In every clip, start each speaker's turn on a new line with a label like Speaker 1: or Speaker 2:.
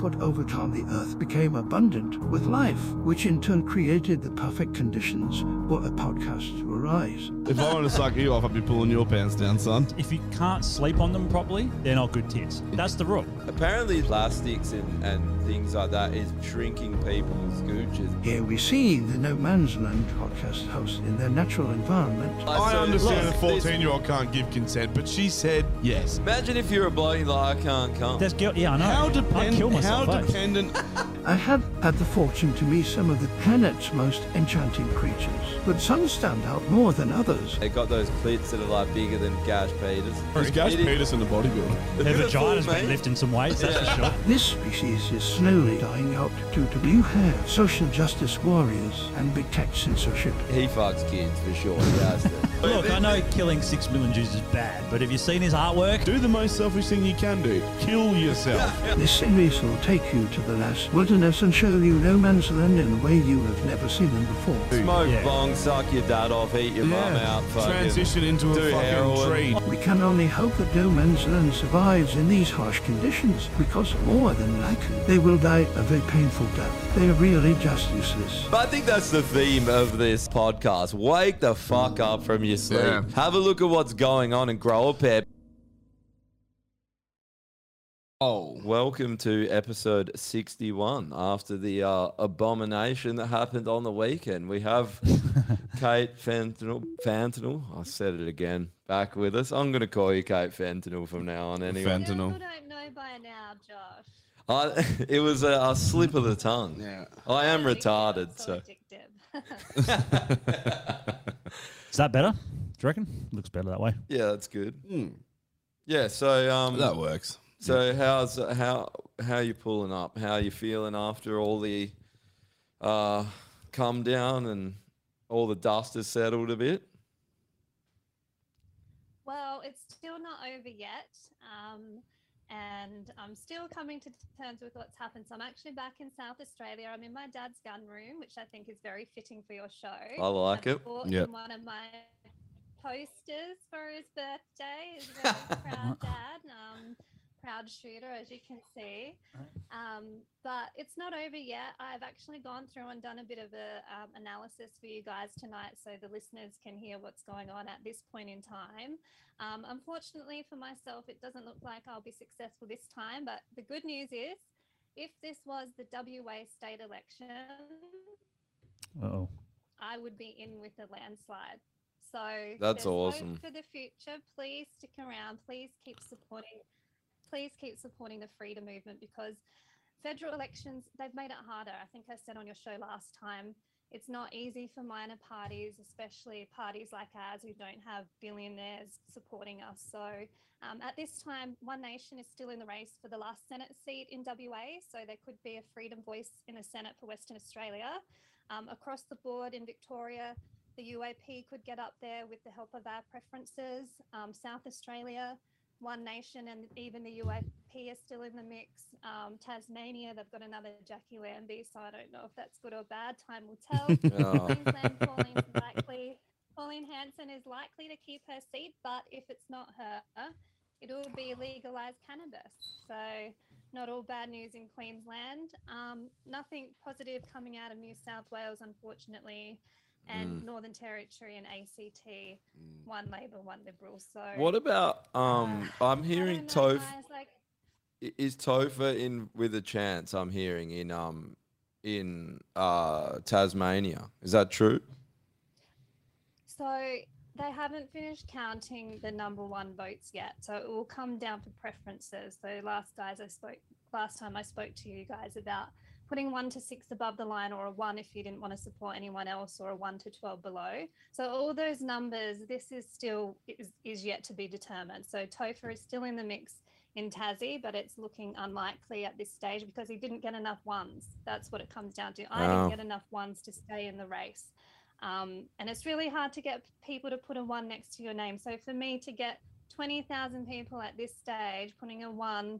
Speaker 1: but over time, the earth became abundant with life, which in turn created the perfect conditions for a podcast to arise.
Speaker 2: If I wanted to suck you off, I'd be pulling your pants down, son.
Speaker 3: If you can't sleep on them properly, they're not good tits. That's the rule.
Speaker 4: Apparently, plastics and, and things like that is shrinking people's gooches.
Speaker 1: Here we see the No Man's Land podcast host in their natural environment.
Speaker 2: I understand a 14 year old can't give consent, but she said yes.
Speaker 4: Imagine if you're a bloke you're like, I can't come.
Speaker 3: There's guilt. Yeah, I know.
Speaker 2: How,
Speaker 3: I'd kill
Speaker 2: depend- how
Speaker 3: myself. eh?
Speaker 2: dependent
Speaker 1: I have had the fortune to meet some of the planet's most enchanting creatures, but some stand out more than others.
Speaker 4: They got those clits that are like bigger than Gash Peters.
Speaker 2: is Gash Peterson a bodybuilder?
Speaker 3: Their
Speaker 4: Beautiful,
Speaker 3: vagina's been
Speaker 4: mate.
Speaker 3: lifting some weights, that's for sure.
Speaker 1: This species is slowly dying out due to blue hair, social justice warriors, and big tech censorship.
Speaker 4: He fucks kids for sure. He has to.
Speaker 3: Look, I know killing six million Jews is bad, but have you seen his artwork?
Speaker 2: Do the most selfish thing you can do kill yourself.
Speaker 1: This series will take you to the last wilderness and show you no man's land in a way you have never seen them before.
Speaker 4: Smoke
Speaker 3: Yeah.
Speaker 4: bong, suck your dad off, eat your mum out, fucking
Speaker 2: Transition into a
Speaker 4: do
Speaker 2: fucking
Speaker 4: heroin.
Speaker 2: tree.
Speaker 1: We can only hope that no man's land survives in these harsh conditions, because more than likely they will die a very painful death. They are really just useless.
Speaker 4: But I think that's the theme of this podcast. Wake the fuck up from your sleep.
Speaker 2: Yeah.
Speaker 4: Have a look at what's going on and grow a pair.
Speaker 2: Oh.
Speaker 4: Welcome to episode 61. After the uh, abomination that happened on the weekend, we have Kate Fentanyl. Fentanyl, I said it again, back with us. I'm going to call you Kate Fentanyl from now on anyway.
Speaker 2: Fent- Fentanyl.
Speaker 5: You don't know by now, Josh.
Speaker 4: I, it was a, a slip of the tongue. Yeah. I am retarded, so.
Speaker 5: addictive.
Speaker 3: Is that better? Do you reckon? Looks better that way.
Speaker 4: Yeah, that's good. Yeah, so um,
Speaker 2: That works.
Speaker 4: So how's uh, how how you pulling up? How you feeling after all the uh come down and all the dust has settled a bit?
Speaker 5: well, it's still not over yet. Um, and I'm still coming to terms with what's happened. So I'm actually back in South Australia. I'm in my dad's gun room, which I think is very fitting for your show.
Speaker 4: I like
Speaker 5: I
Speaker 4: it.
Speaker 5: bought
Speaker 2: Yep.
Speaker 5: him one of my posters for his birthday. He's a very proud dad, um, proud shooter, as you can see. Um, but it's not over yet. I've actually gone through and done a bit of a um, analysis for you guys tonight, so the listeners can hear what's going on at this point in time. Um, unfortunately for myself, it doesn't look like I'll be successful this time. But the good news is, if this was the WA state election,
Speaker 3: Uh-oh.
Speaker 5: I would be in with a landslide. So there's
Speaker 4: That's
Speaker 5: hope
Speaker 4: awesome.
Speaker 5: for the future. Please stick around. Please keep supporting. Please keep supporting the freedom movement because federal elections they've made it harder. I think I said on your show last time. It's not easy for minor parties, especially parties like ours who don't have billionaires supporting us. So um, at this time, One Nation is still in the race for the last Senate seat in WA. So there could be a freedom voice in the Senate for Western Australia. Um, across the board in Victoria, the UAP could get up there with the help of our preferences. Um, South Australia, One Nation, and even the UAP are still in the mix. Um, Tasmania, they've got another Jackie Lambie, so I don't know if that's good or bad. Time will tell.
Speaker 4: Oh.
Speaker 5: Queensland, Pauline's likely. Pauline Hanson is likely to keep her seat, but if it's not her, it will be legalized cannabis. So not all bad news in Queensland. Um, nothing positive coming out of New South Wales, unfortunately,
Speaker 4: Mm.
Speaker 5: and Northern Territory and ACT. One Labor, one Liberal. So uh,
Speaker 4: What about um I'm
Speaker 5: I
Speaker 4: hearing
Speaker 5: don't know,
Speaker 4: Toph
Speaker 5: guys, like,
Speaker 4: i- is Topher in with a chance I'm hearing in um in uh Tasmania. Is that true?
Speaker 6: So they haven't finished counting the number one votes yet. So it will come down to preferences. So last guys I spoke last time I spoke to you guys about putting one to six above the line or a one if you didn't want to support anyone else or a one to 12 below. So all those numbers, this is still is, is yet to be determined. So Topher is still in the mix in Tassie, but it's looking unlikely at this stage because he didn't get enough ones. That's what it comes down to. I
Speaker 2: Wow.
Speaker 6: didn't get enough ones to stay in the race. Um, and it's really hard to get people to put a one next to your name. So for me to get 20,000 people at this stage putting a one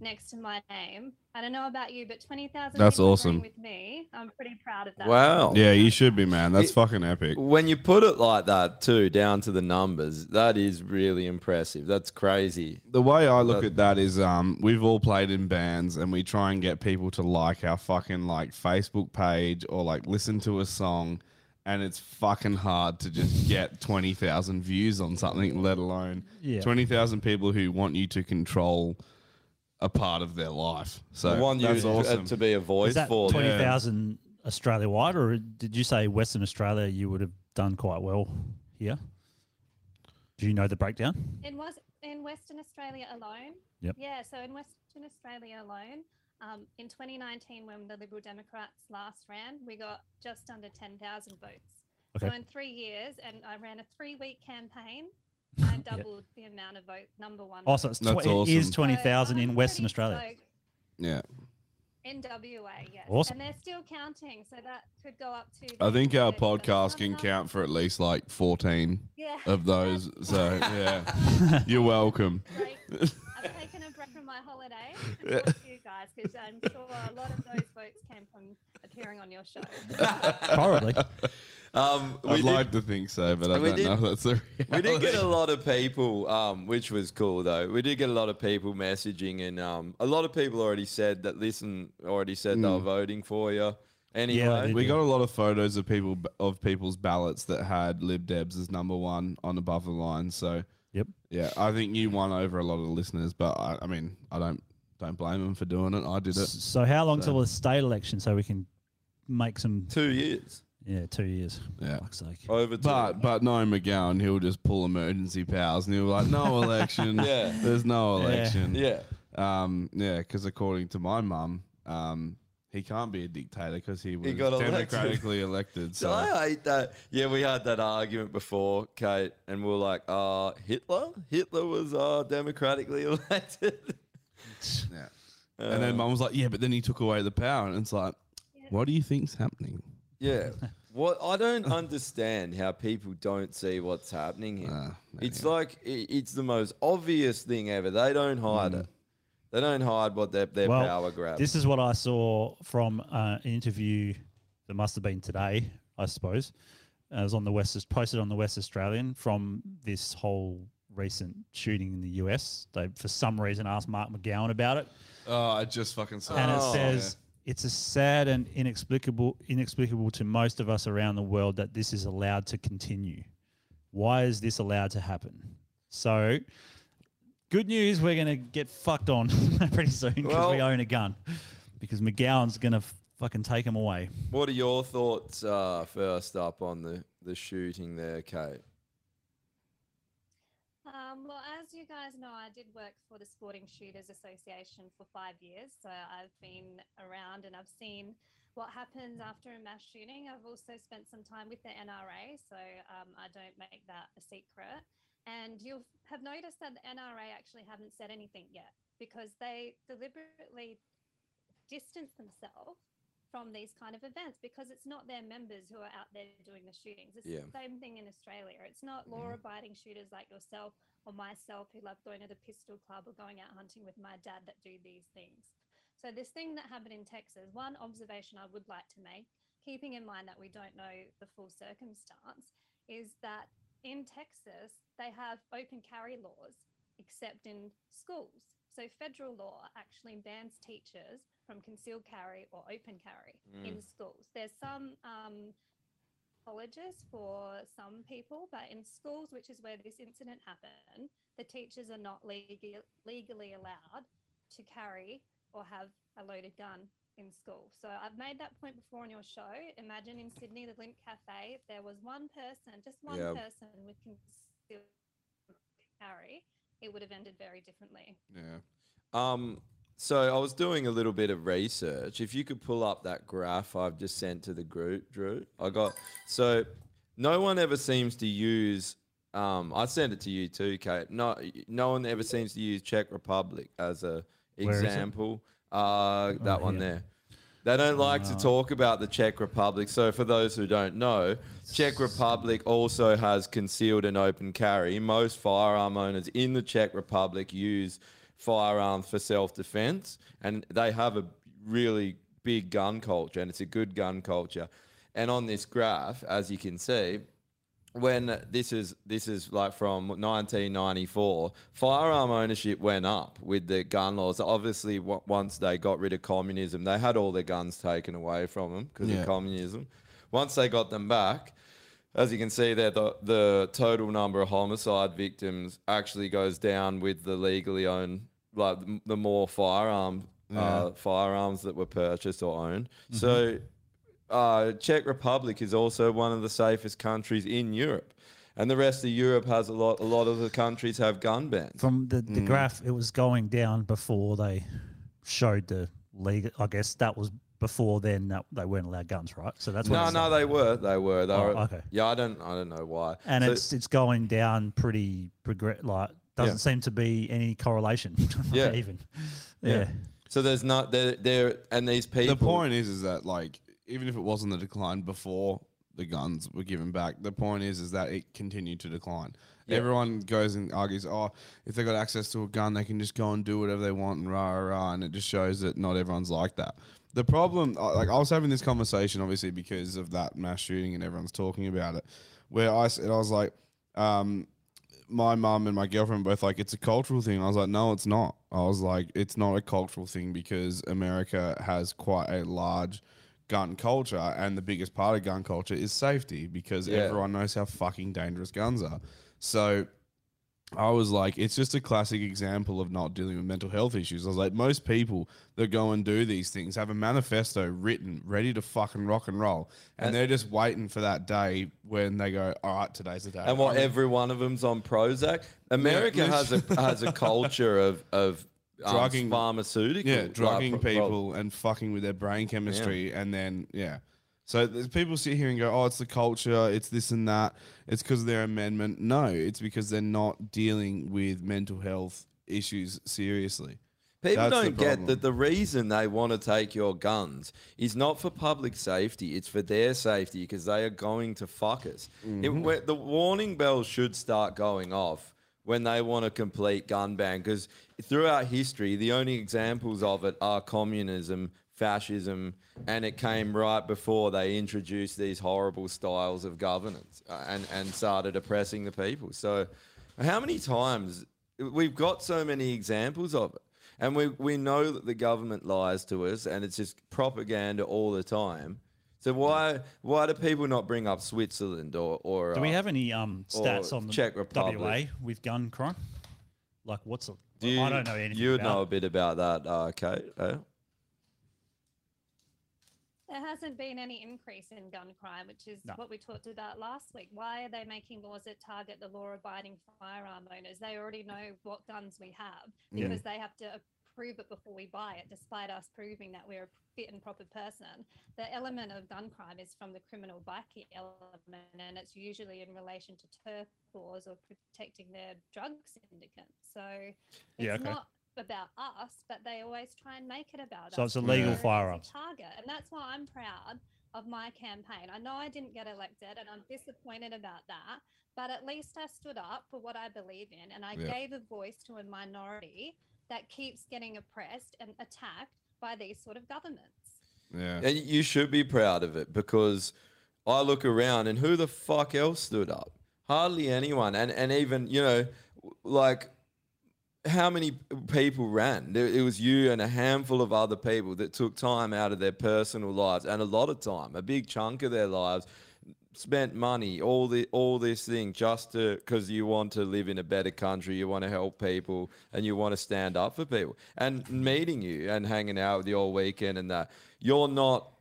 Speaker 6: next to my name, I don't know about you, but 20,000
Speaker 2: That's
Speaker 6: people agreeing
Speaker 2: awesome.
Speaker 6: with me, I'm pretty proud of that.
Speaker 4: Wow.
Speaker 2: Yeah, you should be, man. That's
Speaker 4: It-
Speaker 2: fucking epic.
Speaker 4: When you put it like that, too, down to the numbers, that is really impressive. That's crazy.
Speaker 2: The way I look
Speaker 4: That-
Speaker 2: at that is, um, we've all played in bands, and we try and get people to like our fucking like Facebook page or like listen to a song, and it's fucking hard to just get twenty thousand views on something, let alone
Speaker 3: Yeah.
Speaker 2: twenty thousand people who want you to control a part of their life. So
Speaker 4: want you
Speaker 2: that's
Speaker 4: to-
Speaker 2: awesome.
Speaker 4: to be a voice
Speaker 3: Is that
Speaker 4: for them.
Speaker 3: twenty thousand Australia wide, or did you say Western Australia? You would have done quite well here. Do you know the breakdown?
Speaker 6: It was in Western Australia alone.
Speaker 3: Yep.
Speaker 6: Yeah, so in Western Australia alone, um, in 2019, when the Liberal Democrats last ran, we got just under 10,000 votes. So
Speaker 3: Okay.
Speaker 6: in three years, and I ran a three-week campaign, I doubled the amount of vote number one.
Speaker 3: Oh, so it's
Speaker 6: votes.
Speaker 3: tw- it is twenty thousand in Western Australia.
Speaker 6: So
Speaker 2: yeah.
Speaker 6: NWA, yes.
Speaker 2: Awesome.
Speaker 6: And they're still counting, so that could go up to.
Speaker 2: I think our
Speaker 6: 30, but
Speaker 2: podcast can count for at least like 14
Speaker 6: Yeah.
Speaker 2: of those. So, yeah, you're welcome.
Speaker 6: break. I've taken a break from my holiday to talk to you guys because I'm sure a lot of those votes came from appearing on your show.
Speaker 2: Probably.
Speaker 4: Um, we
Speaker 2: I'd
Speaker 4: did-
Speaker 2: like to think so, but I
Speaker 4: we
Speaker 2: don't
Speaker 4: did-
Speaker 2: know if that's the
Speaker 4: we did get a
Speaker 2: reality.
Speaker 4: lot of people, um, which was cool though. We did get a lot of people messaging, and um, a lot of people already said that. Listen, already said they were
Speaker 2: Mm.
Speaker 4: voting for you. Anyway,
Speaker 2: we got a lot of photos of people of people's ballots that had Lib Debs as number one on above the line. So,
Speaker 3: yep,
Speaker 2: yeah, I think you won over a lot of listeners, but I, I mean, I don't don't blame them for doing it. I did it.
Speaker 3: So how long
Speaker 2: So-
Speaker 3: till the state election so we can make some
Speaker 4: two years?
Speaker 3: Yeah, two years.
Speaker 2: Yeah.
Speaker 3: Fuck's sake.
Speaker 4: Over
Speaker 2: but but no McGowan, he'll just pull emergency powers and he'll be like, no election.
Speaker 4: Yeah.
Speaker 2: There's no
Speaker 4: Yeah.
Speaker 2: election.
Speaker 4: Yeah.
Speaker 2: Um, yeah, because according to my mum, um, he can't be a dictator because he was
Speaker 4: He got elected.
Speaker 2: democratically elected.
Speaker 4: So
Speaker 2: So
Speaker 4: I hate that. Yeah, we had that argument before, Kate, and we were like, uh, Hitler? Hitler was uh, democratically elected.
Speaker 2: yeah. and then mum was like, yeah, but then he took away the power. And it's like, what do you think's happening?
Speaker 4: Yeah. What I don't understand how people don't see what's happening
Speaker 3: Ah,
Speaker 4: here. it's like i it's the most obvious thing ever. They don't hide it. They don't hide what their, their
Speaker 3: Mm. well,
Speaker 4: power grab.
Speaker 3: This is what I saw from uh, an interview that must have been today, I suppose. Uh, it was on the West, it's posted on the West Australian from this whole recent shooting in the US. They, for some reason, asked Mark McGowan about it.
Speaker 2: Oh, I just fucking saw
Speaker 3: and it
Speaker 2: that.
Speaker 3: says it's a sad and inexplicable inexplicable to most of us around the world that this is allowed to continue. Why is this allowed to happen? So good news we're going to get fucked on pretty soon because we
Speaker 4: Well-
Speaker 3: own a gun because McGowan's going to fucking take him away.
Speaker 4: what are your thoughts uh, first up on the, the shooting there, Kate?
Speaker 6: Um, well, as you guys know, I did work for the Sporting Shooters Association for five years, so I've been around and I've seen what happens after a mass shooting. I've also spent some time with the NRA, so um, I don't make that a secret. And you'll have noticed that the NRA actually haven't said anything yet because they deliberately distance themselves from these kind of events because it's not their members who are out there doing the shootings. It's
Speaker 7: Yeah.
Speaker 6: the same thing in Australia. It's not law abiding shooters like yourself or myself who love going to the pistol club or going out hunting with my dad that do these things. So, this thing that happened in Texas, one observation I would like to make, keeping in mind that we don't know the full circumstance, is that in Texas, they have open carry laws except in schools. So, federal law actually bans teachers from concealed carry or open carry in
Speaker 7: Mm.
Speaker 6: schools. There's some um, colleges for some people, but in schools, which is where this incident happened, the teachers are not legal, legally allowed to carry or have a loaded gun
Speaker 5: in school. So I've made that point before on your show. Imagine in Sydney, the Glint Cafe, if there was one person, just one
Speaker 2: Yeah.
Speaker 5: person with concealed carry, it would have ended very differently.
Speaker 2: Yeah.
Speaker 4: Um, so I was doing a little bit of research. If you could pull up that graph I've just sent to the group, Drew, I got so no one ever seems to use. Um, I sent it to you too, Kate. No, no one ever seems to use Czech Republic as a
Speaker 2: Where is it?
Speaker 4: example. Uh, that one
Speaker 2: here.
Speaker 4: there. They don't like to talk about the Czech Republic. So, for those who don't know, Czech Republic also has concealed and open carry. Most firearm owners in the Czech Republic use firearms for self-defense, and they have a really big gun culture, and it's a good gun culture. And on this graph, as you can see, when this is this is like from 1994 firearm ownership went up with the gun laws obviously w- once they got rid of communism they had all their guns taken away from them because
Speaker 2: Yeah.
Speaker 4: of communism once they got them back as you can see there the, the total number of homicide victims actually goes down with the legally owned like the- the more firearm
Speaker 2: Yeah.
Speaker 4: uh, firearms that were purchased or owned
Speaker 3: Mm-hmm.
Speaker 4: so uh, Czech Republic is also one of the safest countries in Europe, and the rest of Europe has a lot. A lot of the countries have gun bans.
Speaker 3: From the, the
Speaker 4: Mm.
Speaker 3: graph, it was going down before they showed the legal. I guess that was before then that they weren't allowed guns, right? So that's what
Speaker 4: no,
Speaker 3: it's
Speaker 4: no, they were, they were, they
Speaker 3: Oh,
Speaker 4: were.
Speaker 3: okay.
Speaker 4: Yeah, I don't, I don't know why.
Speaker 3: and
Speaker 4: So-
Speaker 3: it's it's going down pretty progress. Like doesn't
Speaker 4: Yeah.
Speaker 3: seem to be any correlation.
Speaker 4: Yeah.
Speaker 3: even. Yeah.
Speaker 4: So there's not there there and these people.
Speaker 2: The point is, is that like even if it was on the decline before the guns were given back, the point is, is that it continued to decline.
Speaker 4: Yeah.
Speaker 2: Everyone goes and argues, oh, if they got access to a gun, they can just go and do whatever they want and rah rah rah, and it just shows that not everyone's like that. The problem, uh, like I was having this conversation obviously because of that mass shooting and everyone's talking about it, where I said I was like, um, my mum and my girlfriend both like it's a cultural thing. I was like, no, it's not. I was like, it's not a cultural thing because America has quite a large gun culture, and the biggest part of gun culture is safety because
Speaker 4: Yeah.
Speaker 2: everyone knows how fucking dangerous guns are. So I was like, it's just a classic example of not dealing with mental health issues. I was like, most people that go and do these things have a manifesto written, ready to fucking rock and roll, and
Speaker 4: And-
Speaker 2: they're just waiting for that day when they go, all right, today's the day.
Speaker 4: and what
Speaker 2: I'm-
Speaker 4: every one of them's on Prozac. America
Speaker 2: Yeah,
Speaker 4: has a has a culture of of um,
Speaker 2: Drugging-
Speaker 4: pharmaceutical,
Speaker 2: Yeah,
Speaker 4: like,
Speaker 2: drugging
Speaker 4: pro- pro-
Speaker 2: people and fucking with their brain chemistry, and then yeah. So there's people sit here and go, "Oh, it's the culture, it's this and that, it's because of their amendment." No, it's because they're not dealing with mental health issues seriously.
Speaker 4: People
Speaker 2: That's the
Speaker 4: don't get
Speaker 2: problem.
Speaker 4: that the reason they want to take your guns is not for public safety, it's for their safety because they are going to fuck us. It-
Speaker 2: Mhm.
Speaker 4: where- the warning bells should start going off when they want a complete gun ban because throughout history, the only examples of it are communism, fascism, and it came right before they introduced these horrible styles of governance uh, and, and started oppressing the people. So, how many times we've got so many examples of it? And we, we know that the government lies to us and it's just propaganda all the time. So why why do people not bring up Switzerland or or
Speaker 3: Do we
Speaker 4: uh,
Speaker 3: have any um stats
Speaker 4: or
Speaker 3: on the
Speaker 4: Czech Republic?
Speaker 3: WA with gun crime? Like what's a,
Speaker 4: Do you,
Speaker 3: I don't know anything.
Speaker 4: You would
Speaker 3: about
Speaker 4: know
Speaker 3: it.
Speaker 4: a bit about that, uh, Kate. eh?
Speaker 5: There hasn't been any increase in gun crime, which is
Speaker 3: No.
Speaker 5: what we talked about last week. Why are they making laws that target the law abiding firearm owners? They already know what guns we have
Speaker 6: Yeah.
Speaker 5: because they have to approve it before we buy it, despite us proving that we're a fit and proper person. The element of gun crime is from the criminal bikie element, and it's usually in relation to turf laws or protecting their drug syndicate. So it's
Speaker 3: Yeah, okay.
Speaker 5: not about us, but they always try and make it about
Speaker 3: So
Speaker 5: us.
Speaker 3: it's a
Speaker 5: We're
Speaker 3: legal
Speaker 5: an easy
Speaker 3: firearms.
Speaker 5: target. And that's why I'm proud of my campaign. I know I didn't get elected and I'm disappointed about that, but at least I stood up for what I believe in and I
Speaker 6: Yeah.
Speaker 5: gave a voice to a minority that keeps getting oppressed and attacked by these sort of governments.
Speaker 2: Yeah.
Speaker 4: And you should be proud of it because I look around and who the fuck else stood up? Hardly anyone. And and even, you know, like how many people ran? There- It was you and a handful of other people that took time out of their personal lives and a lot of time, a big chunk of their lives spent money, all the all this thing just to because you want to live in a better country, you want to help people, and you want to stand up for people. And meeting you and hanging out with you all weekend and that you're not,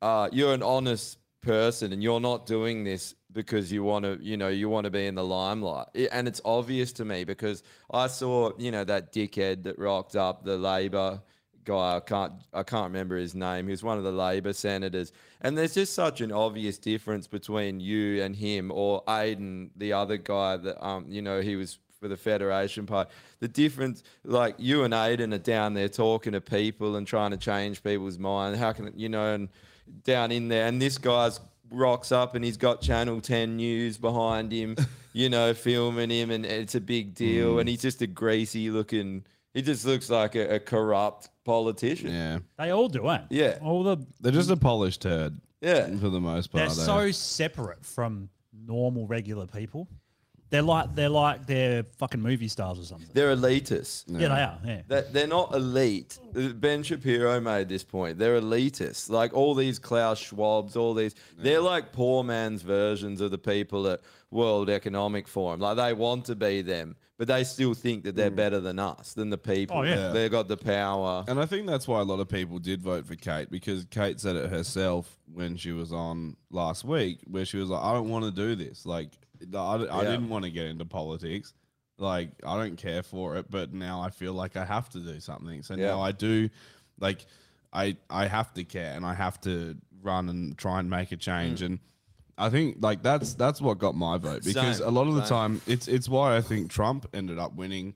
Speaker 4: uh, you're an honest person, and you're not doing this because you want to, you know, you want to be in the limelight. I- And it's obvious to me because I saw, you know, that dickhead that rocked up the Labor guy. I can't I can't remember his name. He was one of the Labor senators. And there's just such an obvious difference between you and him, or Aiden, the other guy that um you know he was for the Federation part. The difference, like you and Aiden are down there talking to people and trying to change people's mind. How can you know? And down in there, and this guy's rocks up and he's got Channel 10 News behind him, you know, filming him, and it's a big deal. And he's just a greasy looking. He just looks like a, a corrupt politician.
Speaker 2: Yeah.
Speaker 3: They all do, ain't
Speaker 4: Yeah.
Speaker 3: All the
Speaker 2: They're just a polished turd.
Speaker 4: Yeah.
Speaker 2: For the most
Speaker 3: they're
Speaker 2: part. eh?
Speaker 3: so separate from normal regular people. They're like they're like they're fucking movie stars or something.
Speaker 4: They're elitists.
Speaker 3: Yeah, they are, yeah.
Speaker 4: That they're not elite. Ben Shapiro made this point. They're elitists. Like all these Klaus Schwabs, all these. They're like poor man's versions of the people at World Economic Forum. Like they want to be them, but they still think that they're better than us, than the people.
Speaker 2: Oh, Mm. yeah.
Speaker 4: They got the power.
Speaker 2: And I think that's why a lot of people did vote for Kate because Kate said it herself when she was on last week, where she was like, I don't want to do this. Like, I, I
Speaker 4: Yeah.
Speaker 2: didn't want to get into politics. Like, I don't care for it, but now I feel like I have to do something. So
Speaker 4: Yeah.
Speaker 2: now I do, like, I, I have to care and I have to run and try and make a
Speaker 4: Mm.
Speaker 2: change. And I think, like, that's that's what got my vote because
Speaker 4: Same,
Speaker 2: a lot of the
Speaker 4: same.
Speaker 2: time, um, it's it's why I think Trump ended up winning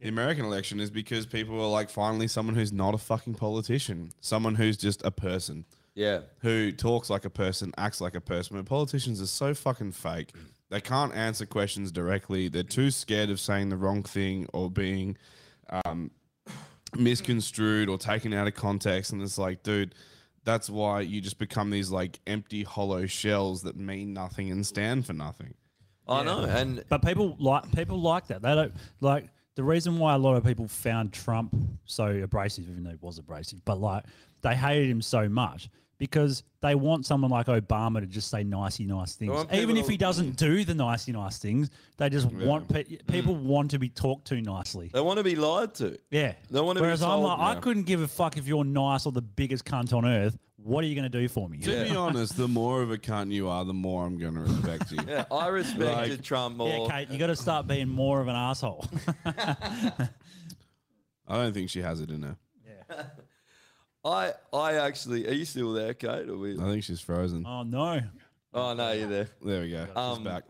Speaker 2: the American election is because people are like finally someone who's not a fucking politician, someone who's just a person
Speaker 4: Yeah.
Speaker 2: who talks like a person, acts like a person. But politicians are so fucking fake. They can't answer questions directly. They're too scared of saying the wrong thing or being um, misconstrued or taken out of context. And it's like, dude, that's why you just become these like empty, hollow shells that mean nothing and stand for nothing.
Speaker 4: I know, and
Speaker 3: but people like people like that. They don't like the reason why a lot of people found Trump so abrasive, even though he was abrasive, but like they hated him so much because they want someone like Obama to just say nicey nice things,
Speaker 2: want
Speaker 3: even
Speaker 2: people
Speaker 3: if he
Speaker 2: to-
Speaker 3: doesn't do the nicey nice things. They just want pe-
Speaker 2: Mm.
Speaker 3: people want to be talked to nicely.
Speaker 4: They want to be lied to.
Speaker 3: Yeah.
Speaker 4: They want to
Speaker 3: Whereas
Speaker 4: be
Speaker 3: I'm
Speaker 4: told
Speaker 3: like, I
Speaker 4: now.
Speaker 3: couldn't give a fuck if you're nice or the biggest cunt on earth. What are you going to do for me?
Speaker 2: To be honest, the more of a cunt you are, the more I'm going to respect you.
Speaker 4: Yeah, I respected
Speaker 2: Like-
Speaker 4: Trump more.
Speaker 3: Yeah, Kate, you got to start being more of an asshole.
Speaker 2: I don't think she has it in her.
Speaker 4: I I actually. Are you still there, Kate? Or we,
Speaker 2: I think she's frozen.
Speaker 3: oh no.
Speaker 4: Oh no, you're there.
Speaker 2: There we go.
Speaker 4: Um,
Speaker 2: she's back.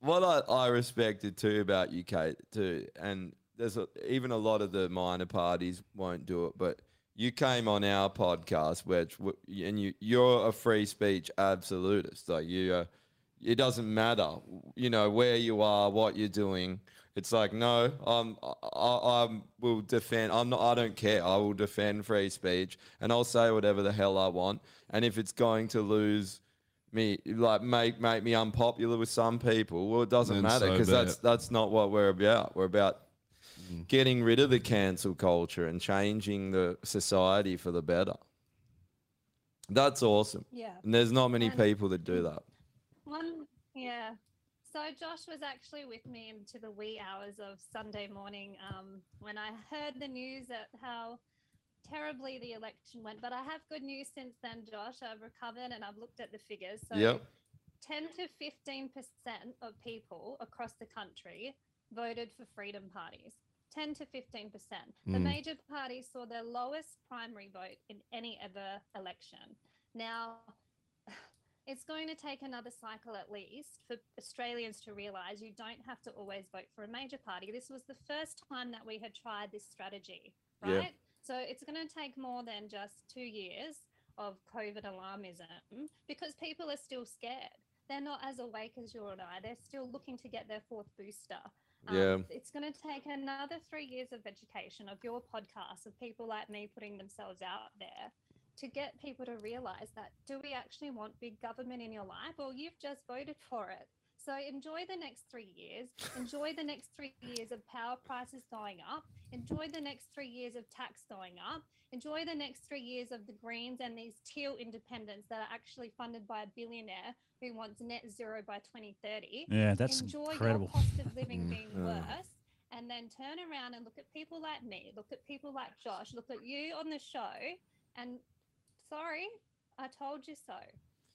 Speaker 4: What I, I respected too about you, Kate, too, and there's a, even a lot of the minor parties won't do it, but you came on our podcast, which w- and you you're a free speech absolutist, like you. Uh, it doesn't matter, you know, where you are, what you're doing. It's like no, I'm, I, I I'm- will defend. I'm not. I don't care. I will defend free speech, and I'll say whatever the hell I want. And if it's going to lose me, like make make me unpopular with some people, well, it doesn't
Speaker 2: Then
Speaker 4: matter
Speaker 2: so
Speaker 4: because
Speaker 2: be
Speaker 4: that's
Speaker 2: it. Mm.
Speaker 4: that's not what we're about. We're about getting rid of the cancel culture and changing the society for the better. That's awesome.
Speaker 6: Yeah.
Speaker 4: And there's not many
Speaker 6: And-
Speaker 4: people that do that.
Speaker 6: One, yeah. So Josh was actually with me into the wee hours of Sunday morning um, when I heard the news at how terribly the election went. But I have good news since then, Josh. I've recovered and I've looked at the figures. So
Speaker 4: Yep.
Speaker 6: 10 to 15 percent of people across the country voted for freedom parties 10 to 15 percent the
Speaker 2: Hmm.
Speaker 8: Mm.
Speaker 6: major parties saw their lowest primary vote in any other election now it's going to take another cycle at least for Australians to realise you don't have to always vote for a major party. This was the first time that we had tried this strategy,
Speaker 8: Yeah.
Speaker 6: right? So it's going to take more than just two years of COVID alarmism because people are still scared. They're not as awake as you and I. They're still looking to get their fourth booster. um,
Speaker 4: Yeah.
Speaker 6: It's going to take another three years of education, of your podcast, of people like me putting themselves out there to get people to realize that do we actually want big government in your life? Well, you've just voted for it. So enjoy the next three years. Enjoy the next three years of power prices going up. Enjoy the next three years of tax going up. Enjoy the next three years of the Greens and these teal independents that are actually funded by a billionaire who wants net zero by 2030.
Speaker 3: Yeah, that's
Speaker 6: enjoy
Speaker 3: incredible.
Speaker 6: your cost of living being
Speaker 3: Mm.
Speaker 6: worse and then turn around and look at people like me, look at people like Josh, look at you on the show, and sorry, I told you so.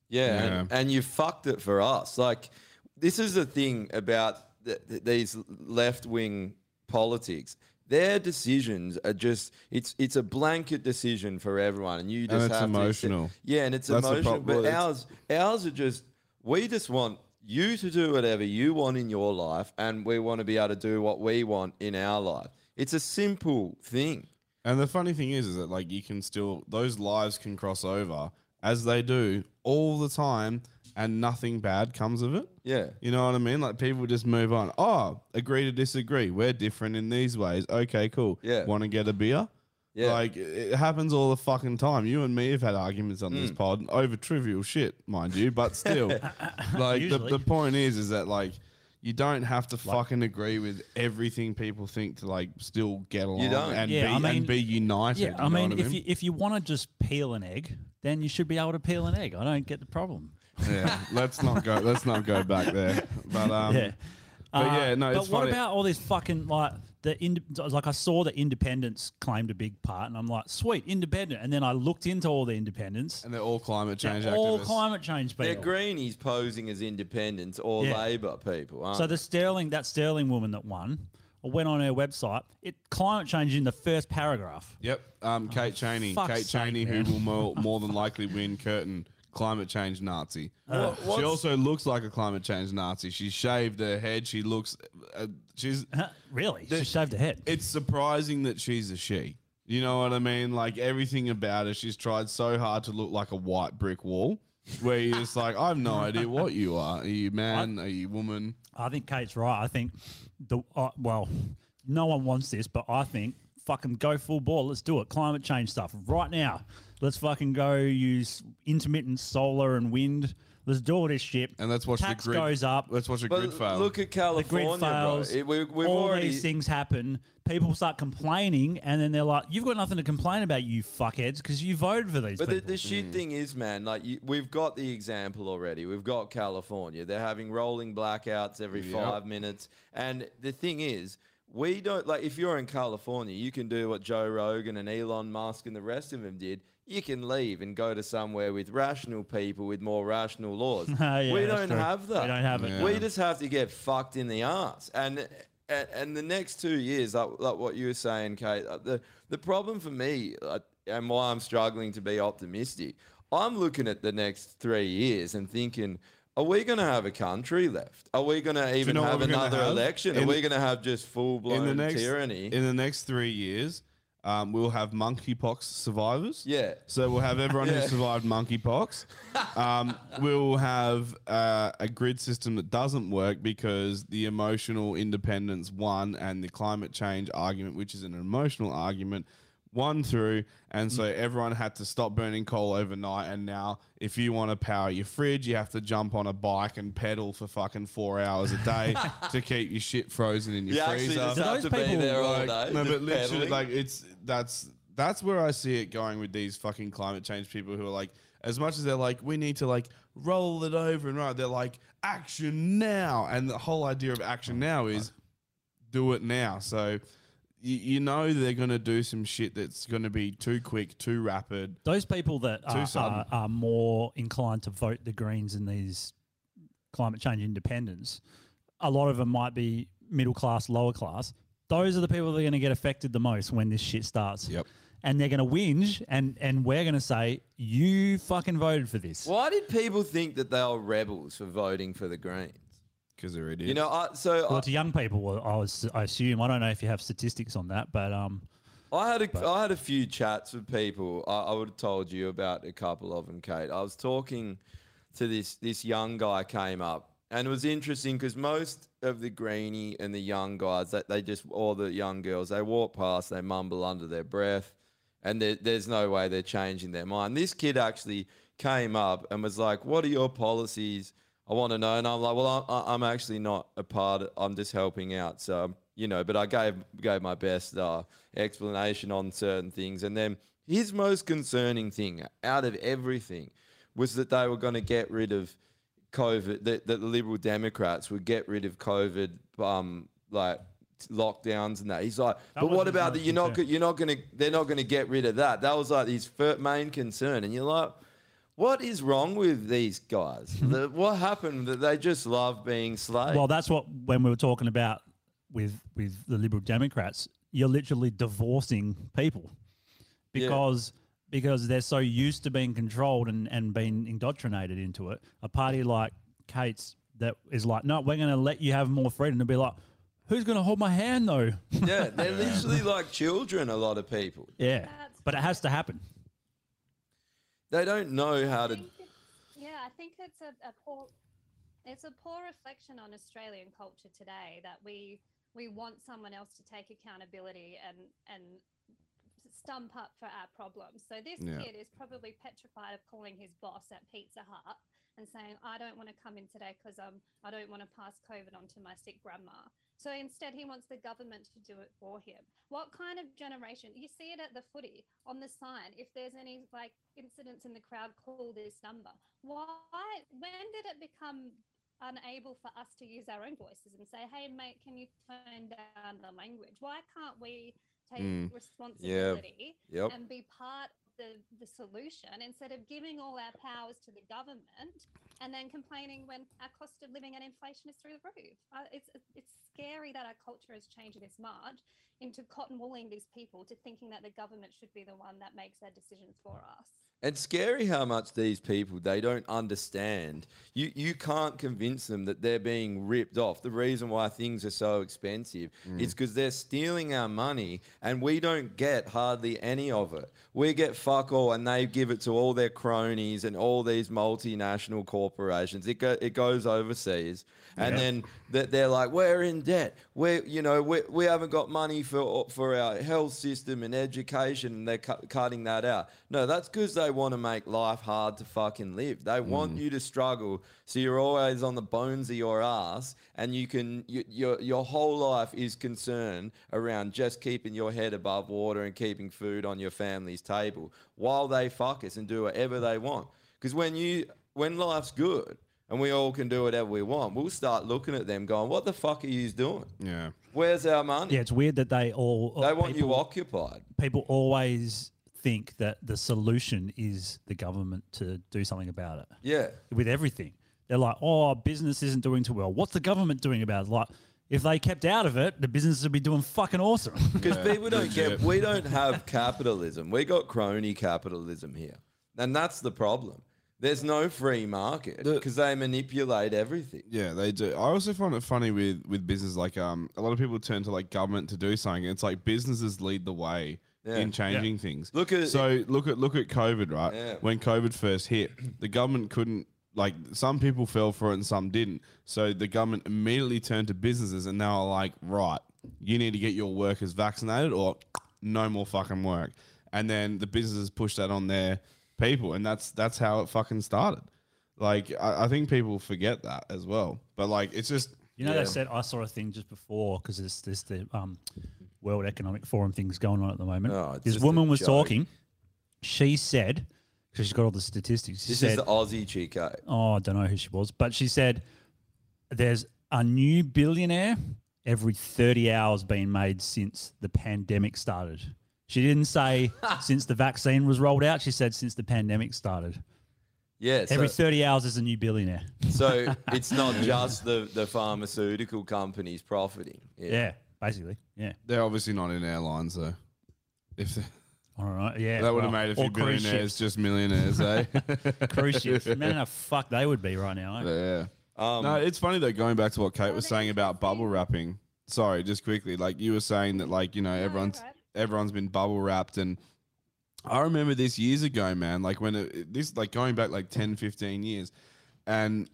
Speaker 4: Yeah, And, and you fucked it for us. Like, this is the thing about th- th- these left wing politics. Their decisions are just it's it's a blanket decision for everyone, and you
Speaker 2: And
Speaker 4: just
Speaker 2: it's
Speaker 4: have to accept-
Speaker 2: emotional.
Speaker 4: yeah, and it's
Speaker 2: That's the
Speaker 4: emotional.
Speaker 2: prob-
Speaker 4: But
Speaker 2: well, it's-
Speaker 4: ours ours are just we just want you to do whatever you want in your life, and we want to be able to do what we want in our life. It's a simple thing.
Speaker 2: And the funny thing is, is that like you can still those lives can cross over as they do all the time, and nothing bad comes of it.
Speaker 4: Yeah.
Speaker 2: you know what I mean. Like people just move on. Oh, agree to disagree. We're different in these ways. Okay, cool.
Speaker 4: Yeah.
Speaker 2: want to get a beer?
Speaker 4: Yeah.
Speaker 2: like it happens all the fucking time. You and me have had arguments on this
Speaker 4: Mm.
Speaker 2: pod over trivial shit, mind you, but still, like the,
Speaker 3: Usually.
Speaker 2: the point is, is that like. You don't have to fucking agree with everything people think to like still get along
Speaker 4: don't.
Speaker 2: and
Speaker 3: Yeah,
Speaker 2: be
Speaker 3: I mean-
Speaker 2: and be united.
Speaker 3: Yeah, I
Speaker 2: you know
Speaker 3: mean,
Speaker 2: what
Speaker 3: if you if you want to just peel an egg, then you should be able to peel an egg. I don't get the problem.
Speaker 2: yeah, let's not go. Let's not go back there. But um,
Speaker 3: Yeah.
Speaker 2: but
Speaker 3: Uh,
Speaker 2: yeah, no.
Speaker 3: But
Speaker 2: it's
Speaker 3: what
Speaker 2: funny.
Speaker 3: about all this fucking like the ind- like I saw the independents claimed a big part, and I'm like, sweet, independent. And then I looked into all the independents,
Speaker 2: and they're all climate
Speaker 4: change
Speaker 3: all
Speaker 4: activists.
Speaker 3: climate change people.
Speaker 4: They're greenies posing as independents or
Speaker 3: Yeah.
Speaker 4: Labor people, aren't
Speaker 3: So the Sterling, that Sterling woman that won, I went on her website. It climate change in the first paragraph.
Speaker 2: Yep. Um, Kate Cheney.
Speaker 3: Oh, fuck's
Speaker 2: Kate
Speaker 3: sake,
Speaker 2: Cheney,
Speaker 3: man.
Speaker 2: who will more, more than likely win Curtin, climate change Nazi.
Speaker 3: Uh,
Speaker 2: she
Speaker 3: what's-
Speaker 2: also looks like a climate change Nazi. She shaved her head. She looks. Uh, she's
Speaker 3: really. she shaved her head.
Speaker 2: It's surprising that she's a she. You know what I mean? Like everything about her, she's tried so hard to look like a white brick wall. Where you're just like, I have no idea what you are. Are you man? Are you woman?
Speaker 3: I think Kate's right. I think the uh, well, no one wants this, but I think fucking go full ball. Let's do it. Climate change stuff right now. Let's fucking go use intermittent solar and wind. Let's do all this shit.
Speaker 2: And let's watch the
Speaker 3: Tax
Speaker 2: grid-
Speaker 3: goes up.
Speaker 2: Let's watch the
Speaker 4: But grid fail. look at California,
Speaker 3: The grid
Speaker 4: bro.
Speaker 3: fails.
Speaker 4: It- we- we've
Speaker 3: all
Speaker 4: already-
Speaker 3: these things happen. People start complaining, and then they're like, "You've got nothing to complain about, you fuckheads, because you voted for these
Speaker 4: But the,
Speaker 3: people."
Speaker 4: the shit thing is, man, like you, we've got the example already. We've got California. They're having rolling blackouts every
Speaker 2: Yep.
Speaker 4: five minutes. And the thing is, we don't like if you're in California, you can do what Joe Rogan and Elon Musk and the rest of them did. You can leave and go to somewhere with rational people with more rational laws.
Speaker 3: Yeah,
Speaker 4: we
Speaker 3: that's
Speaker 4: don't
Speaker 3: true.
Speaker 4: have that.
Speaker 3: We don't have it. Yeah.
Speaker 4: We just have to get fucked in the arse. And and, and the next two years, like, like what you were saying, Kate, uh, the the problem for me uh, and why I'm struggling to be optimistic, I'm looking at the next three years and thinking. Are we going to have a country left? Are we going to even
Speaker 2: know what
Speaker 4: have
Speaker 2: we're gonna
Speaker 4: another
Speaker 2: have?
Speaker 4: election? Are
Speaker 2: In-
Speaker 4: we going to have just full blown tyranny?
Speaker 2: In the next three years, um, we'll have monkeypox survivors.
Speaker 4: Yeah.
Speaker 2: So we'll have everyone
Speaker 4: Yeah.
Speaker 2: who survived monkeypox. Um, we'll have uh, a grid system that doesn't work because the emotional independence won and the climate change argument, which is an emotional argument, won through. And
Speaker 4: Mm.
Speaker 2: so everyone had to stop burning coal overnight. And now, if you want to power your fridge, you have to jump on a bike and pedal for fucking four hours a day to keep your shit frozen in your
Speaker 4: You actually
Speaker 2: freezer.
Speaker 4: just Do have those to be people- there all
Speaker 2: Like,
Speaker 4: day,
Speaker 2: No,
Speaker 4: just
Speaker 2: but literally,
Speaker 4: pedaling?
Speaker 2: like it's that's that's where I see it going with these fucking climate change people who are like, as much as they're like, we need to like roll it over and right, they're like, action now, and the whole idea of action now is do it now. So. You, you know they're gonna do some shit that's gonna be too quick, too rapid.
Speaker 3: Those people that
Speaker 2: Too
Speaker 3: are,
Speaker 2: sudden.
Speaker 3: are, are more inclined to vote the Greens in these climate change independents, a lot of them might be middle class, lower class. Those are the people that are going to get affected the most when this shit starts. Yep. And they're going to whinge, and, and we're going to say, you fucking voted for this.
Speaker 4: Why did people think that they were rebels for voting for the Greens?
Speaker 2: Because they're idiots.
Speaker 4: You know, I, so
Speaker 3: well, to young people, well, I, was, I assume. I don't know if you have statistics on that, but um,
Speaker 4: I had a, I had a few chats with people. I, I would have told you about a couple of them, Kate. I was talking to this this young guy came up, and it was interesting because most of the greenie and the young guys that they just or the young girls they walk past, they mumble under their breath, and there, there's no way they're changing their mind. This kid actually came up and was like, "What are your policies?" I want to know. And I'm like, well, I'm, I'm actually not a part. I'm just helping out. So, um, you know, but I gave, gave my best uh, explanation on certain things. And then his most concerning thing out of everything was that they were going to get rid of COVID, that, that the Liberal Democrats would get rid of COVID, um, like lockdowns and that. He's like, but
Speaker 9: was
Speaker 4: what
Speaker 9: his
Speaker 4: about that?
Speaker 9: main
Speaker 4: You're not,
Speaker 9: concern.
Speaker 4: go- you're not going to, they're not going to get rid of that. That was like his fir- main concern. And you're like, what is wrong with these guys? The- what happened that they just love being slaves?
Speaker 3: Well, that's what when we were talking about with with the Liberal Democrats, you're literally divorcing people because because they're so used to being controlled and and being indoctrinated into it. A party like Kate's that is like, no, we're going to let you have more freedom. To be like, who's going to hold my hand though?
Speaker 4: yeah, they're literally like children, a lot of people.
Speaker 3: yeah, but it has to happen.
Speaker 4: They don't know how to.
Speaker 1: Yeah, I think it's a, a poor it's a poor reflection on Australian culture today that we we want someone else to take accountability and and stump up for our problems. So this
Speaker 10: Yeah.
Speaker 1: kid is probably petrified of calling his boss at Pizza Hut and saying, "I don't want to come in today because um I don't want to pass COVID on to my sick grandma." So instead, he wants the government to do it for him. What kind of generation? You see it at the footy on the sign. If there's any like incidents in the crowd, call this number. Why? When did it become unable for us to use our own voices and say, "Hey, mate, can you tone down the language?" Why can't we take
Speaker 4: Mm. Yeah.
Speaker 1: responsibility
Speaker 4: Yep.
Speaker 1: and be part of the, the solution instead of giving all our powers to the government and then complaining when our cost of living and inflation is through the roof? Uh, it's it's scary that our culture has changed this much into cotton wooling these people to thinking that the government should be the one that makes their decisions for us.
Speaker 4: It's scary how much these people they don't understand. You you can't convince them that they're being ripped off. The reason why things are so expensive is because they're stealing our money and we don't get hardly any of it. We get fuck all and they give it to all their cronies and all these multinational corporations. It go, it goes overseas and
Speaker 9: Yeah.
Speaker 4: then that they're like we're in debt. We you know we, we haven't got money for for our health system and education and they're cut cutting that out. No, that's because they want to make life hard to fucking live. They
Speaker 3: Mm.
Speaker 4: want you to struggle, so you're always on the bones of your ass, and you can you, your your whole life is concerned around just keeping your head above water and keeping food on your family's table while they fuck us and do whatever they want. Because when you when life's good and we all can do whatever we want, we'll start looking at them going, "What the fuck are you doing?
Speaker 2: Yeah,
Speaker 4: Where's our money?
Speaker 3: Yeah, it's weird that they all uh,
Speaker 4: they want
Speaker 3: people-
Speaker 4: you occupied."
Speaker 3: people always think that the solution is the government to do something about it.
Speaker 4: Yeah.
Speaker 3: With everything. They're like, oh, business isn't doing too well. What's the government doing about it? Like, if they kept out of it, the business would be doing fucking awesome.
Speaker 4: Because people don't get, we don't have capitalism. We got crony capitalism here, and that's the problem. There's no free market because they manipulate everything.
Speaker 2: Yeah, they do. I also find it funny with with business. Like, um, a lot of people turn to like government to do something. It's like businesses lead the way
Speaker 4: Yeah.
Speaker 2: in
Speaker 4: Yeah.
Speaker 2: changing things.
Speaker 4: Look at-
Speaker 2: so look at look at COVID, right?
Speaker 4: Yeah.
Speaker 2: When COVID first hit, the government couldn't. Like some people fell for it and some didn't. So the government immediately turned to businesses and they were like, right, you need to get your workers vaccinated or no more fucking work. And then the businesses pushed that on their people. And that's that's how it fucking started. Like I, I think people forget that as well. But like it's just
Speaker 3: You know, they said I saw a thing just before because there's there's the um, World Economic Forum things going on at the moment. this
Speaker 4: Oh, just a
Speaker 3: woman was
Speaker 4: joke.
Speaker 3: talking. She said, because she's got all the statistics. She
Speaker 4: This
Speaker 3: said,
Speaker 4: is the Aussie eh? Chico.
Speaker 3: oh, I don't know who she was, but she said there's a new billionaire every 30 hours being made since the pandemic started. She didn't say since the vaccine was rolled out. She said since the pandemic started.
Speaker 4: Yeah, so-
Speaker 3: Every 30 hours is a new billionaire.
Speaker 4: So it's not just the the pharmaceutical companies profiting.
Speaker 3: Yeah, basically. Yeah.
Speaker 2: They're obviously not in airlines though. If they-
Speaker 3: All right. Yeah.
Speaker 2: that would
Speaker 3: well,
Speaker 2: have made a
Speaker 3: or
Speaker 2: few
Speaker 3: cruise
Speaker 2: billionaires
Speaker 3: ships.
Speaker 2: just millionaires, eh?
Speaker 3: cruise ships. Man, how fuck they would be right now. eh?
Speaker 2: Yeah. no, it's funny though. Going back to what Kate was saying about bubble wrapping. Sorry, just quickly. Like you were saying that, like you know, everyone's everyone's been bubble wrapped, and I remember this years ago, man. Like when it, this, like going back like 10, 15 years, and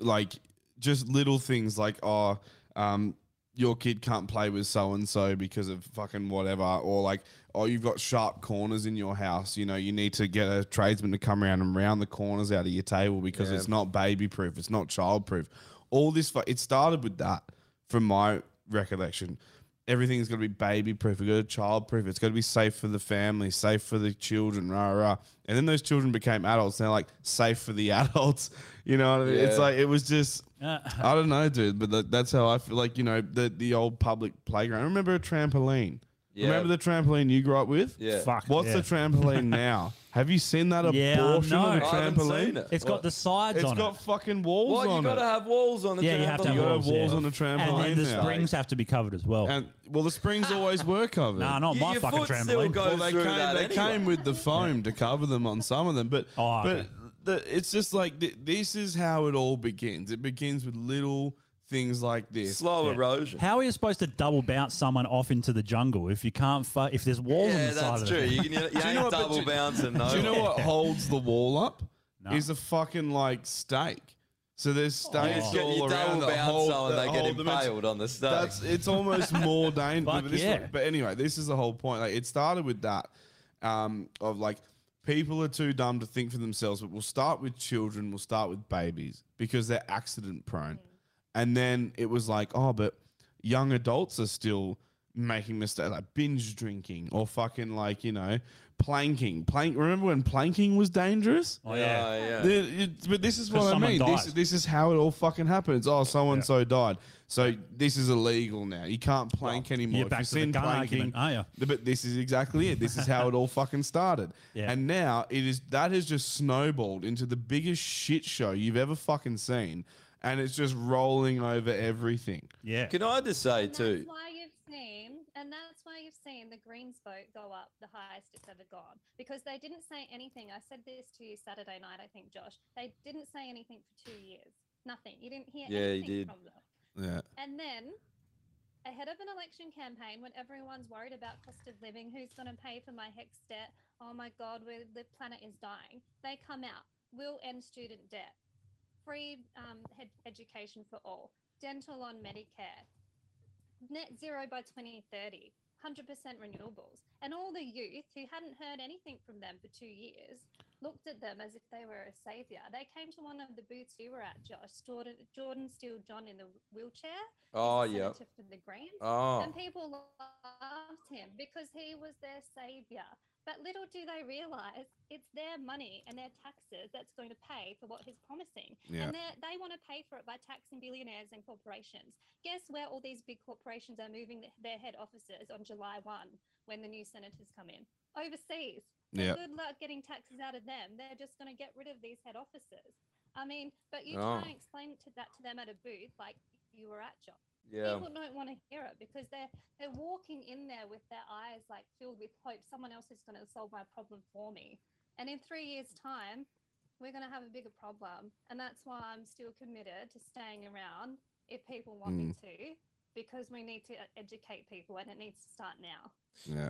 Speaker 2: like just little things like, oh, um, your kid can't play with so and so because of fucking whatever, or like, oh, you've got sharp corners in your house. You know, you need to get a tradesman to come around and round the corners out of your table because
Speaker 4: Yeah.
Speaker 2: it's not baby proof, it's not child proof. All this, fu- it started with that from my recollection. Everything's got to be baby proof, it's got to be child proof, it's got to be safe for the family, safe for the children, rah, rah. And then those children became adults, and they're like, safe for the adults. You know what I mean? It's
Speaker 4: Yeah.
Speaker 2: like, it was just.
Speaker 3: Uh,
Speaker 2: I don't know, dude, but that, that's how I feel like, you know, the, the old public playground. I remember a trampoline.
Speaker 4: Yeah.
Speaker 2: Remember the trampoline you grew up with?
Speaker 4: Yeah. Fuck,
Speaker 2: What's
Speaker 4: yeah.
Speaker 2: the trampoline now? Have you seen that abortion
Speaker 3: Yeah, I
Speaker 2: of a
Speaker 3: know. I haven't
Speaker 2: trampoline?
Speaker 3: seen it. It's got the sides
Speaker 2: It's
Speaker 3: on
Speaker 2: got
Speaker 3: it.
Speaker 2: fucking walls
Speaker 4: What?
Speaker 2: on
Speaker 4: you gotta
Speaker 2: it.
Speaker 4: have walls on the
Speaker 3: yeah, you have to have
Speaker 2: gotta have
Speaker 3: walls,
Speaker 2: walls
Speaker 3: yeah.
Speaker 2: on the
Speaker 3: And
Speaker 2: trampoline
Speaker 3: then the
Speaker 2: now.
Speaker 3: springs have to be covered as well.
Speaker 2: And well, the springs always were covered.
Speaker 3: Ah. Nah, not my fucking trampoline.
Speaker 2: Well, they came, they came with the foam to cover them on some of them, but but
Speaker 3: Oh, okay.
Speaker 2: the, it's just like th- this is how it all begins. It begins with little things like this,
Speaker 4: Slow
Speaker 3: Yeah. How are you supposed to double bounce someone off into the jungle if you can't? Fu- if there's walls on
Speaker 4: Yeah,
Speaker 3: the side
Speaker 4: that's
Speaker 3: of
Speaker 4: true.
Speaker 3: it,
Speaker 4: You, can, you,
Speaker 2: Do you know
Speaker 4: ain't
Speaker 2: what- but
Speaker 4: double
Speaker 2: do-
Speaker 4: bouncing. No.
Speaker 2: Do you know
Speaker 4: one.
Speaker 2: what holds the wall up?
Speaker 3: No.
Speaker 2: Is a fucking like stake. So there's stakes
Speaker 4: Oh. You
Speaker 2: all around
Speaker 4: double
Speaker 2: that
Speaker 4: bounce
Speaker 2: hold,
Speaker 4: someone,
Speaker 2: that
Speaker 4: they get
Speaker 2: hold them. It's-
Speaker 4: impaled on the stake.
Speaker 2: That's it's almost more dangerous.
Speaker 4: Fuck
Speaker 2: but, this-
Speaker 4: yeah.
Speaker 2: but anyway, this is the whole point. Like it started with that um, of like people are too dumb to think for themselves. But we'll start with children. We'll start with babies because they're accident prone. And then it was like, oh, but young adults are still making mistakes like binge drinking or fucking like you know planking plank remember when planking was dangerous
Speaker 4: Oh, yeah. Yeah, yeah.
Speaker 2: The- it- but this is what
Speaker 4: Because
Speaker 2: i
Speaker 4: someone
Speaker 2: mean this,
Speaker 4: died.
Speaker 2: this is how it all fucking happens oh so and so died so this is illegal now you can't plank anymore
Speaker 3: you're
Speaker 2: If
Speaker 3: back
Speaker 2: you've
Speaker 3: to the
Speaker 2: seen
Speaker 3: gun
Speaker 2: planking
Speaker 3: argument, aren't
Speaker 2: th- but this is exactly it this is how it all fucking started
Speaker 3: Yeah.
Speaker 2: and now it is that has just snowballed into the biggest shit show you've ever fucking seen and it's just rolling over everything
Speaker 3: yeah
Speaker 4: Can I just say too?
Speaker 5: That's why you've seen, and that's why you've seen the Greens vote go up the highest it's ever gone because they didn't say anything. I said this to you Saturday night, I think, Josh. They didn't say anything for two years. Nothing. You didn't hear
Speaker 4: Yeah, you
Speaker 5: anything
Speaker 4: did.
Speaker 5: from them.
Speaker 2: yeah
Speaker 5: And then, ahead of an election campaign, when everyone's worried about cost of living, who's going to pay for my hex debt? Oh my God, we the planet is dying. They come out. We'll end student debt. Free um, head education for all. Dental on Medicare. Net zero by 2030. 100% renewables. And all the youth who hadn't heard anything from them for two years looked at them as if they were a savior. They came to one of the booths you were at, Josh, Jordan, Jordan Steele John in the wheelchair. He's a
Speaker 4: Oh, yeah.
Speaker 5: senator For the Greens.
Speaker 4: Oh.
Speaker 5: And people loved him because he was their savior. But little do they realize it's their money and their taxes that's going to pay for what he's promising.
Speaker 11: Yeah.
Speaker 5: And
Speaker 4: Uh,
Speaker 5: they're- they want to pay for it by taxing billionaires and corporations. Guess where all these big corporations are moving th- their head offices on July 1 when the new senators come in? Overseas. So
Speaker 2: Yeah.
Speaker 5: Good luck getting taxes out of them. They're just going to get rid of these head offices. I mean, but you
Speaker 4: Oh.
Speaker 5: try and explain to that to them at a booth like you were at, John.
Speaker 4: Yeah.
Speaker 5: People don't want to hear it because they're they're walking in there with their eyes like filled with hope. Someone else is going to solve my problem for me. And in three years' time, we're going to have a bigger problem. And that's why I'm still committed to staying around if people want me
Speaker 4: Mm.
Speaker 5: to, because we need to uh, educate people and it needs to start now.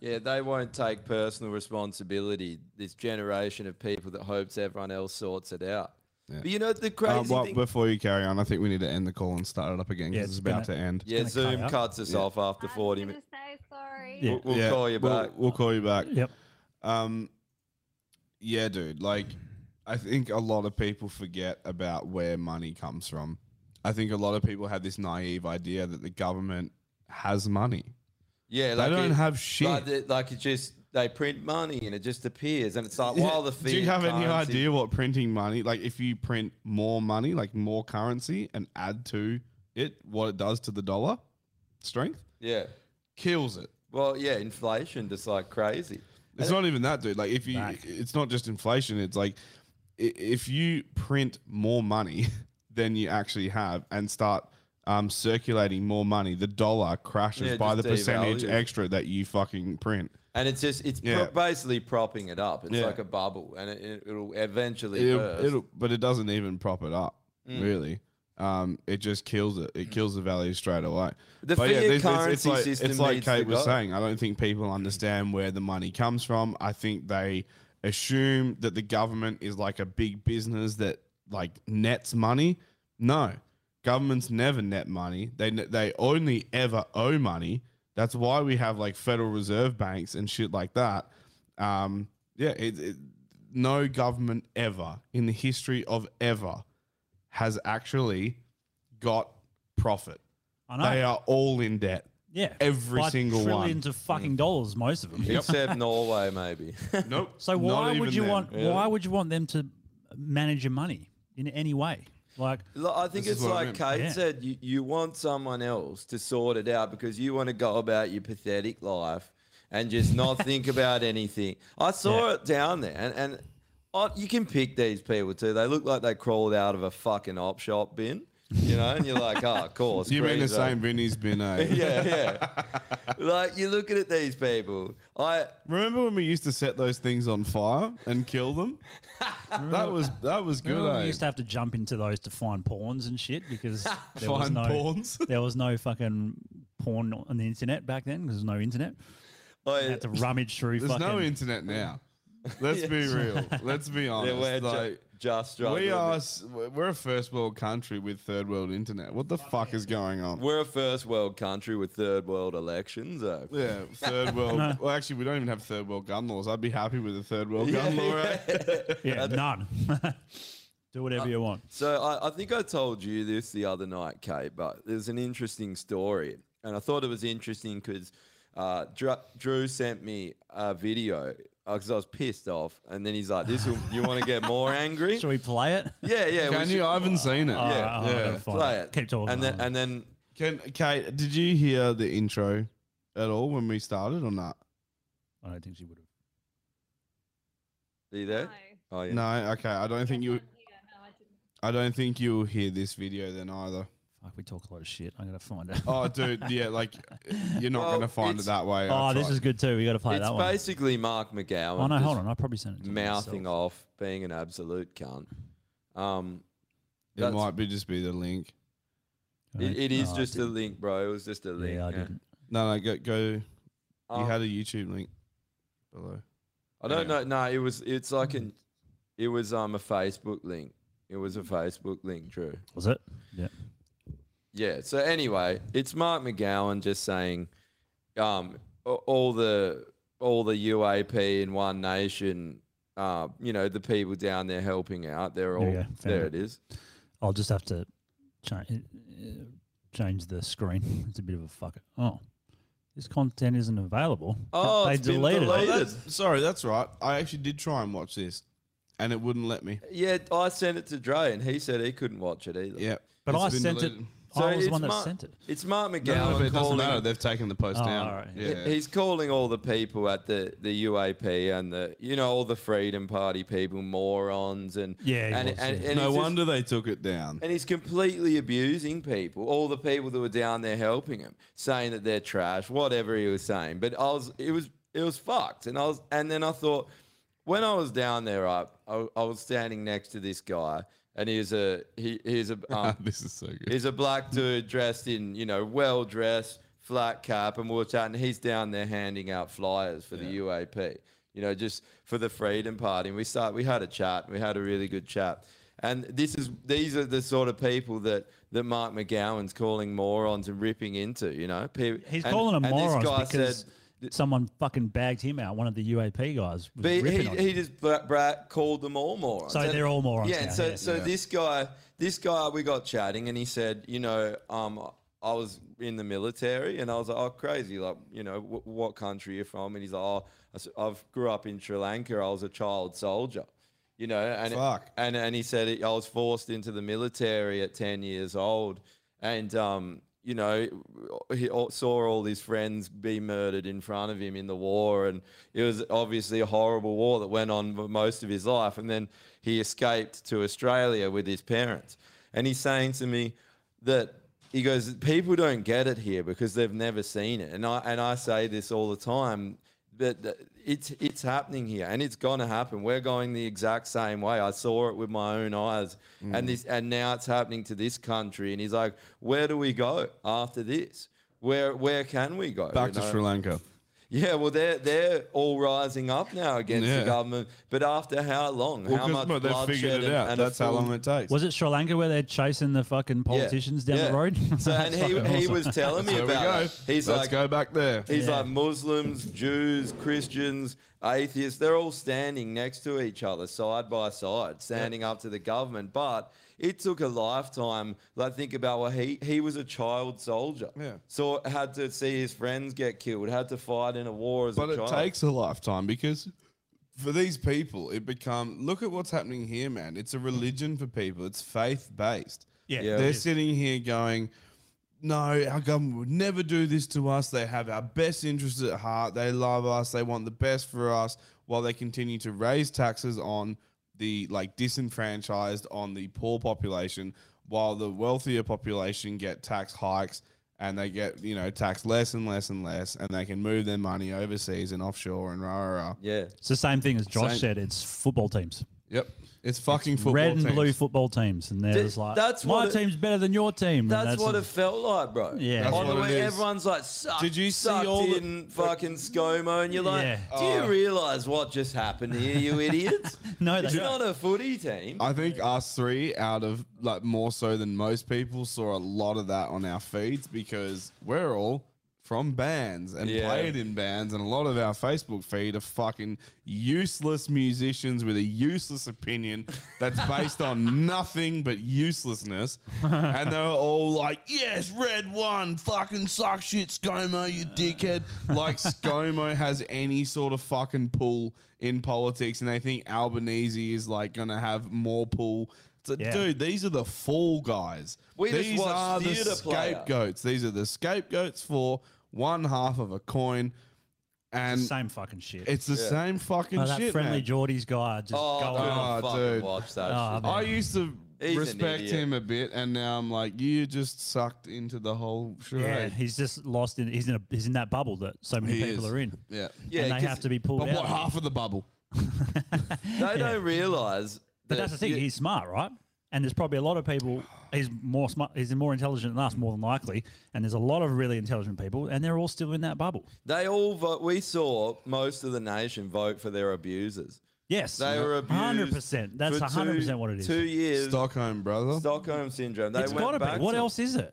Speaker 2: Yeah.
Speaker 4: they won't take personal responsibility. This generation of people that hopes everyone else sorts it out. But you know the crazy
Speaker 2: Uh, well,
Speaker 4: thing.
Speaker 2: before you carry on, I think we need to end the call and start it up again because
Speaker 4: Yeah,
Speaker 2: it's,
Speaker 4: it's
Speaker 2: about
Speaker 4: gonna-
Speaker 2: to end.
Speaker 4: yeah, Zoom cuts us off after forty minutes. We'll, we'll
Speaker 2: Yeah,
Speaker 4: call you
Speaker 2: we'll-
Speaker 4: back.
Speaker 2: We'll, call you back.
Speaker 3: Yep.
Speaker 2: Um, yeah, dude. Like, I think a lot of people forget about where money comes from. I think a lot of people have this naive idea that the government has money.
Speaker 4: Yeah,
Speaker 2: They don't have shit.
Speaker 4: Like, it- like it just they print money and it just appears, and it's like while the
Speaker 2: Do you
Speaker 4: fiat
Speaker 2: have any
Speaker 4: currency-
Speaker 2: idea what printing money, like if you print more money, like more currency and add to it what it does to the dollar strength?
Speaker 4: Yeah,
Speaker 2: kills it.
Speaker 4: Well, yeah, inflation just like crazy.
Speaker 2: It's not even that, dude. Like if you, it's not just inflation. It's like i- if you print more money than you actually have and start um, circulating more money, the dollar crashes
Speaker 4: Yeah,
Speaker 2: by the
Speaker 4: just
Speaker 2: percentage
Speaker 4: devalues.
Speaker 2: extra that you fucking print.
Speaker 4: And it's just it's
Speaker 2: Yeah.
Speaker 4: pro- basically propping it up. It's
Speaker 2: Yeah.
Speaker 4: like a bubble, and it, it'll eventually burst.
Speaker 2: It'll, it'll, but it doesn't even prop it up
Speaker 4: Mm.
Speaker 2: really. Um, it just kills it. It kills the value straight away.
Speaker 4: The
Speaker 2: But yeah,
Speaker 4: fiat
Speaker 2: this- it's- it's
Speaker 4: currency
Speaker 2: like-
Speaker 4: system
Speaker 2: It's like
Speaker 4: needs to
Speaker 2: Kate was
Speaker 4: go.
Speaker 2: saying. I don't think people understand where the money comes from. I think they assume that the government is like a big business that like nets money. No, Governments never net money. They ne- they only ever owe money. That's why we have like Federal Reserve banks and shit like that. Um, yeah, it, it, no government ever in the history of ever has actually got profit.
Speaker 3: I know.
Speaker 2: They are all in debt.
Speaker 3: Yeah,
Speaker 2: every
Speaker 3: by
Speaker 2: single one.
Speaker 3: trillions of fucking dollars, most of them.
Speaker 4: Except Norway, maybe.
Speaker 2: nope.
Speaker 3: So why would you want?
Speaker 4: Yeah.
Speaker 3: Why would you want them to manage your money in any way? Like,
Speaker 4: Look, I think
Speaker 3: This
Speaker 4: it's
Speaker 3: is what I meant.
Speaker 4: like Kate
Speaker 3: Yeah.
Speaker 4: said, you, you want someone else to sort it out because you want to go about your pathetic life and just not think about anything. I saw it down there, and, and I, you can pick these people too. They look like they crawled out of a fucking op shop bin, you know, and you're like, oh, of course.
Speaker 2: You mean the
Speaker 4: Greaser."
Speaker 2: same bin he's been? Eh?
Speaker 4: yeah, yeah. like you're looking at these people. I
Speaker 2: remember when we used to set those things on fire and kill them. that was that was good.
Speaker 3: Remember when
Speaker 2: eh?
Speaker 3: We used to have to jump into those to find pawns and shit because there was
Speaker 2: Find
Speaker 3: no
Speaker 2: pawns?
Speaker 3: there was no fucking porn on the internet back then because there was no internet.
Speaker 4: Oh,
Speaker 3: had to rummage through.
Speaker 2: There's
Speaker 3: fucking,
Speaker 2: no internet now. Let's be
Speaker 3: Yes.
Speaker 2: real. Let's be
Speaker 3: Yeah,
Speaker 2: honest.
Speaker 4: we're ju-
Speaker 2: like,
Speaker 4: just
Speaker 2: we
Speaker 4: struggling.
Speaker 2: are. s- We're a first world country with third world internet. What the fuck is going on?
Speaker 4: We're a first world country with third world elections. though.
Speaker 2: Yeah, third world. Well, actually, we don't even have third world gun laws. I'd be happy with a third world
Speaker 4: Yeah,
Speaker 2: gun law.
Speaker 4: yeah.
Speaker 2: Right?
Speaker 4: Uh,
Speaker 3: Yeah, none. Do whatever you want.
Speaker 4: So I, I think I told you this the other night, Kate, but there's an interesting story. And I thought it was interesting because uh, Dr- Drew sent me a video because I was pissed off. And then he's like, this will, you want to get more angry?
Speaker 3: Should we play it?
Speaker 4: Yeah, yeah. we
Speaker 2: Can you?
Speaker 4: should-
Speaker 2: I haven't seen it.
Speaker 4: Yeah, yeah. Play it.
Speaker 3: Keep talking.
Speaker 4: And then, and then
Speaker 2: Can Kate? Did you hear the intro at all when we started or not?
Speaker 3: I don't think she would have.
Speaker 4: are you there? Oh, yeah.
Speaker 2: No. Okay. I don't think you. I don't think you'll hear this video then either.
Speaker 3: Fuck, we talk a lot of shit. I'm gonna find out.
Speaker 2: Oh, dude. Yeah, like you're not
Speaker 4: Well,
Speaker 2: gonna find it
Speaker 4: it's-
Speaker 2: that way.
Speaker 3: oh,
Speaker 2: I
Speaker 3: this
Speaker 2: tried.
Speaker 3: is good too. We got to play
Speaker 4: it's
Speaker 3: that one.
Speaker 4: basically Mark McGowan.
Speaker 3: Oh no, hold
Speaker 4: just
Speaker 3: on. I probably sent it. To
Speaker 4: Mouthing off, being an absolute cunt. Um,
Speaker 2: It might be just be the link.
Speaker 4: it, it is
Speaker 2: Oh, I
Speaker 4: just a link, bro. It was just a link.
Speaker 3: I
Speaker 4: yeah.
Speaker 3: didn't.
Speaker 2: No, no. Go. go you
Speaker 4: Um,
Speaker 2: had a YouTube link below.
Speaker 4: I don't know. No, it was. It's like
Speaker 3: Mm.
Speaker 4: an. It was um a Facebook link. It was a Facebook link, Drew.
Speaker 3: Was it? Yeah.
Speaker 4: Yeah. So anyway, it's Mark McGowan just saying, um, a- all the all the UAP in One Nation, uh, you know, the people down there helping out. They're all
Speaker 3: There you go,
Speaker 4: there.
Speaker 3: found
Speaker 4: It
Speaker 3: it.
Speaker 4: is.
Speaker 3: I'll just have to change change the screen. It's a bit of a fuck. Oh, this content isn't available.
Speaker 4: Oh,
Speaker 3: they deleted, it.
Speaker 2: that's- sorry, that's right. I actually did try and watch this, and it wouldn't let me.
Speaker 4: Yeah, I sent it to Dre, and he said he couldn't watch it either.
Speaker 2: Yeah,
Speaker 3: But I sent it. I was the one that sent it.
Speaker 4: It's Mark
Speaker 2: No,
Speaker 4: McGowan.
Speaker 2: no, but it doesn't
Speaker 4: calling-
Speaker 2: matter. They've taken the post
Speaker 3: Oh,
Speaker 2: down.
Speaker 3: alright.
Speaker 2: Yeah.
Speaker 4: He- He's calling all the people at the, the UAP and the you know all the Freedom Party people morons and
Speaker 2: Yeah, he
Speaker 4: and,
Speaker 2: was,
Speaker 4: and,
Speaker 2: yeah.
Speaker 4: and
Speaker 2: No
Speaker 4: he's just-
Speaker 2: wonder they took it down.
Speaker 4: and he's completely abusing people all the people that were down there helping him saying that they're trash whatever he was saying but I was it was it was fucked and I was and then I thought when I was down there I I, I was standing next to this guy and he's a he he's a um,
Speaker 2: this is so good.
Speaker 4: He's a black dude dressed in, you know, well dressed, flat cap, and we're chatting. He's down there handing out flyers for the UAP, you know, just for the Freedom Party. And we start, we had a chat, we had a really good chat. And this is, these are the sort of people that that Mark McGowan's calling morons and ripping into, you know. Pe-
Speaker 3: He's
Speaker 4: and-
Speaker 3: calling them
Speaker 4: and this
Speaker 3: morons
Speaker 4: guy
Speaker 3: because
Speaker 4: said-
Speaker 3: someone fucking bagged him out. One of the UAP guys. Was
Speaker 4: but he,
Speaker 3: ripping
Speaker 4: he,
Speaker 3: on
Speaker 4: he
Speaker 3: him.
Speaker 4: just bra- bra- called them all morons.
Speaker 3: So they're all morons
Speaker 4: Yeah.
Speaker 3: now,
Speaker 4: And so,
Speaker 3: yeah.
Speaker 4: so
Speaker 3: Yeah.
Speaker 4: this guy, this guy, we got chatting, and he said, you know, um, I was in the military, and I was like, oh, crazy, like, you know, wh- what country you're from? And he's like, oh, I s- I've grew up in Sri Lanka. I was a child soldier, you know, and
Speaker 2: Fuck.
Speaker 4: and and he said I was forced into the military at ten years old, and um, you know, he all- saw all his friends be murdered in front of him in the war, and it was obviously a horrible war that went on for most of his life, and then he escaped to Australia with his parents, and he's saying to me that he goes, people don't get it here because they've never seen it, and I and I say this all the time that that it's it's happening here, and it's going to happen. We're going the exact same way. I saw it with my own eyes,
Speaker 2: Mm.
Speaker 4: and this and now it's happening to this country. And he's like, where do we go after this? Where where can we go?
Speaker 2: Back
Speaker 4: You
Speaker 2: to
Speaker 4: know?
Speaker 2: Sri Lanka.
Speaker 4: Yeah, well, they're they're all rising up now against
Speaker 2: Yeah.
Speaker 4: the government. But after how long?
Speaker 2: Well,
Speaker 4: how
Speaker 2: 'cause,
Speaker 4: much
Speaker 2: well, they've
Speaker 4: bloodshed?
Speaker 2: figured it
Speaker 4: and-
Speaker 2: out.
Speaker 4: and a
Speaker 2: That's how
Speaker 4: full-
Speaker 2: long it takes.
Speaker 3: Was it Sri Lanka where they're chasing the fucking politicians down
Speaker 4: yeah.
Speaker 3: the road?
Speaker 4: So, and he,
Speaker 3: Fucking
Speaker 4: he
Speaker 3: awesome.
Speaker 4: was telling me
Speaker 2: There we
Speaker 4: about
Speaker 2: go.
Speaker 4: it. He's
Speaker 2: Let's
Speaker 4: like,
Speaker 2: go back there.
Speaker 4: He's
Speaker 2: Yeah.
Speaker 4: like Muslims, Jews, Christians, atheists. They're all standing next to each other, side by side, standing up to the government. But it took a lifetime. Like think about what he he was a child soldier.
Speaker 2: Yeah.
Speaker 4: So had to see his friends get killed. Had to fight in a war as
Speaker 2: But
Speaker 4: a
Speaker 2: it
Speaker 4: child.
Speaker 2: takes a lifetime because for these people, it become look at what's happening here, man. It's a religion for people. It's faith based.
Speaker 3: Yeah, Yeah. it
Speaker 2: they're
Speaker 3: is.
Speaker 2: sitting here going, "No, our government would never do this to us. They have our best interests at heart. They love us. They want the best for us." While they continue to raise taxes on the like disenfranchised, on the poor population, while the wealthier population get tax hikes and they get you know taxed less and less and less, and they can move their money overseas and offshore and rah rah. rah.
Speaker 4: Yeah,
Speaker 3: It's the same thing as Josh
Speaker 2: Same.
Speaker 3: said. It's football teams.
Speaker 2: Yep. It's fucking football.
Speaker 3: Red and
Speaker 2: teams.
Speaker 3: blue football teams, and
Speaker 4: Th-
Speaker 3: they're just like,
Speaker 4: that's
Speaker 3: my
Speaker 4: what it-
Speaker 3: team's better than your team. and
Speaker 4: That's, what
Speaker 3: a-
Speaker 4: it felt like, bro.
Speaker 3: Yeah. That's
Speaker 4: On the
Speaker 3: what
Speaker 4: way,
Speaker 3: it is.
Speaker 4: everyone's like, sucked,
Speaker 2: Did you see
Speaker 4: sucked
Speaker 2: all the-
Speaker 4: in fucking ScoMo, and you're like,
Speaker 2: Yeah.
Speaker 4: do you
Speaker 2: Oh.
Speaker 4: realize what just happened here, you idiots?
Speaker 3: no,
Speaker 4: it's
Speaker 2: they
Speaker 4: not
Speaker 2: don't.
Speaker 4: a footy team.
Speaker 2: I think us three out of like more so than most people saw a lot of that on our feeds because we're all from bands and
Speaker 4: Yeah.
Speaker 2: played in bands and a lot of our Facebook feed are fucking useless musicians with a useless opinion that's based on nothing but uselessness and they're all like yes red one fucking suck shit ScoMo you dickhead like ScoMo has any sort of fucking pull in politics and they think Albanese is like gonna have more pull It's like,
Speaker 4: Yeah.
Speaker 2: dude these are the fall guys
Speaker 4: We just
Speaker 2: these
Speaker 4: watched
Speaker 2: are the
Speaker 4: theatre player.
Speaker 2: scapegoats these are the scapegoats for one half of a coin and
Speaker 3: same fucking shit.
Speaker 2: it's the same fucking
Speaker 3: Oh, that
Speaker 2: shit
Speaker 3: friendly
Speaker 2: man.
Speaker 3: Geordie's guy just
Speaker 2: Oh,
Speaker 3: going
Speaker 2: dude,
Speaker 3: off.
Speaker 2: oh, dude.
Speaker 3: Oh, man.
Speaker 2: I used to
Speaker 3: He's an
Speaker 2: respect
Speaker 3: idiot.
Speaker 2: him a bit, and now I'm like, you just sucked into the whole
Speaker 3: Yeah,
Speaker 2: charade.
Speaker 3: he's just lost in. He's in a. He's in that bubble that so many
Speaker 2: He
Speaker 3: people
Speaker 2: is.
Speaker 3: are in.
Speaker 2: Yeah.
Speaker 4: Yeah,
Speaker 3: and they
Speaker 4: 'cause-
Speaker 3: have to be pulled
Speaker 2: But
Speaker 3: out.
Speaker 2: what half of the bubble?
Speaker 4: They don't realize.
Speaker 3: But that's the thing. he's smart, right? And there's probably a lot of people. He's more smart. He's more intelligent than us, more than likely. And there's a lot of really intelligent people, and they're all still in that bubble.
Speaker 4: They all vote. We saw most of the nation vote for their abusers.
Speaker 3: Yes,
Speaker 4: they were abused.
Speaker 3: 100%. That's
Speaker 4: for
Speaker 3: 100%
Speaker 4: two-
Speaker 3: what it is.
Speaker 4: Two years.
Speaker 2: Stockholm, brother.
Speaker 4: Stockholm syndrome. They
Speaker 3: it's
Speaker 4: went
Speaker 3: got to
Speaker 4: back
Speaker 3: be. What
Speaker 4: to-
Speaker 3: else is it?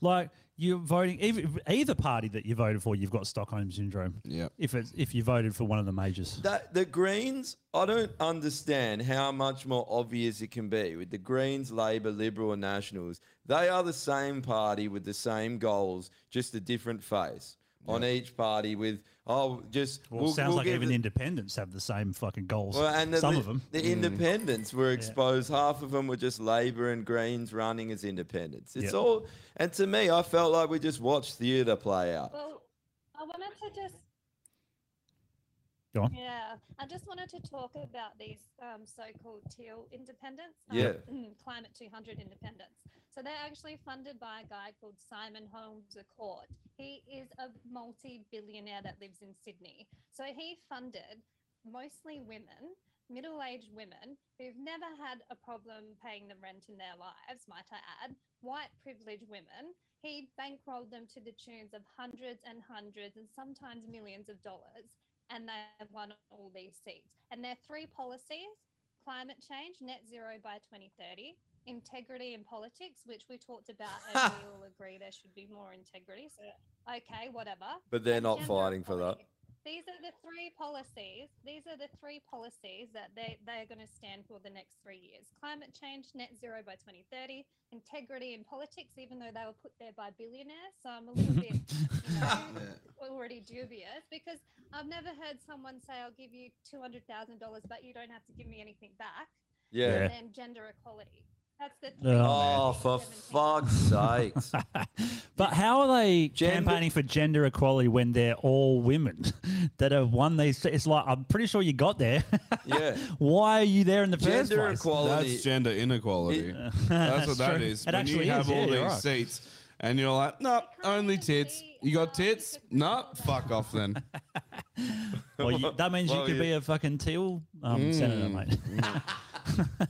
Speaker 3: Like you're voting either, either party that you voted for, you've got Stockholm syndrome.
Speaker 2: Yeah.
Speaker 3: If it's if you voted for one of the majors.
Speaker 4: That the Greens, I don't understand how much more obvious it can be with the Greens, Labor, Liberal, and Nationals. They are the same party with the same goals, just a different face on each party. With oh, just
Speaker 3: Well,
Speaker 4: we'll-
Speaker 3: sounds
Speaker 4: we'll
Speaker 3: like
Speaker 4: give
Speaker 3: even
Speaker 4: the-
Speaker 3: independents have the same fucking goals.
Speaker 4: Well, and the,
Speaker 3: Some
Speaker 4: the-
Speaker 3: of Mm. them.
Speaker 4: the independents were exposed. Half of them were just Labor and Greens running as independents. It's
Speaker 3: Yeah.
Speaker 4: all, and to me, I felt like we just watched theatre play out.
Speaker 5: Well, I wanted to just
Speaker 3: Go on.
Speaker 5: Yeah, I just wanted to talk about these um, so-called teal independents.
Speaker 4: Yeah.
Speaker 5: Um, Climate 200 independents. So they're actually funded by a guy called Simon Holmes Accord. He is a multi-billionaire that lives in Sydney. So he funded mostly women, middle-aged women who've never had a problem paying the rent in their lives, might I add, white privileged women. He bankrolled them to the tunes of hundreds and hundreds and sometimes millions of dollars and they won all these seats. And their three policies climate change, net zero by 2030, integrity in politics, which we talked about, and we all agree there should be more integrity. So, okay, whatever.
Speaker 4: But they're
Speaker 5: And
Speaker 4: not
Speaker 5: gender
Speaker 4: fighting for that.
Speaker 5: these are the three policies. These are the three policies that they, they are going to stand for the next three years climate change, net zero by 2030, integrity in politics, even though they were put there by billionaires. So I'm a little bit you know, already dubious because I've never heard someone say, I'll give you $200,000, but you don't have to give me anything back.
Speaker 4: Yeah. Yeah.
Speaker 5: And then gender equality. That's the three
Speaker 4: Oh, for fuck's sake!
Speaker 3: But how are they campaigning for gender equality when they're all women that have won these? It's like I'm pretty sure you got there.
Speaker 4: Yeah.
Speaker 3: Why are you there in the first
Speaker 4: Gender
Speaker 3: place?
Speaker 2: That's gender inequality.
Speaker 3: That's
Speaker 2: That's what that
Speaker 3: true.
Speaker 2: is.
Speaker 3: It
Speaker 2: when you
Speaker 3: actually
Speaker 2: have
Speaker 3: is, yeah,
Speaker 2: all
Speaker 3: you're
Speaker 2: these
Speaker 3: right.
Speaker 2: seats and you're like, no, only tits. You got tits? No, fuck off then.
Speaker 3: Well, you, that means you
Speaker 2: Well,
Speaker 3: could
Speaker 2: you-
Speaker 3: be a fucking teal um, senator,
Speaker 2: Mm.
Speaker 3: mate.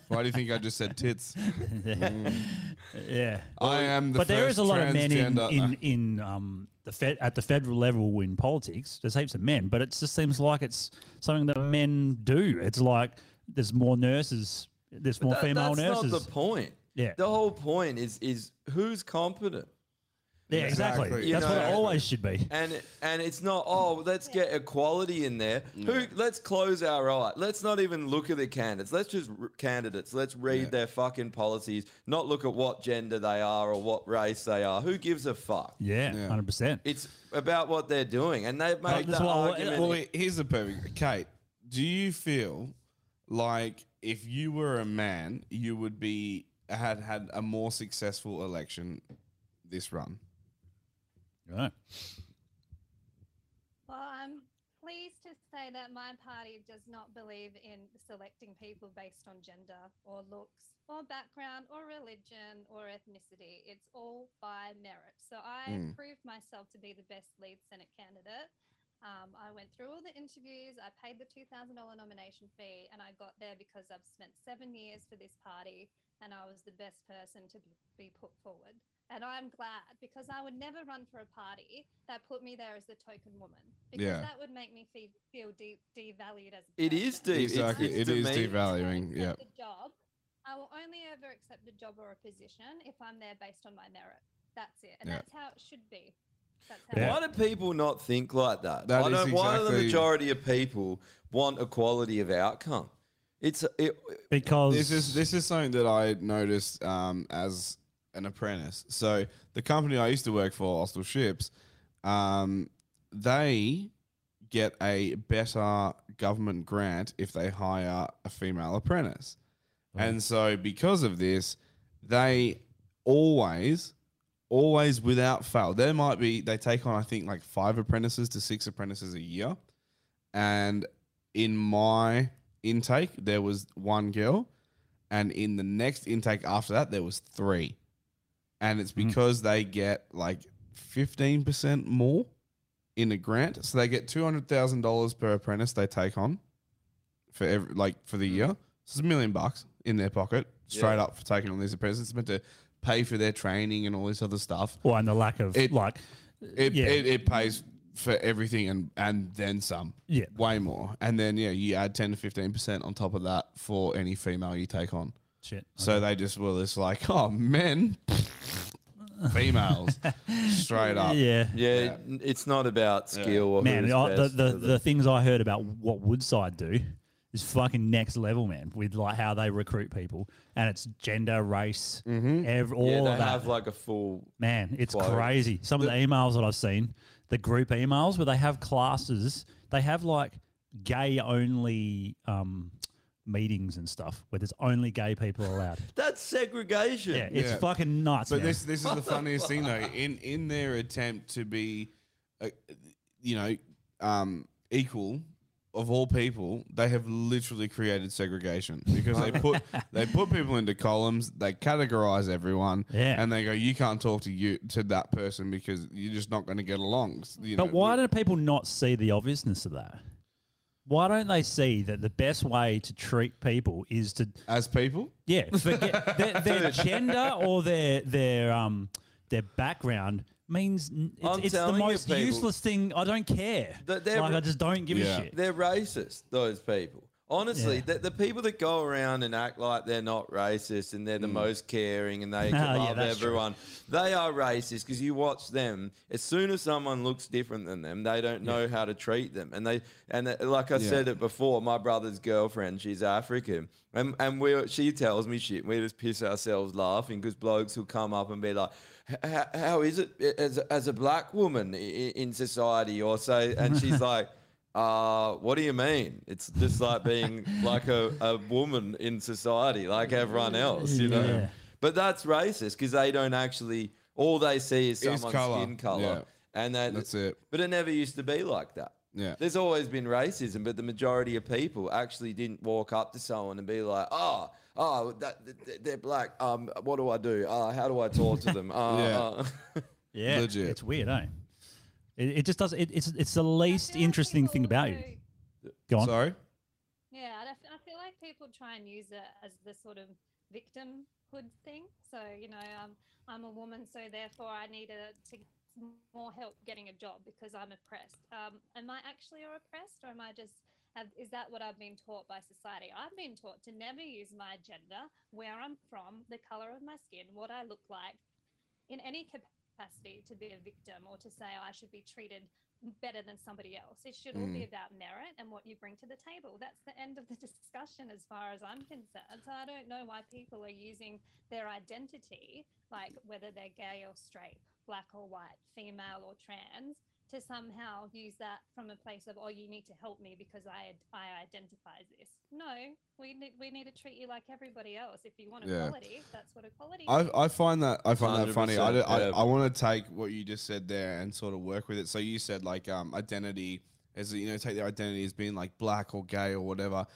Speaker 2: Why do you think I just said tits? Mm.
Speaker 3: Yeah,
Speaker 2: I am the
Speaker 3: but there is
Speaker 2: first
Speaker 3: a lot of men in
Speaker 2: transgender-
Speaker 3: in, in um, the fed at the federal level in politics. There's heaps of men, but it just seems like it's something that men do. It's like there's more nurses, there's more
Speaker 4: That-
Speaker 3: female
Speaker 4: that's
Speaker 3: nurses.
Speaker 4: not the point.
Speaker 3: Yeah.
Speaker 4: The whole point is is who's competent.
Speaker 3: Yeah, exactly. Exactly. That's what it always should be.
Speaker 4: And and it's not. Oh, let's get equality in there. Who? Let's close our eye. Let's not even look at the candidates. Let's just r- candidates. Let's read their fucking policies. Not look at what gender they are or what race they are. Who gives a fuck?
Speaker 3: yeah, hundred percent.
Speaker 4: It's about what they're doing, and they make the
Speaker 2: well,
Speaker 4: argument.
Speaker 2: well, wait, here's the perfect. Kate, do you feel like if you were a man, you would be had had a more successful election this run?
Speaker 3: Right.
Speaker 5: Well, I'm pleased to say that my party does not believe in selecting people based on gender or looks or background or religion or ethnicity. It's all by merit. So I
Speaker 12: Mm.
Speaker 5: proved myself to be the best lead Senate candidate. Um, I went through all the interviews. I paid the $2,000 nomination fee and I got there because I've spent seven years for this party and I was the best person to be- be put forward. And I'm glad because I would never run for a party that put me there as the token woman because
Speaker 2: Yeah.
Speaker 5: that would make me fe- feel de- devalued as
Speaker 4: It is deep.
Speaker 2: Exactly,
Speaker 4: It's, it's
Speaker 2: it is
Speaker 4: demeaning.
Speaker 2: devaluing. Yeah.
Speaker 5: a job. I will only ever accept a job or a position if I'm there based on my merit. That's it. And
Speaker 4: Yeah.
Speaker 5: that's how it should be. That's how
Speaker 4: Why do people not think like that?
Speaker 2: That
Speaker 4: Why,
Speaker 2: is
Speaker 4: don't, why do the
Speaker 2: exactly-
Speaker 4: majority of people want equality of outcome? It's it,
Speaker 3: because
Speaker 2: this is this is something that I noticed um, as an apprentice. So the company I used to work for, Austell Ships, um, they get a better government grant if they hire a female apprentice, and so because of this, they always always without fail there might be they take on i think like five apprentices to six apprentices a year and in my intake there was one girl and in the next intake after that there was three and it's
Speaker 3: Mm.
Speaker 2: because they get like 15% more in a grant so they get $200000 per apprentice they take on for every like for the year so it's a million bucks in their pocket straight
Speaker 3: Mm. Yeah.
Speaker 2: up for taking on these apprentices it's meant to pay for their training and all this other stuff
Speaker 3: Well, and the lack of like,
Speaker 2: it,
Speaker 3: yeah.
Speaker 2: it, it pays for everything and and then some.
Speaker 3: Yeah.
Speaker 2: Way more. And then yeah, you add ten to fifteen percent on top of that for any female you take on.
Speaker 3: Shit.
Speaker 2: So they just were just like, oh men females. Straight up.
Speaker 3: Yeah.
Speaker 4: Yeah, n- it's not about skill or
Speaker 3: man,
Speaker 4: who's
Speaker 3: I, the,
Speaker 4: best
Speaker 3: the,
Speaker 4: for
Speaker 3: the things I heard about what Woodside do is fucking next level, man. With like how they recruit people, and it's gender, race, ev- all
Speaker 4: yeah,
Speaker 3: of
Speaker 4: they
Speaker 3: that.
Speaker 4: have like a full
Speaker 3: man, it's
Speaker 4: quota.
Speaker 3: crazy. Some of the emails that I've seen, the group emails where they have classes, they have like gay only um, meetings and stuff where there's only gay people allowed.
Speaker 4: That's segregation.
Speaker 3: Yeah, it's fucking nuts.
Speaker 2: But
Speaker 3: man.
Speaker 2: this this is the funniest thing though. In in their attempt to be, uh, you know, um, equal of all people, they have literally created segregation because they put they put people into columns, they categorize everyone,
Speaker 3: Yeah.
Speaker 2: and they go, you can't talk to you to that person because you're just not going to get along. So, You know,
Speaker 3: but why do people not see the obviousness of that? Why don't they see that the best way to treat people is to
Speaker 2: as people?
Speaker 3: Yeah, forget their, their gender or their their um their background means n-
Speaker 4: I'm
Speaker 3: it's, it's the
Speaker 4: telling you,
Speaker 3: most
Speaker 4: people-
Speaker 3: useless thing. I don't care.
Speaker 4: That they're-
Speaker 3: like I just don't give a shit.
Speaker 4: They're racist, those people. Honestly,
Speaker 3: Yeah.
Speaker 4: the, the people that go around and act like they're not racist and they're the most caring and
Speaker 3: Mm.
Speaker 4: they
Speaker 3: Oh, yeah,
Speaker 4: love
Speaker 3: that's true.
Speaker 4: everyone, they are racist because you watch them. As soon as someone looks different than them, they don't know how to treat them. And they and they- like I
Speaker 2: Yeah.
Speaker 4: said it before, my brother's girlfriend, she's African, and and we she tells me shit. and We just piss ourselves laughing because blokes will come up and be like. "H- h- How is it as, as a black woman i- i- in society? Or say, and she's like, uh, what do you mean? It's just like being like a, a woman in society, like everyone else, you know?
Speaker 2: Yeah.
Speaker 4: But that's racist because they don't actually, all they see is
Speaker 2: Is
Speaker 4: someone's
Speaker 2: colour,
Speaker 4: skin color. And that,
Speaker 2: that's it.
Speaker 4: But it never used to be like that.
Speaker 2: Yeah.
Speaker 4: There's always been racism, but the majority of people actually didn't walk up to someone and be like, oh, oh, that, th- they're black. Um, what do I do? Uh, how do I talk to them? Uh,
Speaker 3: Yeah.
Speaker 4: uh.
Speaker 3: Yeah, it's weird, eh? It, it just does. It, it's it's the least interesting thing about you. Go on.
Speaker 2: Sorry.
Speaker 5: Yeah, and I, f- I feel like people try and use it as the sort of victimhood thing. So you know, um, I'm a woman, so therefore I need a, to more help getting a job because I'm oppressed. Um, am I actually oppressed, or am I just? Have, is that what I've been taught by society? I've been taught to never use my gender, where I'm from, the color of my skin, what I look like, in any capacity to be a victim or to say I should be treated better than somebody else. It should all be
Speaker 13: Mm.
Speaker 5: about merit and what you bring to the table. That's the end of the discussion as far as I'm concerned. So I don't know why people are using their identity, like whether they're gay or straight, black or white, female or trans, to somehow use that from a place of, oh, you need to help me because I I identify as this. No, we need we need to treat you like everybody else. If you want
Speaker 2: Yeah.
Speaker 5: equality, that's what equality
Speaker 2: I,
Speaker 5: is.
Speaker 2: I find that I find that funny. I,
Speaker 4: 100%,
Speaker 2: I,
Speaker 4: yeah.
Speaker 2: I want to take what you just said there and sort of work with it. So you said like um identity as you know take their identity as being like black or gay or whatever.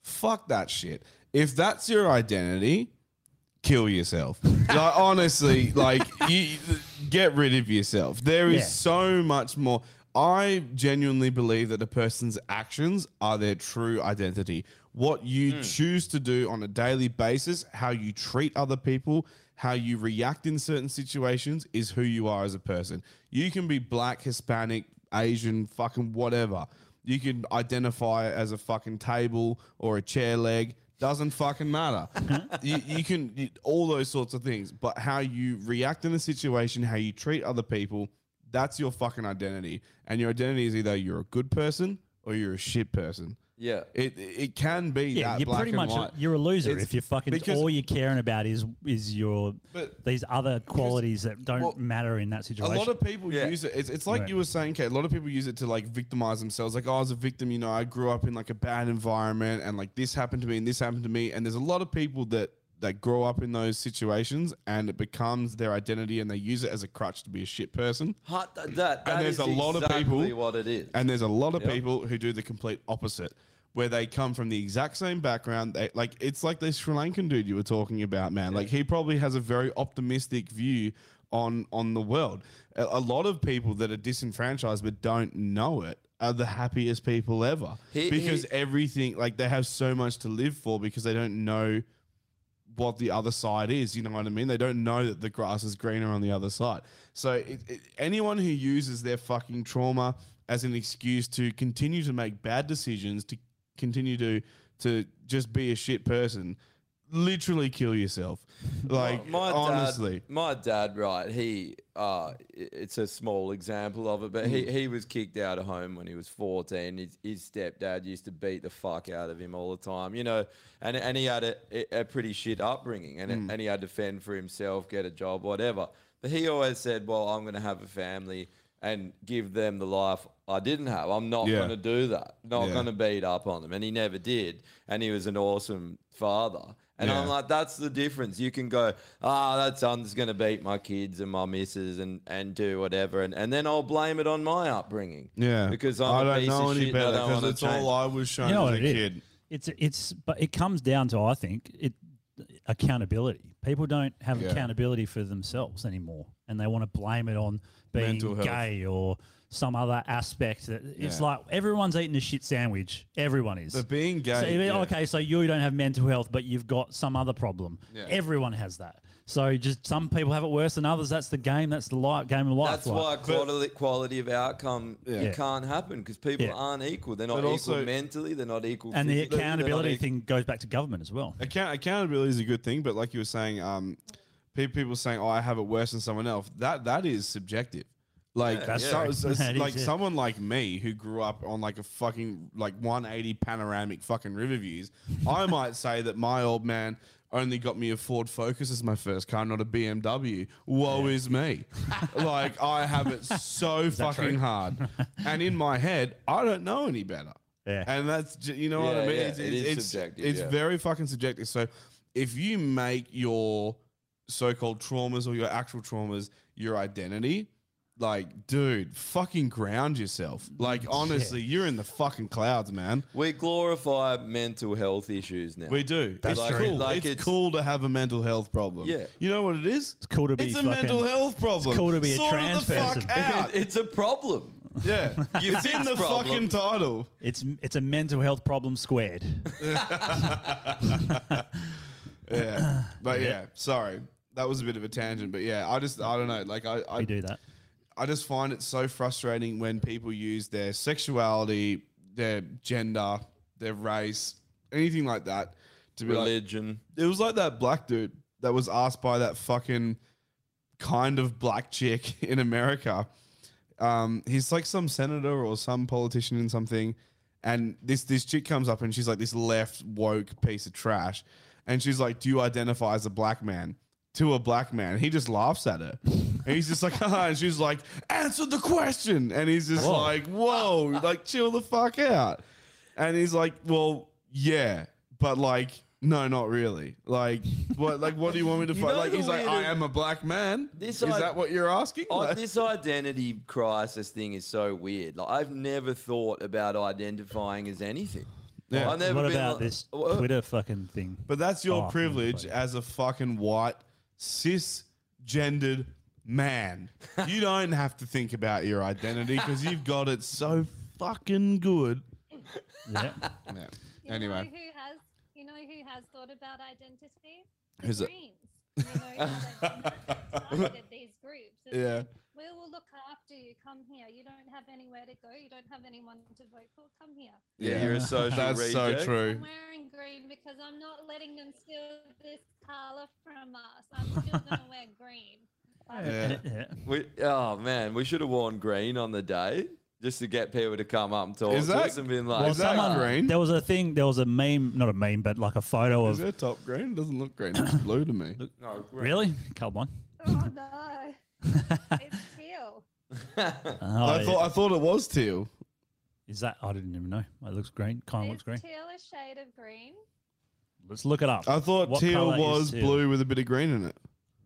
Speaker 2: Fuck that shit. If that's your identity, kill yourself. like honestly, like you get rid of yourself. There is
Speaker 14: Yeah.
Speaker 2: so much more. I genuinely believe that a person's actions are their true identity. What you
Speaker 14: Mm.
Speaker 2: choose to do on a daily basis, how you treat other people, how you react in certain situations is who you are as a person. You can be black, Hispanic, Asian, fucking whatever. You can identify as a fucking table or a chair leg. Doesn't fucking matter. you, you can you- all those sorts of things, but how you react in a situation, how you treat other people, that's your fucking identity. And your identity is either you're a good person or you're a shit person.
Speaker 4: Yeah.
Speaker 2: It it can be
Speaker 3: Yeah,
Speaker 2: that
Speaker 3: you're
Speaker 2: black
Speaker 3: pretty
Speaker 2: and
Speaker 3: much
Speaker 2: white.
Speaker 3: a, you're a loser
Speaker 2: It's-
Speaker 3: if you're fucking
Speaker 2: because-
Speaker 3: all you're caring about is is your these other qualities that don't matter in that situation.
Speaker 2: A lot of people use it. It's, it's like
Speaker 3: Right.
Speaker 2: you were saying, Kate. A lot of people use it to like victimize themselves. Like, oh, I was a victim. You know, I grew up in like a bad environment, and like this happened to me, and this happened to me. And there's a lot of people that that grow up in those situations, and it becomes their identity, and they use it as a crutch to be a shit person.
Speaker 4: Hot, that, that
Speaker 2: and
Speaker 4: is
Speaker 2: there's a lot of people
Speaker 4: exactly what it is.
Speaker 2: and there's a lot of
Speaker 4: Yep.
Speaker 2: people who do the complete opposite where they come from the exact same background they like it's like this sri lankan dude you were talking about man like he probably has a very optimistic view on on the world a, a lot of people that are disenfranchised but don't know it are the happiest people ever
Speaker 4: He-
Speaker 2: because
Speaker 4: he-
Speaker 2: everything like they have so much to live for because they don't know what the other side is. You know what I mean? They don't know that the grass is greener on the other side. So it, it, anyone who uses their fucking trauma as an excuse to continue to make bad decisions, to continue to to just be a shit person, literally kill yourself. Like honestly.
Speaker 4: dad, my dad, right? He, uh, i- it's a small example of it, but he,
Speaker 2: Mm.
Speaker 4: he was kicked out of home when he was fourteen. His, his stepdad used to beat the fuck out of him all the time, you know, and and he had a, a pretty shit upbringing, and
Speaker 2: Mm.
Speaker 4: and he had to fend for himself, get a job, whatever. But he always said, "Well, I'm going to have a family." And give them the life I didn't have. I'm not
Speaker 2: Yeah.
Speaker 4: going to do that. Not
Speaker 2: Yeah.
Speaker 4: going to beat up on them. And he never did. And he was an awesome father. And I'm
Speaker 2: Yeah.
Speaker 4: like, that's the difference. You can go, ah, that son's going to beat my kids and my missus and, and do whatever. And, and then I'll blame it on my upbringing.
Speaker 2: Yeah.
Speaker 4: Because I'm
Speaker 2: I don't
Speaker 4: a piece
Speaker 2: know
Speaker 4: of
Speaker 2: any
Speaker 4: shit and I
Speaker 2: better,
Speaker 4: don't
Speaker 2: 'cause
Speaker 4: wanna
Speaker 2: it's all
Speaker 4: change.
Speaker 2: I was shown
Speaker 3: you know
Speaker 2: as
Speaker 3: what
Speaker 2: a
Speaker 3: it is?
Speaker 2: kid.
Speaker 3: It's it's but it comes down to I think it accountability. People don't have
Speaker 2: Yeah.
Speaker 3: accountability for themselves anymore, and they want to blame it on being
Speaker 2: Mental health.
Speaker 3: gay or some other aspect. That it's
Speaker 2: Yeah.
Speaker 3: like everyone's eating a shit sandwich. Everyone is.
Speaker 2: But being gay,
Speaker 3: So,
Speaker 2: yeah.
Speaker 3: Okay, so you don't have mental health, but you've got some other problem.
Speaker 2: Yeah.
Speaker 3: Everyone has that. So just some people have it worse than others. That's the game. That's the life, game of life.
Speaker 4: That's why quality, quality of outcome
Speaker 3: Yeah.
Speaker 4: it can't happen because people
Speaker 3: Yeah.
Speaker 4: aren't equal. They're
Speaker 3: But
Speaker 4: not equal
Speaker 3: also-
Speaker 4: mentally. They're not equal.
Speaker 3: and the
Speaker 4: physically, they're not
Speaker 3: accountability
Speaker 4: equal-
Speaker 3: thing goes back to government as well.
Speaker 2: Account- accountability is a good thing, but like you were saying, um, pe- people saying, "Oh, I have it worse than someone else." That that is subjective. Like
Speaker 3: Yeah, That's
Speaker 2: so-
Speaker 3: true.
Speaker 2: so- so-
Speaker 3: That is
Speaker 2: like
Speaker 3: it.
Speaker 2: someone like me who grew up on like a fucking like 180 panoramic fucking river views, I might say that my old man only got me a Ford Focus as my first car, not a BMW. Woe is me. like I have it so
Speaker 3: Is that
Speaker 2: fucking
Speaker 3: true?
Speaker 2: hard, and in my head, I don't know any better.
Speaker 3: Yeah.
Speaker 2: And that's j- you know know what
Speaker 4: Yeah,
Speaker 2: I mean?
Speaker 4: yeah,
Speaker 2: it's,
Speaker 4: it
Speaker 2: it's-
Speaker 4: is
Speaker 2: it's-
Speaker 4: subjective,
Speaker 2: It's
Speaker 4: yeah.
Speaker 2: very fucking subjective. So if you make your so-called traumas or your actual traumas your identity, like, dude, fucking ground yourself. Like, honestly, you're in the fucking clouds, man.
Speaker 4: We glorify mental health issues now.
Speaker 2: We do.
Speaker 4: That's
Speaker 2: it's
Speaker 4: like,
Speaker 2: cool.
Speaker 4: Like
Speaker 2: it's,
Speaker 4: it's,
Speaker 2: cool to have a mental health problem.
Speaker 4: Yeah.
Speaker 2: You know what it is? It's
Speaker 3: cool to
Speaker 2: It's
Speaker 3: be
Speaker 2: a
Speaker 3: fucking-
Speaker 2: mental health
Speaker 3: it's
Speaker 2: problem.
Speaker 3: cool to be a
Speaker 2: Sort it the
Speaker 3: trans
Speaker 2: fuck
Speaker 3: person.
Speaker 2: out.
Speaker 4: It's a problem.
Speaker 2: Yeah. it's in the fucking title.
Speaker 3: It's it's a mental health problem squared.
Speaker 2: yeah. But yeah, sorry. That was a bit of a tangent, but yeah, I just I don't know. Like I, I
Speaker 3: do that.
Speaker 2: I just find it so frustrating when people use their sexuality, their gender, their race, anything like that to be like-
Speaker 4: Religion.
Speaker 2: it was like that black dude that was asked by that fucking kind of black chick in America. Um, he's like some senator or some politician in something, and this this chick comes up and she's like this left woke piece of trash, and she's like, "Do you identify as a black man?" To a black man, he just laughs at her. And he's just like, Haha, and she's like, answer the question. And he's just
Speaker 15: Whoa.
Speaker 2: like, whoa, like, chill the fuck out. And he's like, well, yeah, but like, no, not really. Like, what? Like, what do you want me to
Speaker 4: You
Speaker 2: fight?
Speaker 4: know
Speaker 2: Like,
Speaker 4: the
Speaker 2: he's like, I
Speaker 4: weirdest-
Speaker 2: am a black man.
Speaker 4: This
Speaker 2: is
Speaker 4: i-
Speaker 2: that what you're asking?
Speaker 4: Oh,
Speaker 2: Like-
Speaker 4: this identity crisis thing is so weird. Like I've never thought about identifying as anything.
Speaker 3: Yeah.
Speaker 4: I've never
Speaker 3: what
Speaker 4: been
Speaker 3: about
Speaker 4: like-
Speaker 3: this
Speaker 4: Wha-
Speaker 3: Twitter fucking thing?
Speaker 2: But that's your
Speaker 3: Oh,
Speaker 2: privilege as a fucking white cisgendered man. you don't have to think about your identity because you've got it so fucking good.
Speaker 3: Yeah.
Speaker 5: You know
Speaker 2: Anyway,
Speaker 5: who has you know who has thought about identity? The
Speaker 2: Who's it?
Speaker 5: Greens. You know how they've targeted these groups. It's
Speaker 2: Yeah.
Speaker 5: like, We will look after you. Come here. You don't have anywhere to go. You don't have anyone to vote for. Come here.
Speaker 4: Yeah, you're a social
Speaker 2: That's so
Speaker 4: reject.
Speaker 2: true.
Speaker 5: I'm wearing green because I'm not letting them steal this color from us. I'm still gonna wear green.
Speaker 4: Yeah. We, oh man, we should have worn green on the day just to get people to come up and talk
Speaker 2: Is
Speaker 4: to
Speaker 2: that-
Speaker 4: us and been like,
Speaker 3: Well, someone, There was a thing. There was a meme, not a meme, but like a photo
Speaker 2: is
Speaker 3: of.
Speaker 2: that top green? It doesn't look green. It's blue to me.
Speaker 4: No, green.
Speaker 3: Really? Come on.
Speaker 5: Oh no. it's teal.
Speaker 3: Oh,
Speaker 2: I thought I thought it was teal.
Speaker 3: Is that? I didn't even know. It looks green. Kind of looks green.
Speaker 5: Teal a shade of green.
Speaker 3: Let's look it up.
Speaker 2: I thought
Speaker 3: What
Speaker 2: teal
Speaker 3: colour is
Speaker 2: was
Speaker 3: teal?
Speaker 2: blue with a bit of green in it.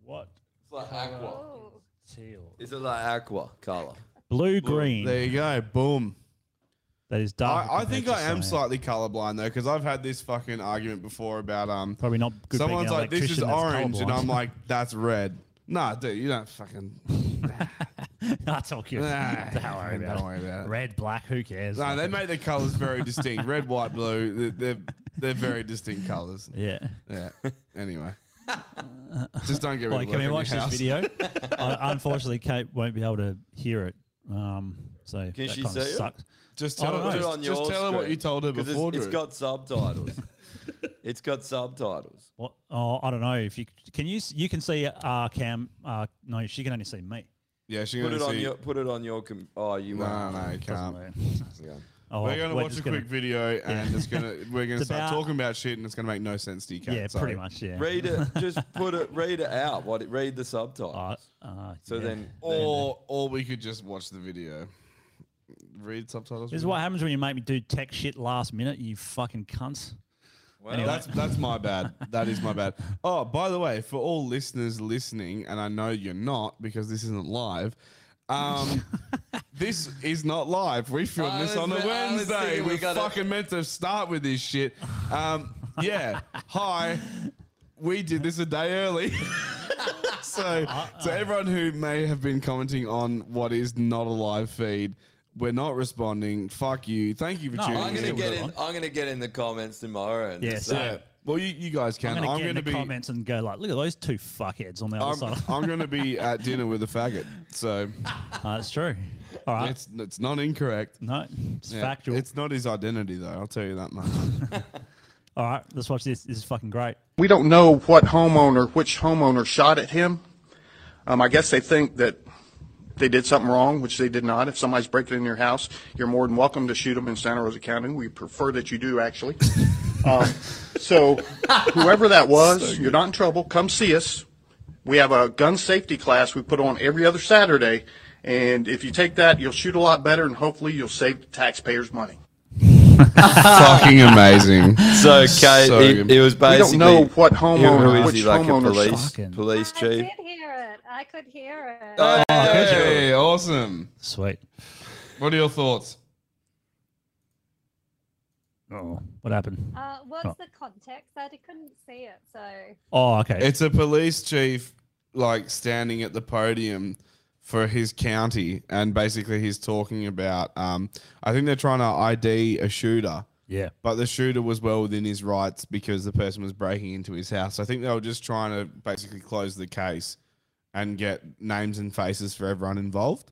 Speaker 3: What?
Speaker 4: It's like aqua.
Speaker 5: Oh.
Speaker 3: Teal.
Speaker 4: Is it like aqua color?
Speaker 3: Blue green.
Speaker 2: There you go. Boom.
Speaker 3: That is dark.
Speaker 2: I, I think I am slightly colorblind though, because I've had this fucking argument before about um.
Speaker 3: Probably not good. being
Speaker 2: someone's
Speaker 3: an
Speaker 2: like, "This is
Speaker 3: electrician that's
Speaker 2: orange," and
Speaker 3: colourblind.
Speaker 2: I'm like, "That's red." Nah, dude, you don't fucking.
Speaker 3: That's all cute.
Speaker 2: Nah,
Speaker 3: Don't worry about
Speaker 2: don't
Speaker 3: it.
Speaker 2: worry about it.
Speaker 3: Red, black. Who cares?
Speaker 2: No, they make their colors very distinct. Red, white, blue. They're they're, they're very distinct colors.
Speaker 3: Yeah.
Speaker 2: Yeah. Anyway, just don't get rid
Speaker 3: Wait,
Speaker 2: of.
Speaker 3: can we
Speaker 2: work
Speaker 3: watch
Speaker 2: in your
Speaker 3: this
Speaker 2: house.
Speaker 3: video? I, unfortunately, Kate won't be able to hear it. Um, so
Speaker 4: Can
Speaker 3: that
Speaker 4: she
Speaker 3: kind of
Speaker 4: see it?
Speaker 3: sucks.
Speaker 2: Just
Speaker 3: I
Speaker 2: tell
Speaker 3: don't know.
Speaker 2: her. Just, Oh,
Speaker 4: on
Speaker 2: just
Speaker 4: your
Speaker 2: tell her what
Speaker 4: screen.
Speaker 2: you told her
Speaker 4: 'Cause it's-
Speaker 2: before.
Speaker 4: it's
Speaker 2: Drew.
Speaker 4: got subtitles. it's got subtitles.
Speaker 3: What? Oh, I don't know if you can you s- you can see uh Cam. Uh, no, she can only see me.
Speaker 2: Yeah, she
Speaker 4: Put
Speaker 2: gonna
Speaker 4: it on
Speaker 2: see-
Speaker 4: your. Put it on your. Com- oh, you
Speaker 2: No,
Speaker 4: won't.
Speaker 2: no, you can't.
Speaker 4: Yeah.
Speaker 3: Oh,
Speaker 2: Um, we're gonna
Speaker 3: we're
Speaker 2: watch
Speaker 3: just
Speaker 2: a
Speaker 3: gonna-
Speaker 2: quick video, and
Speaker 3: Yeah.
Speaker 2: it's gonna we're gonna
Speaker 3: It's about-
Speaker 2: start talking about shit, and it's gonna make no sense to you. Kat,
Speaker 3: Yeah,
Speaker 2: sorry.
Speaker 3: pretty much. Yeah.
Speaker 4: Read it. Just put it. Read it out. What? It, read the subtitles.
Speaker 3: Uh,
Speaker 4: so
Speaker 3: yeah.
Speaker 4: then, oh,
Speaker 2: Or or we could just watch the video. Read subtitles.
Speaker 3: This is what happens when you make me do tech shit last minute. You fucking cunts.
Speaker 4: Well,
Speaker 3: Anyway.
Speaker 2: That's that's my bad. That is my bad. Oh, by the way, for all listeners listening, and I know you're not because this isn't live. Um, this is not live. We filmed
Speaker 4: I
Speaker 2: this
Speaker 4: was
Speaker 2: on a
Speaker 4: me- I was
Speaker 2: Wednesday.
Speaker 4: thinking we
Speaker 2: We are
Speaker 4: gotta-
Speaker 2: fucking meant to start with this shit. Um, yeah. Hi. We did this a day early. so, so everyone who may have been commenting on what is not a live feed, we're not responding. Fuck you. Thank you for tuning
Speaker 4: I'm gonna
Speaker 2: in.
Speaker 4: get in. I'm gonna get in the comments tomorrow. And
Speaker 3: Yeah,
Speaker 4: just
Speaker 3: so-
Speaker 4: say,
Speaker 2: Yeah. Well, you, you guys
Speaker 3: I'm
Speaker 2: can.
Speaker 3: gonna get in the
Speaker 2: be.
Speaker 3: comments and go like, look at those two fuckheads on the other
Speaker 2: I'm,
Speaker 3: side.
Speaker 2: I'm going to be at dinner with a faggot. So
Speaker 3: Uh, that's true. All right.
Speaker 2: it's it's not incorrect.
Speaker 3: no, it's
Speaker 2: Yeah.
Speaker 3: factual.
Speaker 2: It's not his identity though. I'll tell you that much.
Speaker 3: All right, let's watch this. This is fucking great.
Speaker 16: We don't know what homeowner, which homeowner shot at him. Um, I guess they think that they did something wrong, which they did not. If somebody's breaking in your house, you're more than welcome to shoot them in Santa Rosa County. We prefer that you do, actually. Um, so whoever that was, you're not in trouble. Come see us. We have a gun safety class we put on every other Saturday. And if you take that, you'll shoot a lot better and hopefully you'll save the taxpayers money.
Speaker 2: Fucking amazing.
Speaker 4: So Kate,
Speaker 2: So
Speaker 4: it,
Speaker 2: good.
Speaker 4: it was
Speaker 16: We don't
Speaker 4: basically
Speaker 16: know what
Speaker 4: who-
Speaker 16: homeowner-
Speaker 4: who is he,
Speaker 16: which
Speaker 4: like
Speaker 16: homeowner
Speaker 4: a police
Speaker 16: fucking-
Speaker 4: police
Speaker 5: I
Speaker 4: chief.
Speaker 5: could hear it. I could hear it.
Speaker 2: hey, awesome.
Speaker 3: Sweet.
Speaker 2: What are your thoughts?
Speaker 3: Oh, what happened?
Speaker 5: Uh, what's
Speaker 3: Oh.
Speaker 5: the context? I d- couldn't see it, so
Speaker 3: Oh, okay.
Speaker 2: It's a police chief like standing at the podium for his county, and basically he's talking about. Um, I think they're trying to ID a shooter.
Speaker 3: Yeah.
Speaker 2: But the shooter was well within his rights because the person was breaking into his house. I think they were just trying to basically close the case and get names and faces for everyone involved.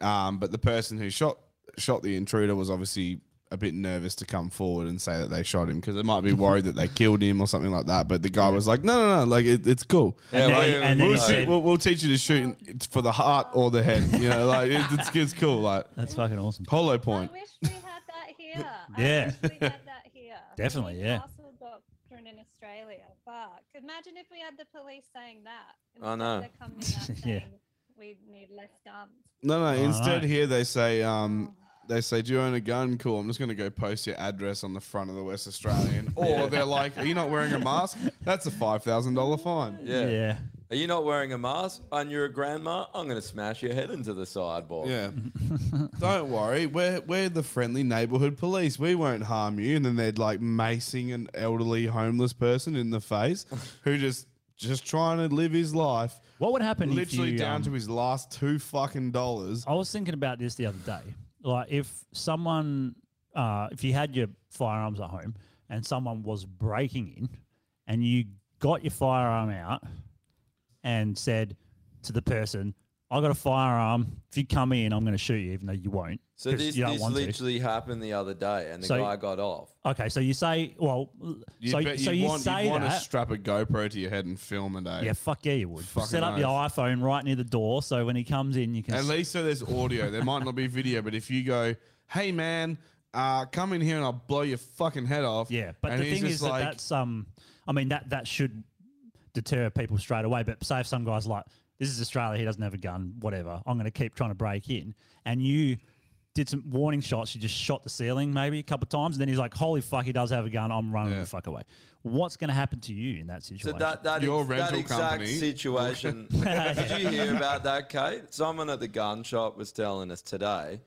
Speaker 2: Um, but the person who shot shot the intruder was obviously a bit nervous to come forward and say that they shot him because they might be worried that they killed him or something like that. But the guy was like, "No, no, no, like it, it's cool.
Speaker 3: And
Speaker 2: Yeah,
Speaker 3: then-
Speaker 2: like,
Speaker 3: and then
Speaker 2: we'll,
Speaker 3: he
Speaker 2: shoot-
Speaker 3: said-
Speaker 2: we'll, we'll teach you to shoot it's for the heart or the head. You know, like it, it's, it's cool. Like
Speaker 3: that's fucking awesome.
Speaker 2: Hollow point.
Speaker 5: I wish we had that here.
Speaker 2: Yeah.
Speaker 5: Uh, I wish we had that here.
Speaker 3: Definitely, yeah.
Speaker 5: Castle doctrine in Australia. Fuck. Imagine if we had the police saying that.
Speaker 4: I
Speaker 5: Instead,
Speaker 4: know.
Speaker 5: They're coming out
Speaker 3: Yeah.
Speaker 5: saying we need less guns.
Speaker 2: No, no.
Speaker 3: All
Speaker 2: Instead,
Speaker 3: right.
Speaker 2: here they say, um, they say, "Do you own a gun? Cool. I'm just going to go post your address on the front of the West Australian." Or they're like, "Are you not wearing a mask? That's a five thousand dollar fine."
Speaker 4: Yeah.
Speaker 3: Yeah.
Speaker 4: Are you not wearing a mask and you're a grandma? I'm going to smash your head into the sidewalk.
Speaker 2: Yeah. Don't worry, we're we're the friendly neighborhood police. We won't harm you. And then they'd like macing an elderly homeless person in the face, who just just trying to live his life.
Speaker 3: What would happen if
Speaker 2: Literally
Speaker 3: you,
Speaker 2: down
Speaker 3: um,
Speaker 2: to his last two fucking dollars.
Speaker 3: I was thinking about this the other day. Like, if someone, uh, if you had your firearms at home and someone was breaking in and you got your firearm out and said to the person, I got a firearm. If you come in, I'm going to shoot you, even though you won't.
Speaker 4: So
Speaker 3: 'cause
Speaker 4: this,
Speaker 3: you don't
Speaker 4: this
Speaker 3: want to.
Speaker 4: literally happened the other day, and the
Speaker 3: So-
Speaker 4: guy got off.
Speaker 3: Okay, so you say, well,
Speaker 2: You
Speaker 3: so,
Speaker 2: bet
Speaker 3: so
Speaker 2: you'd
Speaker 3: you
Speaker 2: want,
Speaker 3: say
Speaker 2: you'd want to
Speaker 3: that.
Speaker 2: strap a GoPro to your head and film it. eh?
Speaker 3: yeah, fuck yeah, you would.
Speaker 2: Fucking
Speaker 3: Set up your iPhone right near the door, so when he comes in, you can.
Speaker 2: At
Speaker 3: s-
Speaker 2: least so there's audio. There might not be video, but if you go, hey man, uh, come in here and I'll blow your fucking head off.
Speaker 3: Yeah, but
Speaker 2: and
Speaker 3: the
Speaker 2: he's
Speaker 3: thing
Speaker 2: just
Speaker 3: is that
Speaker 2: like,
Speaker 3: that's um, I mean that that should deter people straight away. But say if some guys like this is Australia, he doesn't have a gun, whatever. I'm going to keep trying to break in, and you did some warning shots. You just shot the ceiling maybe a couple of times, and then he's like, "Holy fuck, he does have a gun. I'm running the fuck away." What's going to happen to you in that
Speaker 4: So
Speaker 3: situation?
Speaker 4: that that, ex- that exact situation. did you hear about that, Kate? Someone at the gun shop was telling us today.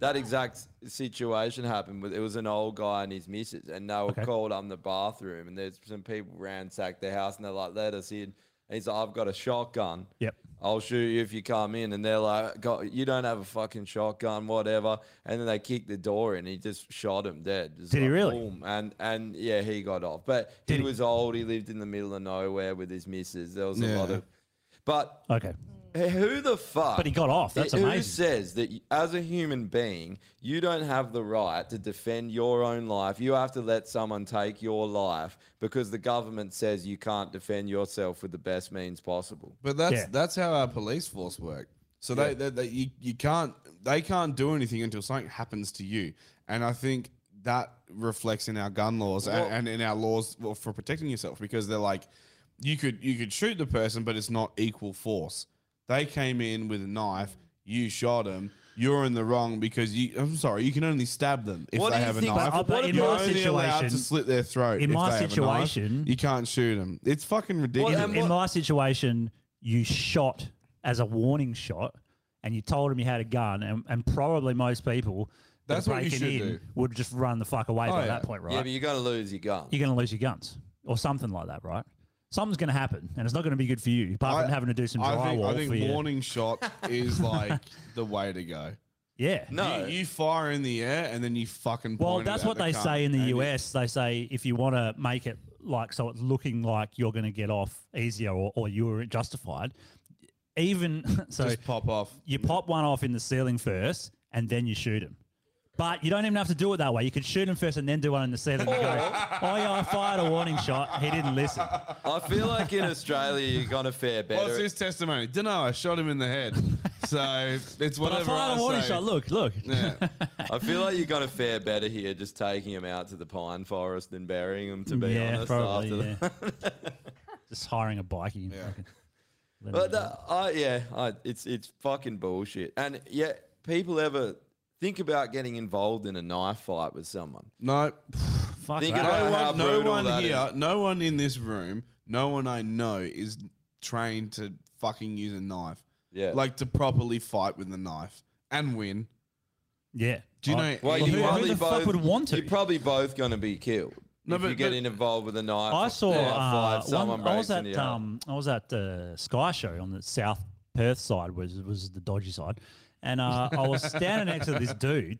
Speaker 4: That exact s- situation happened. with- It was an old guy and his missus, and they were called on the bathroom. And there's some people ransacked their house, and they're like, "Let us in." And he's like, "I've got a shotgun."
Speaker 3: Yep.
Speaker 4: I'll shoot you if you come in. And they're like, God, you don't have a fucking shotgun, whatever. And then they kicked the door in. He just shot him dead. Just
Speaker 3: Did he
Speaker 4: like,
Speaker 3: really?
Speaker 4: boom. And and yeah, he got off. But he was old. He lived in the middle of nowhere with his missus. There was a lot
Speaker 3: Yeah.
Speaker 4: of. But
Speaker 3: okay.
Speaker 4: who the fuck?
Speaker 3: But he got off. That's
Speaker 4: who
Speaker 3: amazing.
Speaker 4: says that y- as a human being, you don't have the right to defend your own life? You have to let someone take your life because the government says you can't defend yourself with the best means possible.
Speaker 2: But that's
Speaker 4: Yeah.
Speaker 2: that's how our police force work. So they,
Speaker 4: Yeah.
Speaker 2: they, they you, you can't they can't do anything until something happens to you. And I think that reflects in our gun laws a-
Speaker 4: Well-
Speaker 2: and, in our laws well, for protecting yourself because they're like you could you could shoot the person but it's not equal force. They came in with a knife, you shot him. You're in the wrong because you. I'm sorry. You can only stab them if
Speaker 4: What
Speaker 2: they
Speaker 4: do you
Speaker 2: have a
Speaker 4: think-
Speaker 2: knife.
Speaker 4: But- but in
Speaker 2: You're
Speaker 4: my
Speaker 2: only allowed to
Speaker 3: situation-
Speaker 2: slit their throat.
Speaker 3: in
Speaker 2: if
Speaker 3: my
Speaker 2: they have a knife.
Speaker 3: situation-
Speaker 2: you can't shoot them. It's fucking ridiculous.
Speaker 3: in, in my situation, you shot as a warning shot, and you told him you had a gun, and, and probably most people that
Speaker 4: That's
Speaker 3: are
Speaker 4: what you
Speaker 3: breaking
Speaker 4: should
Speaker 3: in
Speaker 4: do.
Speaker 3: would just run the fuck away
Speaker 4: Oh,
Speaker 3: by
Speaker 4: yeah.
Speaker 3: that point, right?
Speaker 4: Yeah, but you're gonna lose your gun.
Speaker 3: You're going to lose your guns or something like that, right? Something's going to happen, and it's not going to be good for you. Apart from having to do some drywall
Speaker 2: I think, I think
Speaker 3: for you.
Speaker 2: warning shot is like the way to go.
Speaker 3: Yeah.
Speaker 2: No. You, you fire in the air and then you fucking.
Speaker 3: Well,
Speaker 2: point it
Speaker 3: that's
Speaker 2: at
Speaker 3: what they
Speaker 2: cunt.
Speaker 3: say in the
Speaker 2: And you-
Speaker 3: US. They say if you want to make it like so it's looking like you're going to get off easier or, or you were justified, even so
Speaker 2: Just pop off.
Speaker 3: You pop one off in the ceiling first and then you shoot him. But you don't even have to do it that way. You could shoot him first and then do one in the ceiling. and go, oh yeah, I fired a warning shot. He didn't listen.
Speaker 4: I feel like in Australia you got to fare better.
Speaker 2: What's his testimony? Dunno, I shot him in the head. So it's
Speaker 4: But I
Speaker 2: whatever.
Speaker 4: fired a warning
Speaker 2: say.
Speaker 4: shot,
Speaker 3: Look, look.
Speaker 4: I feel like you got to fare better here, just taking him out to the pine forest and burying him. To be
Speaker 3: yeah,
Speaker 4: honest, after
Speaker 3: probably.
Speaker 4: that.
Speaker 3: yeah. Just hiring a bikey. Yeah.
Speaker 4: But that, I yeah, I, it's it's fucking bullshit. And yeah, people ever think about getting involved in a knife fight with someone?
Speaker 2: No.
Speaker 3: Fuck
Speaker 4: Think
Speaker 2: no
Speaker 4: about
Speaker 2: one,
Speaker 4: how
Speaker 2: no
Speaker 4: brutal
Speaker 2: one
Speaker 4: that
Speaker 2: here,
Speaker 4: is.
Speaker 2: no one in this room, no one I know is trained to fucking use a knife.
Speaker 4: Yeah.
Speaker 2: Like to properly fight with a knife and win.
Speaker 3: Yeah.
Speaker 2: Do you
Speaker 4: Oh,
Speaker 2: know?
Speaker 4: Well,
Speaker 2: any-
Speaker 4: you probably both, You're probably both going to be killed
Speaker 2: No,
Speaker 4: if
Speaker 2: but-
Speaker 4: you get
Speaker 2: but-
Speaker 4: involved with a knife.
Speaker 3: I
Speaker 4: a
Speaker 3: saw
Speaker 4: knife
Speaker 3: uh,
Speaker 4: fight, someone
Speaker 3: one, um, I was
Speaker 4: breaks
Speaker 3: at
Speaker 4: into your house.
Speaker 3: um, I was at the Sky Show on the South Perth side was was the dodgy side, and uh, I was standing next to this dude,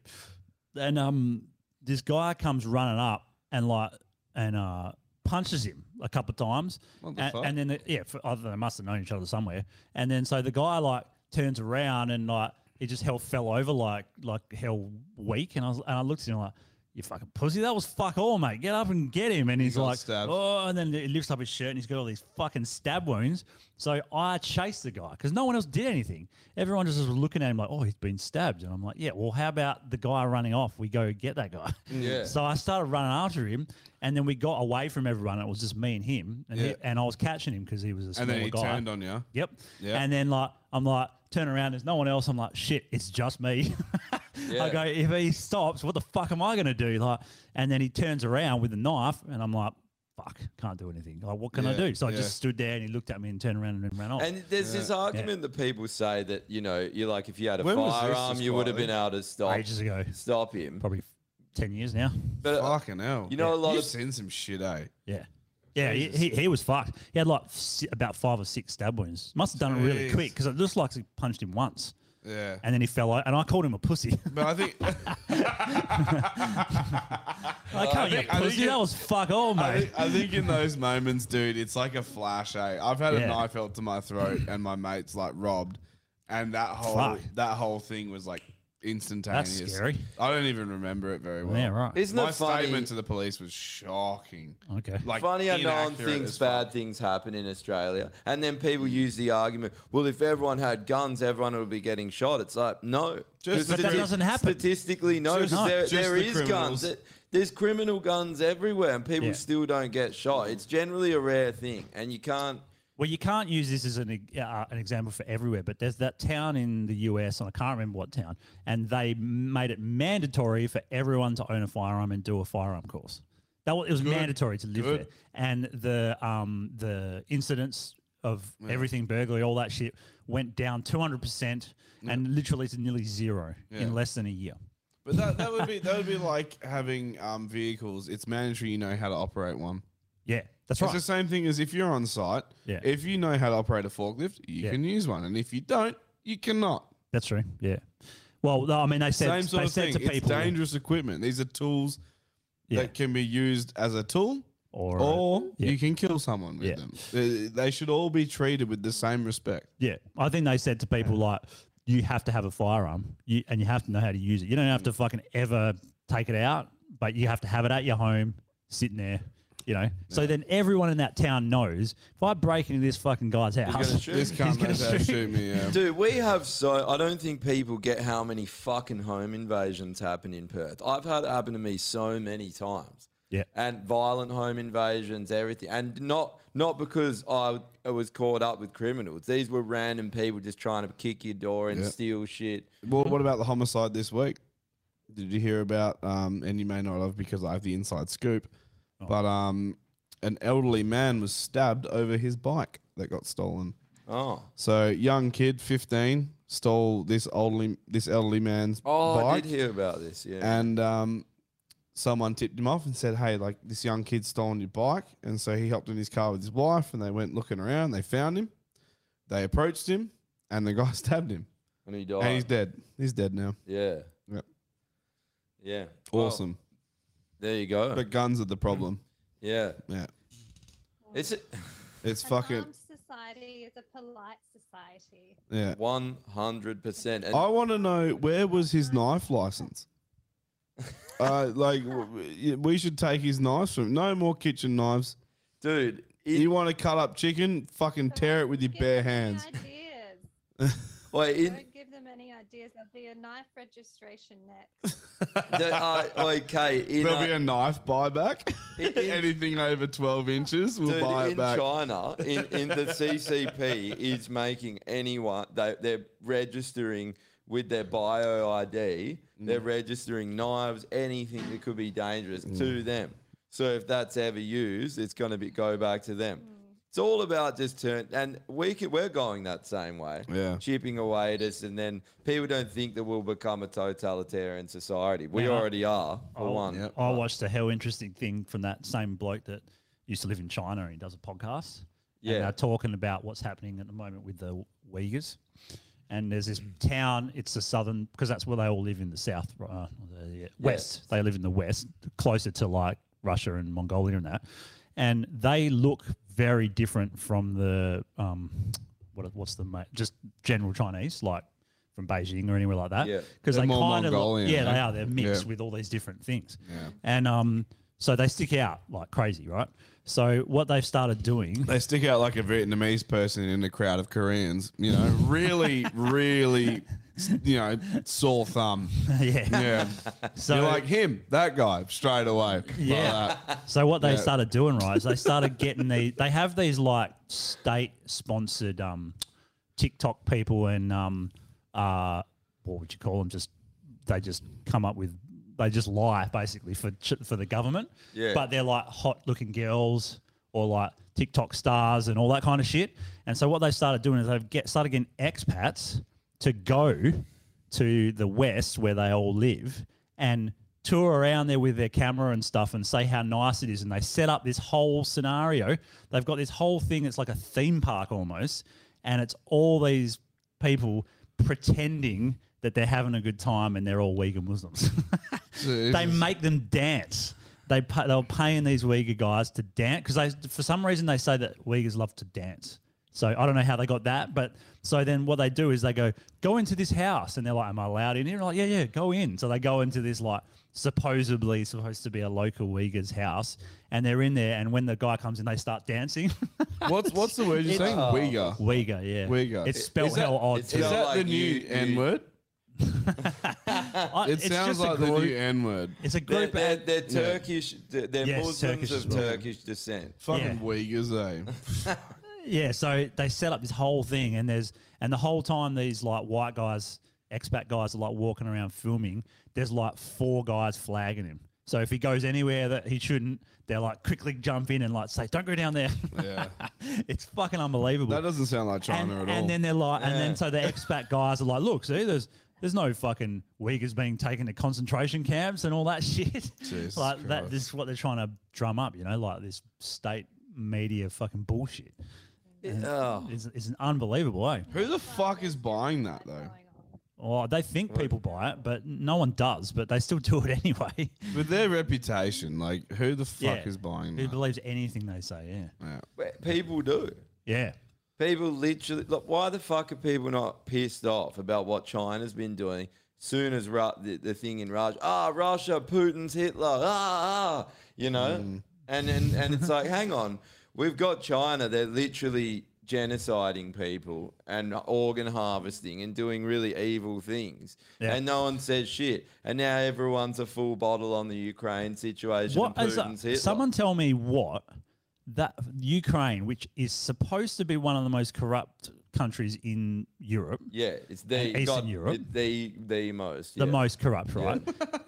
Speaker 3: and um, this guy comes running up and like and uh punches him a couple of times,
Speaker 2: What the
Speaker 3: and,
Speaker 2: fuck?
Speaker 3: and then the, yeah, for, I don't know, they must have known each other somewhere, and then so the guy like turns around and like he just hell fell over like like hell weak, and I was, and I looked at him like. You fucking pussy! That was fuck all, mate. Get up and get him. And he's
Speaker 2: got
Speaker 3: like,
Speaker 2: stabbed.
Speaker 3: oh, and then he lifts up his shirt and he's got all these fucking stab wounds. So I chased the guy because no one else did anything. Everyone just was looking at him like, oh, he's been stabbed. And I'm like, yeah, well, how about the guy running off? We go get that guy.
Speaker 2: Yeah.
Speaker 3: So I started running after him, and then we got away from everyone. It was just me and him, and, he-
Speaker 2: Yeah.
Speaker 3: and I was catching him because he was a smaller
Speaker 2: And then he
Speaker 3: guy.
Speaker 2: turned on you.
Speaker 3: Yep.
Speaker 2: Yeah.
Speaker 3: And then like I'm like turn around, there's no one else. I'm like shit, it's just me. I go if he stops, what the fuck am I gonna do? Like, and then he turns around with a knife, and I'm like. Fuck, can't do anything. Like, what can I
Speaker 4: Yeah,
Speaker 3: do? So I
Speaker 4: yeah.
Speaker 3: just stood there and he looked at me and turned around and then ran off.
Speaker 4: And there's this
Speaker 3: Yeah.
Speaker 4: argument that people say that you know you're like if you had a
Speaker 3: When was this?
Speaker 4: firearm
Speaker 3: This
Speaker 4: you would have
Speaker 3: was
Speaker 4: been able to stop
Speaker 3: ages ago.
Speaker 4: Stop him.
Speaker 3: Probably ten years now.
Speaker 4: But
Speaker 2: fucking hell.
Speaker 4: you know a lot
Speaker 2: You've
Speaker 4: of-
Speaker 2: seen some shit, eh?
Speaker 3: Yeah. Yeah, he, he, he was fucked. He had like si about five or six stab wounds. Must have done it really
Speaker 2: Jeez.
Speaker 3: quick because it just like he punched him once.
Speaker 2: Yeah.
Speaker 3: And then he fell out, and I called him a pussy.
Speaker 2: But I think
Speaker 3: I can't
Speaker 2: think-
Speaker 3: get
Speaker 2: Oh, I think
Speaker 3: pussy.
Speaker 2: it-
Speaker 3: That was fuck all,
Speaker 2: I
Speaker 3: mate.
Speaker 2: think, I think in those moments, dude, it's like a flash. Eh? I've had
Speaker 3: Yeah.
Speaker 2: a knife held to my throat, and my mate's like robbed, and that whole
Speaker 3: Fuck.
Speaker 2: that whole thing was like instantaneous.
Speaker 3: scary.
Speaker 2: I don't even remember it very well.
Speaker 3: Yeah, right. Isn't
Speaker 2: my
Speaker 4: it funny-
Speaker 2: statement to the police was shocking.
Speaker 3: Okay.
Speaker 2: Like
Speaker 4: funny how known
Speaker 2: inaccurate
Speaker 4: things,
Speaker 2: as fuck.
Speaker 4: bad things happen in Australia, and then people use the argument: well, if everyone had guns, everyone would be getting shot. It's like no,
Speaker 3: Just But that
Speaker 4: stati-
Speaker 3: doesn't happen.
Speaker 4: Statistically, no,
Speaker 3: Just-
Speaker 4: 'cause there,
Speaker 3: Just
Speaker 4: there
Speaker 3: the
Speaker 4: is
Speaker 3: criminals.
Speaker 4: guns. There's criminal guns everywhere, and people
Speaker 3: Yeah.
Speaker 4: still don't get shot. It's generally a rare thing, and you can't.
Speaker 3: Well, you can't use this as an e- uh, an example for everywhere, but there's that town in the US, and I can't remember what town, and they made it mandatory for everyone to own a firearm and do a firearm course. That was, it was
Speaker 2: Good.
Speaker 3: mandatory to live
Speaker 2: Good.
Speaker 3: there, and the um the incidents of
Speaker 2: Yeah.
Speaker 3: everything burglary, all that shit, went down two hundred percent, and literally to nearly zero
Speaker 2: Yeah.
Speaker 3: in less than a year.
Speaker 2: But that, that would be that would be like having um, vehicles. It's mandatory you know how to operate one.
Speaker 3: Yeah, that's
Speaker 2: it's
Speaker 3: right.
Speaker 2: the same thing as if you're on site.
Speaker 3: Yeah.
Speaker 2: If you know how to operate a forklift, you
Speaker 3: Yeah.
Speaker 2: can use one, and if you don't, you cannot.
Speaker 3: That's true. Yeah. Well, no, I mean, they said
Speaker 2: same sort
Speaker 3: they
Speaker 2: of
Speaker 3: said
Speaker 2: thing.
Speaker 3: to people,
Speaker 2: it's dangerous equipment. These are tools that can be used as a tool,
Speaker 3: or
Speaker 2: you can kill someone with them. They- They should all be treated with the same respect.
Speaker 3: Yeah, I think they said to people like, you have to have a firearm, you, and you have to know how to use it. You don't have
Speaker 2: Mm.
Speaker 3: to fucking ever take it out, but you have to have it at your home, sitting there. You know, so then everyone in that town knows if I break into this fucking guy's house,
Speaker 4: gonna shoot
Speaker 2: This
Speaker 4: me.
Speaker 2: cunt
Speaker 4: He's gonna
Speaker 2: knows how to
Speaker 4: shoot-
Speaker 2: shoot me. Yeah.
Speaker 4: Dude, we have so I don't think people get how many fucking home invasions happen in Perth. I've had it happen to me so many times.
Speaker 3: Yeah.
Speaker 4: And violent home invasions, everything. And not not because I was caught up with criminals. These were random people just trying to kick your door and
Speaker 2: Yeah.
Speaker 4: steal shit.
Speaker 2: Well, what about the homicide this week? Did you hear about? Um, and you may not have because I have the inside scoop,
Speaker 3: Oh.
Speaker 2: but um, an elderly man was stabbed over his bike that got stolen.
Speaker 4: Oh.
Speaker 2: So young kid, fifteen, stole this elderly this elderly man's
Speaker 4: Oh, I
Speaker 2: bike.
Speaker 4: did hear about this. Yeah.
Speaker 2: And um, someone tipped him off and said, "Hey, like this young kid's stolen your bike." And so he hopped in his car with his wife, and they went looking around. They found him. They approached him, and the guy stabbed him.
Speaker 4: And he died.
Speaker 2: And he's dead. He's dead now.
Speaker 4: yeah.
Speaker 2: Yep.
Speaker 4: Yeah. Well,
Speaker 2: Awesome.
Speaker 4: there you go.
Speaker 2: But guns are the problem.
Speaker 4: yeah.
Speaker 2: Yeah.
Speaker 4: It's
Speaker 2: It's fucking.
Speaker 5: Armed society is a polite society.
Speaker 2: Yeah.
Speaker 4: One hundred percent.
Speaker 2: I want to know where was his knife license. uh, like w- w- we should take his knives from. No more kitchen knives,
Speaker 4: dude.
Speaker 2: you want to cut up chicken? Fucking tear it with your bare hands.
Speaker 5: Ideas.
Speaker 4: Wait, in,
Speaker 5: Don't give them any ideas. There'll be a knife registration next.
Speaker 4: the, uh, okay, in,
Speaker 2: There'll
Speaker 4: uh,
Speaker 2: be a knife buyback.
Speaker 4: in-
Speaker 2: Anything over twelve inches, we'll
Speaker 4: Dude,
Speaker 2: buy it
Speaker 4: in
Speaker 2: back.
Speaker 4: China, in, in the CCP is making anyone they they're registering with their bio ID.
Speaker 2: Mm.
Speaker 4: They're registering knives, anything that could be dangerous to
Speaker 2: Mm.
Speaker 4: them. So if that's ever used, it's going to be go back to
Speaker 5: Mm.
Speaker 4: them. It's all about just turn, and we can, we're going that same way.
Speaker 2: Yeah.
Speaker 4: chipping away at us, and then people don't think that we'll become a totalitarian society. We
Speaker 3: Yeah. Oh,
Speaker 4: already are, for
Speaker 3: I,
Speaker 4: one.
Speaker 3: I watched a hell interesting thing from that same bloke that used to live in China and he does a podcast.
Speaker 4: Yeah.
Speaker 3: And they're talking about what's happening at the moment with the Uyghurs. And there's this town. It's the southern because that's where they all live in the south, uh, the yeah, west. They live in the west, closer to like Russia and Mongolia and that. And they look very different from the um, what, what's the ma- just general Chinese, like from Beijing or anywhere like that.
Speaker 15: Yeah.
Speaker 3: because
Speaker 15: They're
Speaker 3: they
Speaker 15: more
Speaker 3: kind of
Speaker 15: Mongolian,
Speaker 3: yeah, they
Speaker 15: eh?
Speaker 3: are. They're mixed
Speaker 15: Yeah.
Speaker 3: with all these different things.
Speaker 15: Yeah.
Speaker 3: And um, so they stick out like crazy, right? So what they've started doing,
Speaker 15: They stick out like a Vietnamese person in a crowd of Koreans. You know, really, really, you know, sore thumb.
Speaker 3: Yeah.
Speaker 15: Yeah.
Speaker 3: So-
Speaker 15: You're like him, that guy, straight away. Like
Speaker 3: yeah.
Speaker 15: that.
Speaker 3: So what they
Speaker 15: Yeah.
Speaker 3: started doing, right, is they started getting the they have these like state sponsored um TikTok people and um uh what would you call them? Just they just come up with they just lie basically for ch- for the government.
Speaker 17: Yeah.
Speaker 3: But they're like hot looking girls or like TikTok stars and all that kind of shit. And so what they started doing is they've get started getting expats to go to the west where they all live and tour around there with their camera and stuff and say how nice it is and they set up this whole scenario they've got this whole thing that's like a theme park almost and it's all these people pretending that they're having a good time and they're all Uyghur Muslims. they make them dance. They pa- they were paying these Uyghur guys to dance because they for some reason they say that Uyghurs love to dance. So I don't know how they got that, but so then what they do is they go go into this house and they're like, "Am I allowed in here?" like, "Yeah, yeah, go in." So they go into this like supposedly supposed to be a local Uyghur's house, and they're in there. And when the guy comes in, they start dancing.
Speaker 15: What's what's the word you're
Speaker 3: It's-
Speaker 15: saying? Uyghur.
Speaker 3: Uyghur, yeah.
Speaker 15: Uyghur.
Speaker 3: It's spelled hell odd.
Speaker 15: Is that the new N word?
Speaker 3: I-
Speaker 15: It
Speaker 3: it's
Speaker 15: sounds
Speaker 3: just a
Speaker 15: like the
Speaker 3: group-
Speaker 15: new N word.
Speaker 3: It's a
Speaker 4: They're,
Speaker 3: group.
Speaker 4: they're, they're
Speaker 3: Yeah.
Speaker 4: Turkish. They're, they're
Speaker 3: Yes,
Speaker 4: Muslims
Speaker 3: Turkish
Speaker 4: of
Speaker 3: as well.
Speaker 4: Turkish descent.
Speaker 15: Fucking Uyghurs, eh?
Speaker 3: Yeah, so they set up this whole thing, and there's and the whole time these like white guys, expat guys, are like walking around filming. There's like four guys flagging him. So if he goes anywhere that he shouldn't, they're like quickly jump in and like say, "Don't go down there."
Speaker 15: Yeah.
Speaker 3: it's fucking unbelievable.
Speaker 15: That doesn't sound like China
Speaker 3: and,
Speaker 15: at all.
Speaker 3: and then they're like, and
Speaker 15: Yeah.
Speaker 3: then so the expat guys are like, "Look, see, there's there's no fucking Uyghurs being taken to concentration camps and all that shit."
Speaker 15: Jesus
Speaker 3: like that,
Speaker 15: Christ.
Speaker 3: this is what they're trying to drum up, you know, like this state media fucking bullshit. And It's, it's an unbelievable, eh?
Speaker 15: Who the fuck is buying that though?
Speaker 3: Oh, they think people buy it, but no one does. But they still do it anyway.
Speaker 15: With their reputation, like who the fuck
Speaker 3: Yeah.
Speaker 15: is buying
Speaker 3: Who
Speaker 15: that?
Speaker 3: believes anything they say?
Speaker 15: Yeah.
Speaker 4: But People do.
Speaker 3: Yeah.
Speaker 4: People literally. Look, why the fuck are people not pissed off about what China's been doing? Soon as Ru- the, the thing in Russia, ah, Russia, Putin's Hitler, ah, ah, you know,
Speaker 3: Hmm.
Speaker 4: and, and and it's like, hang on, we've got China. They're literally genociding people and organ harvesting and doing really evil things,
Speaker 3: Yeah.
Speaker 4: and no one says shit. And now everyone's a full bottle on the Ukraine situation.
Speaker 3: What
Speaker 4: and
Speaker 3: is
Speaker 4: Putin's
Speaker 3: that?
Speaker 4: Hitler.
Speaker 3: Someone tell me what that Ukraine, which is supposed to be one of the most corrupt countries in Europe,
Speaker 4: Yeah, it's the
Speaker 3: Eastern
Speaker 4: God,
Speaker 3: Europe.
Speaker 4: it- the the most.
Speaker 3: the
Speaker 4: yeah.
Speaker 3: most corrupt, right?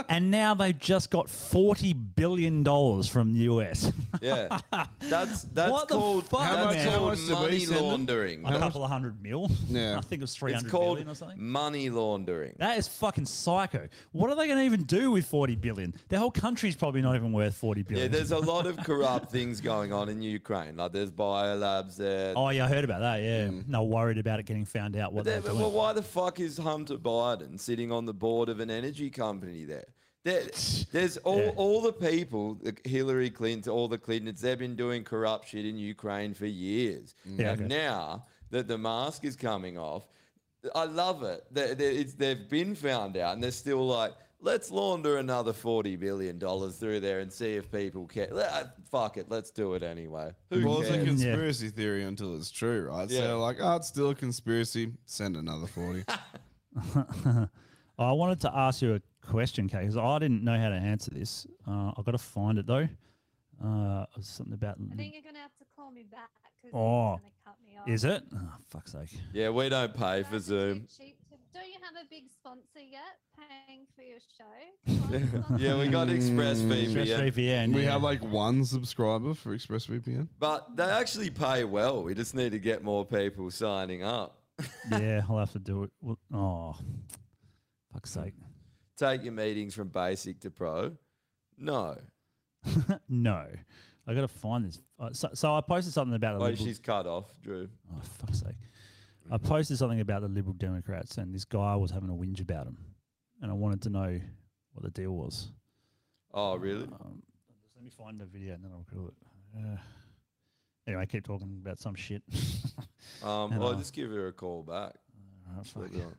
Speaker 3: and now they've just got forty billion dollars from the US.
Speaker 4: Yeah, that's that's
Speaker 3: What the
Speaker 4: called
Speaker 3: fuck,
Speaker 4: that's
Speaker 3: How much- how
Speaker 4: called
Speaker 3: much did we
Speaker 4: money
Speaker 3: send them?
Speaker 4: laundering.
Speaker 3: a couple of hundred mil.
Speaker 4: Yeah.
Speaker 3: I think it was three
Speaker 4: It's
Speaker 3: hundred
Speaker 4: called
Speaker 3: billion or something.
Speaker 4: money laundering.
Speaker 3: That is fucking psycho. What are they going to even do with 40 billion? Their whole country's probably not even worth 40
Speaker 4: Yeah,
Speaker 3: billion.
Speaker 4: there's a lot of corrupt things going on in Ukraine. Like there's biolabs there.
Speaker 3: oh, yeah, I heard about that. Yeah. No worried about it getting found out. What they're
Speaker 4: There- Mm. but-
Speaker 3: doing.
Speaker 4: well, why the fuck is Hunter Biden sitting on the board of an energy company there? There- there's all, all the people, the Hillary Clinton, all the Clintons, they've been doing corrupt shit in Ukraine for years.
Speaker 3: Mm. Yeah,
Speaker 4: and
Speaker 3: okay.
Speaker 4: now that the mask is coming off, I love it. They, they, it's, they've been found out and they're still like, let's launder another $40 billion through there and see if people care. Ah, fuck it, let's do it anyway. Who
Speaker 15: well,
Speaker 4: cares?
Speaker 15: it's a conspiracy theory until it's true, right? So
Speaker 4: Yeah.
Speaker 15: they're like, oh, it's still a conspiracy. Send another forty.
Speaker 3: I wanted to ask you a question, Kay, because I didn't know how to answer this. Uh, I've got to find it, though. Uh, it was something about.
Speaker 5: I think you're going to have to call me back because
Speaker 3: Oh,
Speaker 5: going to cut me off.
Speaker 3: is it? Oh, fuck's sake.
Speaker 4: yeah, we don't pay for Zoom.
Speaker 5: Cheap to- Don't you have a big sponsor yet paying for your show?
Speaker 4: yeah, we got ExpressVPN.
Speaker 3: ExpressVPN,
Speaker 15: We
Speaker 3: yeah.
Speaker 15: have like one subscriber for ExpressVPN.
Speaker 4: But they actually pay well. We just need to get more people signing up.
Speaker 3: yeah, I'll have to do it. Well, oh, fuck's sake.
Speaker 4: Take your meetings from basic to pro. No.
Speaker 3: No. i got to find this. Uh, so, so I posted something about a
Speaker 4: Oh,
Speaker 3: liberal-
Speaker 4: she's cut off, Drew.
Speaker 3: Oh, fuck's sake. I posted something about the Liberal Democrats, and this guy was having a whinge about them, and I wanted to know what the deal was.
Speaker 4: Oh, really?
Speaker 3: let me find the video and then I'll call it. Uh, anyway, I keep talking about some shit.
Speaker 4: Um,
Speaker 3: And,
Speaker 4: well,
Speaker 3: uh,
Speaker 4: just give her a call back.
Speaker 3: Alright, fuck.
Speaker 4: Look at-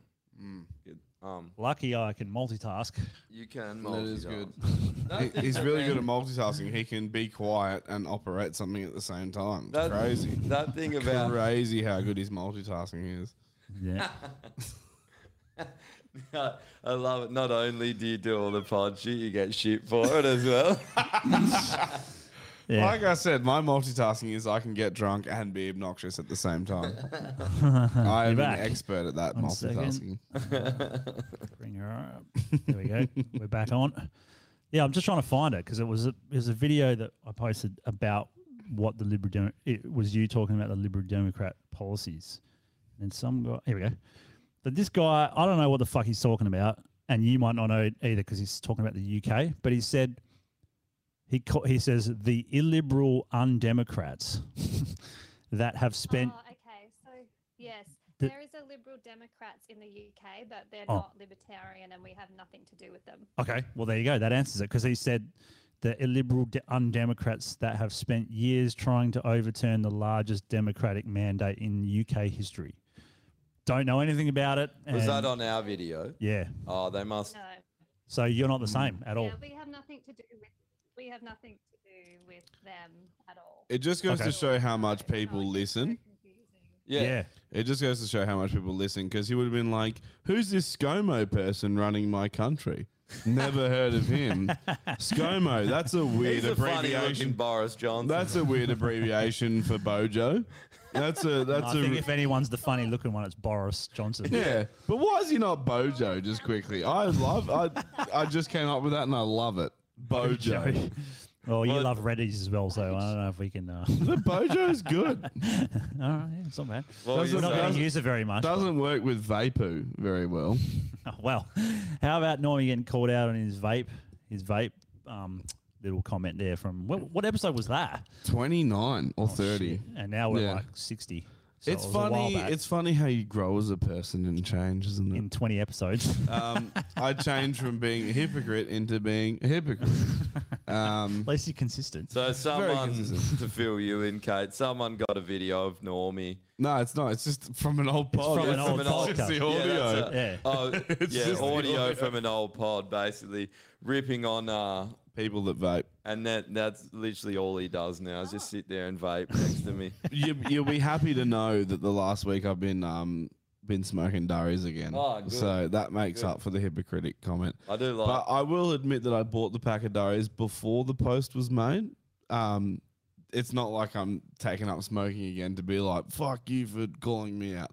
Speaker 4: Good. Um,
Speaker 3: Lucky I can multitask.
Speaker 4: you can
Speaker 2: That is good.
Speaker 4: multitask. That's
Speaker 2: He- He's really good at
Speaker 4: and-
Speaker 2: multitasking. He can be quiet and operate something at the same time.
Speaker 4: That-
Speaker 2: crazy.
Speaker 4: that thing about-
Speaker 2: crazy how good his multitasking is.
Speaker 3: Yeah.
Speaker 4: I love it. Not only do you do all the pod shit, you get shit for it as well.
Speaker 3: Yeah.
Speaker 2: Like I said, my multitasking is I can get drunk and be obnoxious at the same time. I
Speaker 3: You're
Speaker 2: am
Speaker 3: back.
Speaker 2: an expert at that
Speaker 3: One second.
Speaker 2: multitasking.
Speaker 3: Uh, bring her up. There we go. We're back on. Yeah, I'm just trying to find it because it was a, it was a video that I posted about what the liberal Demo- it was you talking about the liberal democrat policies, and some guy here we go. But this guy, I don't know what the fuck he's talking about, and you might not know either because he's talking about the UK. But he said he ca- he says the illiberal undemocrats that have spent
Speaker 5: Oh, okay. So, yes,
Speaker 3: The-
Speaker 5: there is a Liberal Democrats in the UK, but they're
Speaker 3: Oh.
Speaker 5: not libertarian and we have nothing to do with them.
Speaker 3: Okay, well there you go. That answers it because he said the illiberal de- undemocrats that have spent years trying to overturn the largest democratic mandate in UK history don't know anything about it.
Speaker 4: Was that
Speaker 3: and-
Speaker 4: on our video?
Speaker 3: Yeah.
Speaker 4: Oh, they must.
Speaker 5: No.
Speaker 3: So you're not the same at all.
Speaker 5: Yeah, we have nothing to do with we have nothing to do with them at all.
Speaker 2: It just goes
Speaker 3: Okay.
Speaker 2: to show how much people listen.
Speaker 4: Yeah.
Speaker 2: It just goes to show how much people listen because he would have been like, Who's this ScoMo person running my country? Never heard of him. ScoMo, that's a weird
Speaker 4: He's a funny looking
Speaker 2: abbreviation.
Speaker 4: Boris Johnson.
Speaker 2: That's a weird abbreviation for Bojo. That's a
Speaker 3: And
Speaker 2: that's
Speaker 3: I think
Speaker 2: a
Speaker 3: if anyone's the funny looking one, it's Boris Johnson.
Speaker 2: yeah. But why is he not Bojo? Just quickly, I love. I I just came up with that and I love it. Bojo.
Speaker 3: Bojo. Well, you love Reddies as well, so I don't know if we can. Uh...
Speaker 2: The Bojo's good.
Speaker 3: all right, yeah, it's not bad.
Speaker 4: Well,
Speaker 3: We're
Speaker 4: you
Speaker 3: not going
Speaker 4: say-
Speaker 3: to use it very much. but-
Speaker 2: uh, Doesn't work with Vapu very well.
Speaker 3: Oh, well, how about Norman getting called out on his vape? His vape um, little comment there from what, what episode was that?
Speaker 2: Twenty nine or thirty.
Speaker 3: Oh, Shit. And now we're
Speaker 2: Yeah.
Speaker 3: like sixty. So
Speaker 2: it's
Speaker 3: it was a while
Speaker 2: funny.
Speaker 3: back,
Speaker 2: It's funny how you grow as a person and change, isn't it?
Speaker 3: in twenty episodes.
Speaker 2: um, I changed from being a hypocrite into being a hypocrite. Um,
Speaker 3: At least you're consistent.
Speaker 4: So someone
Speaker 2: consistent.
Speaker 4: to fill you in, Kate. Someone got a video of Normie.
Speaker 2: no, it's not. It's just from an old pod.
Speaker 3: from an
Speaker 2: It's
Speaker 3: old
Speaker 2: just- it's
Speaker 3: podcast.
Speaker 2: the
Speaker 4: Yeah, that's
Speaker 2: audio.
Speaker 4: a-
Speaker 3: Yeah.
Speaker 4: Oh,
Speaker 2: It's
Speaker 4: yeah,
Speaker 2: just the
Speaker 4: audio
Speaker 2: audio.
Speaker 4: from an old pod, basically ripping on. Uh,
Speaker 2: People that vape.
Speaker 4: and that that's literally all he does now is just sit there and vape next to me.
Speaker 2: You, you'll be happy to know that the last week I've been um been smoking durries again.
Speaker 4: Oh, good.
Speaker 2: So that makes
Speaker 4: Good.
Speaker 2: up for the hypocritic comment.
Speaker 4: I do like.
Speaker 2: But I will admit that I bought the pack of durries before the post was made. Um, it's not like I'm taking up smoking again to be like fuck you for calling me out.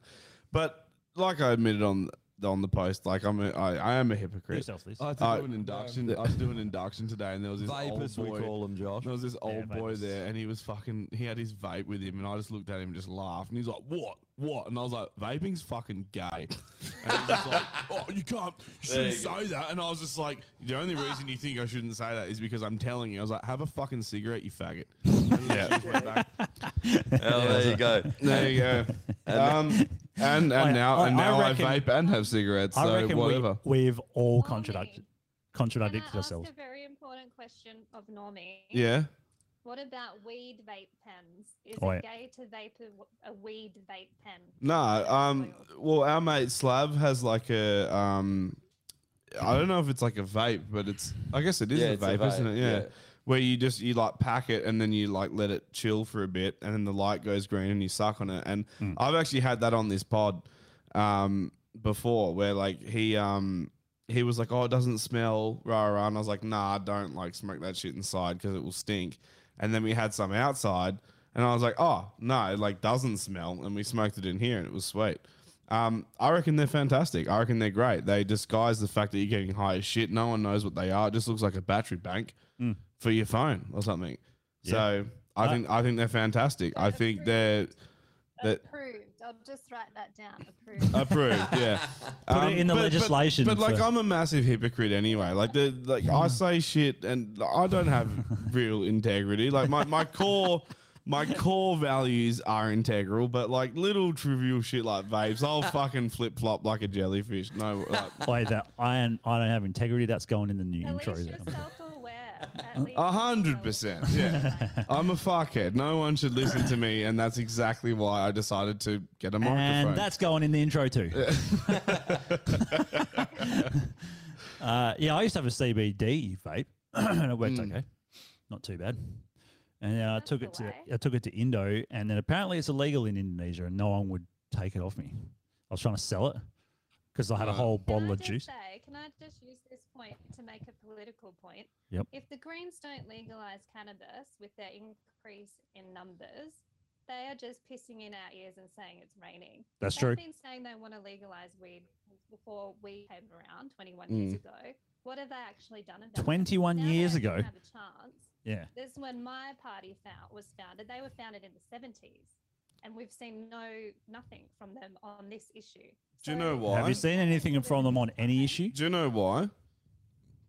Speaker 2: But like I admitted on on the post, like I'm a, I, I am a hypocrite.
Speaker 3: Yourself, Liz.
Speaker 15: I had to
Speaker 2: I-
Speaker 15: do an induction.
Speaker 2: I
Speaker 15: I
Speaker 2: was doing induction today, and there was this
Speaker 15: Vapors,
Speaker 2: old
Speaker 15: we
Speaker 2: boy.
Speaker 15: call them, Josh.
Speaker 2: There was this old boy
Speaker 3: vapors.
Speaker 2: there, and he was fucking. He had his vape with him, and I just looked at him and just laughed. And he's like, "What? What?" And I was like, "Vaping's fucking gay." And he was just like, "Oh, you can't. You
Speaker 4: There you
Speaker 2: shouldn't say that." And I was just like, "The only reason you think I shouldn't say that is because I'm telling you." I was like, "Have a fucking cigarette, you faggot." yeah.
Speaker 4: Oh, there you go.
Speaker 2: There you go. Um, and and
Speaker 3: I-
Speaker 2: now and
Speaker 3: I- I
Speaker 2: now I,
Speaker 3: reckon-
Speaker 2: vape and have cigarettes.
Speaker 3: I
Speaker 2: So
Speaker 3: reckon
Speaker 2: whatever.
Speaker 3: We, we've all
Speaker 5: Normie,
Speaker 3: contradicted
Speaker 5: Can I
Speaker 3: contradicted
Speaker 5: ask
Speaker 3: ourselves.
Speaker 5: a very important question of Normie?
Speaker 2: yeah.
Speaker 5: What about weed vape pens? Is
Speaker 3: Oh,
Speaker 5: it gay to vape a, a weed vape pen?
Speaker 2: No, um, well, our mate Slav has like a um, I don't know if it's like a vape, but it's I guess it is
Speaker 4: Yeah,
Speaker 2: a,
Speaker 4: it's a
Speaker 2: vape, isn't
Speaker 4: vape,
Speaker 2: it? Yeah.
Speaker 4: yeah.
Speaker 2: Where you just you like pack it and then you like let it chill for a bit and then the light goes green and you suck on it. And
Speaker 4: Hmm.
Speaker 2: I've actually had that on this pod um before where like he um he was like, Oh, it doesn't smell, rah rah. And I was like, nah, don't like smoke that shit inside because it will stink. And then we had some outside and I was like, Oh, no, it like doesn't smell. And we smoked it in here and it was sweet. Um, I reckon they're fantastic. I reckon they're great. They disguise the fact that you're getting high as shit. No one knows what they are. It just looks like a battery bank
Speaker 3: Mm.
Speaker 2: for your phone or something. So I
Speaker 3: Uh,
Speaker 2: think I think they're fantastic. I think they're that
Speaker 5: Approved. I'll just write that down. Approved.
Speaker 2: approved. Yeah, Um,
Speaker 3: Put it in the legislation
Speaker 2: But, like,
Speaker 3: for-
Speaker 2: I'm a massive hypocrite anyway. Like, the like I say shit, and I don't have real integrity. Like my my core my core values are integral, but like little trivial shit like vapes, I'll fucking flip flop like a jellyfish. No, like,
Speaker 3: Play that. I, am- I don't have integrity. That's going in the new intros.
Speaker 2: A hundred percent. Yeah, I'm a fuckhead. No one should listen to me, and that's exactly why I decided to get a microphone.
Speaker 3: And that's going in the intro too. uh, yeah, I used to have a CBD vape, and it worked
Speaker 15: Mm.
Speaker 3: okay, not too bad. And then I took it to I took it to Indo, and then apparently it's illegal in Indonesia, and no one would take it off me. I was trying to sell it because I had a whole bottle of juice.
Speaker 5: say, can I just use this point to make a political point?
Speaker 3: Yep.
Speaker 5: If the Greens don't legalize cannabis with their increase in numbers, they are just pissing in our ears and saying it's raining.
Speaker 3: That's
Speaker 5: They've
Speaker 3: true.
Speaker 5: been saying they want to legalize weed before we came around 21
Speaker 3: Mm.
Speaker 5: years ago. What have they actually done about it?
Speaker 3: 21
Speaker 5: Now they
Speaker 3: years
Speaker 5: actually
Speaker 3: ago.
Speaker 5: Have a chance.
Speaker 3: Yeah.
Speaker 5: This is when my party found, was founded. They were founded in the 70s, and we've seen no nothing from them on this issue.
Speaker 2: Do you know why?
Speaker 3: Have you seen anything from them on any issue?
Speaker 2: Do you know why?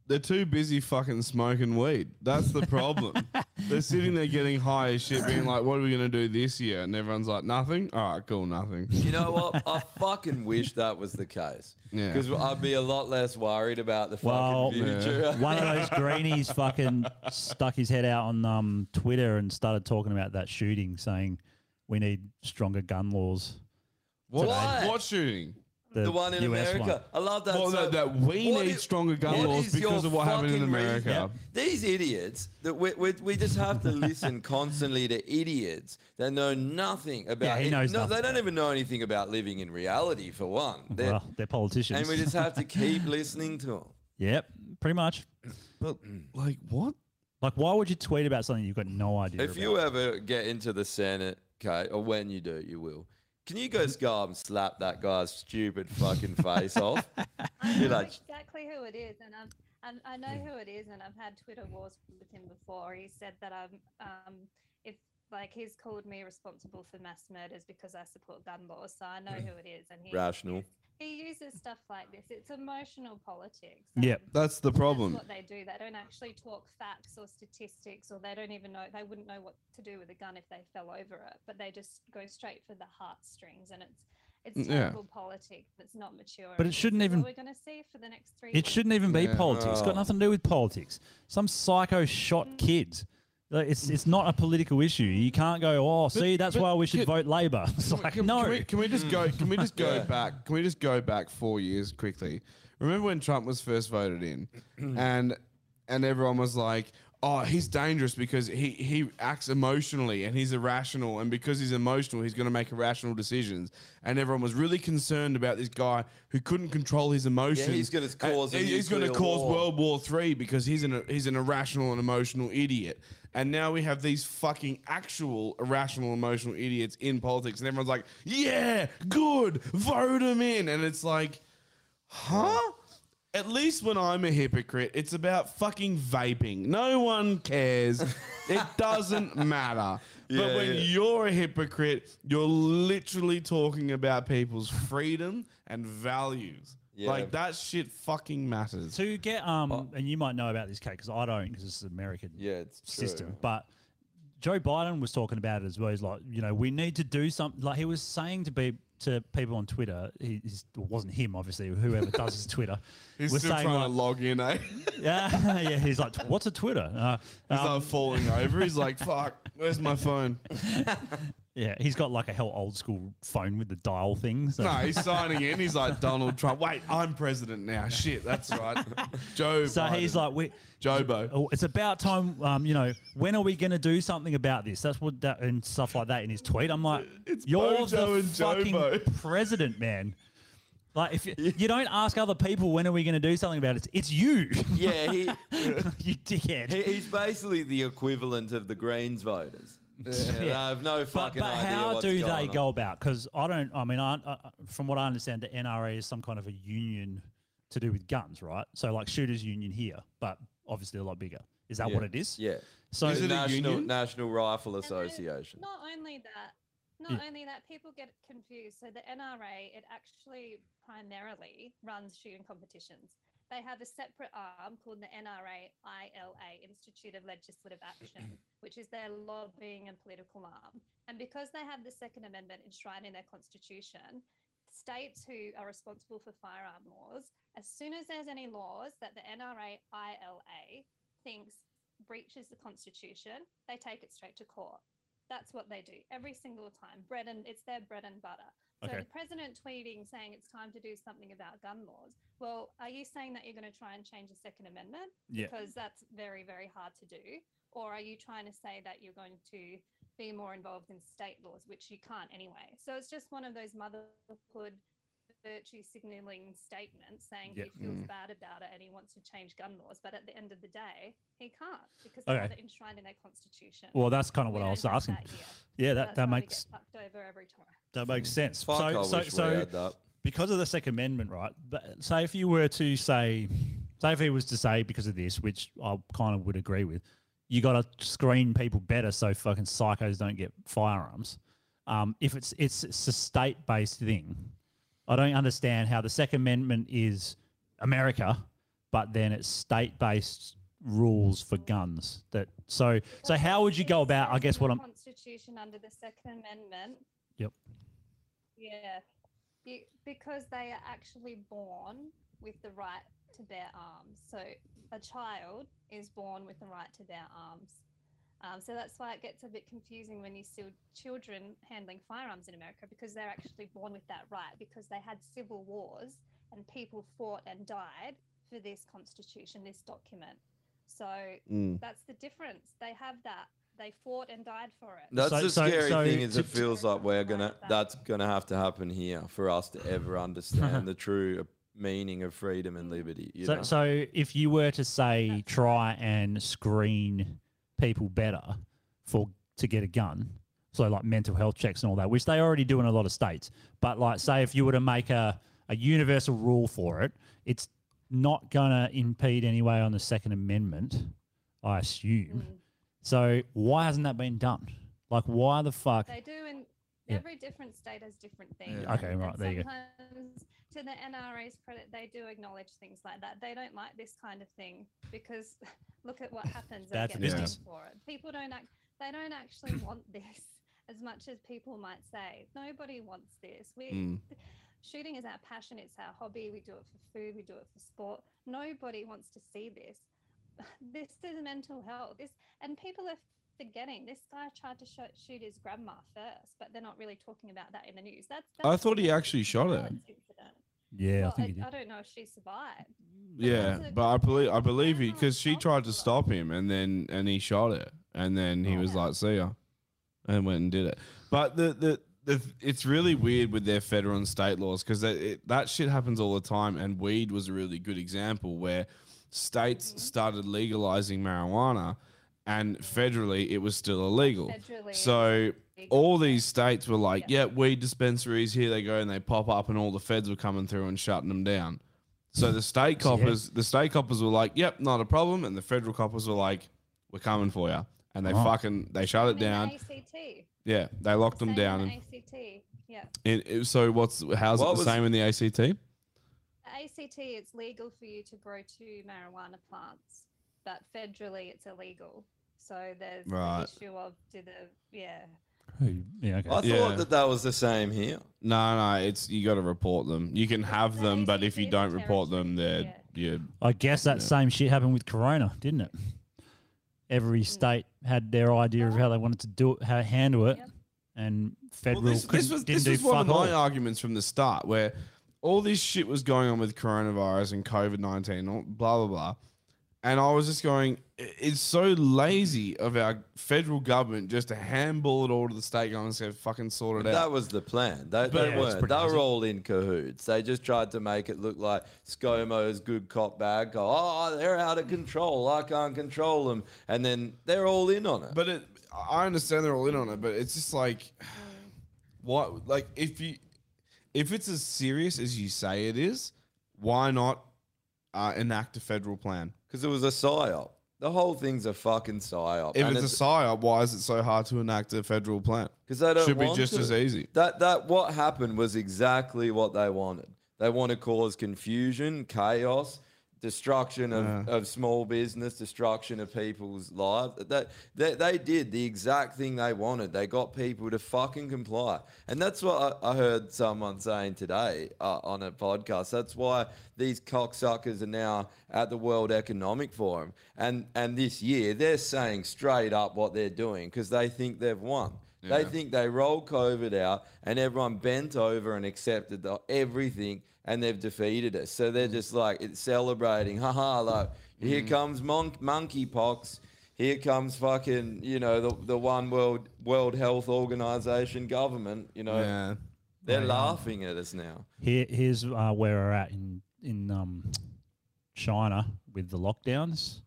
Speaker 2: They're too busy fucking smoking weed. That's the problem. They're sitting there getting high as shit, being like, "What are we gonna do this year?" And everyone's like, "Nothing." All right, cool, nothing.
Speaker 4: You know what? I fucking wish that was the case.
Speaker 2: Yeah.
Speaker 4: Because I'd be a lot less worried about the fucking
Speaker 3: Well,
Speaker 4: future.
Speaker 3: one of those greenies fucking stuck his head out on um, Twitter and started talking about that shooting, saying we need stronger gun laws.
Speaker 2: What?
Speaker 4: What?
Speaker 2: What shooting?
Speaker 3: The
Speaker 4: The one in
Speaker 3: US
Speaker 4: America.
Speaker 3: one.
Speaker 4: I love that.
Speaker 2: Well,
Speaker 4: so
Speaker 2: that- that we
Speaker 4: what
Speaker 2: need
Speaker 4: i-
Speaker 2: stronger gun
Speaker 4: what
Speaker 2: laws
Speaker 4: is your
Speaker 2: because of what happened in
Speaker 4: fucking reason-
Speaker 2: America.
Speaker 4: These idiots that we, we, we just have to listen constantly to idiots that know nothing about.
Speaker 3: he
Speaker 4: it.
Speaker 3: knows
Speaker 4: no,
Speaker 3: nothing
Speaker 4: They don't even know anything about living in reality for one. They're-
Speaker 3: Well, they're politicians.
Speaker 4: and we just have to keep listening to them.
Speaker 3: yep, pretty much.
Speaker 2: But like what?
Speaker 3: Like, why would you tweet about something you've got no idea?
Speaker 4: If
Speaker 3: about?
Speaker 4: you ever get into the Senate, okay, or when you do, you will. Can you guys go up and slap that guy's stupid fucking face off? You're
Speaker 5: know
Speaker 4: like,
Speaker 5: exactly who it is, and I'm, I'm, I know who it is, and I've had Twitter wars with him before. He said that I'm, um, if like he's called me responsible for mass murders because I support gun laws, so I know who it is, and he
Speaker 4: rational.
Speaker 5: he uses stuff like this. It's emotional politics.
Speaker 3: Yep.
Speaker 2: That's the problem.
Speaker 5: That's what they do. They don't actually talk facts or statistics, or they don't even know. They wouldn't know what to do with a gun if they fell over it. But they just go straight for the heartstrings, and it's it's
Speaker 3: Yeah.
Speaker 5: terrible politics. It's not mature.
Speaker 3: But it
Speaker 5: and this
Speaker 3: shouldn't
Speaker 5: is what
Speaker 3: even-
Speaker 5: we're going to see for the next "Oh, three.
Speaker 3: It shouldn't even be
Speaker 4: Yeah.
Speaker 3: politics. It's got
Speaker 4: Oh.
Speaker 3: nothing to do with politics. Some psycho shot kids. Like, It's it's not a political issue. You can't go, oh, see, that's
Speaker 2: but
Speaker 3: why we should vote Labour. It's like, no.
Speaker 2: Can we, can we just go? Can we just go
Speaker 3: Yeah.
Speaker 2: back? Can we just go back four years quickly? Remember when Trump was first voted in, and and everyone was like, "Oh, he's dangerous because he he acts emotionally and he's irrational, and because he's emotional, he's going to make irrational decisions." And everyone was really concerned about this guy who couldn't control his emotions.
Speaker 4: gonna
Speaker 2: And
Speaker 4: cause a
Speaker 2: Uh, he- He's going to
Speaker 4: nuclear
Speaker 2: cause
Speaker 4: war.
Speaker 2: World War Three because he's an he's an irrational and emotional idiot. And now we have these fucking actual irrational emotional idiots in politics, and everyone's like, "Yeah, good, vote him in." And it's like, huh? At least when I'm a hypocrite, it's about fucking vaping. No one cares. it doesn't matter. but
Speaker 4: Yeah,
Speaker 2: when
Speaker 4: yeah.
Speaker 2: you're a hypocrite, you're literally talking about people's freedom and values.
Speaker 3: Yeah.
Speaker 2: Like that shit fucking matters.
Speaker 3: To get um, and you might know about this, Kate, because I don't, because it's American
Speaker 4: yeah, it's
Speaker 3: system.
Speaker 4: true.
Speaker 3: But Joe Biden was talking about it as well. He's like, you know, we need to do something. Like he was saying to be to people on Twitter, he, he's, it wasn't him, obviously, whoever does his Twitter.
Speaker 2: He's
Speaker 3: was
Speaker 2: still
Speaker 3: saying
Speaker 2: trying
Speaker 3: like,
Speaker 2: to log in, eh?
Speaker 3: yeah, yeah. He's like, what's a Twitter? Uh,
Speaker 2: He's
Speaker 3: um,
Speaker 2: like falling over. He's like, fuck, where's my phone?
Speaker 3: yeah, he's got like a hell old school phone with the dial thing. So.
Speaker 2: No, he's signing in. He's like, Donald Trump. Wait, I'm president now. Shit, that's right. Joe.
Speaker 3: So he's
Speaker 2: Biden.
Speaker 3: like, we,
Speaker 2: Jobo.
Speaker 3: Oh, it's about time. Um, you know, when are we going to do something about this? That's what that and stuff like that in his tweet. I'm like, you're the
Speaker 2: Bojo and
Speaker 3: fucking
Speaker 2: Jobo."
Speaker 3: president, man. Like, if you, you don't ask other people when are we going to do something about it, it's you.
Speaker 4: Yeah, he,
Speaker 3: you dickhead.
Speaker 4: He, he's basically the equivalent of the Greens voters. I have no
Speaker 3: But,
Speaker 4: fucking
Speaker 3: but
Speaker 4: idea.
Speaker 3: how
Speaker 4: what's
Speaker 3: do
Speaker 4: going
Speaker 3: they
Speaker 4: on.
Speaker 3: go about? Because I don't. I mean, I, I, from what I understand, the NRA is some kind of a union to do with guns, right? So like shooters union here, but obviously a lot bigger. Is that
Speaker 4: Yeah.
Speaker 3: what it is?
Speaker 4: Yeah.
Speaker 3: So
Speaker 4: the National National Rifle Association.
Speaker 5: Not only that, not only that, people get confused. So the NRA, it actually primarily runs shooting competitions. They have a separate arm called the NRA ILA, Institute of Legislative Action, which is their lobbying and political arm. And because they have the Second Amendment enshrined in their constitution, states who are responsible for firearm laws, as soon as there's any laws that the NRA ILA thinks breaches the constitution, they take it straight to court. That's what they do every single time. Bread and it's their bread and butter. So
Speaker 17: Okay.
Speaker 5: the president tweeting saying it's time to do something about gun laws. Well, are you saying that you're going to try and change the Second Amendment?
Speaker 17: Yeah.
Speaker 5: Because that's very, very hard to do. Or are you trying to say that you're going to be more involved in state laws, which you can't anyway? So it's just one of those motherhood virtue signaling statements saying
Speaker 3: Yeah.
Speaker 5: he feels
Speaker 3: Mm.
Speaker 5: bad about it and he wants to change gun laws. But at the end of the day, he can't because
Speaker 3: Okay.
Speaker 5: they're enshrined in their constitution.
Speaker 3: Well, that's kind of
Speaker 5: We
Speaker 3: what I
Speaker 5: don't
Speaker 3: was
Speaker 5: have
Speaker 3: asking.
Speaker 5: that here.
Speaker 3: yeah, that,
Speaker 5: That's
Speaker 3: that
Speaker 5: why we
Speaker 3: makes
Speaker 5: get fucked over every time.
Speaker 3: That makes sense.
Speaker 4: Fuck, I
Speaker 3: so, so,
Speaker 4: wish we
Speaker 3: so
Speaker 4: had that.
Speaker 3: because of the Second Amendment, right? But say if you were to say, say if he was to say because of this, which I kind of would agree with, you got to screen people better so fucking psychos don't get firearms. Um, if it's it's it's a state based thing, I don't understand how the Second Amendment is America, but then it's state based rules for guns. That so so how would you go about? I guess what I'm.
Speaker 5: Constitution under the Second Amendment.
Speaker 3: Yep.
Speaker 5: Yeah. You, because they are actually born with the right to bear arms. So a child is born with the right to bear arms. Um, so that's why it gets a bit confusing when you see children handling firearms in America because they're actually born with that right because they had civil wars and people fought and died for this constitution, this document. So
Speaker 4: Mm.
Speaker 5: that's the difference. They have that. They fought and died for it.
Speaker 4: That's the scary
Speaker 3: so
Speaker 4: thing is
Speaker 3: to-
Speaker 4: it feels like we're gonna that's gonna have to happen here for us to ever understand the true meaning of freedom and liberty. You
Speaker 3: So,
Speaker 4: know?
Speaker 3: so if you were to say try and screen people better for to get a gun, so like mental health checks and all that, which they already do in a lot of states, but like say if you were to make a, a universal rule for it, it's not gonna impede anyway on the Second Amendment, I assume. So why hasn't that been done? Like why the fuck?
Speaker 5: They do, and
Speaker 3: Yeah.
Speaker 5: every different state has different things.
Speaker 3: Yeah. Okay,
Speaker 5: And
Speaker 3: right, there you go.
Speaker 5: Sometimes, to the NRA's credit, they do acknowledge things like that. They don't like this kind of thing because look at what happens.
Speaker 3: Bad for
Speaker 5: they get blamed
Speaker 3: business.
Speaker 5: for it. People don't act. They don't actually want this as much as people might say. Nobody wants this. We
Speaker 17: Mm.
Speaker 5: shooting is our passion. It's our hobby. We do it for food. We do it for sport. Nobody wants to see this. This is mental health. This and people are forgetting this guy tried to shoot, shoot his grandma first, but they're not really talking about that in the news. That's, that's
Speaker 2: I thought he actually shot
Speaker 5: a
Speaker 2: her.
Speaker 5: violence incident.
Speaker 3: Yeah,
Speaker 5: Well,
Speaker 3: I think he
Speaker 5: I,
Speaker 3: did.
Speaker 5: don't know if she survived.
Speaker 2: Yeah, but I believe I believe he because she tried to stop him and then and he shot it and then he was like, "See ya," and went and did it. But the the. the It's really weird with their federal and state laws because that, that shit happens all the time. And weed was a really good example where states started legalizing marijuana, and federally it was still illegal.
Speaker 5: Federally.
Speaker 2: So all these states were like, "Yeah, weed dispensaries here they go," and they pop up, and all the feds were coming through and shutting them down. So the state coppers, the state coppers were like, "Yep, not a problem," and the federal coppers were like, "We're coming for you," and they
Speaker 3: Oh.
Speaker 2: fucking they shut it
Speaker 5: I
Speaker 2: down.
Speaker 5: mean, the ACT.
Speaker 2: Yeah, they locked them
Speaker 5: Same
Speaker 2: down.
Speaker 5: in
Speaker 2: And
Speaker 5: ACT. Yeah.
Speaker 2: it, it- so what's how's
Speaker 4: What
Speaker 2: it the
Speaker 4: was-
Speaker 2: same in the ACT?
Speaker 5: The ACT, it's legal for you to grow two marijuana plants, but federally it's illegal. So there's
Speaker 4: Right.
Speaker 5: the issue of do the yeah.
Speaker 3: yeah,
Speaker 4: I thought
Speaker 2: Yeah.
Speaker 4: that that was the same here.
Speaker 2: No, no, it's you got to report them. You can have them, but if you don't report them, they're you're
Speaker 3: I guess that same shit happened with Corona, didn't it? Every
Speaker 5: Mm.
Speaker 3: state had their idea of how they wanted to do it, how to handle it, and federal
Speaker 2: Well, this,
Speaker 3: couldn't-
Speaker 2: this was,
Speaker 3: didn't
Speaker 2: this
Speaker 3: do
Speaker 2: was one of
Speaker 3: fuck all.
Speaker 2: my arguments from the start, where all this shit was going on with coronavirus and COVID nineteen, blah blah blah, and I was just going, "I- it's so lazy of our federal government just to handball it all to the state government and say, "Fucking sort it out."
Speaker 4: That was the plan. They,
Speaker 2: But
Speaker 4: they
Speaker 2: yeah, it's
Speaker 4: weren't.
Speaker 2: pretty
Speaker 4: They were
Speaker 2: easy.
Speaker 4: all in cahoots. They just tried to make it look like ScoMo's good cop, bad cop. Oh, they're out of control. I can't control them. And then they're all in on it.
Speaker 2: But it, I understand they're all in on it, but it's just like,
Speaker 3: Mm.
Speaker 2: what? Like if you, if it's as serious as you say it is, why not uh, enact a federal plan?
Speaker 4: Because it was a psyop. The whole thing's a fucking psyop.
Speaker 2: If
Speaker 4: And
Speaker 2: it's, a psyop, why is it so hard to enact a federal plan?
Speaker 4: Because they don't
Speaker 2: should
Speaker 4: want
Speaker 2: be just
Speaker 4: to.
Speaker 2: as easy.
Speaker 4: That that what happened was exactly what they wanted. They want to cause confusion, chaos, destruction of, of small business, destruction of people's lives. That they, they did the exact thing they wanted. They got people to fucking comply, and that's what I, I heard someone saying today uh, on a podcast. That's why these cocksuckers are now at the World Economic Forum, and and this year they're saying straight up what they're doing because they think they've won. They
Speaker 2: Yeah.
Speaker 4: think think they rolled COVID out and everyone bent over and accepted the, everything and they've defeated us. So they're just like, it's celebrating. Haha, like, here
Speaker 2: Mm.
Speaker 4: comes monk, monkeypox. Here comes fucking, you know, the, the one world World Health Organization government, you know.
Speaker 2: Yeah.
Speaker 4: They're
Speaker 3: Yeah.
Speaker 4: laughing at us now.
Speaker 3: Here, here's uh, where we're at in in um, China with the lockdowns.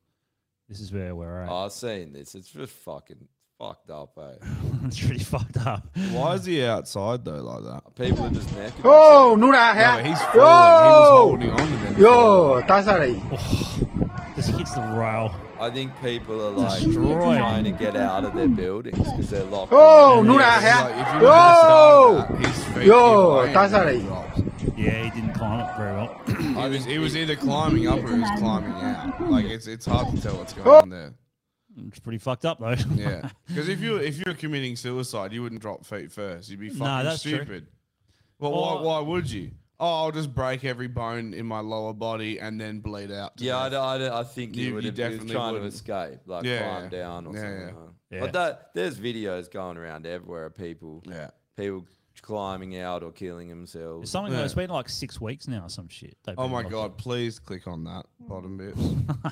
Speaker 3: This is where we're
Speaker 2: Oh.
Speaker 3: at.
Speaker 4: I've seen this. It's just fucking fucked up, eh?
Speaker 3: it's pretty fucked up.
Speaker 2: Why is he outside though like that?
Speaker 4: People are just naked.
Speaker 2: Oh, no, that hat. he's falling. He was holding on to them.
Speaker 4: Yo, that's all right.
Speaker 3: Just hits the rail.
Speaker 4: I think people are like
Speaker 3: Destroy.
Speaker 4: trying to get out of their buildings because they're locked.
Speaker 3: Oh,
Speaker 4: in.
Speaker 3: no,
Speaker 4: Yeah,
Speaker 3: that hat.
Speaker 4: like, if you were to start that, his feet
Speaker 2: Yo,
Speaker 4: keep
Speaker 2: that's
Speaker 4: landing.
Speaker 2: all right.
Speaker 3: Yeah, he didn't climb it very well.
Speaker 2: He was, he was either climbing up or he was climbing out. Like it's it's hard to tell what's going on there.
Speaker 3: It's pretty fucked up though.
Speaker 2: Yeah, because if you if you were committing suicide, you wouldn't drop feet first. You'd be
Speaker 3: No,
Speaker 2: fucking
Speaker 3: that's true.
Speaker 2: stupid. Well,
Speaker 3: Or-
Speaker 2: why why would you? Oh, I'll just break every bone in my lower body and then bleed out. to
Speaker 4: Yeah, I,
Speaker 2: death.
Speaker 4: don't- I, don't- I think he
Speaker 2: You-
Speaker 4: would
Speaker 2: you
Speaker 4: have been
Speaker 2: definitely
Speaker 4: trying
Speaker 2: wouldn't.
Speaker 4: to escape, like
Speaker 2: Yeah,
Speaker 4: climb
Speaker 2: yeah.
Speaker 4: down or
Speaker 2: Yeah,
Speaker 4: something.
Speaker 2: yeah.
Speaker 4: like that.
Speaker 2: Yeah.
Speaker 4: But that, there's videos going around everywhere of people,
Speaker 2: yeah.
Speaker 4: people climbing out or killing themselves.
Speaker 3: It's something like, it's been like six weeks now. or Some shit. They've
Speaker 2: Oh
Speaker 3: been
Speaker 2: my
Speaker 3: locked
Speaker 2: god! Please click on that bottom bit.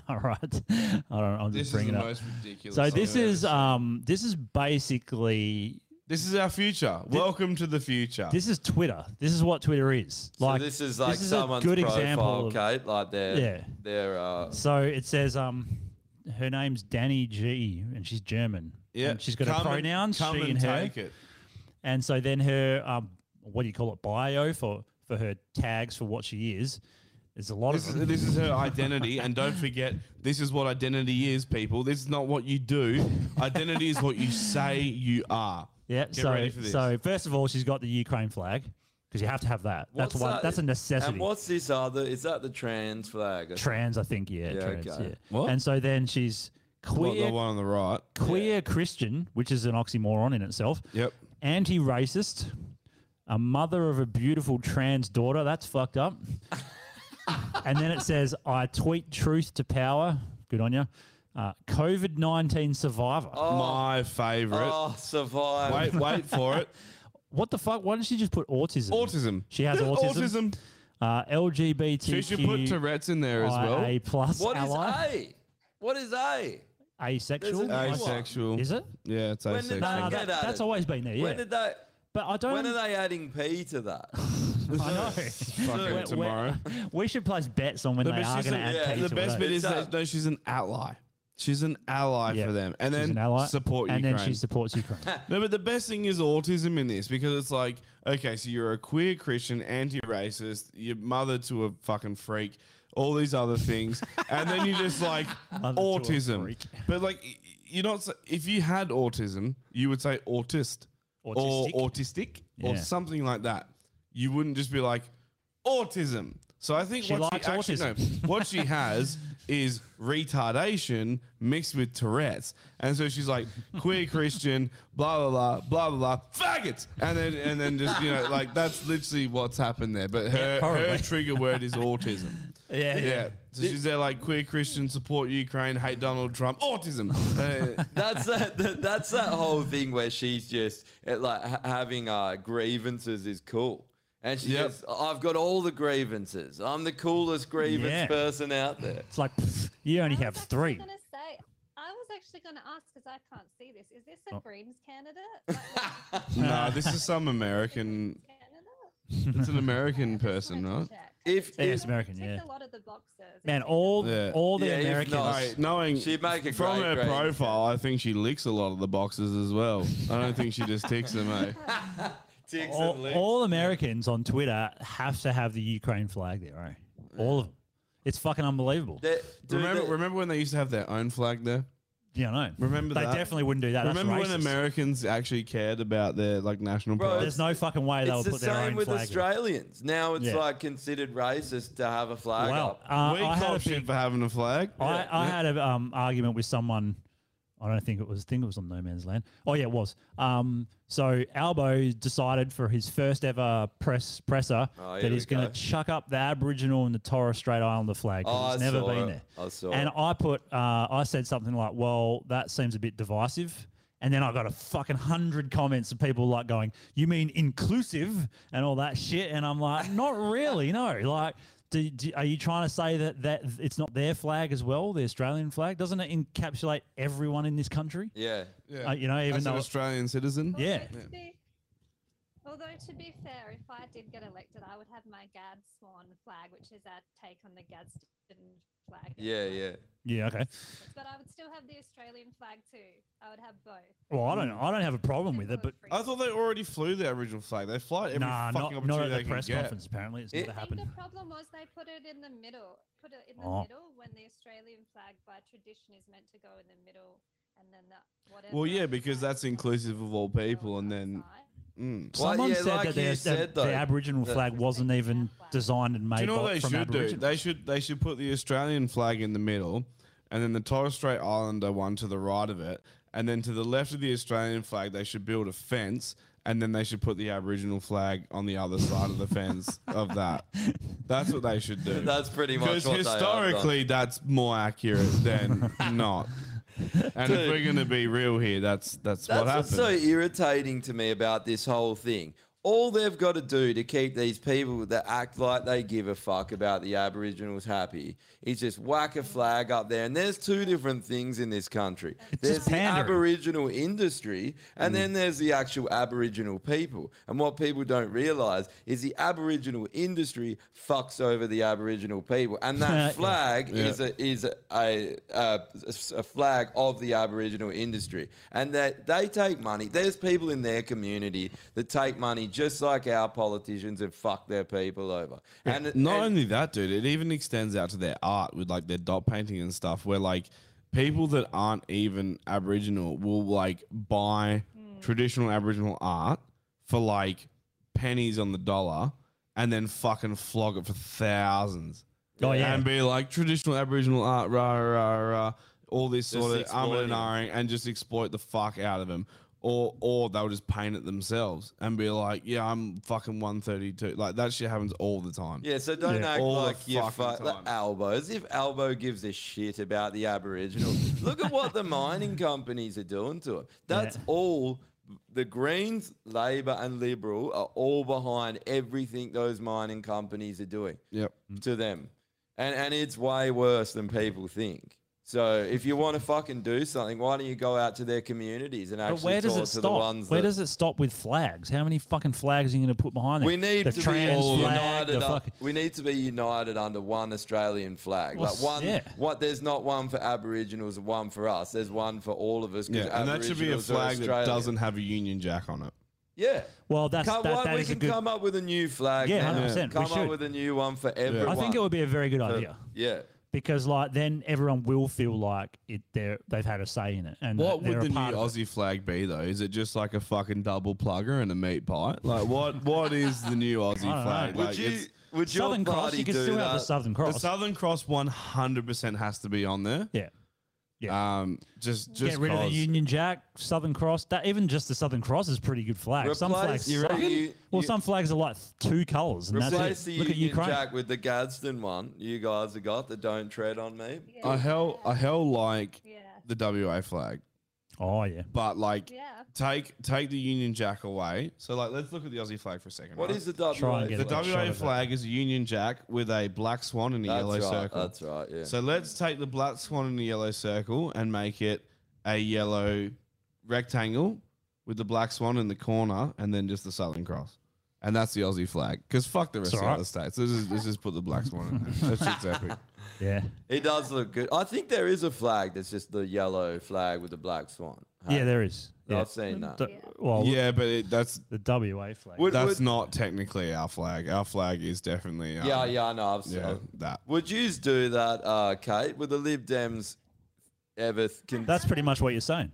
Speaker 3: All right. I don't. I'm
Speaker 2: This
Speaker 3: just
Speaker 2: is
Speaker 3: bringing
Speaker 2: the
Speaker 3: it up.
Speaker 2: most ridiculous
Speaker 3: so
Speaker 2: I've
Speaker 3: this
Speaker 2: ever
Speaker 3: is um this is basically
Speaker 2: This is our future. Welcome to the future.
Speaker 3: this is Twitter. This is what Twitter is. Like
Speaker 4: so this is like
Speaker 3: is a
Speaker 4: someone's
Speaker 3: good
Speaker 4: profile,
Speaker 3: example. of-
Speaker 4: Kate. Like their
Speaker 3: Yeah.
Speaker 4: their uh,
Speaker 3: So it says um her name's Danny G and she's German.
Speaker 4: Yeah,
Speaker 3: And she's got her
Speaker 4: come and-
Speaker 3: pronouns
Speaker 2: come
Speaker 3: she and,
Speaker 2: and
Speaker 3: her.
Speaker 2: take it.
Speaker 3: And so then her um what do you call it bio for for her tags for what she is. There's a lot
Speaker 2: This
Speaker 3: of
Speaker 2: is,
Speaker 3: them.
Speaker 2: this is her identity, and don't forget, this is what identity is, people. This is not what you do. Identity is what you say you are.
Speaker 3: Yeah.
Speaker 2: Get
Speaker 3: So
Speaker 2: ready for this.
Speaker 3: so first of all, she's got the Ukraine flag because you have to have that.
Speaker 4: what's
Speaker 3: that's one.
Speaker 4: that-
Speaker 3: That's a necessity.
Speaker 4: And what's this other? Is that the trans flag?
Speaker 3: Trans, I think. Yeah.
Speaker 4: Yeah,
Speaker 3: trans.
Speaker 4: okay.
Speaker 3: Yeah.
Speaker 4: What?
Speaker 3: And so then she's
Speaker 2: What,
Speaker 3: queer.
Speaker 2: the one on the right.
Speaker 3: Queer Christian, which is an oxymoron in itself.
Speaker 2: Yep.
Speaker 3: Anti racist. A mother of a beautiful trans daughter. That's fucked up. and then it says, I tweet truth to power. Good on you. Uh, COVID 19 survivor.
Speaker 2: My favorite.
Speaker 4: Oh, survive.
Speaker 2: Wait, wait for it.
Speaker 3: What the fuck? Why didn't she just put autism?
Speaker 2: Autism.
Speaker 3: She has
Speaker 2: There's
Speaker 3: autism.
Speaker 2: autism.
Speaker 3: Uh, LGBTQ.
Speaker 2: She should put Tourette's in there as well.
Speaker 3: IA plus
Speaker 4: What is
Speaker 3: ally.
Speaker 4: A? What is A?
Speaker 3: Asexual.
Speaker 4: There's a new one.
Speaker 2: Asexual.
Speaker 3: Is it?
Speaker 2: Yeah, it's
Speaker 4: When did
Speaker 2: asexual.
Speaker 4: they get
Speaker 3: that-
Speaker 4: at
Speaker 3: that's
Speaker 4: it?
Speaker 3: always been there, yeah.
Speaker 4: When did they?
Speaker 3: But I don't.
Speaker 4: When are they adding P to that?
Speaker 3: I know.
Speaker 2: Fucking
Speaker 3: We're-
Speaker 2: tomorrow.
Speaker 3: we're- We should place bets on when
Speaker 2: The
Speaker 3: they
Speaker 2: best
Speaker 3: are
Speaker 2: she's
Speaker 3: going to add
Speaker 2: an- yeah,
Speaker 3: Kate
Speaker 2: the
Speaker 3: to
Speaker 2: best
Speaker 3: it.
Speaker 2: bit is that no, she's an ally. She's an ally for them, and
Speaker 3: She's
Speaker 2: then
Speaker 3: an ally,
Speaker 2: support
Speaker 3: and
Speaker 2: Ukraine.
Speaker 3: then she supports Ukraine.
Speaker 2: No, but the best thing is autism in this because it's like, okay, so you're a queer Christian, anti-racist, your mother to a fucking freak, all these other things, and then you just like
Speaker 3: Mother to a
Speaker 2: autism. But like, y- you're not. s- If you had autism, you would say autist
Speaker 3: Autistic.
Speaker 2: or autistic or
Speaker 3: Yeah.
Speaker 2: something like that. You wouldn't just be like autism. So I think
Speaker 3: She
Speaker 2: what
Speaker 3: likes
Speaker 2: she actually,
Speaker 3: autism.
Speaker 2: no, what she has is retardation mixed with Tourette's, and so she's like queer Christian, blah blah blah, blah blah blah, faggots, and then and then just you know like that's literally what's happened there. But her her
Speaker 3: probably.
Speaker 2: trigger word is autism.
Speaker 3: Yeah.
Speaker 2: yeah. So she's there like queer Christian, support Ukraine, hate Donald Trump, autism. Uh,
Speaker 4: that's that, that. That's that whole thing where she's just it, like ha- having uh, grievances is cool, and she
Speaker 2: Yep.
Speaker 4: just I've got all the grievances. I'm the coolest grievance
Speaker 3: Yeah.
Speaker 4: person out there.
Speaker 3: It's like pff, you only have three.
Speaker 5: gonna say, I was actually going to ask because I can't see this. Is this a
Speaker 3: Oh.
Speaker 5: Greens candidate?
Speaker 2: no, this is some American. It's an American person, right?
Speaker 4: If
Speaker 3: Yeah, it's American. Yeah.
Speaker 5: A lot of the boxes.
Speaker 3: Man, all all the
Speaker 4: Yeah, if
Speaker 3: Americans.
Speaker 4: not-
Speaker 2: Alright, knowing
Speaker 4: She'd make a
Speaker 2: from
Speaker 4: great
Speaker 2: her
Speaker 4: green.
Speaker 2: profile, I think she licks a lot of the boxes as well. I don't think she just ticks them, eh?
Speaker 4: Ticks and
Speaker 3: all,
Speaker 4: licks.
Speaker 3: all Americans on Twitter have to have the Ukraine flag there, right? All of them. It's fucking unbelievable.
Speaker 4: They- dude,
Speaker 2: Remember,
Speaker 4: they-
Speaker 2: remember when they used to have their own flag there?
Speaker 3: Yeah, I know.
Speaker 2: Remember
Speaker 3: they
Speaker 2: that?
Speaker 3: definitely wouldn't do that.
Speaker 2: Remember
Speaker 3: That's
Speaker 2: when
Speaker 3: racist.
Speaker 2: Americans actually cared about their like national
Speaker 4: Bro,
Speaker 2: pride?
Speaker 3: There's no fucking way they'll
Speaker 4: It's the
Speaker 3: put their
Speaker 4: same
Speaker 3: own
Speaker 4: with
Speaker 3: flag. up.
Speaker 4: Australians. Now it's
Speaker 3: Yeah.
Speaker 4: like considered racist to have a flag
Speaker 3: Well,
Speaker 4: up.
Speaker 3: uh, I had a
Speaker 2: for having a flag.
Speaker 3: I, I had an um, argument with someone. I don't think it was. I think it was on No Man's Land. Oh yeah, it was. Um, so Albo decided for his first ever press presser
Speaker 4: Oh, here
Speaker 3: that
Speaker 4: we
Speaker 3: he's going
Speaker 4: go.
Speaker 3: to chuck up the Aboriginal and the Torres Strait Islander flag. 'cause
Speaker 4: Oh,
Speaker 3: it's
Speaker 4: I
Speaker 3: never
Speaker 4: saw
Speaker 3: been
Speaker 4: it.
Speaker 3: there.
Speaker 4: I saw
Speaker 3: and
Speaker 4: it.
Speaker 3: I put. Uh, I said something like, "Well, that seems a bit divisive." And then I got a fucking hundred comments of people like going, "You mean inclusive and all that shit?" And I'm like, "Not really, no. Like, do, do, are you trying to say that that it's not their flag as well, the Australian flag? Doesn't it encapsulate everyone in this country?
Speaker 4: Yeah.
Speaker 3: Uh, you know, even
Speaker 2: As an
Speaker 3: though-
Speaker 2: Australian citizen.
Speaker 3: Yeah.
Speaker 5: To be- Although to be fair, if I did get elected, I would have my GAD sworn flag, which is our take on the Gadsden flag.
Speaker 4: Yeah, yeah.
Speaker 3: Yeah, okay.
Speaker 5: But I would still have the Australian flag too. I would have both.
Speaker 3: Well, I don't, I don't have a problem with it, but
Speaker 2: I thought they already flew the Aboriginal flag. They fly every
Speaker 3: Nah,
Speaker 2: fucking
Speaker 3: not-
Speaker 2: opportunity
Speaker 3: not at the
Speaker 2: they can
Speaker 3: press
Speaker 2: get.
Speaker 3: conference, apparently. It's never
Speaker 5: I
Speaker 3: happened.
Speaker 5: think the problem was they put it in the middle. Put it in the
Speaker 3: Oh.
Speaker 5: middle when the Australian flag by tradition is meant to go in the middle, and then the whatever.
Speaker 2: Well, yeah, because that's inclusive of all people, and then. Mm.
Speaker 3: someone said that,
Speaker 2: you
Speaker 3: their- that the
Speaker 2: though,
Speaker 3: Aboriginal
Speaker 2: that-
Speaker 3: flag wasn't even designed and made
Speaker 2: Do you know
Speaker 3: by,
Speaker 2: what they
Speaker 3: from
Speaker 2: should do?
Speaker 3: Aboriginal.
Speaker 2: They should they should put the Australian flag in the middle, and then the Torres Strait Islander one to the right of it, and then to the left of the Australian flag they should build a fence, and then they should put the Aboriginal flag on the other side of the fence of that. That's what they should do.
Speaker 4: That's pretty much
Speaker 2: Because
Speaker 4: what they have done.
Speaker 2: historically that's more accurate than not. And if
Speaker 4: Dude.
Speaker 2: we're gonna be real here, that's that's,
Speaker 4: That's
Speaker 2: what
Speaker 4: what's
Speaker 2: happens.
Speaker 4: so irritating to me about this whole thing. All they've got to do to keep these people that act like they give a fuck about the Aboriginals happy is just whack a flag up there. And there's two different things in this country there's the Aboriginal industry, and
Speaker 2: Mm.
Speaker 4: then there's the actual Aboriginal people. And what people don't realize is the Aboriginal industry fucks over the Aboriginal people. And
Speaker 2: Yeah.
Speaker 4: that flag
Speaker 2: Yeah.
Speaker 4: is a is a, a, a, a flag of the Aboriginal industry, and that they take money. There's people in their community that take money just like our politicians and fuck their people over. And
Speaker 2: not only that, dude, it even extends out to their art with like their dot painting and stuff, where like people that aren't even Aboriginal will like buy
Speaker 3: Hmm.
Speaker 2: traditional Aboriginal art for like pennies on the dollar and then fucking flog it for thousands.
Speaker 3: Oh, yeah.
Speaker 2: And be like traditional Aboriginal art, rah, rah, rah, all this
Speaker 4: Just
Speaker 2: sort of um and
Speaker 4: exploiting.
Speaker 2: ahhing and just exploit the fuck out of them. Or, or they'll just paint it themselves and be like, yeah, I'm fucking 132. Like that shit happens all the time.
Speaker 4: Yeah, so don't act
Speaker 2: All the
Speaker 4: like you
Speaker 2: fucking
Speaker 4: fuck
Speaker 2: time.
Speaker 4: like Albo. As if Albo gives a shit about the Aboriginal. Look at what the mining companies are doing to them. That's all. The Greens, Labor, and Liberal are all behind everything those mining companies are doing.
Speaker 2: Yep.
Speaker 3: Mm.
Speaker 4: To them, and and it's way worse than people think. So if you want to fucking do something, why don't you go out to their communities and actually
Speaker 3: But where does
Speaker 4: talk
Speaker 3: it
Speaker 4: to the
Speaker 3: stop?
Speaker 4: ones
Speaker 3: Where
Speaker 4: that
Speaker 3: does it stop with flags? How many fucking flags are you going to put behind it?
Speaker 4: we need
Speaker 3: the
Speaker 4: to be
Speaker 3: trans
Speaker 4: all
Speaker 3: flag,
Speaker 4: united.
Speaker 3: the
Speaker 4: up-
Speaker 3: fucking-
Speaker 4: we need to be united under one Australian flag.
Speaker 3: Well,
Speaker 4: like one,
Speaker 3: yeah.
Speaker 4: what? There's not one for Aboriginals, and one for us. There's one for all of us. 'cause
Speaker 2: Yeah, and that should be a
Speaker 4: Aboriginals are
Speaker 2: flag that
Speaker 4: Australian.
Speaker 2: doesn't have a Union Jack on it.
Speaker 4: Yeah.
Speaker 3: Well, that's
Speaker 4: Come-
Speaker 3: that,
Speaker 4: why-
Speaker 3: that
Speaker 4: we
Speaker 3: is
Speaker 4: can
Speaker 3: a good.
Speaker 4: come up with a new flag.
Speaker 3: Yeah,
Speaker 4: now.
Speaker 3: 100%, we
Speaker 4: Come up
Speaker 3: should.
Speaker 4: with a new one for everyone.
Speaker 3: I think it would be a very good
Speaker 4: So,
Speaker 3: idea
Speaker 4: yeah.
Speaker 3: because, like, then everyone will feel like it. They they've had a say in it, and
Speaker 2: What
Speaker 3: they're
Speaker 2: would the
Speaker 3: a
Speaker 2: new
Speaker 3: part of it.
Speaker 2: Aussie flag be though? Is it just like a fucking double plugger and a meat pie? Like what? What is the new Aussie
Speaker 3: I don't
Speaker 2: flag?
Speaker 3: know. Would
Speaker 2: Like,
Speaker 3: you-
Speaker 2: it's-
Speaker 3: would your Southern Cross, you party could do still have the that? Southern
Speaker 2: The
Speaker 3: Cross.
Speaker 2: Southern Cross one hundred percent has to be on there.
Speaker 3: Yeah.
Speaker 2: Yeah. Um. Just just
Speaker 3: Get rid of
Speaker 2: cause.
Speaker 3: the Union Jack, Southern Cross. That even just the Southern Cross is a pretty good flag. some
Speaker 4: Replace-
Speaker 3: flags,
Speaker 4: you reckon
Speaker 3: suck.
Speaker 4: you-
Speaker 3: well,
Speaker 4: you-
Speaker 3: some flags are like two colours, and
Speaker 4: Replace
Speaker 3: that's
Speaker 4: the
Speaker 3: it. Look at
Speaker 4: Union
Speaker 3: Ukraine.
Speaker 4: Jack with the Gadsden one you guys have got. The Don't Tread on Me.
Speaker 2: I hell I hell like the WA flag.
Speaker 3: Oh yeah.
Speaker 2: But like take take the Union Jack away. So like let's look at the Aussie flag for a second.
Speaker 4: What
Speaker 2: right?
Speaker 4: is the WA Try and get
Speaker 2: The
Speaker 4: a shot
Speaker 2: WA
Speaker 4: of it.
Speaker 2: flag is a Union Jack with a black swan and a
Speaker 4: That's
Speaker 2: yellow
Speaker 4: right,
Speaker 2: circle.
Speaker 4: that's right, yeah.
Speaker 2: So let's take the black swan and the yellow circle and make it a yellow rectangle with the black swan in the corner and then just the Southern Cross. And that's the Aussie flag. Because fuck the rest of the
Speaker 4: alright.
Speaker 2: other states. Let's just, let's just put the black swan in there. That's just epic.
Speaker 3: Yeah.
Speaker 4: It does look good. I think there is a flag that's just the yellow flag with the black swan.
Speaker 3: Yeah, there is. Yeah.
Speaker 4: I've seen that.
Speaker 3: The- well,
Speaker 2: yeah, but it, that's
Speaker 3: the WA flag.
Speaker 4: Would-
Speaker 2: that's
Speaker 4: would-
Speaker 2: not technically our flag. Our flag is definitely um,
Speaker 4: Yeah, yeah, I know. I've seen
Speaker 2: yeah, that.
Speaker 4: Would you do that, uh, Kate, with the Lib Dems ever can.
Speaker 3: That's pretty much what you're saying.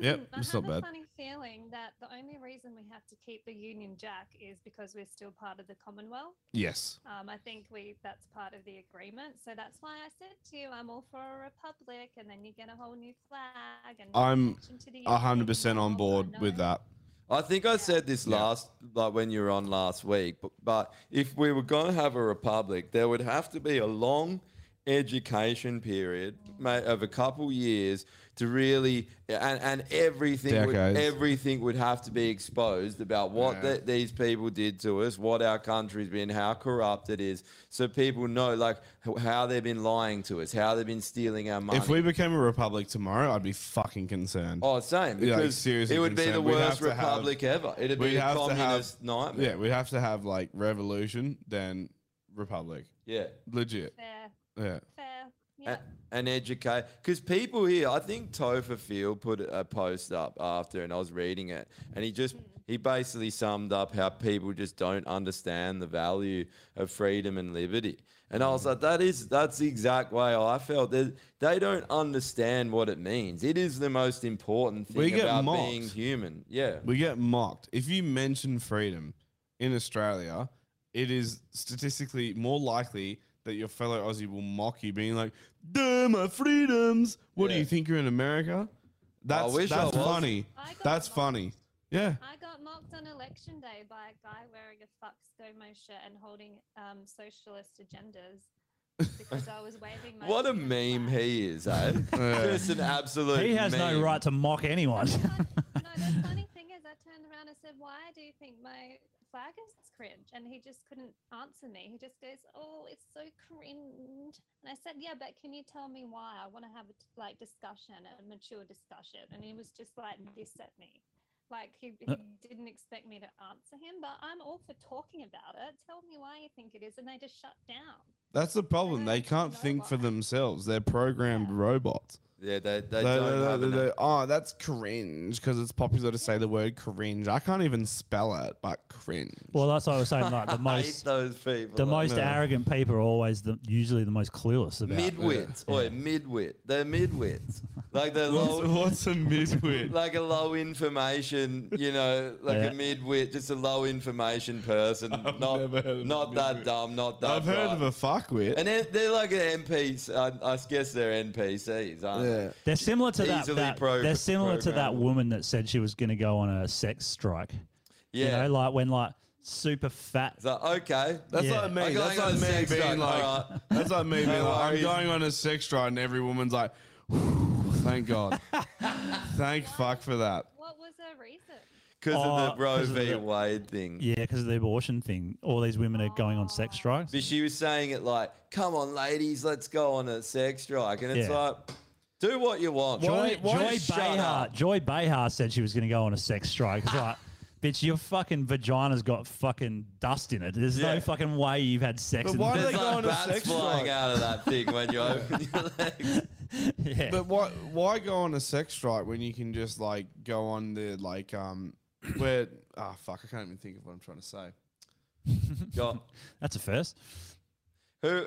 Speaker 4: Yep,
Speaker 5: I have a funny feeling that the only reason we have to keep the Union Jack is because we're still part of the Commonwealth.
Speaker 2: Yes.
Speaker 5: Um, I think we that's part of the agreement. So that's why I said to you, I'm all for a republic, and then you get a whole new flag. And
Speaker 2: I'm
Speaker 5: connection to um, the
Speaker 2: hundred percent on board with that.
Speaker 4: I think I said this last, like when you were on last week, but, but if we were going to have a republic, there would have to be a long education period mate, of a couple years to really, and, and everything would,
Speaker 2: Decades.
Speaker 4: everything would have to be exposed about what
Speaker 2: Yeah.
Speaker 4: the, these people did to us, what our country's been, how corrupt it is, so people know like h- how they've been lying to us, how they've been stealing our money.
Speaker 2: If we became a republic tomorrow, I'd be fucking concerned.
Speaker 4: Oh, same.
Speaker 2: Yeah, like,
Speaker 4: Because
Speaker 2: seriously
Speaker 4: it would be the
Speaker 2: concerned. We'd have
Speaker 4: worst
Speaker 2: to have-
Speaker 4: republic ever. It'd
Speaker 2: we'd
Speaker 4: be a
Speaker 2: have to have-
Speaker 4: communist nightmare.
Speaker 2: Yeah, we'd have to have like revolution, then republic.
Speaker 4: Yeah.
Speaker 2: Legit.
Speaker 5: Fair.
Speaker 2: Yeah.
Speaker 5: Fair.
Speaker 4: A- and educate because people here i think topher field put a post up after and i was reading it and he just he basically summed up how people just don't understand the value of freedom and liberty and i was like that is that's the exact way i felt they, they don't understand what it means it is the most important
Speaker 2: We
Speaker 4: thing
Speaker 2: get
Speaker 4: about
Speaker 2: mocked.
Speaker 4: being human yeah
Speaker 2: We get mocked. If you mention freedom in Australia, it is statistically more likely that your fellow Aussie will mock you, being like, "Duh, my freedoms." What do you think you're in America? That's
Speaker 4: wish I
Speaker 2: that's
Speaker 4: was.
Speaker 2: funny. That's funny. Yeah.
Speaker 5: I got mocked on election day by a guy wearing a fuck ScoMo shirt and holding um, socialist agendas because I was waving my.
Speaker 4: what a meme he is eh? just an absolute
Speaker 3: He has no
Speaker 4: meme.
Speaker 3: right to mock anyone.
Speaker 5: thing is, I turned around and said, "Why do you think my flag is cringe?" And he just couldn't answer me. He just goes, "Oh, it's so cringe." And I said, "Yeah, but can you tell me why? I want to have a like discussion, a mature discussion." And he was just like this at me, like he, he
Speaker 3: Uh.
Speaker 5: didn't expect me to answer him. But I'm all for talking about it. Tell me why you think it is, and they just shut down.
Speaker 2: That's the problem. They can't think for themselves. They're programmed robots.
Speaker 4: yeah they, they don't have an-
Speaker 2: oh, that's cringe because it's popular to say the word cringe. I can't even spell it, but cringe.
Speaker 3: well, that's what I was saying. Like the
Speaker 4: I hate
Speaker 3: most,
Speaker 4: those people
Speaker 3: the most
Speaker 4: Yeah.
Speaker 3: arrogant people are always the usually the most clueless about.
Speaker 4: Midwits, or midwit. They're midwits. Like they're
Speaker 2: What's,
Speaker 4: low,
Speaker 2: what's a midwit?
Speaker 4: like a low information. You know, like a midwit, just a low information person. not not that dumb, not that.
Speaker 2: I've heard of a fuckwit.
Speaker 4: And they're, they're like an NPC. I, I guess they're NPCs, aren't they?
Speaker 3: They're similar to that.
Speaker 4: Easily
Speaker 3: that-
Speaker 4: pro-
Speaker 3: they're similar to that
Speaker 4: programmable.
Speaker 3: woman that said she was going to go on a sex strike.
Speaker 4: Yeah.
Speaker 3: you know, like when like super fat.
Speaker 4: It's like okay,
Speaker 2: That's
Speaker 3: Yeah.
Speaker 2: like me.
Speaker 3: I'm
Speaker 2: That's
Speaker 3: going on
Speaker 2: like
Speaker 3: a
Speaker 2: me
Speaker 3: sex
Speaker 2: being
Speaker 3: drive.
Speaker 2: like.
Speaker 3: Alright.
Speaker 2: That's like me being
Speaker 3: No
Speaker 2: like. I'm
Speaker 3: worries.
Speaker 2: going on a sex ride, and every woman's like, "Thank God, thank fuck for that."
Speaker 5: What was her reason?
Speaker 4: Because
Speaker 3: Oh,
Speaker 4: of the Roe
Speaker 3: 'cause of
Speaker 4: v.
Speaker 3: the-
Speaker 4: Wade thing.
Speaker 3: Yeah, because of the abortion thing, all these women are going on sex strikes.
Speaker 4: But she was saying it like, "Come on, ladies, let's go on a sex strike," and it's
Speaker 3: Yeah.
Speaker 4: like, "Do what you want."
Speaker 3: Joy, Joy
Speaker 4: Shut up.
Speaker 3: Behar, Joy Behar said she was going to go on a sex strike. It's like, bitch, your fucking vagina's got fucking dust in it. There's
Speaker 4: Yeah.
Speaker 3: no fucking way you've had sex. in-
Speaker 4: There's like bats flying out of that thing when you open your legs.
Speaker 2: But why why go on a sex strike when you can just like go on the like um where ah fuck I can't even think of what I'm trying to say.
Speaker 4: God.
Speaker 3: That's a first.
Speaker 4: Who?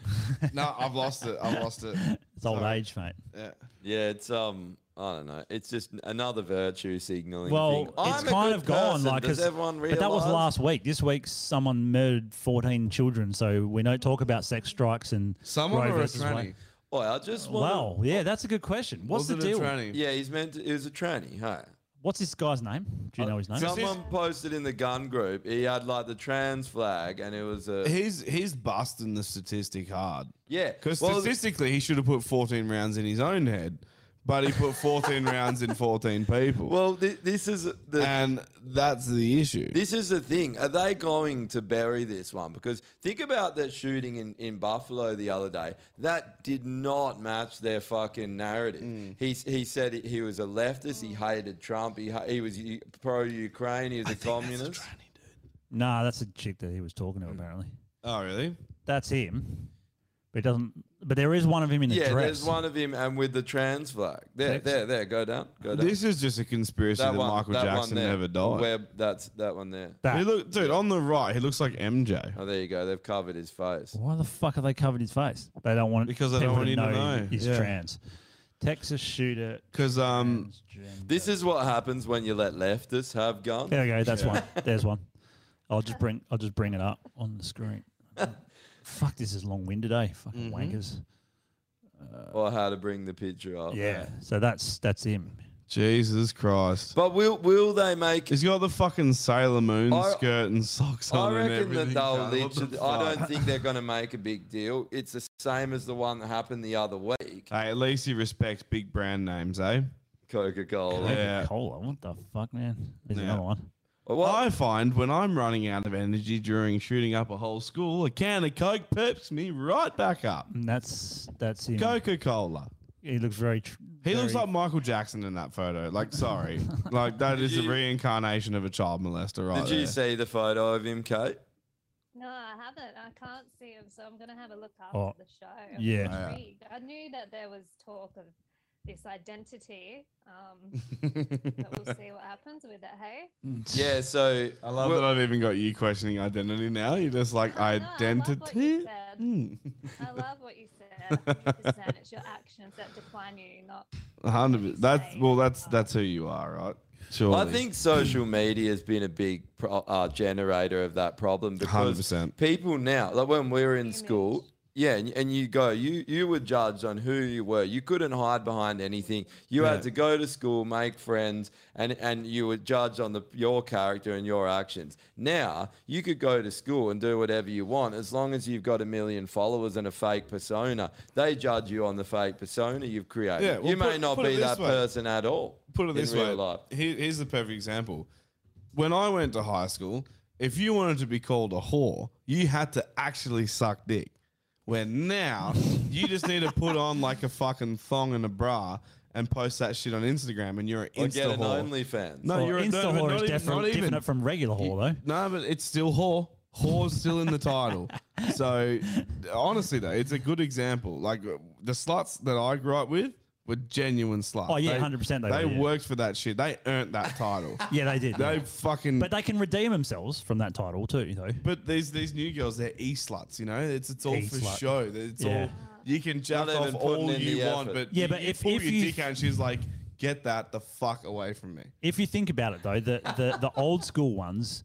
Speaker 2: no, I've lost it. I've lost it.
Speaker 3: It's old
Speaker 2: Sorry.
Speaker 3: age, mate.
Speaker 2: Yeah.
Speaker 4: Yeah, it's um, I don't know. It's just another virtue signaling.
Speaker 3: Well,
Speaker 4: thing.
Speaker 3: it's
Speaker 4: I'm a
Speaker 3: kind
Speaker 4: good
Speaker 3: of gone.
Speaker 4: person.
Speaker 3: Like,
Speaker 4: does
Speaker 3: 'cause-
Speaker 4: everyone realize?
Speaker 3: but that was last week. This week, someone murdered 14 children. So we don't talk about sex strikes and Roe versus Wade.
Speaker 4: Boy, I just want
Speaker 3: Wow. Yeah, that's a good question. What's the deal?
Speaker 4: Yeah, he's meant. To, it was a tranny. Hey.
Speaker 3: What's this guy's name? Do you
Speaker 4: Uh,
Speaker 3: know his name?
Speaker 4: Someone posted in the gun group. He had like the trans flag, and it was a.
Speaker 2: He's he's busting the statistic hard.
Speaker 4: Yeah,
Speaker 2: Because
Speaker 4: well-
Speaker 2: statistically, he should have put 14 rounds in his own head, but he put 14 rounds in 14 people.
Speaker 4: Well, th- this is the
Speaker 2: and that's the issue.
Speaker 4: This is the thing. Are they going to bury this one? Because think about that shooting in, in Buffalo the other day. That did not match their fucking narrative.
Speaker 2: Mm.
Speaker 4: He, he said he- he was a leftist. He hated Trump. He, ha- he was pro Ukraine. He was a communist.
Speaker 3: Nah, that's a chick that he was talking to apparently.
Speaker 2: Oh, really?
Speaker 3: That's him. But it doesn't. But there is one of him in a
Speaker 4: yeah,
Speaker 3: dress.
Speaker 4: there's one of him and with the trans flag. There,
Speaker 3: Next.
Speaker 4: there, there. Go down. Go down.
Speaker 2: This is just a conspiracy that, Michael
Speaker 4: uh, that
Speaker 2: Jackson
Speaker 4: there.
Speaker 2: never died.
Speaker 4: Web, that's that one there.
Speaker 2: He look, dude, on the right, he looks like MJ.
Speaker 4: Oh, there you go. They've covered his face.
Speaker 3: Why the fuck have they covered his face? They don't want
Speaker 2: Because they don't
Speaker 3: people
Speaker 2: want you to
Speaker 3: know
Speaker 2: know,
Speaker 3: he's
Speaker 2: yeah.
Speaker 3: trans. Texas shooter.
Speaker 2: Because um,
Speaker 4: this is what happens when you let leftists have guns.
Speaker 3: There we go. That's one. There's one. I'll just bring. I'll just bring it up on the screen. Fuck, this is long-winded, eh? Fucking
Speaker 4: Mhm.
Speaker 3: wankers.
Speaker 4: or how to bring the picture up.
Speaker 3: Yeah. So that's that's him.
Speaker 2: Jesus Christ.
Speaker 4: But will will they make?
Speaker 2: He's got the fucking Sailor Moon
Speaker 4: I-
Speaker 2: skirt and socks on.
Speaker 4: I
Speaker 2: and
Speaker 4: reckon that
Speaker 2: everything,
Speaker 4: they'll
Speaker 2: Carl. What
Speaker 4: literally.
Speaker 2: the
Speaker 4: I
Speaker 2: fuck?
Speaker 4: don't think they're going to make a big deal. It's the same as the one that happened the other week.
Speaker 2: Hey, at least you respect big brand names, eh?
Speaker 4: Coca Cola.
Speaker 2: Yeah.
Speaker 3: Cola. What the fuck, man? There's
Speaker 2: Yeah.
Speaker 3: another one.
Speaker 2: I find when I'm running out of energy during shooting up a whole school, a can of Coke peps me right back up.
Speaker 3: And that's that's him.
Speaker 2: Coca Cola.
Speaker 3: He looks very. Tr-
Speaker 2: He looks
Speaker 3: very-
Speaker 2: like Michael Jackson in that photo. Like, sorry, like that is a reincarnation of a child molester, right?
Speaker 4: Did
Speaker 2: there.
Speaker 4: you see the photo of him, Kate?
Speaker 5: No, I haven't. I can't see him, so I'm going to have a look after
Speaker 4: Oh,
Speaker 5: the show. I'm
Speaker 4: yeah. Yeah.
Speaker 5: intrigued. I knew that there was talk of this identity. Um, but we'll see what happens with it, hey?
Speaker 4: Yeah. So
Speaker 2: I love
Speaker 4: well-
Speaker 2: that I've even got you questioning identity now. You're just like identity.
Speaker 5: said.
Speaker 2: Mm.
Speaker 5: I love what you said. 100%. it's your actions that define you, not.
Speaker 2: A hundred. per- That's well. That's that's who you are, right? Sure.
Speaker 4: I think social media has been a big pro- uh, generator of that problem because
Speaker 2: 100%.
Speaker 4: people now, like when we were in school, yeah, and, and you go, you you were judged on who you were. You couldn't hide behind anything. You
Speaker 2: Yeah.
Speaker 4: had to go to school, make friends, and and you were judged on the your character and your actions. Now you could go to school and do whatever you want as long as you've got a million followers and a fake persona. They judge you on the fake persona you've created.
Speaker 2: Yeah, well,
Speaker 4: you may
Speaker 2: put-
Speaker 4: not
Speaker 2: put it
Speaker 4: be
Speaker 2: this
Speaker 4: that
Speaker 2: way.
Speaker 4: person at all.
Speaker 2: put it
Speaker 4: in
Speaker 2: this
Speaker 4: real
Speaker 2: way.
Speaker 4: life.
Speaker 2: Here, here's the perfect example. When I went to high school, if you wanted to be called a whore, you had to actually suck dick. Where now you just need to put on like a fucking thong and a bra and post that shit on Instagram, and you're an
Speaker 4: Or
Speaker 2: insta
Speaker 4: get an
Speaker 2: whore.
Speaker 4: OnlyFans.
Speaker 2: No,
Speaker 3: Well,
Speaker 2: you're
Speaker 3: Insta
Speaker 2: no, no,
Speaker 3: whore
Speaker 2: not
Speaker 3: is
Speaker 2: even-
Speaker 3: different,
Speaker 2: not even.
Speaker 3: different from regular whore
Speaker 2: No, but it's still whore. Whore's still in the title. So honestly, though, it's a good example. Like uh, the sluts that I grew up with were genuine sluts.
Speaker 3: Oh, yeah,
Speaker 2: They-
Speaker 3: 100% they
Speaker 2: They
Speaker 3: were, yeah.
Speaker 2: worked for that shit. They earned that title.
Speaker 3: though. Yeah, they did.
Speaker 2: They
Speaker 3: yeah.
Speaker 2: fucking.
Speaker 3: But they can redeem themselves from that title too, though.
Speaker 2: But these these new girls, they're e sluts. You know, it's it's all
Speaker 3: E
Speaker 2: for
Speaker 3: slut.
Speaker 2: show. It's
Speaker 3: Yeah.
Speaker 2: all you can jack
Speaker 4: Not
Speaker 2: off
Speaker 4: even putting
Speaker 2: all
Speaker 4: in
Speaker 2: you
Speaker 4: the
Speaker 2: want,
Speaker 4: effort.
Speaker 2: but
Speaker 3: Yeah,
Speaker 2: you-
Speaker 3: but
Speaker 2: you
Speaker 3: if-
Speaker 2: pull
Speaker 3: if
Speaker 2: your
Speaker 3: you-
Speaker 2: dick out, and she's like, "Get that the fuck away from me."
Speaker 3: If you think about it, though, the, the, the old school ones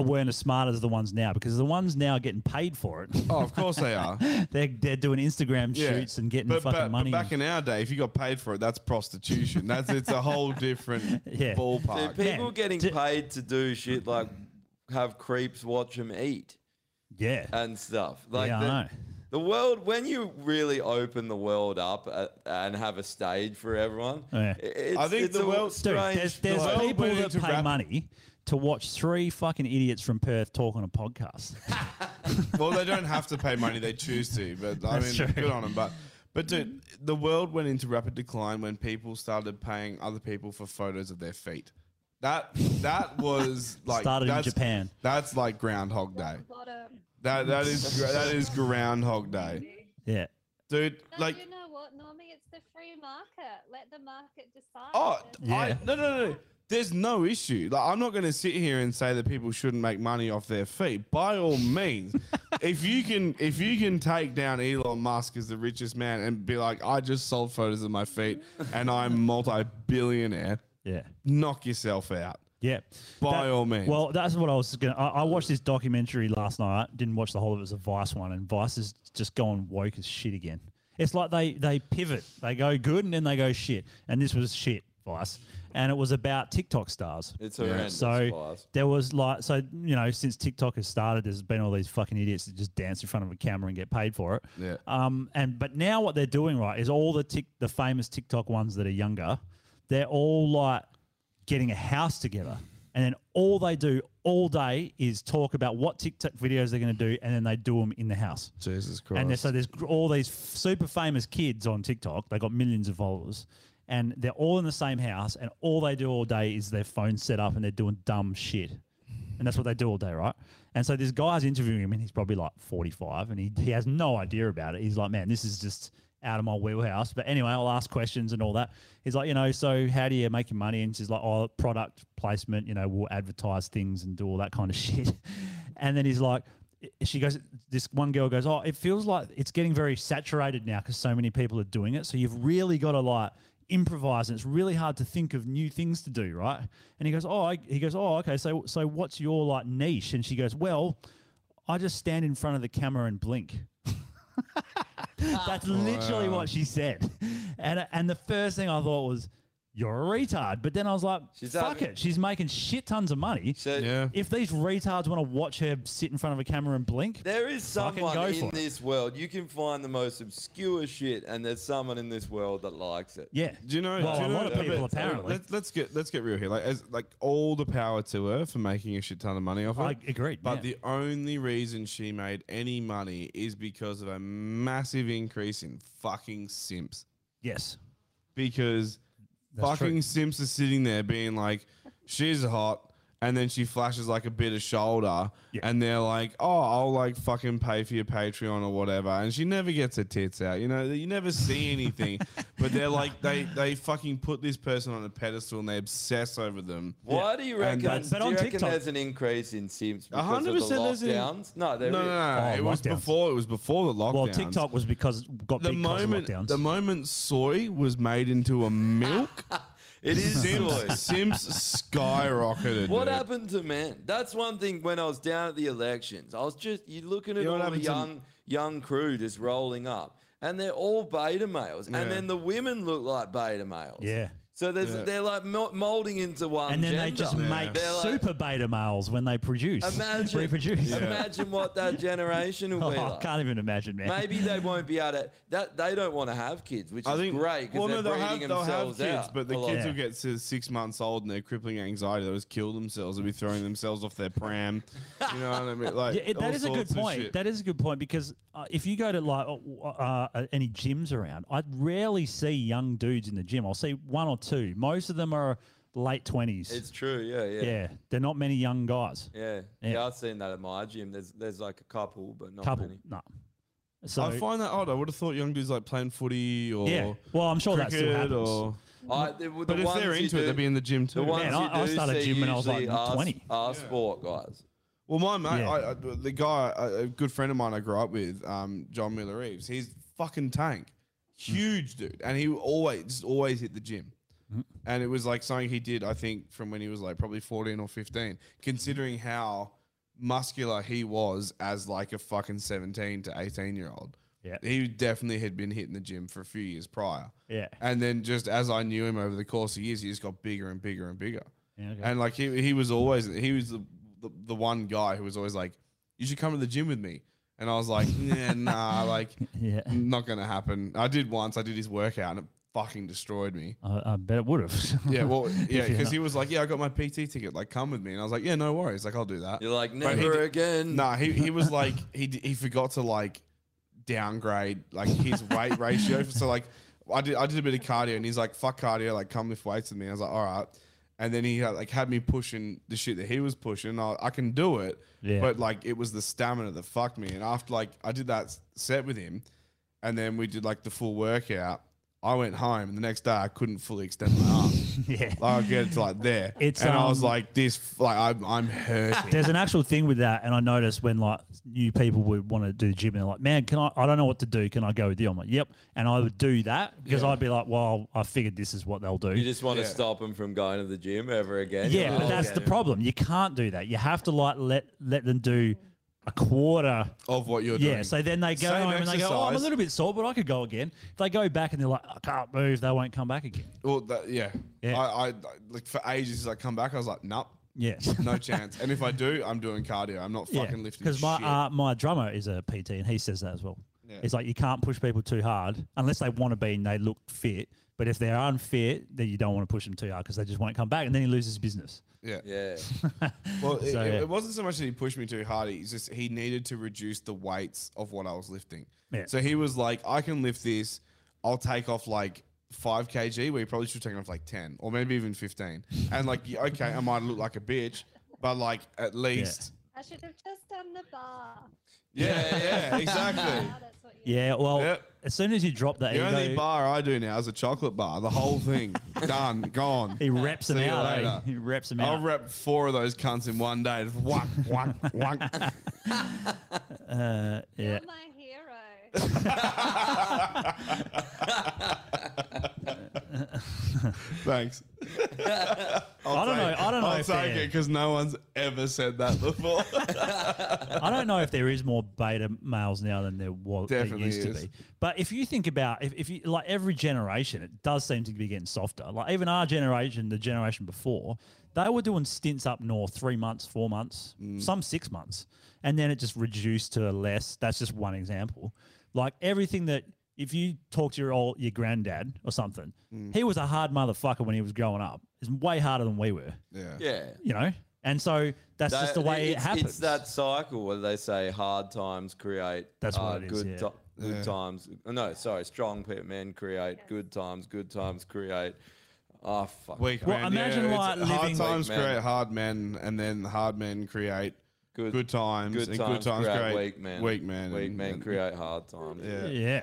Speaker 3: weren't as smart as the ones now because the ones now are getting paid for it.
Speaker 2: Oh, of course they are.
Speaker 3: they're, they're doing Instagram shoots and getting
Speaker 2: but,
Speaker 3: fucking
Speaker 2: but- but
Speaker 3: money.
Speaker 2: back in our day, if you got paid for it, that's prostitution. That's it's a whole different
Speaker 3: Yeah.
Speaker 2: ballpark.
Speaker 4: Dude, people getting paid to do shit like have creeps watch them eat.
Speaker 3: Yeah.
Speaker 4: And stuff. Uh, Like
Speaker 3: Yeah, I
Speaker 4: the,
Speaker 3: know.
Speaker 4: the world, when you really open the world up uh, and have a stage for everyone,
Speaker 3: Oh, Yeah.
Speaker 4: i- it's,
Speaker 2: I think
Speaker 4: it's
Speaker 2: the
Speaker 4: a
Speaker 2: world-
Speaker 3: Dude,
Speaker 4: strange.
Speaker 3: there's, there's
Speaker 4: like-
Speaker 3: people
Speaker 2: went
Speaker 3: that
Speaker 2: into
Speaker 3: pay
Speaker 2: rap-
Speaker 3: money to watch three fucking idiots from Perth talk on a podcast.
Speaker 2: well, they don't have to pay money; they choose to. But I mean,
Speaker 3: That's true.
Speaker 2: good on them. But but dude, the world went into rapid decline when people started paying other people for photos of their feet. That that was like
Speaker 3: Started in
Speaker 2: that's-
Speaker 3: Japan.
Speaker 2: That's like Groundhog Day. That that is that is Groundhog Day,
Speaker 3: yeah.
Speaker 2: dude.
Speaker 5: No,
Speaker 2: Like
Speaker 5: you know what? Normally it's the free market. Let the market decide.
Speaker 2: Oh,
Speaker 5: There's-
Speaker 2: I, no, no, no. There's no issue. Like, I'm not going to sit here and say that people shouldn't make money off their feet. By all means, if you can, if you can take down Elon Musk as the richest man and be like, I just sold photos of my feet and I'm multi-billionaire.
Speaker 3: Yeah.
Speaker 2: Knock yourself out.
Speaker 3: Yeah.
Speaker 2: By
Speaker 3: That-
Speaker 2: all means.
Speaker 3: Well, that's what I was going to. I I watched this documentary last night. Didn't watch the whole of it. It was a Vice one, and Vice is just going woke as shit again. It's like they, they pivot. They go good and then they go shit. And this was shit, Vice. And it was about TikTok stars.
Speaker 4: It's horrendous,
Speaker 3: So
Speaker 4: Vice.
Speaker 3: there was like, so, you know, since TikTok has started, there's been all these fucking idiots that just dance in front of a camera and get paid for it.
Speaker 2: Yeah.
Speaker 3: Um, and but now what they're doing right is all the tick, the famous TikTok ones that are younger, they're all like getting a house together, and then all they do all day is talk about what TikTok videos they're going to do, and then they do them in the house.
Speaker 2: Jesus Christ.
Speaker 3: And there's- so there's gr- all these f- super famous kids on TikTok. They got millions of followers, and they're all in the same house, and all they do all day is their phone set up, and they're doing dumb shit, and that's what they do all day, right? And so this guy's interviewing him, and he's probably like 45, and he he has no idea about it. He's like, man, this is just out of my wheelhouse. But anyway, I'll ask questions and all that. He's like, you know, so how do you make your money? And she's like, oh, product placement. You know, we'll advertise things and do all that kind of shit. And then he's like, it- she goes, this one girl goes, oh, it feels like it's getting very saturated now because so many people are doing it. So you've really got to like improvise, and it's really hard to think of new things to do, right? And he goes, oh, I, he goes, oh, okay. So so what's your like niche? And she goes, well, I just stand in front of the camera and blink. That's literally
Speaker 4: Wow.
Speaker 3: what she said. And and the first thing I thought was, you're a retard. But then I was like, fuck
Speaker 4: having-
Speaker 3: it. She's making shit tons of money.
Speaker 4: Yeah.
Speaker 3: If these retards want to watch her sit in front of a camera and blink,
Speaker 4: There is
Speaker 3: fucking
Speaker 4: someone
Speaker 3: go
Speaker 4: in
Speaker 3: for it.
Speaker 4: this world. You can find the most obscure shit, and there's someone in this world that likes it.
Speaker 3: Yeah.
Speaker 4: Do
Speaker 2: you know?
Speaker 3: Well,
Speaker 2: do you
Speaker 3: a
Speaker 2: know-
Speaker 3: lot of
Speaker 2: but-
Speaker 3: people
Speaker 2: but
Speaker 3: apparently.
Speaker 2: Let's, let's get let's get real here. Like, as, like all the power to her for making a shit ton of money off it.
Speaker 3: I agreed,
Speaker 2: But
Speaker 3: yeah.
Speaker 2: the only reason she made any money is because of a massive increase in fucking simps.
Speaker 3: Yes.
Speaker 2: Because
Speaker 3: That's
Speaker 2: fucking
Speaker 3: true.
Speaker 2: simps are sitting there being like, she's hot. And then she flashes like a bit of shoulder, and they're like, "Oh, I'll like fucking pay for your Patreon or whatever." And she never gets her tits out, you know. You never see anything, but they're like, they they fucking put this person on a pedestal and they obsess over them.
Speaker 4: Why do you reckon?
Speaker 2: And that's-
Speaker 4: do you reckon there's an increase in Sims
Speaker 2: A
Speaker 4: because of the
Speaker 2: there's an-
Speaker 4: lockdowns? No, there
Speaker 2: no, no,
Speaker 4: is.
Speaker 2: no, no. it was before. It was before the lockdown.
Speaker 3: Oh, Well, TikTok was because got
Speaker 2: the
Speaker 3: big cause of
Speaker 2: moment
Speaker 3: lockdowns.
Speaker 2: the moment soy was made into a milk.
Speaker 4: it is soy.
Speaker 2: Sims, Sims skyrocketed.
Speaker 4: What
Speaker 2: dude.
Speaker 4: happened to men? That's one thing. When I was down at the elections, I was just you looking at
Speaker 2: You know what
Speaker 4: all the
Speaker 2: happened to-
Speaker 4: young young crew just rolling up, and they're all beta males,
Speaker 3: Yeah.
Speaker 4: and then the women look like beta males.
Speaker 3: Yeah.
Speaker 4: So there's,
Speaker 3: Yeah.
Speaker 4: they're like mo- molding into one.
Speaker 3: and then they
Speaker 4: gender.
Speaker 3: just make
Speaker 4: They're like-
Speaker 3: super beta males when they produce.
Speaker 4: Imagine,
Speaker 3: reproduce.
Speaker 4: imagine what that generation will
Speaker 3: Oh,
Speaker 4: be
Speaker 3: I
Speaker 4: like.
Speaker 3: can't even imagine, man.
Speaker 4: Maybe they won't be able to. That they don't want to have kids, which is great because they're breeding themselves out.
Speaker 2: but the
Speaker 4: a lot.
Speaker 2: kids will get to six months old and their crippling anxiety. They'll just kill themselves. They'll be throwing themselves off their pram. You know what I mean? Like
Speaker 3: yeah, it-
Speaker 2: all
Speaker 3: that is a good
Speaker 2: sorts of
Speaker 3: point.
Speaker 2: shit.
Speaker 3: That is a good point because uh, if you go to like uh, uh, any gyms around, I rarely see young dudes in the gym. I'll see one or two. Most of them are late twenties.
Speaker 4: It's true. Yeah, yeah,
Speaker 3: yeah, they're not many young guys.
Speaker 4: yeah,
Speaker 3: Yeah.
Speaker 4: Yeah, I've seen that at my gym. There's there's like a couple, but not
Speaker 3: Couple,
Speaker 4: many.
Speaker 3: no. So
Speaker 2: I find that odd. I would have thought young dudes like playing footy or
Speaker 3: Yeah. Well, I'm sure that still
Speaker 2: cricket
Speaker 3: happens.
Speaker 2: Or,
Speaker 4: I, the, the
Speaker 2: But if
Speaker 4: ones
Speaker 2: they're
Speaker 4: you
Speaker 2: into it,
Speaker 4: do-
Speaker 2: they'll be in the gym too.
Speaker 4: The ones
Speaker 2: Man,
Speaker 4: you
Speaker 2: I- I
Speaker 4: do
Speaker 2: started
Speaker 4: see
Speaker 2: gym when I was, like,
Speaker 4: usually are,
Speaker 2: 20.
Speaker 4: Are sport guys.
Speaker 2: Well, my mate,
Speaker 4: Yeah.
Speaker 2: I, I, the guy, a a good friend of mine I grew up with, um, John Miller Reeves, he's fucking tank,
Speaker 3: Hmm.
Speaker 2: huge dude, and he always just always hit the gym,
Speaker 3: Hmm.
Speaker 2: and it was like something he did, I think, from when he was like probably fourteen or fifteen, considering how muscular he was as like a fucking seventeen to eighteen year old.
Speaker 3: Yeah.
Speaker 2: he definitely had been hitting the gym for a few years prior.
Speaker 3: Yeah.
Speaker 2: And then just as I knew him over the course of years, he just got bigger and bigger and bigger.
Speaker 3: Yeah, okay.
Speaker 2: And like he, he was always he was the, the the one guy who was always like, "You should come to the gym with me." And I was like, "Nah, nah, like,
Speaker 3: yeah.
Speaker 2: not gonna happen." I did once. I did his workout, and it fucking destroyed me.
Speaker 3: I, I bet it would have.
Speaker 2: Yeah, well, yeah,
Speaker 3: If you're
Speaker 2: because
Speaker 3: not-
Speaker 2: he was like, "Yeah, I got my PT ticket. Like, come with me." And I was like, "Yeah, no worries. Like, I'll do that."
Speaker 4: You're like,
Speaker 2: But he
Speaker 4: "Never
Speaker 2: did-
Speaker 4: again."
Speaker 2: Nah, he he was like, he d- he forgot to like downgrade like his weight ratio. So like, I did I did a bit of cardio, and he's like, "Fuck cardio. Like, come lift weights with me." I was like, "All right." And then he had, like had me pushing the shit that he was pushing. I, I can do it,
Speaker 3: Yeah.
Speaker 2: but like it was the stamina that fucked me. And after like I did that s- set with him, and then we did like the full workout. I went home, and the next day I couldn't fully extend my arm.
Speaker 3: yeah,
Speaker 2: like, I get it to like there.
Speaker 3: It's,
Speaker 2: and I was
Speaker 3: um,
Speaker 2: like this, like I'm I'm hurting.
Speaker 3: There's an actual thing with that, and I noticed when like new people would want to do the gym, and they're like, "Man, can I? I don't know what to do. Can I go with you?" I'm like, "Yep," and I would do that because
Speaker 4: Yeah.
Speaker 3: I'd be like, "Well, I figured this is what they'll do."
Speaker 4: You just want to stop them from going to the gym ever again.
Speaker 3: yeah, but that's the problem. You can't do that. You have to like let let them do a quarter
Speaker 2: of what you're
Speaker 3: yeah,
Speaker 2: doing.
Speaker 3: so then they go
Speaker 2: Same
Speaker 3: home and they go, "Oh, I'm a
Speaker 2: exercise.
Speaker 3: little bit sore, but I could go again." If they go back and they're like, "I can't move," they won't come back again.
Speaker 2: Well, that, yeah,
Speaker 3: Yeah.
Speaker 2: I, I like for ages. I come back, I was like, nope,
Speaker 3: Yeah.
Speaker 2: no chance. And if I do, I'm doing cardio. I'm not fucking lifting.
Speaker 3: Because my
Speaker 2: shit.
Speaker 3: uh, my drummer is a PT and he says that as well.
Speaker 2: Yeah.
Speaker 3: It's like you can't push people too hard unless they want to be and they look fit. But if they're unfit, then you don't want to push them too hard because they just won't come back, and then he loses business.
Speaker 2: yeah,
Speaker 4: yeah.
Speaker 2: Well, it,
Speaker 3: So,
Speaker 2: it-
Speaker 3: yeah.
Speaker 2: it wasn't so much that he pushed me too hard. He's just he needed to reduce the weights of what I was lifting.
Speaker 3: Yeah.
Speaker 2: So he was like, I can lift this. I'll take off like. 5 kg where you probably should have taken off like 10 or maybe even 15 and like yeah, okay i might look like a bitch but like at least
Speaker 5: I should have just done the bar.
Speaker 2: Yeah, yeah, exactly.
Speaker 5: That's what
Speaker 3: Yeah, well, as soon as you drop that
Speaker 2: The only
Speaker 3: ego,
Speaker 2: bar I do now is a chocolate bar. The whole thing done, gone.
Speaker 3: He reps them
Speaker 2: See you
Speaker 3: out, eh?
Speaker 2: later.
Speaker 3: He reps them
Speaker 2: I'll
Speaker 3: out.
Speaker 2: rep four of those cunts in one day. Just whack, whack, whack.
Speaker 3: uh, yeah.
Speaker 5: My hero.
Speaker 2: Thanks.
Speaker 3: I don't know- I don't know
Speaker 2: I'll
Speaker 3: if
Speaker 2: take
Speaker 3: they're-
Speaker 2: it because no one's ever said that before.
Speaker 3: I don't know if there is more beta males now than there was there
Speaker 2: Definitely
Speaker 3: used
Speaker 2: is.
Speaker 3: to be. But if you think about if, if you like every generation, it does seem to be getting softer. Like even our generation, the generation before, they were doing stints up north three months, four months, some six months. And then it just reduced to less. That's just one example. Like everything that if you talk to your old your granddad or something, he was a hard motherfucker when he was growing up. It's way harder than we were.
Speaker 2: Yeah.
Speaker 4: Yeah.
Speaker 3: You know? And so that's just the
Speaker 4: That-
Speaker 3: way it
Speaker 4: it's-
Speaker 3: happens.
Speaker 4: It's that cycle where they say hard times create uh,
Speaker 3: That's what it is,
Speaker 4: good,
Speaker 3: yeah.
Speaker 4: ti- good
Speaker 3: Yeah.
Speaker 4: times. No, sorry, strong pe- men create good times. Good times create. Oh fuck.
Speaker 2: Weak men. yeah, it's- hard times create hard men, and then hard men create
Speaker 4: good,
Speaker 2: times,
Speaker 4: Good
Speaker 2: and
Speaker 4: times,
Speaker 2: good times create,
Speaker 4: weak men.
Speaker 2: Weak men.
Speaker 4: Weak
Speaker 2: and-
Speaker 4: men
Speaker 2: and-
Speaker 4: create hard times.
Speaker 2: Yeah.
Speaker 3: Yeah.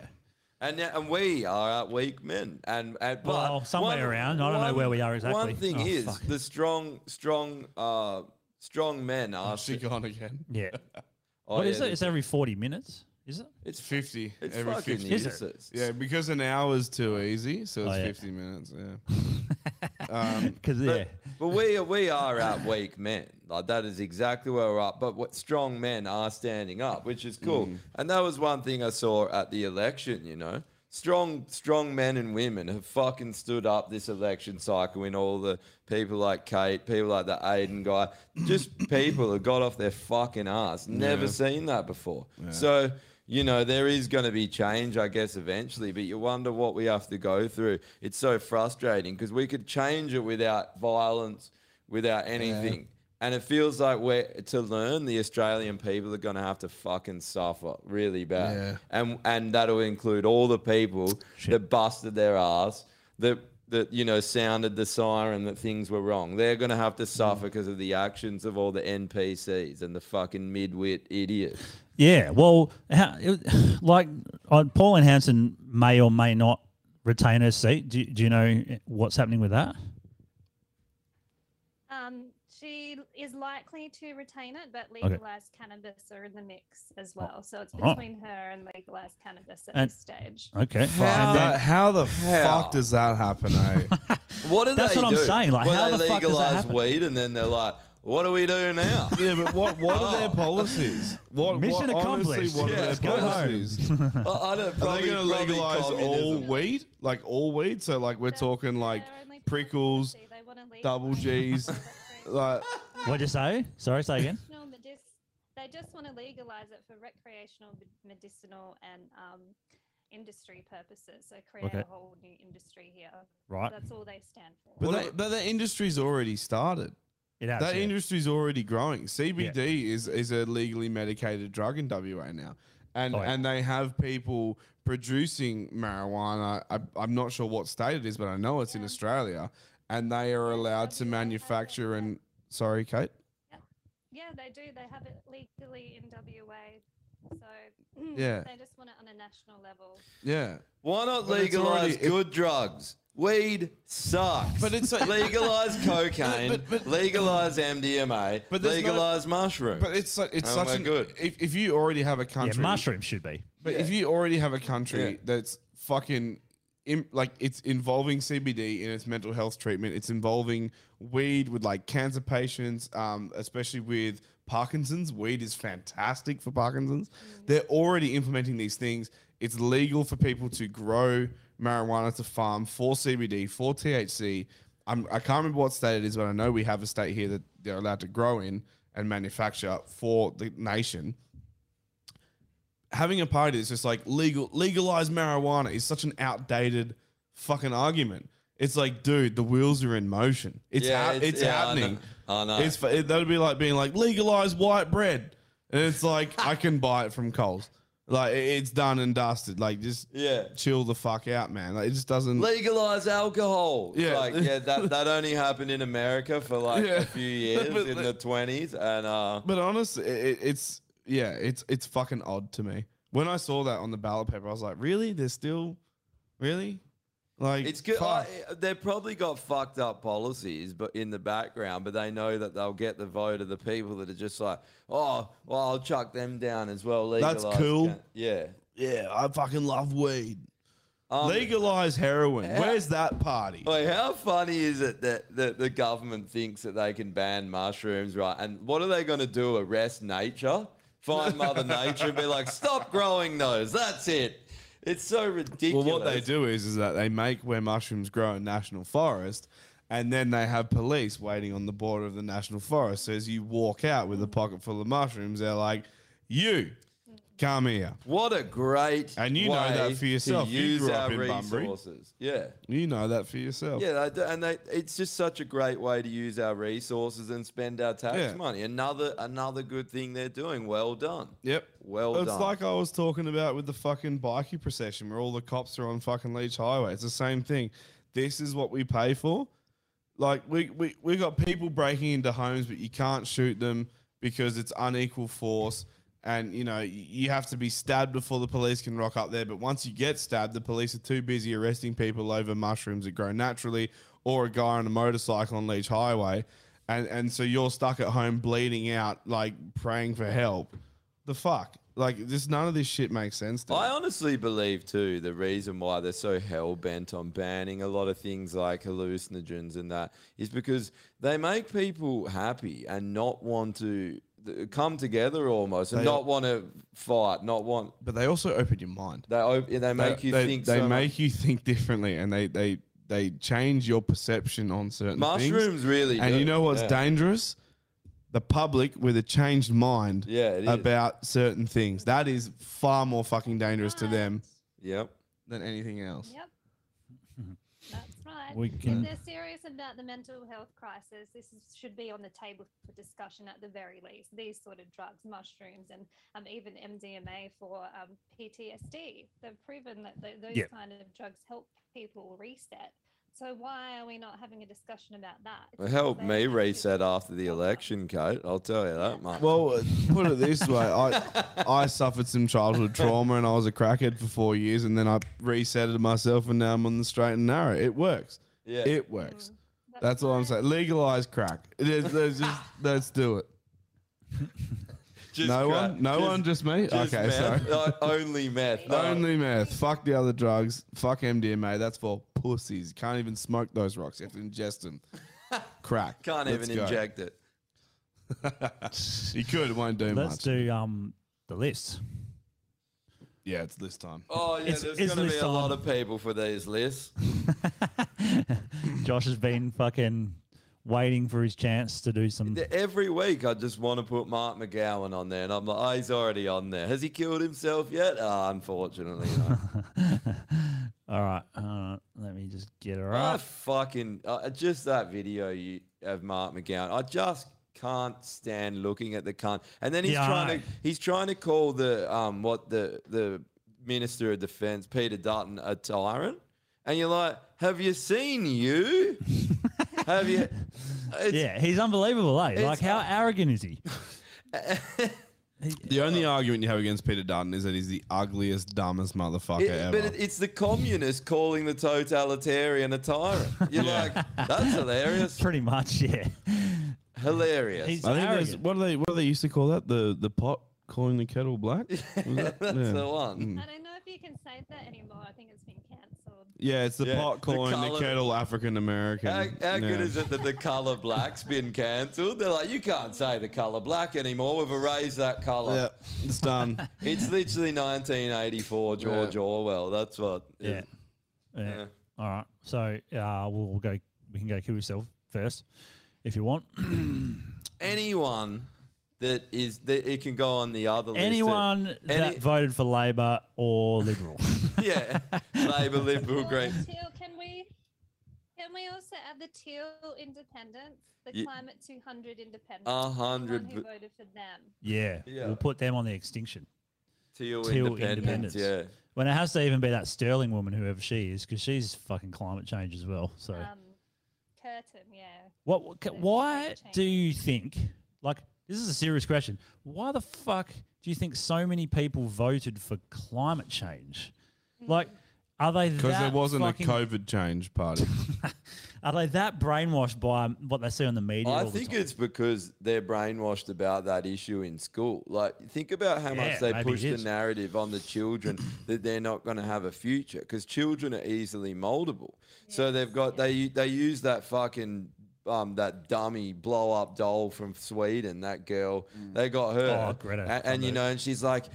Speaker 4: And, yeah, and we are uh, weak men, and, and but
Speaker 3: Well, somewhere around. I don't know where we are exactly.
Speaker 4: One thing
Speaker 3: Oh,
Speaker 4: is
Speaker 3: fuck.
Speaker 4: the strong, strong, uh, strong men are.
Speaker 2: She gone again.
Speaker 3: Yeah.
Speaker 4: Oh,
Speaker 3: what
Speaker 4: yeah,
Speaker 3: is it? It's every 40 minutes, is it?
Speaker 4: It's
Speaker 2: 50.
Speaker 4: It's
Speaker 2: every
Speaker 4: fucking
Speaker 2: 50.
Speaker 4: useless.
Speaker 2: Yeah, because an hour's too easy, so it's
Speaker 3: Oh, yeah.
Speaker 2: 50 minutes. Yeah.
Speaker 3: Because
Speaker 4: But, but we we are at weak men. Like that is exactly where we're at. But what strong men are standing up, which is cool.
Speaker 2: Mm.
Speaker 4: And that was one thing I saw at the election. You know, strong strong men and women have fucking stood up this election cycle. When all the people like Kate, people like the Aiden guy, just people who got off their fucking ass. Never
Speaker 2: Yeah.
Speaker 4: seen that before.
Speaker 2: Yeah.
Speaker 4: So. You know, there is going to be change, I guess, eventually, but you wonder what we have to go through. It's so frustrating because we could change it without violence, without anything. And it feels like we're to learn the Australian people are going to have to fucking suffer really bad.
Speaker 2: Yeah.
Speaker 4: And and that'll include all the people that busted their ass, that that you know sounded the siren that things were wrong. They're going to have to suffer because of the actions of all the NPCs and the fucking midwit idiots.
Speaker 3: Yeah. Well, how, it, like uh, Paul and Hanson may or may not retain her seat. Do, do you know what's happening with that?
Speaker 5: Um, she is likely to retain it, but
Speaker 3: Okay.
Speaker 5: legalized cannabis are in the mix as well. So it's
Speaker 3: Right.
Speaker 5: between her and legalized cannabis at
Speaker 3: And-
Speaker 5: this stage.
Speaker 3: Oh, Okay.
Speaker 2: Fuck, that- how the fuck does that happen, eh?
Speaker 4: What do
Speaker 2: That's
Speaker 4: they
Speaker 2: what I'm
Speaker 4: do?
Speaker 2: saying, like,
Speaker 4: when
Speaker 2: how
Speaker 4: they
Speaker 2: the fuck does that
Speaker 4: legalize
Speaker 2: happen?
Speaker 4: weed and then they're like, what do we do now?
Speaker 2: yeah, but what what are their policies? What,
Speaker 4: Mission
Speaker 2: what,
Speaker 4: accomplished.
Speaker 2: Honestly, what
Speaker 4: Oh. Yeah,
Speaker 2: are
Speaker 4: let's
Speaker 2: their
Speaker 4: go home.
Speaker 2: policies?
Speaker 4: I- I don't-
Speaker 2: Are they going
Speaker 4: probably-
Speaker 2: to
Speaker 4: probably
Speaker 2: legalize all
Speaker 4: communism.
Speaker 2: weed? Like all weed? So like we're talking like prickles, double G's, like
Speaker 3: What'd you say? Sorry, say again.
Speaker 5: Medicinal medic- they just want to legalize it for recreational, med- medicinal, and um, industry purposes. So create
Speaker 2: Okay.
Speaker 5: a whole new industry here.
Speaker 2: Right.
Speaker 5: That's all they stand for.
Speaker 2: But, that, but that industry's already started.
Speaker 3: It has,
Speaker 2: that
Speaker 3: yeah.
Speaker 2: industry's already growing. CBD is is a legally medicated drug in WA now, and
Speaker 3: Oh, yeah.
Speaker 2: and they have people producing marijuana. I, I'm not sure what state it is, but I know it's in Australia, and they are allowed to manufacture and. Sorry, Kate.
Speaker 5: Yeah, they do. They have it legally in WA. So
Speaker 2: Yeah.
Speaker 5: they just want it on a national level.
Speaker 2: Yeah.
Speaker 4: Why not
Speaker 2: But it's already-
Speaker 4: legalize good drugs? Weed sucks. But it's legalize cocaine, legalize MDMA,
Speaker 2: But there's no-
Speaker 4: legalize mushroom.
Speaker 2: But it's like it's
Speaker 4: And
Speaker 2: such
Speaker 4: we're
Speaker 2: an
Speaker 4: good.
Speaker 2: If, if you already have a country,
Speaker 3: mushroom should be.
Speaker 2: But if you already have a country
Speaker 4: Yeah.
Speaker 2: that's fucking im like it's involving CBD in its mental health treatment, it's involving weed with like cancer patients, um, especially with Parkinson's. Weed is fantastic for Parkinson's. They're already implementing these things. It's legal for people to grow marijuana to farm for CBD for THC. I'm, I can't remember what state it is, but I know we have a state here that they're allowed to grow in and manufacture for the nation having a party that's just like legal legalize marijuana is such an outdated fucking argument. It's like, dude, the wheels are in motion. It's
Speaker 4: Yeah,
Speaker 2: hap-
Speaker 4: it's-
Speaker 2: it's
Speaker 4: yeah, I know.
Speaker 2: happening.
Speaker 4: I know.
Speaker 2: It's fu- it, that'd be like being like legalize white bread, and it's like I can buy it from Coles. Like it- it's done and dusted. Like just
Speaker 4: Yeah.
Speaker 2: chill the fuck out, man. Like it just doesn't.
Speaker 4: legalize alcohol.
Speaker 2: Yeah.
Speaker 4: like, yeah, that, that only happened in America for like
Speaker 2: Yeah.
Speaker 4: a few years
Speaker 2: But
Speaker 4: in the twenties, and uh,
Speaker 2: But honestly, it, it's yeah, it's it's fucking odd to me. when I saw that on the ballot paper, I was like, really? They're still, really? Like
Speaker 4: It's good.
Speaker 2: fuck.
Speaker 4: I, eh, they've probably got fucked up policies, but in the background, but they know that they'll get the vote of the people that are just like, oh, well, I'll chuck them down as well.
Speaker 2: That's
Speaker 4: legalize
Speaker 2: cool.
Speaker 4: ca- Yeah.
Speaker 2: yeah, I fucking love weed.
Speaker 4: Um,
Speaker 2: Legalize heroin.
Speaker 4: how-
Speaker 2: Where's that party?
Speaker 4: Like, how funny is it that, that the government thinks that they can ban mushrooms, right? And what are they going to do? Arrest nature? Find Mother Nature and be like, stop growing those. That's it. It's so
Speaker 2: Well,
Speaker 4: ridiculous.
Speaker 2: what they do is is that they make where mushrooms grow a national forest, and then they have police waiting on the border of the national forest. So as you walk out with a pocket full of mushrooms, they're like, "You, come here."
Speaker 4: What a great
Speaker 2: And you know that
Speaker 4: way
Speaker 2: for yourself.
Speaker 4: To
Speaker 2: You
Speaker 4: use
Speaker 2: grew
Speaker 4: our
Speaker 2: up in Bunbury.
Speaker 4: resources. Yeah.
Speaker 2: You know that for yourself.
Speaker 4: Yeah, they do, and they, it's just such a great way to use our resources and spend our tax
Speaker 2: Yeah.
Speaker 4: money. Another another good thing they're doing. Well done.
Speaker 2: Yep.
Speaker 4: Well
Speaker 2: it's
Speaker 4: done.
Speaker 2: like I was talking about with the fucking bikie procession where all the cops are on fucking Leech Highway. It's the same thing. This is what we pay for. Like we we we got people breaking into homes, but you can't shoot them because it's unequal force, and you know y- you have to be stabbed before the police can rock up there. But once you get stabbed, the police are too busy arresting people over mushrooms that grow naturally, or a guy on a motorcycle on Leech Highway, and and so you're stuck at home bleeding out, like praying for help. The fuck, like this none of this shit makes sense. To
Speaker 4: I honestly believe too the reason why they're so hell bent on banning a lot of things like hallucinogens and that is because they make people happy and not want to th- come together almost and
Speaker 2: They-
Speaker 4: not want to fight, not want.
Speaker 2: But they also open your mind.
Speaker 4: They op- they make you
Speaker 2: they,
Speaker 4: think.
Speaker 2: They
Speaker 4: so much.
Speaker 2: make you think differently, and they they they change your perception on certain things.
Speaker 4: Mushrooms really
Speaker 2: And
Speaker 4: do,
Speaker 2: you know what's
Speaker 4: yeah.
Speaker 2: dangerous? The public with a changed mind.
Speaker 4: Yeah, it is.
Speaker 2: about certain things. That is far more fucking dangerous to them.
Speaker 4: Yep.
Speaker 2: Than anything else.
Speaker 5: Yep. That's right.
Speaker 2: We can-
Speaker 4: Mm.
Speaker 5: If they're serious about the mental health crisis, this is, should be on the table for discussion at the very least. These sort of drugs, mushrooms, and um, even MDMA for um, PTSD. They've proven that th- those
Speaker 17: Yeah.
Speaker 5: kind of drugs help people reset. So why are we not having a discussion about that? It's
Speaker 4: Well,
Speaker 5: because
Speaker 4: Help
Speaker 5: they
Speaker 4: me
Speaker 5: actually
Speaker 4: reset after the election, Kate. I'll tell you that much.
Speaker 2: Well, uh, put it this way, I I suffered some childhood trauma and I was a crackhead for four years, and then I resetted myself, and now I'm on the straight and narrow. It works.
Speaker 4: Yeah.
Speaker 2: it works. That's all I'm saying. Legalize crack. It is, there's just, let's do it.
Speaker 4: Just
Speaker 2: no
Speaker 4: crack.
Speaker 2: one, no one, just me.
Speaker 4: just
Speaker 2: okay,
Speaker 4: meth.
Speaker 2: sorry.
Speaker 4: Like, only meth. No.
Speaker 2: Only meth. Fuck the other drugs. Fuck MDMA. That's for pussies. Can't even smoke those rocks. You have to ingest them. Crack.
Speaker 4: Can't
Speaker 2: Let's
Speaker 4: even
Speaker 2: go.
Speaker 4: inject it.
Speaker 2: you could. It won't do
Speaker 3: Let's
Speaker 2: much.
Speaker 3: do um the list.
Speaker 2: Yeah, it's list time.
Speaker 4: Oh yeah,
Speaker 3: It's-
Speaker 4: there's
Speaker 3: it's
Speaker 4: going to be
Speaker 3: list
Speaker 4: a lot
Speaker 3: time.
Speaker 4: of people for these lists.
Speaker 3: Josh has been fucking waiting for his chance to do some.
Speaker 4: The- Every week, I just want to put Mark McGowan on there, and I'm like, oh, he's already on there. Has he killed himself yet? Ah, unfortunately, no.
Speaker 3: All right, uh, let me just get her
Speaker 4: I
Speaker 3: up.
Speaker 4: fucking uh, just that video you of Mark McGowan. I just can't stand looking at the cunt. And then he's
Speaker 3: Yeah, I
Speaker 4: trying
Speaker 3: know.
Speaker 4: to he's trying to call the um what the the Minister of Defence Peter Dutton a tyrant, and you're like, have you seen you? have you?
Speaker 3: yeah, he's unbelievable, eh? Like,
Speaker 4: it's-
Speaker 3: how arrogant is he?
Speaker 2: The
Speaker 4: Uh,
Speaker 2: only argument you have against Peter Dutton is that he's the ugliest, dumbest motherfucker
Speaker 4: It-
Speaker 2: ever.
Speaker 4: but it, it's the communist calling the totalitarian a tyrant. You're like, that's hilarious.
Speaker 3: Pretty much, yeah.
Speaker 4: Hilarious.
Speaker 2: I think there's- what do they what do they used to call that? The the pot calling the kettle black. Was that?
Speaker 4: That's
Speaker 2: yeah.
Speaker 4: the one.
Speaker 2: Mm.
Speaker 5: I don't know if you can say that anymore. I think it's been cancelled.
Speaker 2: Yeah, it's the
Speaker 4: Yeah,
Speaker 2: pot
Speaker 4: the
Speaker 2: calling the,
Speaker 4: colour-
Speaker 2: kettle African American.
Speaker 4: How, how
Speaker 2: Yeah.
Speaker 4: good is it that the color black's been cancelled? They're like, you can't say the color black anymore. We've erased that color.
Speaker 2: Yeah, it's done.
Speaker 4: It's literally 1984, George
Speaker 3: Yeah.
Speaker 4: Orwell. That's what.
Speaker 3: Yeah. Yeah.
Speaker 4: Yeah.
Speaker 3: All right. So uh, we'll, we'll go. We can go kill yourself first, if you want.
Speaker 4: Anyone that is that it can go on the other list.
Speaker 3: Anyone
Speaker 4: Any-
Speaker 3: that voted for Labor or Liberal.
Speaker 4: yeah, Labour, Liberal, Green.
Speaker 5: Teal, can we can we also add the teal independence, the
Speaker 4: Ye-
Speaker 5: climate 200 independence?
Speaker 4: A
Speaker 5: anyone
Speaker 4: hundred
Speaker 5: who
Speaker 4: per-
Speaker 5: voted for them.
Speaker 3: yeah.
Speaker 4: Yeah.
Speaker 3: We'll put them on the extinction.
Speaker 4: Teal,
Speaker 3: Till
Speaker 4: independence. Yeah.
Speaker 3: When it has to even be that Sterling woman, whoever she is, because she's fucking climate change as well. So.
Speaker 5: Um, curtain, yeah.
Speaker 3: What? what- ca- Why do you think? Like, this is a serious question. Why the fuck do you think so many people voted for climate change? Like, are they
Speaker 2: Because
Speaker 3: that
Speaker 2: there wasn't
Speaker 3: fucking-
Speaker 2: a COVID change party.
Speaker 3: Are they that brainwashed by um, what they see on the media?
Speaker 4: I
Speaker 3: all the
Speaker 4: think
Speaker 3: time?
Speaker 4: it's because they're brainwashed about that issue in school. Like, think about how
Speaker 3: Yeah,
Speaker 4: much they
Speaker 3: maybe
Speaker 4: push
Speaker 3: it
Speaker 4: the
Speaker 3: is.
Speaker 4: narrative on the children that they're not going to have a future because children are easily moldable. So they've got they they use that fucking. Um, that dummy blow up doll from Sweden, that girl, they got her.
Speaker 3: Oh, Greta
Speaker 4: A- And, you know, and she's like,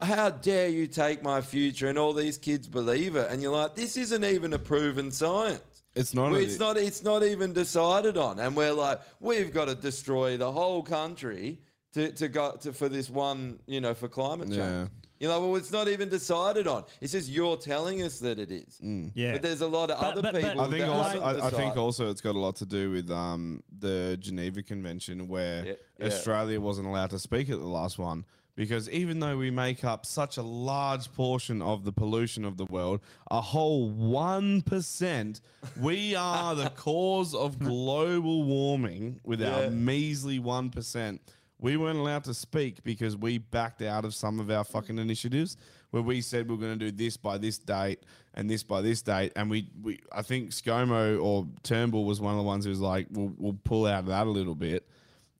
Speaker 4: How dare you take my future? And all these kids believe it. And you're like, This isn't even a proven science.
Speaker 2: It's not.
Speaker 4: Well,
Speaker 2: a-
Speaker 4: it's not. It's not even decided on, and we're like, we've got to destroy the whole country to to go to for this one, you know, for climate change.
Speaker 2: Yeah.
Speaker 4: You're like, well, it's not even decided on. It's just you're telling us that it is.
Speaker 3: Yeah.
Speaker 4: But there's a lot of
Speaker 3: But-
Speaker 4: other
Speaker 3: but- but-
Speaker 4: people.
Speaker 2: Mm. I think
Speaker 4: that
Speaker 2: also,
Speaker 4: haven't
Speaker 2: I, I think
Speaker 4: decided.
Speaker 2: also it's got a lot to do with um, the Geneva Convention where
Speaker 4: yeah.
Speaker 2: Australia wasn't allowed to speak at the last one because even though we make up such a large portion of the pollution of the world, a whole one percent, we are the cause of global warming with
Speaker 4: Yeah.
Speaker 2: our measly one percent. We weren't allowed to speak because we backed out of some of our fucking initiatives where we said we were going to do this by this date and this by this date. And we, we I think ScoMo or Turnbull was one of the ones who was like, we'll, we'll pull out of that a little bit.